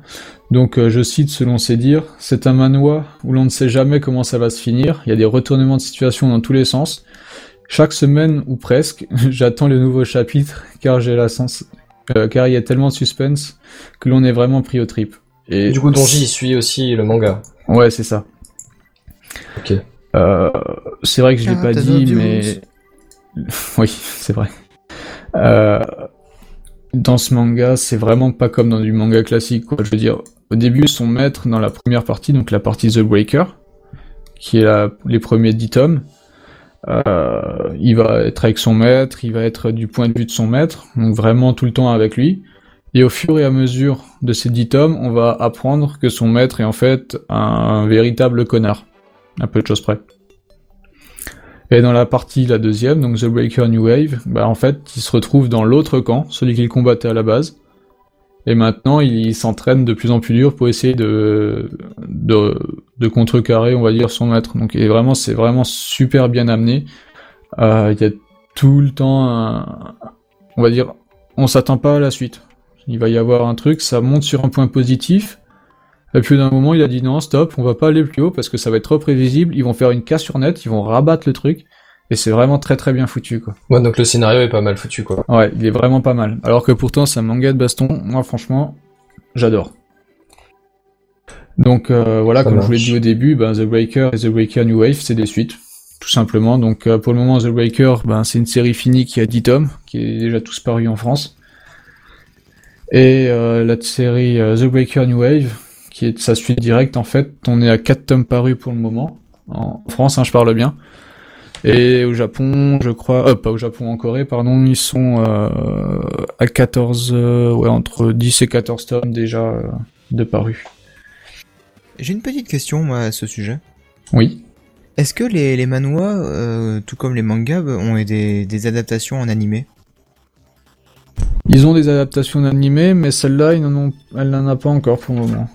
Speaker 9: Donc euh, je cite selon ses dires, c'est un manoir où l'on ne sait jamais comment ça va se finir. Il y a des retournements de situation dans tous les sens. Chaque semaine ou presque, *laughs* j'attends le nouveau chapitre car j'ai la sens, euh, car il y a tellement de suspense que l'on est vraiment pris au trip. Et
Speaker 3: Du coup, Donji suit aussi le manga.
Speaker 9: Ouais, c'est ça.
Speaker 3: Ok.
Speaker 9: Euh, c'est vrai que je l'ai pas
Speaker 3: Karate
Speaker 9: dit,
Speaker 3: Zone
Speaker 9: mais *laughs* oui, c'est vrai. Euh, dans ce manga, c'est vraiment pas comme dans du manga classique. Quoi. Je veux dire, au début, son maître dans la première partie, donc la partie The Breaker, qui est la- les premiers dix tomes, euh, il va être avec son maître, il va être du point de vue de son maître, donc vraiment tout le temps avec lui. Et au fur et à mesure de ces dix tomes, on va apprendre que son maître est en fait un véritable connard. Un peu de choses près. Et dans la partie, la deuxième, donc The Breaker New Wave, bah en fait, il se retrouve dans l'autre camp, celui qu'il combattait à la base. Et maintenant, il s'entraîne de plus en plus dur pour essayer de, de, de contrecarrer, on va dire, son maître. Donc, et vraiment, c'est vraiment super bien amené. Euh, Il y a tout le temps un- on va dire, on s'attend pas à la suite. Il va y avoir un truc, ça monte sur un point positif. Et puis d'un moment, il a dit non, stop, on va pas aller plus haut parce que ça va être trop prévisible. Ils vont faire une cassure nette, ils vont rabattre le truc. Et c'est vraiment très très bien foutu, quoi.
Speaker 3: Ouais, donc le scénario est pas mal foutu, quoi.
Speaker 9: Ouais, il est vraiment pas mal. Alors que pourtant, c'est un manga de baston. Moi, franchement, j'adore. Donc euh, voilà,
Speaker 3: Ça
Speaker 9: comme je vous l'ai
Speaker 3: marche.
Speaker 9: dit au début, ben, The Breaker et The Breaker New Wave, c'est des suites, tout simplement. Donc euh, pour le moment, The Breaker, ben, c'est une série finie qui a 10 tomes, qui est déjà tous parus en France. Et euh, la série euh, The Breaker New Wave, qui est sa suite directe, en fait, on est à 4 tomes parus pour le moment. En France, hein, je parle bien. Et au Japon, je crois, euh, pas au Japon, en Corée, pardon, ils sont euh, à 14, euh, ouais, entre 10 et 14 tomes déjà euh, de parus.
Speaker 4: J'ai une petite question moi, à ce sujet.
Speaker 9: Oui.
Speaker 4: Est-ce que les, les manhwas, euh, tout comme les mangas, bah, ont des, des adaptations en animé
Speaker 9: Ils ont des adaptations d'animés, mais celle-là, ils n'en ont- elle n'en a pas encore pour le moment.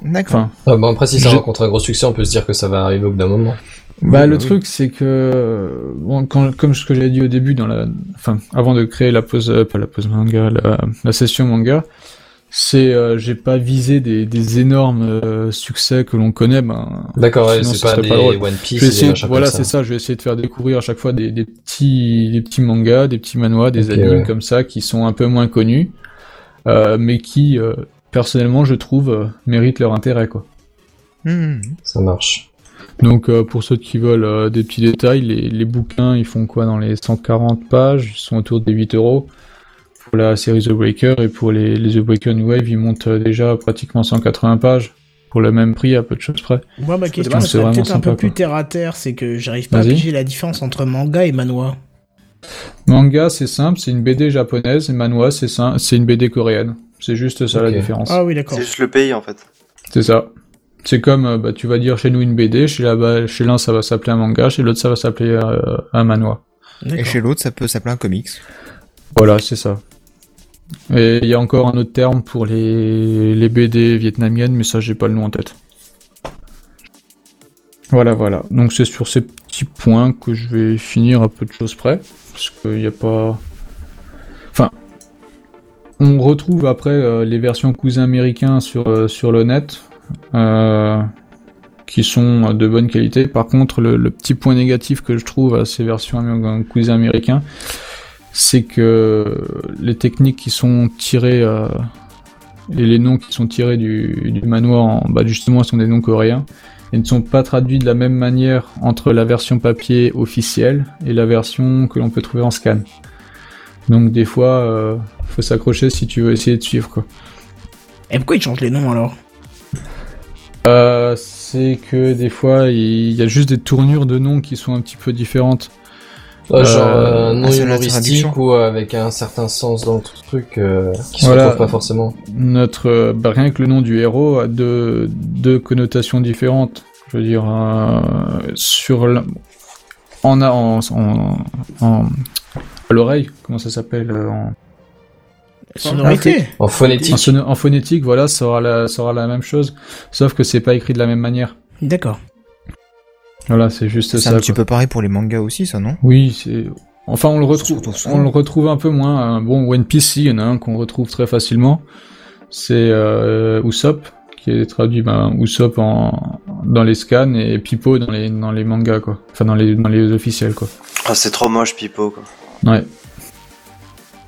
Speaker 4: D'accord.
Speaker 9: Enfin,
Speaker 3: Ah, bon, après, si ça
Speaker 9: Je-
Speaker 3: rencontre un gros succès, on peut se dire que ça va arriver au bout d'un moment.
Speaker 9: Bah, le truc, c'est que, euh, bon, quand- comme ce que j'ai dit au début, dans la, enfin, avant de créer la pause, euh, pas la pause manga, la, la session manga, c'est, euh, j'ai pas visé des, des énormes euh, succès que l'on connaît. Ben,
Speaker 3: D'accord, ouais,
Speaker 9: sinon,
Speaker 3: c'est
Speaker 9: ce
Speaker 3: pas
Speaker 9: serait
Speaker 3: des
Speaker 9: drôle.
Speaker 3: One Piece et
Speaker 9: Je vais
Speaker 3: des
Speaker 9: essayer-
Speaker 3: machins comme
Speaker 9: voilà,
Speaker 3: ça.
Speaker 9: c'est ça. Je vais essayer de faire découvrir à chaque fois des, des petits, des petits mangas, des petits manois, des
Speaker 3: Ok,
Speaker 9: animes
Speaker 3: ouais.
Speaker 9: comme ça qui sont un peu moins connus, euh, mais qui, euh, personnellement, je trouve, euh, méritent leur intérêt, quoi.
Speaker 4: Hmm,
Speaker 3: Ça marche.
Speaker 9: Donc euh, pour ceux qui veulent euh, des petits détails, les, les bouquins ils font quoi dans les 140 pages Ils sont autour des 8 euros pour la série The Breaker et pour les, les The Breaker New Wave ils montent euh, déjà pratiquement 180 pages pour le même prix à peu de choses près.
Speaker 1: Moi, ma
Speaker 9: Je
Speaker 1: question
Speaker 9: pense que c'est
Speaker 1: serait
Speaker 9: vraiment
Speaker 1: peut-être un peu
Speaker 9: sympa,
Speaker 1: plus
Speaker 9: quoi.
Speaker 1: terre à terre, c'est que j'arrive pas à
Speaker 9: Vas-y.
Speaker 1: piger la différence entre manga et manoir.
Speaker 9: Manga c'est simple, c'est une BD japonaise et Manhwa c'est sim- c'est une BD coréenne. C'est juste ça
Speaker 3: Ok.
Speaker 9: la différence.
Speaker 1: Ah oui, d'accord.
Speaker 2: C'est juste le pays en fait.
Speaker 9: C'est ça. C'est comme euh, bah, tu vas dire chez nous une BD, chez là-bas chez l'un ça va s'appeler un manga, chez l'autre ça va s'appeler euh, un manoir.
Speaker 4: Et chez l'autre, ça peut s'appeler un comics.
Speaker 9: Voilà, c'est ça. Et il y a encore un autre terme pour les, les BD vietnamiennes, mais ça, j'ai pas le nom en tête. Voilà, voilà. Donc c'est sur ces petits points que je vais finir à peu de choses près, parce qu'il n'y a pas... Enfin, on retrouve après euh, les versions cousins américains sur, euh, sur le net, euh, qui sont euh, de bonne qualité. Par contre, le, le petit point négatif que je trouve à ces versions amé- cousins américains, c'est que les techniques qui sont tirées euh, et les noms qui sont tirés du, du manoir, en, bah justement, sont des noms coréens et ne sont pas traduits de la même manière entre la version papier officielle et la version que l'on peut trouver en scan. Donc des fois, euh, faut s'accrocher si tu veux essayer de suivre quoi.
Speaker 1: Et pourquoi ils changent les noms alors
Speaker 9: Euh, c'est que des fois, il y a juste des tournures de noms qui sont un petit peu différentes.
Speaker 3: Ouais, genre
Speaker 9: Euh,
Speaker 3: euh, non
Speaker 9: ah, c'est la
Speaker 3: humoristique
Speaker 9: traduction.
Speaker 3: ou euh, avec un certain sens dans le truc euh, qui se
Speaker 9: Voilà.
Speaker 3: retrouve pas forcément.
Speaker 9: Notre, euh, bah, rien que le nom du héros a deux, deux connotations différentes. Je veux dire, euh, sur l- en, a- en, en, en- à l'oreille, comment ça s'appelle euh, en...
Speaker 1: Sonorité.
Speaker 3: En phonétique.
Speaker 9: En, sono- en phonétique, voilà, ça aura, la, ça aura la même chose, sauf que c'est pas écrit de la même manière.
Speaker 1: D'accord.
Speaker 9: Voilà, c'est juste
Speaker 4: C'est
Speaker 9: ça.
Speaker 4: un
Speaker 9: quoi.
Speaker 4: petit peu pareil pour les mangas aussi, ça, non
Speaker 9: Oui, c'est. Enfin, on le retrouve,
Speaker 4: retrouve souvent.
Speaker 9: on le retrouve un peu moins. hein. Bon, One Piece, si, il y en a un qu'on retrouve très facilement. C'est euh, Usopp, qui est traduit ben, Usopp en, dans les scans et Pipo dans les, dans les mangas, quoi. Enfin, dans les, dans les officiels, quoi.
Speaker 2: Ah, c'est trop moche, Pipo. Quoi.
Speaker 9: Ouais.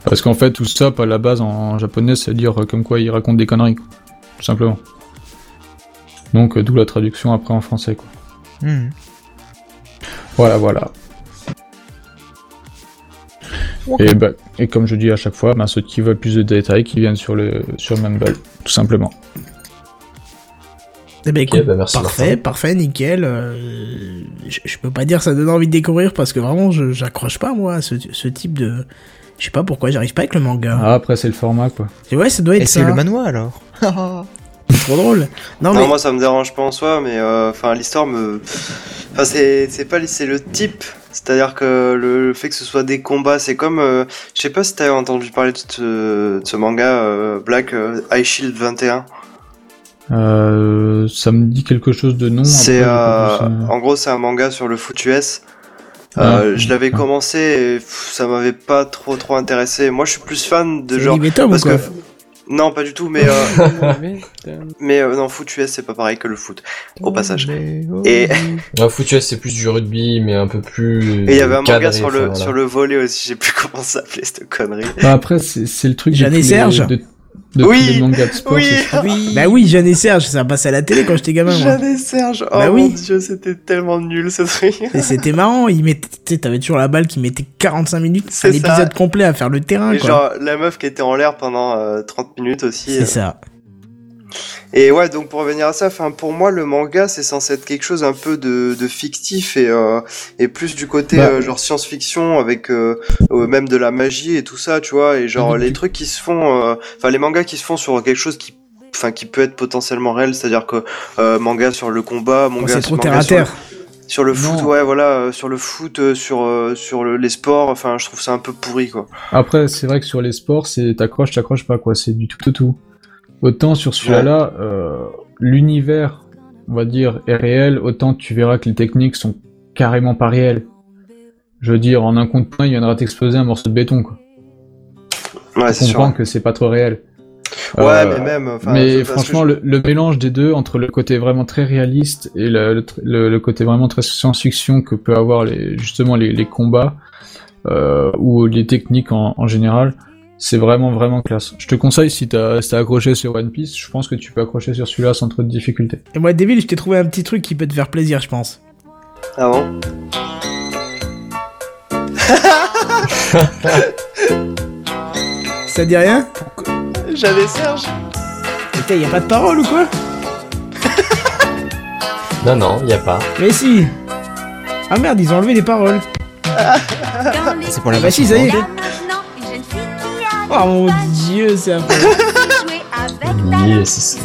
Speaker 9: Parce qu'en fait, Usopp, à la base, en japonais, c'est dire euh, comme quoi il raconte des conneries, quoi. Tout simplement. Donc, euh, d'où la traduction après en français, quoi.
Speaker 4: Hmm.
Speaker 9: Voilà, voilà. Et, bah, et comme je dis à chaque fois, bah, ceux qui veulent plus de détails, qui viennent sur le sur Mumble, tout simplement.
Speaker 1: Eh ben, écoute,
Speaker 3: bah, merci,
Speaker 1: parfait,
Speaker 3: Martin.
Speaker 1: parfait, nickel. Euh, je, je peux pas dire que ça donne envie de découvrir parce que vraiment, je- j'accroche pas moi à ce, ce type de. Je sais pas pourquoi j'arrive pas avec le manga.
Speaker 9: Ah, après, c'est le format, quoi.
Speaker 1: Et ouais, ça doit être
Speaker 4: Et c'est
Speaker 1: ça.
Speaker 4: le manoir alors *laughs* Ah,
Speaker 1: C'est trop drôle. Non,
Speaker 2: Non,
Speaker 1: mais
Speaker 2: moi ça me dérange pas en soi, mais euh, enfin l'histoire me. Enfin, c'est c'est pas c'est le type. C'est-à-dire que le, le fait que ce soit des combats, c'est comme. euh, je sais pas si t'as entendu parler de ce, de ce manga euh, Black euh, Eye Shield 21.
Speaker 9: Euh, ça me dit quelque chose de non.
Speaker 2: C'est
Speaker 9: après,
Speaker 2: euh,
Speaker 9: je pense, euh,
Speaker 2: en gros c'est un manga sur le foot US.
Speaker 9: Ah,
Speaker 2: Euh, je l'avais
Speaker 9: d'accord.
Speaker 2: commencé, et pff, ça m'avait pas trop trop intéressé. Moi je suis plus fan Ah, de
Speaker 1: c'est
Speaker 2: genre.
Speaker 1: Olivier Tom ou
Speaker 2: Parce
Speaker 1: quoi
Speaker 2: que non pas du tout, mais euh,
Speaker 5: Putain.
Speaker 2: mais euh, non foot US c'est pas pareil que le foot. Au passage. Et-
Speaker 4: Et.
Speaker 7: Ah.
Speaker 3: Ouais, foutu, c'est plus du rugby, mais un peu plus.
Speaker 2: Et il y avait un manga
Speaker 3: cadré,
Speaker 2: sur le
Speaker 3: enfin, voilà.
Speaker 2: sur le volet aussi. J'ai plus *laughs* comment ça s'appelait cette connerie.
Speaker 9: bah, après, c'est c'est le truc de
Speaker 1: Jeanne
Speaker 9: tous
Speaker 1: et
Speaker 9: les-
Speaker 1: Serge.
Speaker 9: de, de
Speaker 2: Oui,
Speaker 9: tous les mangas de sport.
Speaker 2: *laughs* *laughs* oui.
Speaker 9: c'est ça.
Speaker 1: Bah oui, Jeanne et Serge, ça passait à la télé quand j'étais gamin. moi.
Speaker 2: J'avais Serge. Oh
Speaker 1: Bah
Speaker 2: mon
Speaker 1: oui.
Speaker 2: dieu, c'était tellement nul ce truc.
Speaker 1: Et c'était marrant, il mettait, tu sais, t'avais toujours la balle qui mettait 45 minutes,
Speaker 2: C'est
Speaker 1: un
Speaker 2: ça.
Speaker 1: épisode complet à faire le terrain,
Speaker 2: Et
Speaker 1: quoi.
Speaker 2: genre la meuf qui était en l'air pendant euh, 30 minutes aussi.
Speaker 1: C'est ça.
Speaker 2: Et ouais, donc pour revenir à ça, enfin pour moi le manga c'est censé être quelque chose un peu de, de fictif et euh, et plus du côté
Speaker 9: Bah.
Speaker 2: euh, genre science-fiction avec euh, euh, même de la magie et tout ça, tu vois, et genre
Speaker 9: Mhm.
Speaker 2: les trucs qui se font euh, enfin les mangas qui se font sur quelque chose qui enfin qui peut être potentiellement réel, c'est-à-dire que euh, manga sur le combat,
Speaker 9: Oh,
Speaker 1: Bon,
Speaker 2: manga,
Speaker 1: c'est trop
Speaker 2: manga
Speaker 1: terre à
Speaker 2: sur le-
Speaker 1: terre.
Speaker 2: Sur le
Speaker 9: Non.
Speaker 2: foot, ouais, voilà, euh, sur le foot, euh, sur, euh, sur le- les sports, enfin, je trouve ça un peu pourri, quoi.
Speaker 9: Après, c'est vrai que sur les sports, c'est t'accroches, t'accroches pas, quoi. C'est du tout au tout. Autant sur celui-là, euh, l'univers, on va dire, est réel, autant tu verras que les techniques sont carrément pas réelles. Je veux dire, en un coup de poing, il viendra t'exploser un morceau de béton, quoi.
Speaker 2: Ouais, c'est
Speaker 9: tu
Speaker 2: sûr.
Speaker 9: comprends que c'est pas trop réel.
Speaker 2: Ouais,
Speaker 9: Euh,
Speaker 2: mais même, enfin,
Speaker 9: mais
Speaker 2: je- parce que
Speaker 9: franchement,
Speaker 2: je-
Speaker 9: le, le mélange des deux, entre le côté vraiment très réaliste et le, le tr- le- le côté vraiment très science-fiction que peut avoir les, justement les, les combats euh, ou les techniques en, en général, c'est vraiment vraiment classe. Je te conseille si t'as si t'as accroché sur One Piece, je pense que tu peux accrocher sur celui-là sans trop de difficultés.
Speaker 1: Et moi, Devil, je t'ai trouvé un petit truc qui peut te faire plaisir, je pense.
Speaker 2: Ah bon
Speaker 1: Ça te dit rien
Speaker 2: J'avais Serge
Speaker 1: Putain, y a pas de parole ou quoi
Speaker 3: Non, non, y a pas.
Speaker 1: Mais si Ah merde, ils ont enlevé les paroles.
Speaker 4: C'est pour la
Speaker 8: Ah,
Speaker 1: Bah si, ça
Speaker 4: version
Speaker 1: y est.
Speaker 4: manga.
Speaker 1: Oh mon dieu, c'est
Speaker 2: *laughs*
Speaker 1: affreux. ah.
Speaker 3: Yes.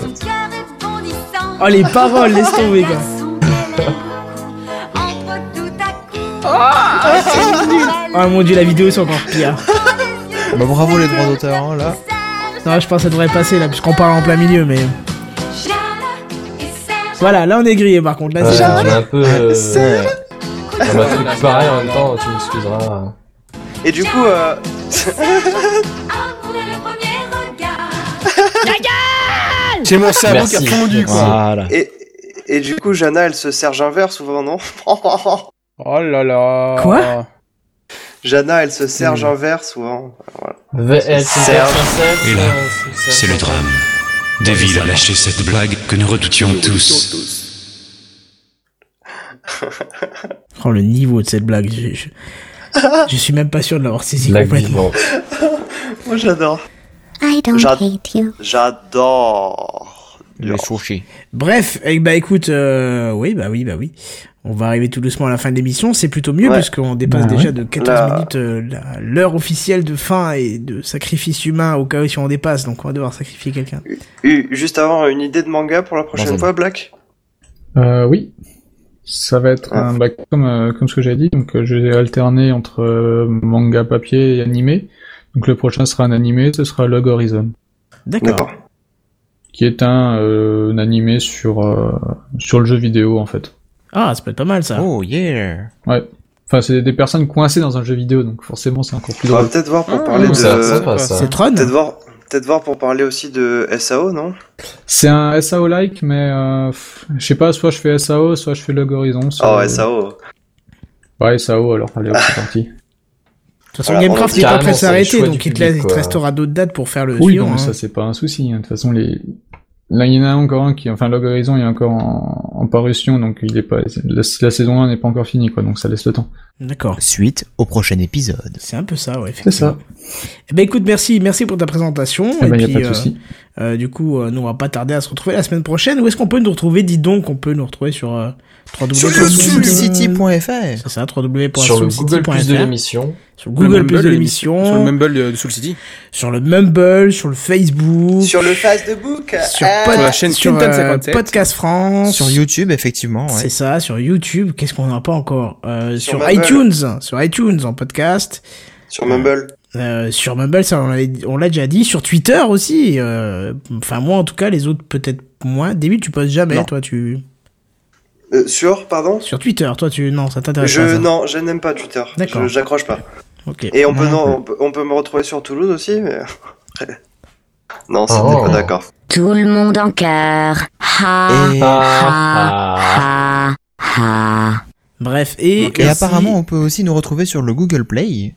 Speaker 1: Oh les paroles, laisse tomber quoi. Ah, Oh mon dieu, la vidéo c'est encore pire.
Speaker 4: Bah bravo les droits d'auteur, hein, là.
Speaker 1: Non, je pense que ça devrait passer là, puisqu'on parle en plein milieu, mais.
Speaker 4: Ah,
Speaker 1: Voilà, là on est grillé par contre. Là,
Speaker 3: Ouais,
Speaker 1: c'est-
Speaker 3: on est
Speaker 2: *laughs*
Speaker 3: un peu. Euh...
Speaker 4: bah,
Speaker 3: On m'a fait pareil en même temps, tu m'excuseras.
Speaker 2: Et du coup, euh,
Speaker 4: hein.
Speaker 5: C'est mon cerveau qui
Speaker 3: Merci.
Speaker 5: a fondu, quoi.
Speaker 4: Voilà.
Speaker 2: et, et du coup, Jana, elle se serge un verre souvent, non *laughs*
Speaker 5: Oh là là.
Speaker 1: Quoi
Speaker 2: Jana, elle se serge un verre souvent.
Speaker 3: VL,
Speaker 2: Serge.
Speaker 7: Et là, C'est le drame. Devil a lâché cette blague que nous redoutions tous.
Speaker 1: Oh le niveau de cette blague, je, je... je suis même pas sûr de l'avoir saisi
Speaker 3: Blague
Speaker 1: complètement.
Speaker 3: vivante.
Speaker 2: Moi, j'adore.
Speaker 8: I don't
Speaker 2: J'ad-
Speaker 8: hate you.
Speaker 2: J'adore.
Speaker 4: Les fourchés.
Speaker 1: Bref, eh, bah écoute, euh, oui, bah oui, bah oui. On va arriver tout doucement à la fin de l'émission, c'est plutôt mieux
Speaker 2: Ouais.
Speaker 1: parce qu'on dépasse
Speaker 9: Bah
Speaker 1: déjà
Speaker 9: ouais.
Speaker 1: de 14
Speaker 2: Là.
Speaker 1: minutes euh, la- l'heure officielle de fin et de sacrifice humain au cas où si on dépasse, donc on va devoir sacrifier quelqu'un.
Speaker 2: Et Juste avant, une idée de manga pour la prochaine
Speaker 4: Dans un-
Speaker 2: fois, Black
Speaker 9: Euh, oui. Ça va être
Speaker 2: Ah.
Speaker 9: un, bah, comme, euh, comme ce que j'ai dit, donc euh, je vais alterner entre euh, manga papier et animé. Donc le prochain sera un animé, ce sera Log Horizon,
Speaker 1: D'accord.
Speaker 9: qui est un, euh, un animé sur, euh, sur le jeu vidéo en fait.
Speaker 1: Ah, ça peut être pas mal ça.
Speaker 4: Oh yeah
Speaker 9: Ouais. Enfin, c'est des personnes coincées dans un jeu vidéo, donc forcément c'est encore plus
Speaker 2: On va
Speaker 9: drôle.
Speaker 2: peut-être voir pour
Speaker 5: Ah,
Speaker 2: parler
Speaker 5: oui,
Speaker 2: de.
Speaker 3: ça a l'air sympa, ça.
Speaker 1: C'est Tron
Speaker 2: Peut-être voir. Peut-être voir pour parler aussi de SAO, non
Speaker 9: C'est un SAO-like, mais euh, pff, je sais pas, soit je fais SAO, soit je fais Log Horizon.
Speaker 2: Oh,
Speaker 9: Soit...
Speaker 2: SAO.
Speaker 9: Ouais, SAO, alors allez, hop,
Speaker 1: *laughs*
Speaker 9: c'est parti.
Speaker 1: De toute façon,
Speaker 2: Voilà,
Speaker 1: Gamecraft
Speaker 2: on-
Speaker 1: il est pas
Speaker 3: carrément,
Speaker 1: prêt de
Speaker 3: c'est le
Speaker 1: s'arrêter,
Speaker 3: choix
Speaker 1: donc
Speaker 3: du
Speaker 1: il te, laisse-
Speaker 3: public,
Speaker 1: il te
Speaker 3: quoi.
Speaker 1: restera d'autres dates pour faire le
Speaker 9: Oui,
Speaker 1: suivant,
Speaker 9: non, mais
Speaker 1: hein.
Speaker 9: ça c'est pas un souci. hein. De toute façon, les... là il y en a encore un qui, enfin, Log Horizon il est encore en, en parution, donc il est pas, la, la saison 1 n'est pas encore finie, quoi, donc ça laisse le temps.
Speaker 1: D'accord.
Speaker 4: Suite au prochain épisode.
Speaker 1: C'est un peu ça, ouais.
Speaker 9: C'est ça.
Speaker 1: Eh ben écoute, merci, merci pour ta présentation.
Speaker 9: Eh ben,
Speaker 1: et
Speaker 9: y a
Speaker 1: puis,
Speaker 9: pas de
Speaker 1: euh,
Speaker 9: souci.
Speaker 1: euh, du coup, euh, nous on va pas tarder à se retrouver la semaine prochaine. Où est-ce qu'on peut nous retrouver Dis donc, on peut nous retrouver sur euh,
Speaker 4: Sur
Speaker 1: www.
Speaker 4: le soulcity.fr
Speaker 1: C'est ça, www.soulcity.fr.
Speaker 3: Sur le Google Plus de l'émission.
Speaker 1: Sur Google
Speaker 5: Le
Speaker 1: Plus de
Speaker 5: Mumble,
Speaker 1: l'émission.
Speaker 5: Sur le Mumble de, de Soul City.
Speaker 1: sur le Mumble, sur le Facebook,
Speaker 2: Sur le face de book
Speaker 1: sur,
Speaker 2: ah,
Speaker 1: pod-
Speaker 5: Sur la chaîne
Speaker 1: sur,
Speaker 5: Quinton
Speaker 1: euh,
Speaker 5: 57.
Speaker 1: Podcast France,
Speaker 4: Sur YouTube, effectivement, ouais.
Speaker 1: C'est ça, sur YouTube. Qu'est-ce qu'on n'a pas encore Euh, Sur,
Speaker 2: Sur Mumble.
Speaker 1: iTunes, sur iTunes en podcast.
Speaker 2: Sur Mumble.
Speaker 1: Euh, sur Mumble, ça on l'avait- on l'a déjà dit. Sur Twitter aussi. euh, Enfin moi en tout cas, les autres peut-être moins. David, tu postes jamais,
Speaker 4: Non.
Speaker 1: toi tu.
Speaker 2: Euh, sur, pardon
Speaker 1: Sur Twitter, toi tu. Non, ça t'intéresse pas.
Speaker 2: Je
Speaker 1: ça.
Speaker 2: non, je n'aime pas Twitter.
Speaker 1: D'accord.
Speaker 2: Je- J'accroche pas.
Speaker 1: Ok.
Speaker 2: Et on peut non, on peut, on peut me retrouver sur Toulouse aussi, mais *laughs* non, ça
Speaker 3: Oh.
Speaker 2: n'est pas d'accord.
Speaker 8: Tout le monde en cœur. Ha,
Speaker 4: Et-
Speaker 1: Ah.
Speaker 3: Ah.
Speaker 8: ha, ha, ha.
Speaker 1: Bref et.
Speaker 4: Et
Speaker 1: aussi-
Speaker 4: apparemment, on peut aussi nous retrouver sur le Google Play,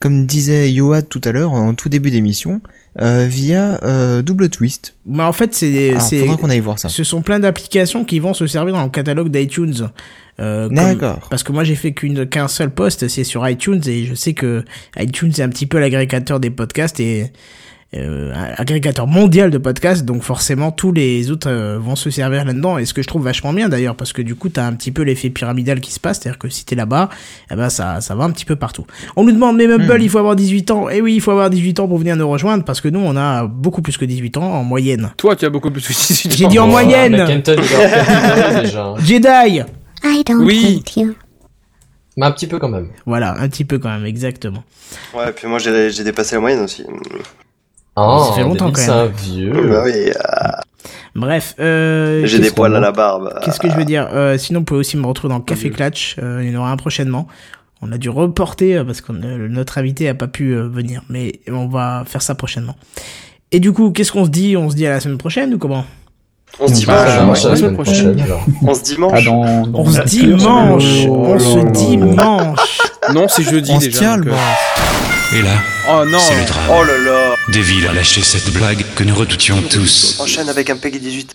Speaker 4: comme disait Yoad tout à l'heure en tout début d'émission, euh, via euh, Double Twist.
Speaker 1: Mais Bah, en fait, c'est.
Speaker 4: Alors,
Speaker 1: c'est-
Speaker 4: Ah, faudra qu'on aille voir ça.
Speaker 1: Ce sont plein d'applications qui vont se servir dans le catalogue d'iTunes. Euh, comme-
Speaker 4: D'accord.
Speaker 1: Parce que moi j'ai fait qu'une qu'un seul post, c'est sur iTunes et je sais que iTunes est un petit peu l'agrégateur des podcasts et euh, agrégateur mondial de podcasts, donc forcément tous les autres euh, vont se servir là-dedans. Et ce que je trouve vachement bien d'ailleurs, parce que du coup t'as un petit peu l'effet pyramidal qui se passe, c'est-à-dire que si t'es là-bas, eh ben ça ça va un petit peu partout. On nous demande mais Mumble, il faut avoir 18 ans. Et oui, il faut avoir 18 ans pour venir nous rejoindre parce que nous on a beaucoup plus que 18 ans en moyenne.
Speaker 5: Toi, tu as beaucoup plus de Soul
Speaker 1: J'ai dit en moyenne.
Speaker 3: Mais Oh, Kenton, il a 14 ans déjà.
Speaker 1: Jedi.
Speaker 8: I don't
Speaker 5: Oui.
Speaker 8: hate you.
Speaker 3: Mais un petit peu quand même.
Speaker 1: Voilà, un petit peu quand même, exactement.
Speaker 2: Ouais, et puis moi j'ai j'ai dépassé la moyenne aussi.
Speaker 3: Ah,
Speaker 1: Ça fait longtemps,
Speaker 3: David,
Speaker 1: quand
Speaker 3: C'est un
Speaker 1: même.
Speaker 2: Bah
Speaker 3: vieux.
Speaker 2: oui,
Speaker 1: Bref, euh,
Speaker 2: j'ai
Speaker 1: qu'est-ce
Speaker 2: des poils
Speaker 1: qu'on-
Speaker 2: à la barbe.
Speaker 1: Qu'est-ce que je veux dire Euh, Sinon, vous pouvez aussi me retrouver dans Café Clutch. euh, il y en aura un prochainement. On a dû reporter euh, parce que notre invité a pas pu euh, venir, mais on va faire ça prochainement. Et du coup, qu'est-ce qu'on se dit On se dit à la semaine prochaine ou comment
Speaker 2: On se
Speaker 9: Ah,
Speaker 3: Ça
Speaker 2: dimanche.
Speaker 3: marche à
Speaker 5: ouais.
Speaker 3: la semaine prochaine. alors.
Speaker 2: On se
Speaker 9: Ah,
Speaker 2: dimanche.
Speaker 9: dans, dans-
Speaker 1: euh, On se dimanche
Speaker 9: Oh,
Speaker 1: On
Speaker 9: là, là,
Speaker 1: se
Speaker 9: là.
Speaker 1: dimanche
Speaker 5: Non, c'est jeudi
Speaker 4: On se
Speaker 5: déjà.
Speaker 4: tient
Speaker 5: donc,
Speaker 4: le
Speaker 5: euh,
Speaker 4: bras.
Speaker 7: Et là,
Speaker 5: Oh non.
Speaker 7: c'est le drame.
Speaker 2: Oh là là.
Speaker 7: Deville a lâché cette blague que nous redoutions tous.
Speaker 2: Enchaîne avec un Peggy 18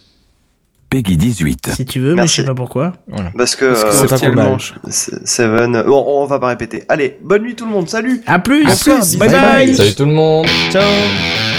Speaker 12: Peggy 18.
Speaker 1: Si tu veux, mais je
Speaker 2: Merci.
Speaker 1: sais pas pourquoi.
Speaker 2: parce que
Speaker 5: Parce que
Speaker 2: euh,
Speaker 5: ça tient le
Speaker 4: combat.
Speaker 5: manche.
Speaker 2: c'est- Seven. Bon, on va pas répéter. Allez, bonne nuit tout le monde. Salut.
Speaker 1: À plus,
Speaker 4: À plus,
Speaker 1: Bye
Speaker 4: bye
Speaker 1: bye
Speaker 4: bye.
Speaker 3: Salut tout le monde.
Speaker 4: Ciao